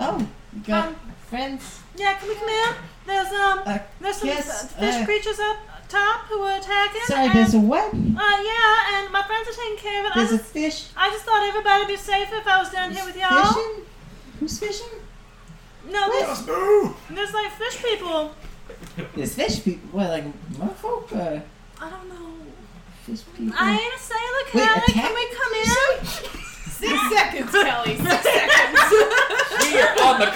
Speaker 1: oh, you got friends?
Speaker 6: Yeah, can we come in? There's um,
Speaker 1: Uh,
Speaker 6: there's some
Speaker 1: yes,
Speaker 6: uh, fish
Speaker 1: uh,
Speaker 6: creatures up top who were attacking.
Speaker 1: sorry,
Speaker 6: and,
Speaker 1: there's a what?
Speaker 6: Uh, yeah, and my friends are taking care of it. I
Speaker 1: There's a
Speaker 6: just,
Speaker 1: fish.
Speaker 6: I just thought everybody'd be safe if I was down here
Speaker 1: There's
Speaker 6: with y'all.
Speaker 1: Fishing? Who's fishing?
Speaker 6: No, there's,
Speaker 4: Ooh.
Speaker 6: there's like fish people.
Speaker 1: There's fish people. Well, like merfolk. Uh,
Speaker 6: I don't know.
Speaker 1: fish people.
Speaker 6: I ain't a sailor,
Speaker 1: Wait,
Speaker 6: Kelly.
Speaker 1: attack-
Speaker 6: Can we come in?
Speaker 5: Six seconds, Kelly. Six seconds.
Speaker 4: We are on the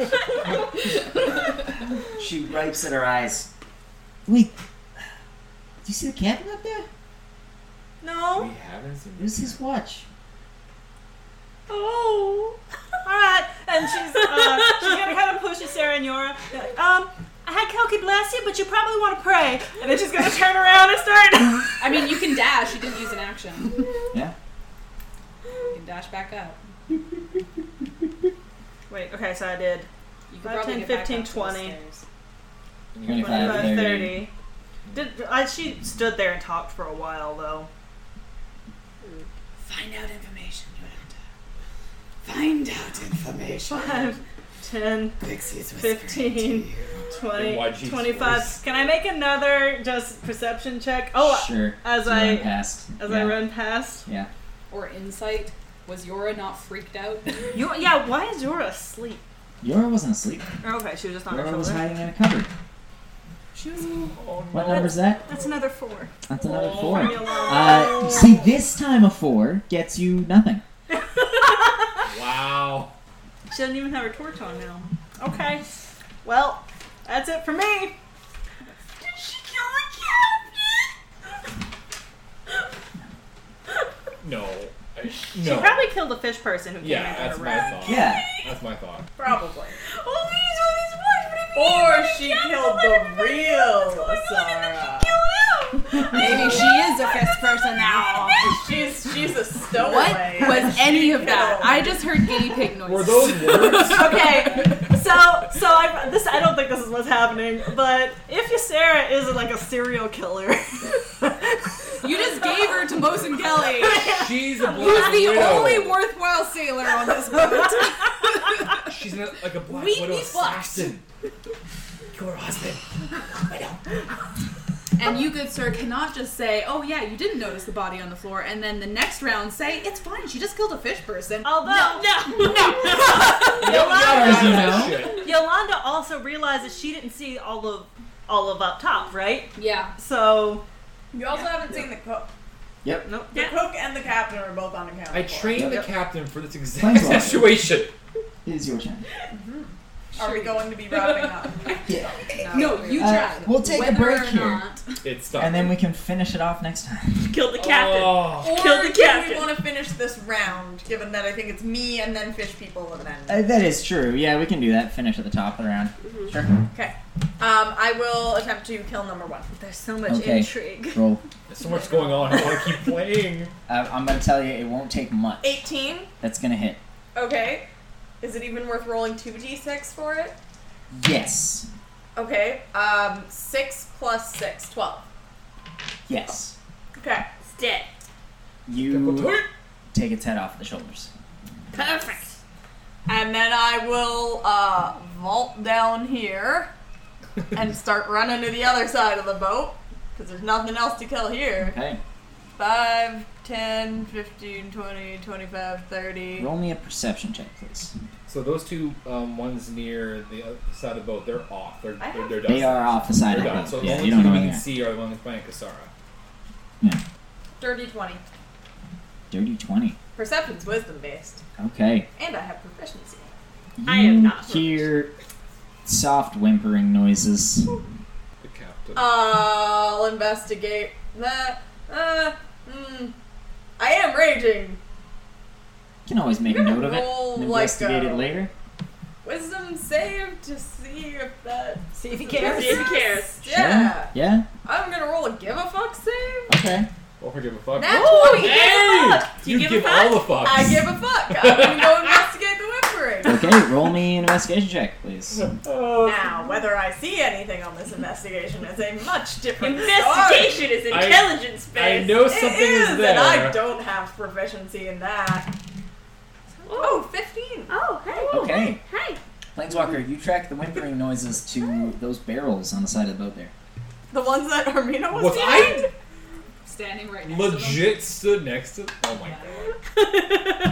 Speaker 4: clock.
Speaker 1: She wipes at her eyes. Wait, do you see the captain up there?
Speaker 4: We
Speaker 6: No.
Speaker 4: haven't seen
Speaker 1: There's his watch.
Speaker 6: Oh. All right. And she's uh, she's gonna kind of push at Sarah and Yora. Um, I had Kelki bless you, but you probably want to pray. And then she's gonna turn around and start.
Speaker 7: I mean, you can dash. You didn't use an action.
Speaker 1: Yeah.
Speaker 7: You can dash back up.
Speaker 6: Wait. Okay. So I did.
Speaker 7: You can
Speaker 6: Five,
Speaker 7: probably
Speaker 6: ten,
Speaker 7: get back
Speaker 6: 15,
Speaker 7: up to the
Speaker 6: 20.
Speaker 7: stairs.
Speaker 6: Twenty-five,
Speaker 1: 30.
Speaker 6: thirty. Did I, she stood there and talked for a while though?
Speaker 7: Find out information, Find out information.
Speaker 6: Five, ten,
Speaker 7: Pixie's
Speaker 6: fifteen, twenty,
Speaker 4: NYG's
Speaker 6: twenty-five.
Speaker 4: voice.
Speaker 6: Can I make another just perception check? Oh,
Speaker 1: sure.
Speaker 6: as
Speaker 1: You run
Speaker 6: I
Speaker 1: past.
Speaker 6: as
Speaker 1: yeah.
Speaker 6: I run past.
Speaker 1: Yeah.
Speaker 7: Or insight. Was Yora not freaked out?
Speaker 6: You, yeah. Why is Yora asleep?
Speaker 1: Yora wasn't asleep.
Speaker 6: Oh, okay, she was just on her
Speaker 1: Yora was
Speaker 6: shoulder.
Speaker 1: hiding in a cupboard. What number's that?
Speaker 6: That's another four.
Speaker 1: That's another four.
Speaker 6: Leave me alone.
Speaker 1: Uh, see, this time a four gets you nothing.
Speaker 4: Wow.
Speaker 6: She doesn't even have her torch on now. Okay. Well, that's it for me. Did she kill the captain?
Speaker 4: No. I-
Speaker 6: She
Speaker 4: No.
Speaker 6: probably killed the fish person who came
Speaker 4: Yeah,
Speaker 6: into
Speaker 4: that's
Speaker 6: her
Speaker 4: my
Speaker 6: room.
Speaker 4: thought.
Speaker 1: Yeah.
Speaker 4: That's my thought.
Speaker 5: Probably.
Speaker 6: Oh, please, what is what? What
Speaker 5: Or she killed the real Asara.
Speaker 3: Maybe she is a fifth person now.
Speaker 5: She's she's a
Speaker 7: What
Speaker 5: stowaway.
Speaker 7: was any of that?
Speaker 5: killed.
Speaker 7: I just heard guinea pig noises.
Speaker 4: Were those words?
Speaker 5: okay.
Speaker 11: So, so I this I don't think this is what's happening, but if Ysera is like a serial killer,
Speaker 7: You just gave her to Mosin Kelly,
Speaker 4: She's a
Speaker 7: who's
Speaker 4: black
Speaker 7: the
Speaker 4: widow.
Speaker 7: only worthwhile sailor on this boat.
Speaker 4: She's in a, like a black
Speaker 7: We
Speaker 4: widow
Speaker 7: need blacks.
Speaker 4: assassin. Your husband.
Speaker 7: And you, good sir, cannot just say, "Oh yeah, you didn't notice the body on the floor," and then the next round say, "It's fine. She just killed a fish person."
Speaker 11: although
Speaker 4: You don't gotta
Speaker 1: you
Speaker 4: do that
Speaker 1: know.
Speaker 4: shit.
Speaker 11: Yolanda also realized that she didn't see all of all of up top, right?
Speaker 7: Yeah.
Speaker 11: So
Speaker 5: You also haven't seen the cook.
Speaker 11: nope.
Speaker 5: The cook and the captain are both on account.
Speaker 4: I trained the
Speaker 1: Yep.
Speaker 4: captain for this exact
Speaker 1: Planeswalker.
Speaker 4: situation.
Speaker 1: It is your turn.
Speaker 5: Are we going to be wrapping up?
Speaker 1: Yeah.
Speaker 7: No, you
Speaker 1: Uh,
Speaker 7: tried.
Speaker 1: we'll take a
Speaker 7: Whether
Speaker 1: break
Speaker 7: or
Speaker 1: here.
Speaker 7: not-
Speaker 4: It's done.
Speaker 1: And then we can finish it off next time.
Speaker 2: Kill the captain.
Speaker 4: Oh,
Speaker 5: Or
Speaker 2: Kill the
Speaker 5: do we
Speaker 2: captain.
Speaker 5: want to finish this round? Given that I think it's me and then fish people and then.
Speaker 1: Uh, that is true. Yeah, we can do that. Finish at the top of the round.
Speaker 6: Mm-hmm.
Speaker 1: Sure.
Speaker 5: Okay. Um, I will attempt to kill number one.
Speaker 11: There's so much
Speaker 1: Okay.
Speaker 11: intrigue.
Speaker 1: Roll.
Speaker 4: there's so much going on. I want to keep playing.
Speaker 1: Uh, I'm gonna tell you, it won't take much.
Speaker 5: 18.
Speaker 1: That's gonna hit.
Speaker 5: Okay. Is it even worth rolling 2d6 for it?
Speaker 1: Yes.
Speaker 5: Okay. Um, 6 plus 6, 12.
Speaker 1: Yes.
Speaker 5: Okay.
Speaker 2: It's dead.
Speaker 1: You take its head off the shoulders.
Speaker 2: Perfect.
Speaker 5: And then I will uh, vault down here and start running to the other side of the boat because there's nothing else to kill here.
Speaker 1: Okay.
Speaker 5: 5, 10, 15, 20, 25, 30.
Speaker 1: Roll me a perception check, please.
Speaker 4: So those two um, ones near the other side of the boat, they're off. They're
Speaker 5: I
Speaker 4: they're, they're done.
Speaker 1: They are off the side
Speaker 4: They're
Speaker 1: of
Speaker 4: done.
Speaker 1: the
Speaker 4: So
Speaker 1: boat.
Speaker 4: the
Speaker 1: Yeah,
Speaker 4: only
Speaker 1: you
Speaker 4: two
Speaker 1: don't
Speaker 4: we
Speaker 1: know
Speaker 4: can
Speaker 1: them yet.
Speaker 4: see are the ones playing Kasara.
Speaker 5: Dirty 20.
Speaker 1: Dirty twenty.
Speaker 5: Perception's wisdom based.
Speaker 1: Okay.
Speaker 5: And I have proficiency.
Speaker 2: I am not
Speaker 1: You Hear soft whimpering noises.
Speaker 4: The captain.
Speaker 5: Oh. I'll investigate that. Uh, mm, I am raging.
Speaker 1: You can always make a
Speaker 5: Gonna
Speaker 1: note of it.
Speaker 5: roll
Speaker 1: And
Speaker 5: like
Speaker 1: investigate
Speaker 5: a-
Speaker 1: it later.
Speaker 5: Wisdom save to see if that.
Speaker 11: See if he cares.
Speaker 2: See if he cares.
Speaker 5: Yeah.
Speaker 1: Sure. Yeah.
Speaker 5: I'm gonna roll a give a fuck save.
Speaker 1: Okay.
Speaker 4: Don't forgive a fuck.
Speaker 5: Nat
Speaker 4: Ooh,
Speaker 5: 20, give a
Speaker 4: hey!
Speaker 5: fuck!
Speaker 4: You, give, all the fucks.
Speaker 5: I give a fuck. I'm gonna go investigate the whimpering.
Speaker 1: Okay. Roll me an investigation check, please.
Speaker 4: Uh,
Speaker 5: Now, whether I see anything on this investigation is a much different story.
Speaker 2: Investigation is
Speaker 4: I-
Speaker 2: intelligence
Speaker 4: I
Speaker 2: based.
Speaker 4: know
Speaker 5: It
Speaker 4: something is,
Speaker 5: is,
Speaker 4: there.
Speaker 5: and I don't have proficiency in that. Oh, 15.
Speaker 2: Oh, hey.
Speaker 1: Okay.
Speaker 2: Hey.
Speaker 1: Planeswalker, you track the whimpering noises to those barrels on the side of the boat there.
Speaker 5: The ones that Armina was
Speaker 4: Was
Speaker 5: behind?
Speaker 4: I
Speaker 7: Standing right next to them.
Speaker 4: legit stood next to? Oh my god.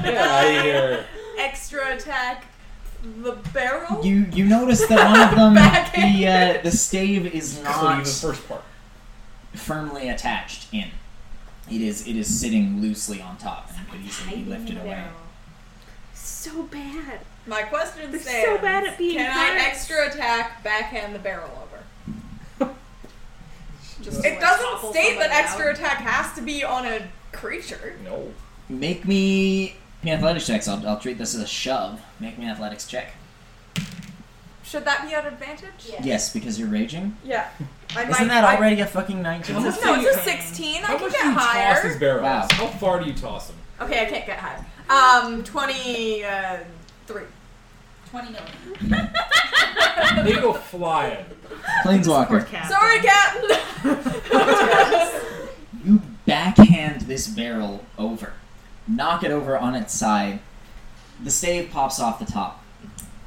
Speaker 4: Get out of here.
Speaker 5: Extra attack the barrel?
Speaker 1: You you notice that one of them, the
Speaker 5: Backhand.
Speaker 1: uh, the stave is
Speaker 4: So you
Speaker 1: not
Speaker 4: the first part.
Speaker 1: firmly attached in. It is it is sitting loosely on top and could easily be lifted away.
Speaker 2: So bad.
Speaker 5: My question
Speaker 2: They're
Speaker 5: stands.
Speaker 2: so bad at being
Speaker 5: Can
Speaker 2: pirates.
Speaker 5: I extra attack backhand the barrel over?
Speaker 7: Just
Speaker 5: It
Speaker 7: like
Speaker 5: doesn't
Speaker 7: topple
Speaker 5: state that
Speaker 7: somebody
Speaker 5: extra
Speaker 7: out.
Speaker 5: attack has to be on a creature.
Speaker 4: No.
Speaker 1: Make me athletics checks. I'll, I'll treat this as a shove. Make me an athletics check.
Speaker 5: Should that be at advantage?
Speaker 6: Yeah.
Speaker 1: Yes, because you're raging.
Speaker 5: Yeah. I
Speaker 1: Isn't that already a fucking nineteen?
Speaker 5: I, no, it's a 16. I
Speaker 4: How much
Speaker 5: can get
Speaker 4: do you toss
Speaker 5: higher.
Speaker 4: these barrels?
Speaker 1: Wow.
Speaker 4: How far do you toss them?
Speaker 5: Okay, I can't get higher. Um, 23.
Speaker 6: 20 million.
Speaker 4: They go flying.
Speaker 1: Planeswalker,
Speaker 5: Sorry, Captain!
Speaker 1: you backhand this barrel over, knock it over on its side. The stave pops off the top.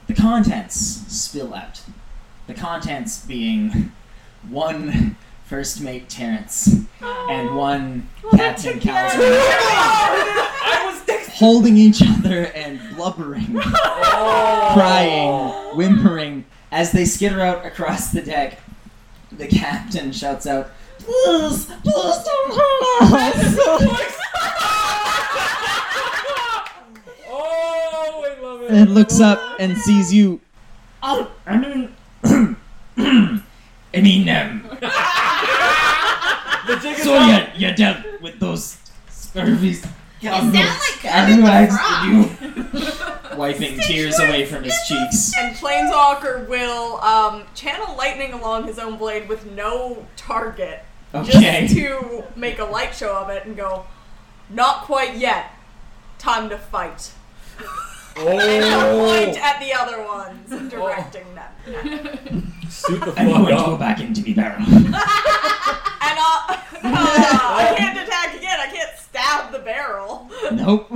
Speaker 1: The contents spill out. The contents being one first mate Terrence and one Captain Calvin
Speaker 4: I was next.
Speaker 1: holding each other and blubbering,
Speaker 4: Oh,
Speaker 1: crying, whimpering as they skitter out across the deck. The captain shouts out, "Please, please don't hurt us!"
Speaker 4: Oh, I love it.
Speaker 1: and looks up and sees you. Oh, I mean, I mean, um,
Speaker 4: The jig is
Speaker 1: so
Speaker 4: up.
Speaker 1: you, you dealt with those scurvy
Speaker 9: You sound
Speaker 1: scoundrels.
Speaker 9: like Kermit the
Speaker 1: Otherwise,
Speaker 9: Frog.
Speaker 1: you wiping tears away from his cheeks.
Speaker 5: And Planeswalker will um, channel lightning along his own blade with no target,
Speaker 1: Okay.
Speaker 5: just to make a light show of it and go, not quite yet. Time to fight. And I'll point
Speaker 4: Oh,
Speaker 5: at the other ones,
Speaker 7: Oh.
Speaker 5: directing them.
Speaker 4: suit the
Speaker 1: I'm
Speaker 4: fuck
Speaker 1: going to go
Speaker 4: up.
Speaker 1: back into the barrel.
Speaker 5: And I'll, I can't attack again. I can't stab the barrel.
Speaker 1: nope.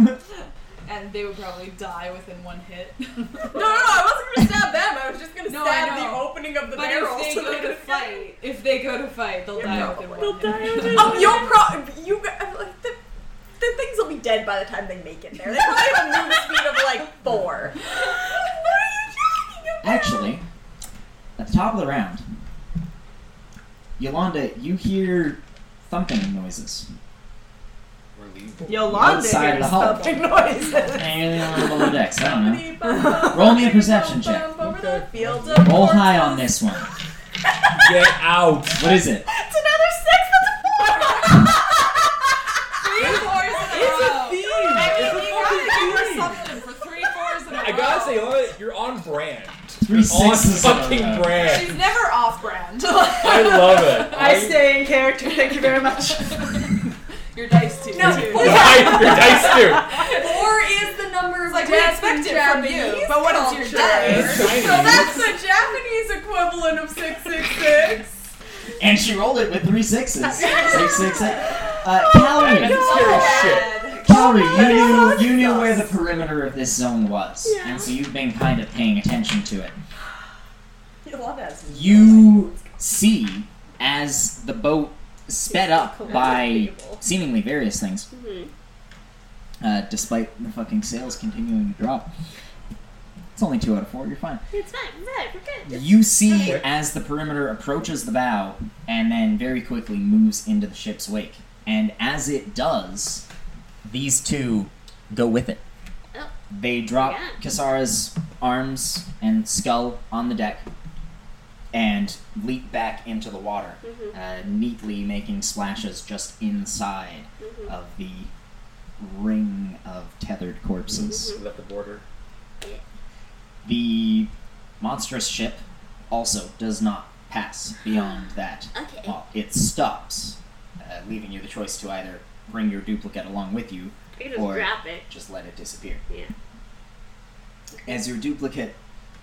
Speaker 7: And they would probably die within one hit.
Speaker 5: No, no, no. I wasn't gonna stab them. I was just gonna
Speaker 7: No, I
Speaker 5: stab the
Speaker 7: know.
Speaker 5: opening of the
Speaker 7: But
Speaker 5: barrel.
Speaker 7: if they
Speaker 5: so
Speaker 7: go
Speaker 5: could
Speaker 7: to fight, if they go to fight, they'll
Speaker 5: Yeah,
Speaker 7: die
Speaker 5: probably.
Speaker 7: within one
Speaker 2: They'll
Speaker 7: hit.
Speaker 2: die within
Speaker 5: Um, you'll pro you uh, like the, the things will be dead by the time they make it there. They probably have a move speed of like four.
Speaker 1: Actually, at the top of the round, Yolanda, you hear thumping noises.
Speaker 4: We're leaving.
Speaker 11: Yolanda
Speaker 1: Outside
Speaker 11: hears
Speaker 1: the hall.
Speaker 11: thumping noises.
Speaker 1: And on the below decks, I don't know. Roll me a perception check.
Speaker 5: Over the fields of
Speaker 1: Roll high
Speaker 5: corpses.
Speaker 1: on this one.
Speaker 4: Get out.
Speaker 1: What is it?
Speaker 5: It's another six. That's a
Speaker 7: Three fours in a row.
Speaker 4: Theme.
Speaker 7: You
Speaker 4: It's a
Speaker 7: gotta give her something for three fours in a row.
Speaker 4: I gotta say, Laura, you're on brand.
Speaker 1: Three
Speaker 4: On
Speaker 1: sixes in a
Speaker 4: Oh, fucking
Speaker 1: row.
Speaker 4: brand.
Speaker 7: she's never off brand.
Speaker 4: I love it.
Speaker 11: I stay in character. Thank you very much.
Speaker 7: Your dice too.
Speaker 5: No,
Speaker 7: too.
Speaker 5: four-
Speaker 4: Right, your dice too.
Speaker 5: Four is the number of
Speaker 7: Like, we
Speaker 5: deaths in
Speaker 7: expect it from
Speaker 5: Japanese
Speaker 7: you, but what is
Speaker 5: culture.
Speaker 7: your dice?
Speaker 5: So that's the Japanese equivalent of six six six.
Speaker 1: And she rolled it with three sixes. six, six, six. Uh, Calorie,
Speaker 4: That's scary
Speaker 5: Oh,
Speaker 4: shit.
Speaker 1: Calorie, you knew you knew where the perimeter of this zone was,
Speaker 2: Yeah.
Speaker 1: and so you've been kind of paying attention to it.
Speaker 5: Yolanda has
Speaker 1: You see as the boat sped up by seemingly various things,
Speaker 2: Mhm.
Speaker 1: uh, despite the fucking sails continuing to drop. It's only two out of four. You're fine.
Speaker 2: It's fine. Right, we're good.
Speaker 1: You see
Speaker 4: Okay.
Speaker 1: as the perimeter approaches the bow and then very quickly moves into the ship's wake. And as it does, these two go with it.
Speaker 2: Oh.
Speaker 1: They drop
Speaker 2: Yeah.
Speaker 1: Kasara's arms and skull on the deck and leap back into the water,
Speaker 2: Mm-hmm.
Speaker 1: uh, neatly making splashes just inside
Speaker 2: Mm-hmm.
Speaker 1: of the ring of tethered
Speaker 2: Mm-hmm.
Speaker 1: corpses.
Speaker 4: Left the border.
Speaker 1: The monstrous ship also does not pass beyond that.
Speaker 2: Okay.
Speaker 1: Well, it stops, uh, leaving you the choice to either bring your duplicate along with you,
Speaker 2: We can just
Speaker 1: Or-
Speaker 2: drop it.
Speaker 1: just let it disappear.
Speaker 2: Yeah.
Speaker 1: As your duplicate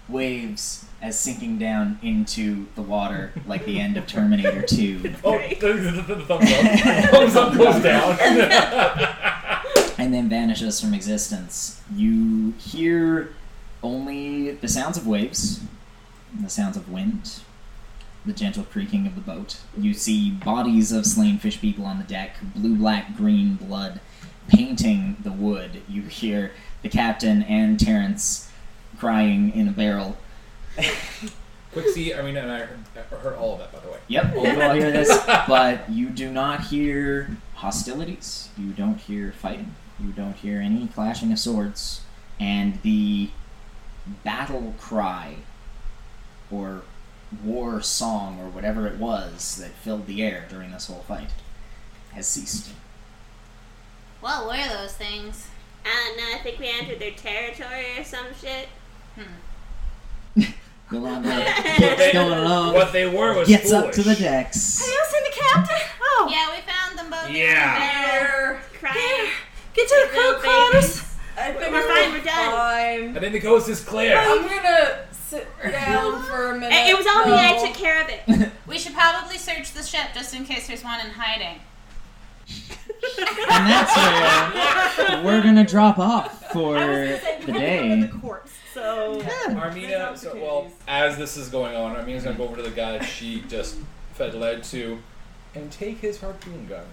Speaker 1: waves as sinking down into the water like the end of Terminator 2,
Speaker 4: Oh, the, the, the, the thumbs up. thumbs up goes down.
Speaker 1: and then vanishes from existence. You hear only the sounds of waves, the sounds of wind, the gentle creaking of the boat. You see bodies of slain fish people on the deck, blue, black, green blood painting the wood. You hear the captain and Terence crying in a barrel.
Speaker 4: Quixie, I mean, and I heard, I heard all of that, by the way.
Speaker 1: Yep, we'll all hear this, but you do not hear hostilities. You don't hear fighting. You don't hear any clashing of swords. And the battle cry or war song or whatever it was that filled the air during this whole fight has ceased.
Speaker 9: What were those things?
Speaker 2: I don't know. Uh, I think we entered their territory or some shit.
Speaker 1: Yolanda
Speaker 4: What
Speaker 1: keeps
Speaker 4: they,
Speaker 1: going along,
Speaker 4: what they were was
Speaker 1: Uh, gets
Speaker 4: foolish.
Speaker 1: up to the decks.
Speaker 7: Oh.
Speaker 9: Yeah, we found them both.
Speaker 4: Yeah.
Speaker 2: They're crying.
Speaker 11: Get to the
Speaker 2: Little
Speaker 11: coat climbers.
Speaker 2: babies.
Speaker 5: I think
Speaker 2: We're fine. We're done.
Speaker 4: I think the coast is clear.
Speaker 5: I'm gonna sit down for a minute.
Speaker 2: It, it was all me. I
Speaker 5: though.
Speaker 2: took care of it.
Speaker 9: We should probably search the ship just in case there's one in hiding.
Speaker 1: And that's where we're gonna drop off for the day.
Speaker 11: corpse. So
Speaker 4: Armina, so, well, as this is going on, Armina's gonna go over to the guy she just fed lead to and take his harpoon gun.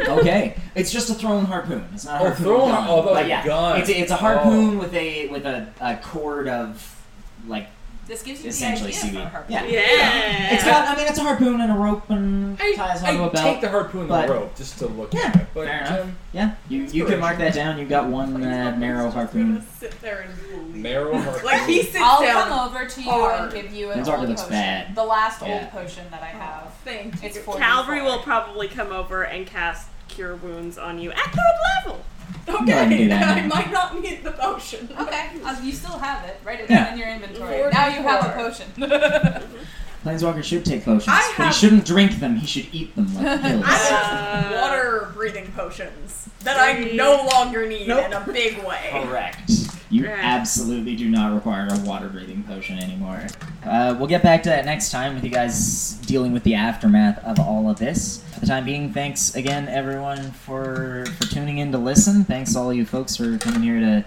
Speaker 1: okay, it's just a thrown harpoon. It's not a
Speaker 4: Oh,
Speaker 1: harpoon
Speaker 4: thrown-
Speaker 1: gun.
Speaker 4: oh, I thought
Speaker 1: But
Speaker 4: a
Speaker 1: yeah,
Speaker 4: gun. Oh.
Speaker 1: It's, it's a harpoon with a with a, a cord of like
Speaker 9: This gives you
Speaker 1: essentially
Speaker 9: the idea
Speaker 1: seaweed.
Speaker 9: for her.
Speaker 1: Yeah.
Speaker 2: Yeah.
Speaker 1: it's got. I mean, it's a harpoon and a rope and ties onto
Speaker 4: I
Speaker 1: a
Speaker 4: take
Speaker 1: belt.
Speaker 4: the harpoon
Speaker 1: but-
Speaker 4: and the rope just to look
Speaker 1: Yeah,
Speaker 4: at it. But
Speaker 1: fair enough.
Speaker 4: Jim,
Speaker 1: yeah, you you can mark that down. You've got one uh, narrow harpoon.
Speaker 5: sit there and
Speaker 4: marrow harpoon.
Speaker 5: like he sits
Speaker 7: I'll
Speaker 5: down.
Speaker 7: come over to you
Speaker 5: hard.
Speaker 7: and give you an
Speaker 1: That's
Speaker 7: old
Speaker 1: why it looks
Speaker 7: potion.
Speaker 1: bad.
Speaker 7: The last
Speaker 1: Yeah.
Speaker 7: old potion that I have.
Speaker 5: Thank
Speaker 7: It's
Speaker 5: you.
Speaker 7: for
Speaker 2: Calvary will probably come over and cast Cure Wounds on you at third level.
Speaker 1: Go ahead and do
Speaker 5: Okay,
Speaker 1: that
Speaker 5: I
Speaker 1: now.
Speaker 5: might not need the potion.
Speaker 7: Okay, uh, you still have it. Write it
Speaker 1: Yeah.
Speaker 7: down in your inventory.
Speaker 5: Forty
Speaker 7: now you have a
Speaker 5: four.
Speaker 7: potion.
Speaker 1: Planeswalker should take potions,
Speaker 5: I
Speaker 1: but he
Speaker 5: have-
Speaker 1: shouldn't drink them. He should eat them like pills.
Speaker 5: I have Uh, water breathing potions that I no longer need in a big way.
Speaker 1: Correct. You absolutely do not require a water breathing potion anymore. Uh, we'll get back to that next time with you guys dealing with the aftermath of all of this. For the time being, thanks again everyone for for tuning in to listen. Thanks all you folks for coming here to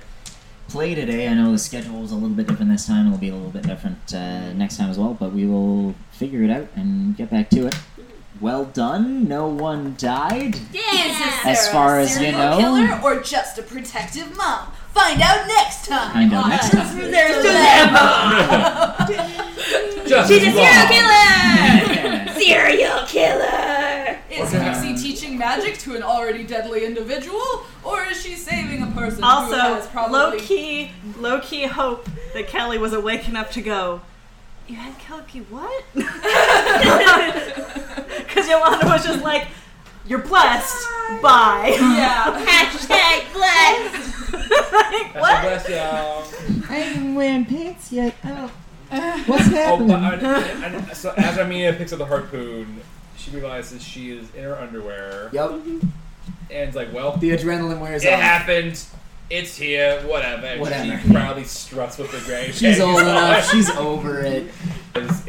Speaker 1: play today. I know the schedule was a little bit different this time. It'll be a little bit different uh, next time as well, but we will figure it out and get back to it. Well done. No one died.
Speaker 7: Yes,
Speaker 1: As far as you know.
Speaker 7: killer or just a protective mom? Find out next time.
Speaker 1: Find out next time.
Speaker 7: There's
Speaker 4: Just
Speaker 2: She's a serial killer!
Speaker 1: Yeah.
Speaker 2: serial killer!
Speaker 7: Is Pixie teaching magic to an already deadly individual, or is she saving a person who has
Speaker 6: Also, low
Speaker 7: probably
Speaker 6: key, low key hope that Kelly was awake enough to go. You had Kelly what? Because Yolanda was just like, "You're blessed. Bye."
Speaker 7: Yeah.
Speaker 2: Hashtag blessed!
Speaker 6: like, what?
Speaker 4: Bless y'all.
Speaker 1: I ain't wearing pants yet. Oh. What's happening?
Speaker 4: Oh, but, I- and- and so as Armenia picks up the harpoon, she realizes she is in her underwear
Speaker 1: Yep.
Speaker 4: and is like, well,
Speaker 1: The adrenaline wears
Speaker 4: it
Speaker 1: off.
Speaker 4: happened. It's here, whatever. And
Speaker 1: um, Whatever.
Speaker 4: She proudly struts with the grave.
Speaker 1: She's old enough. She's over it.
Speaker 4: It's,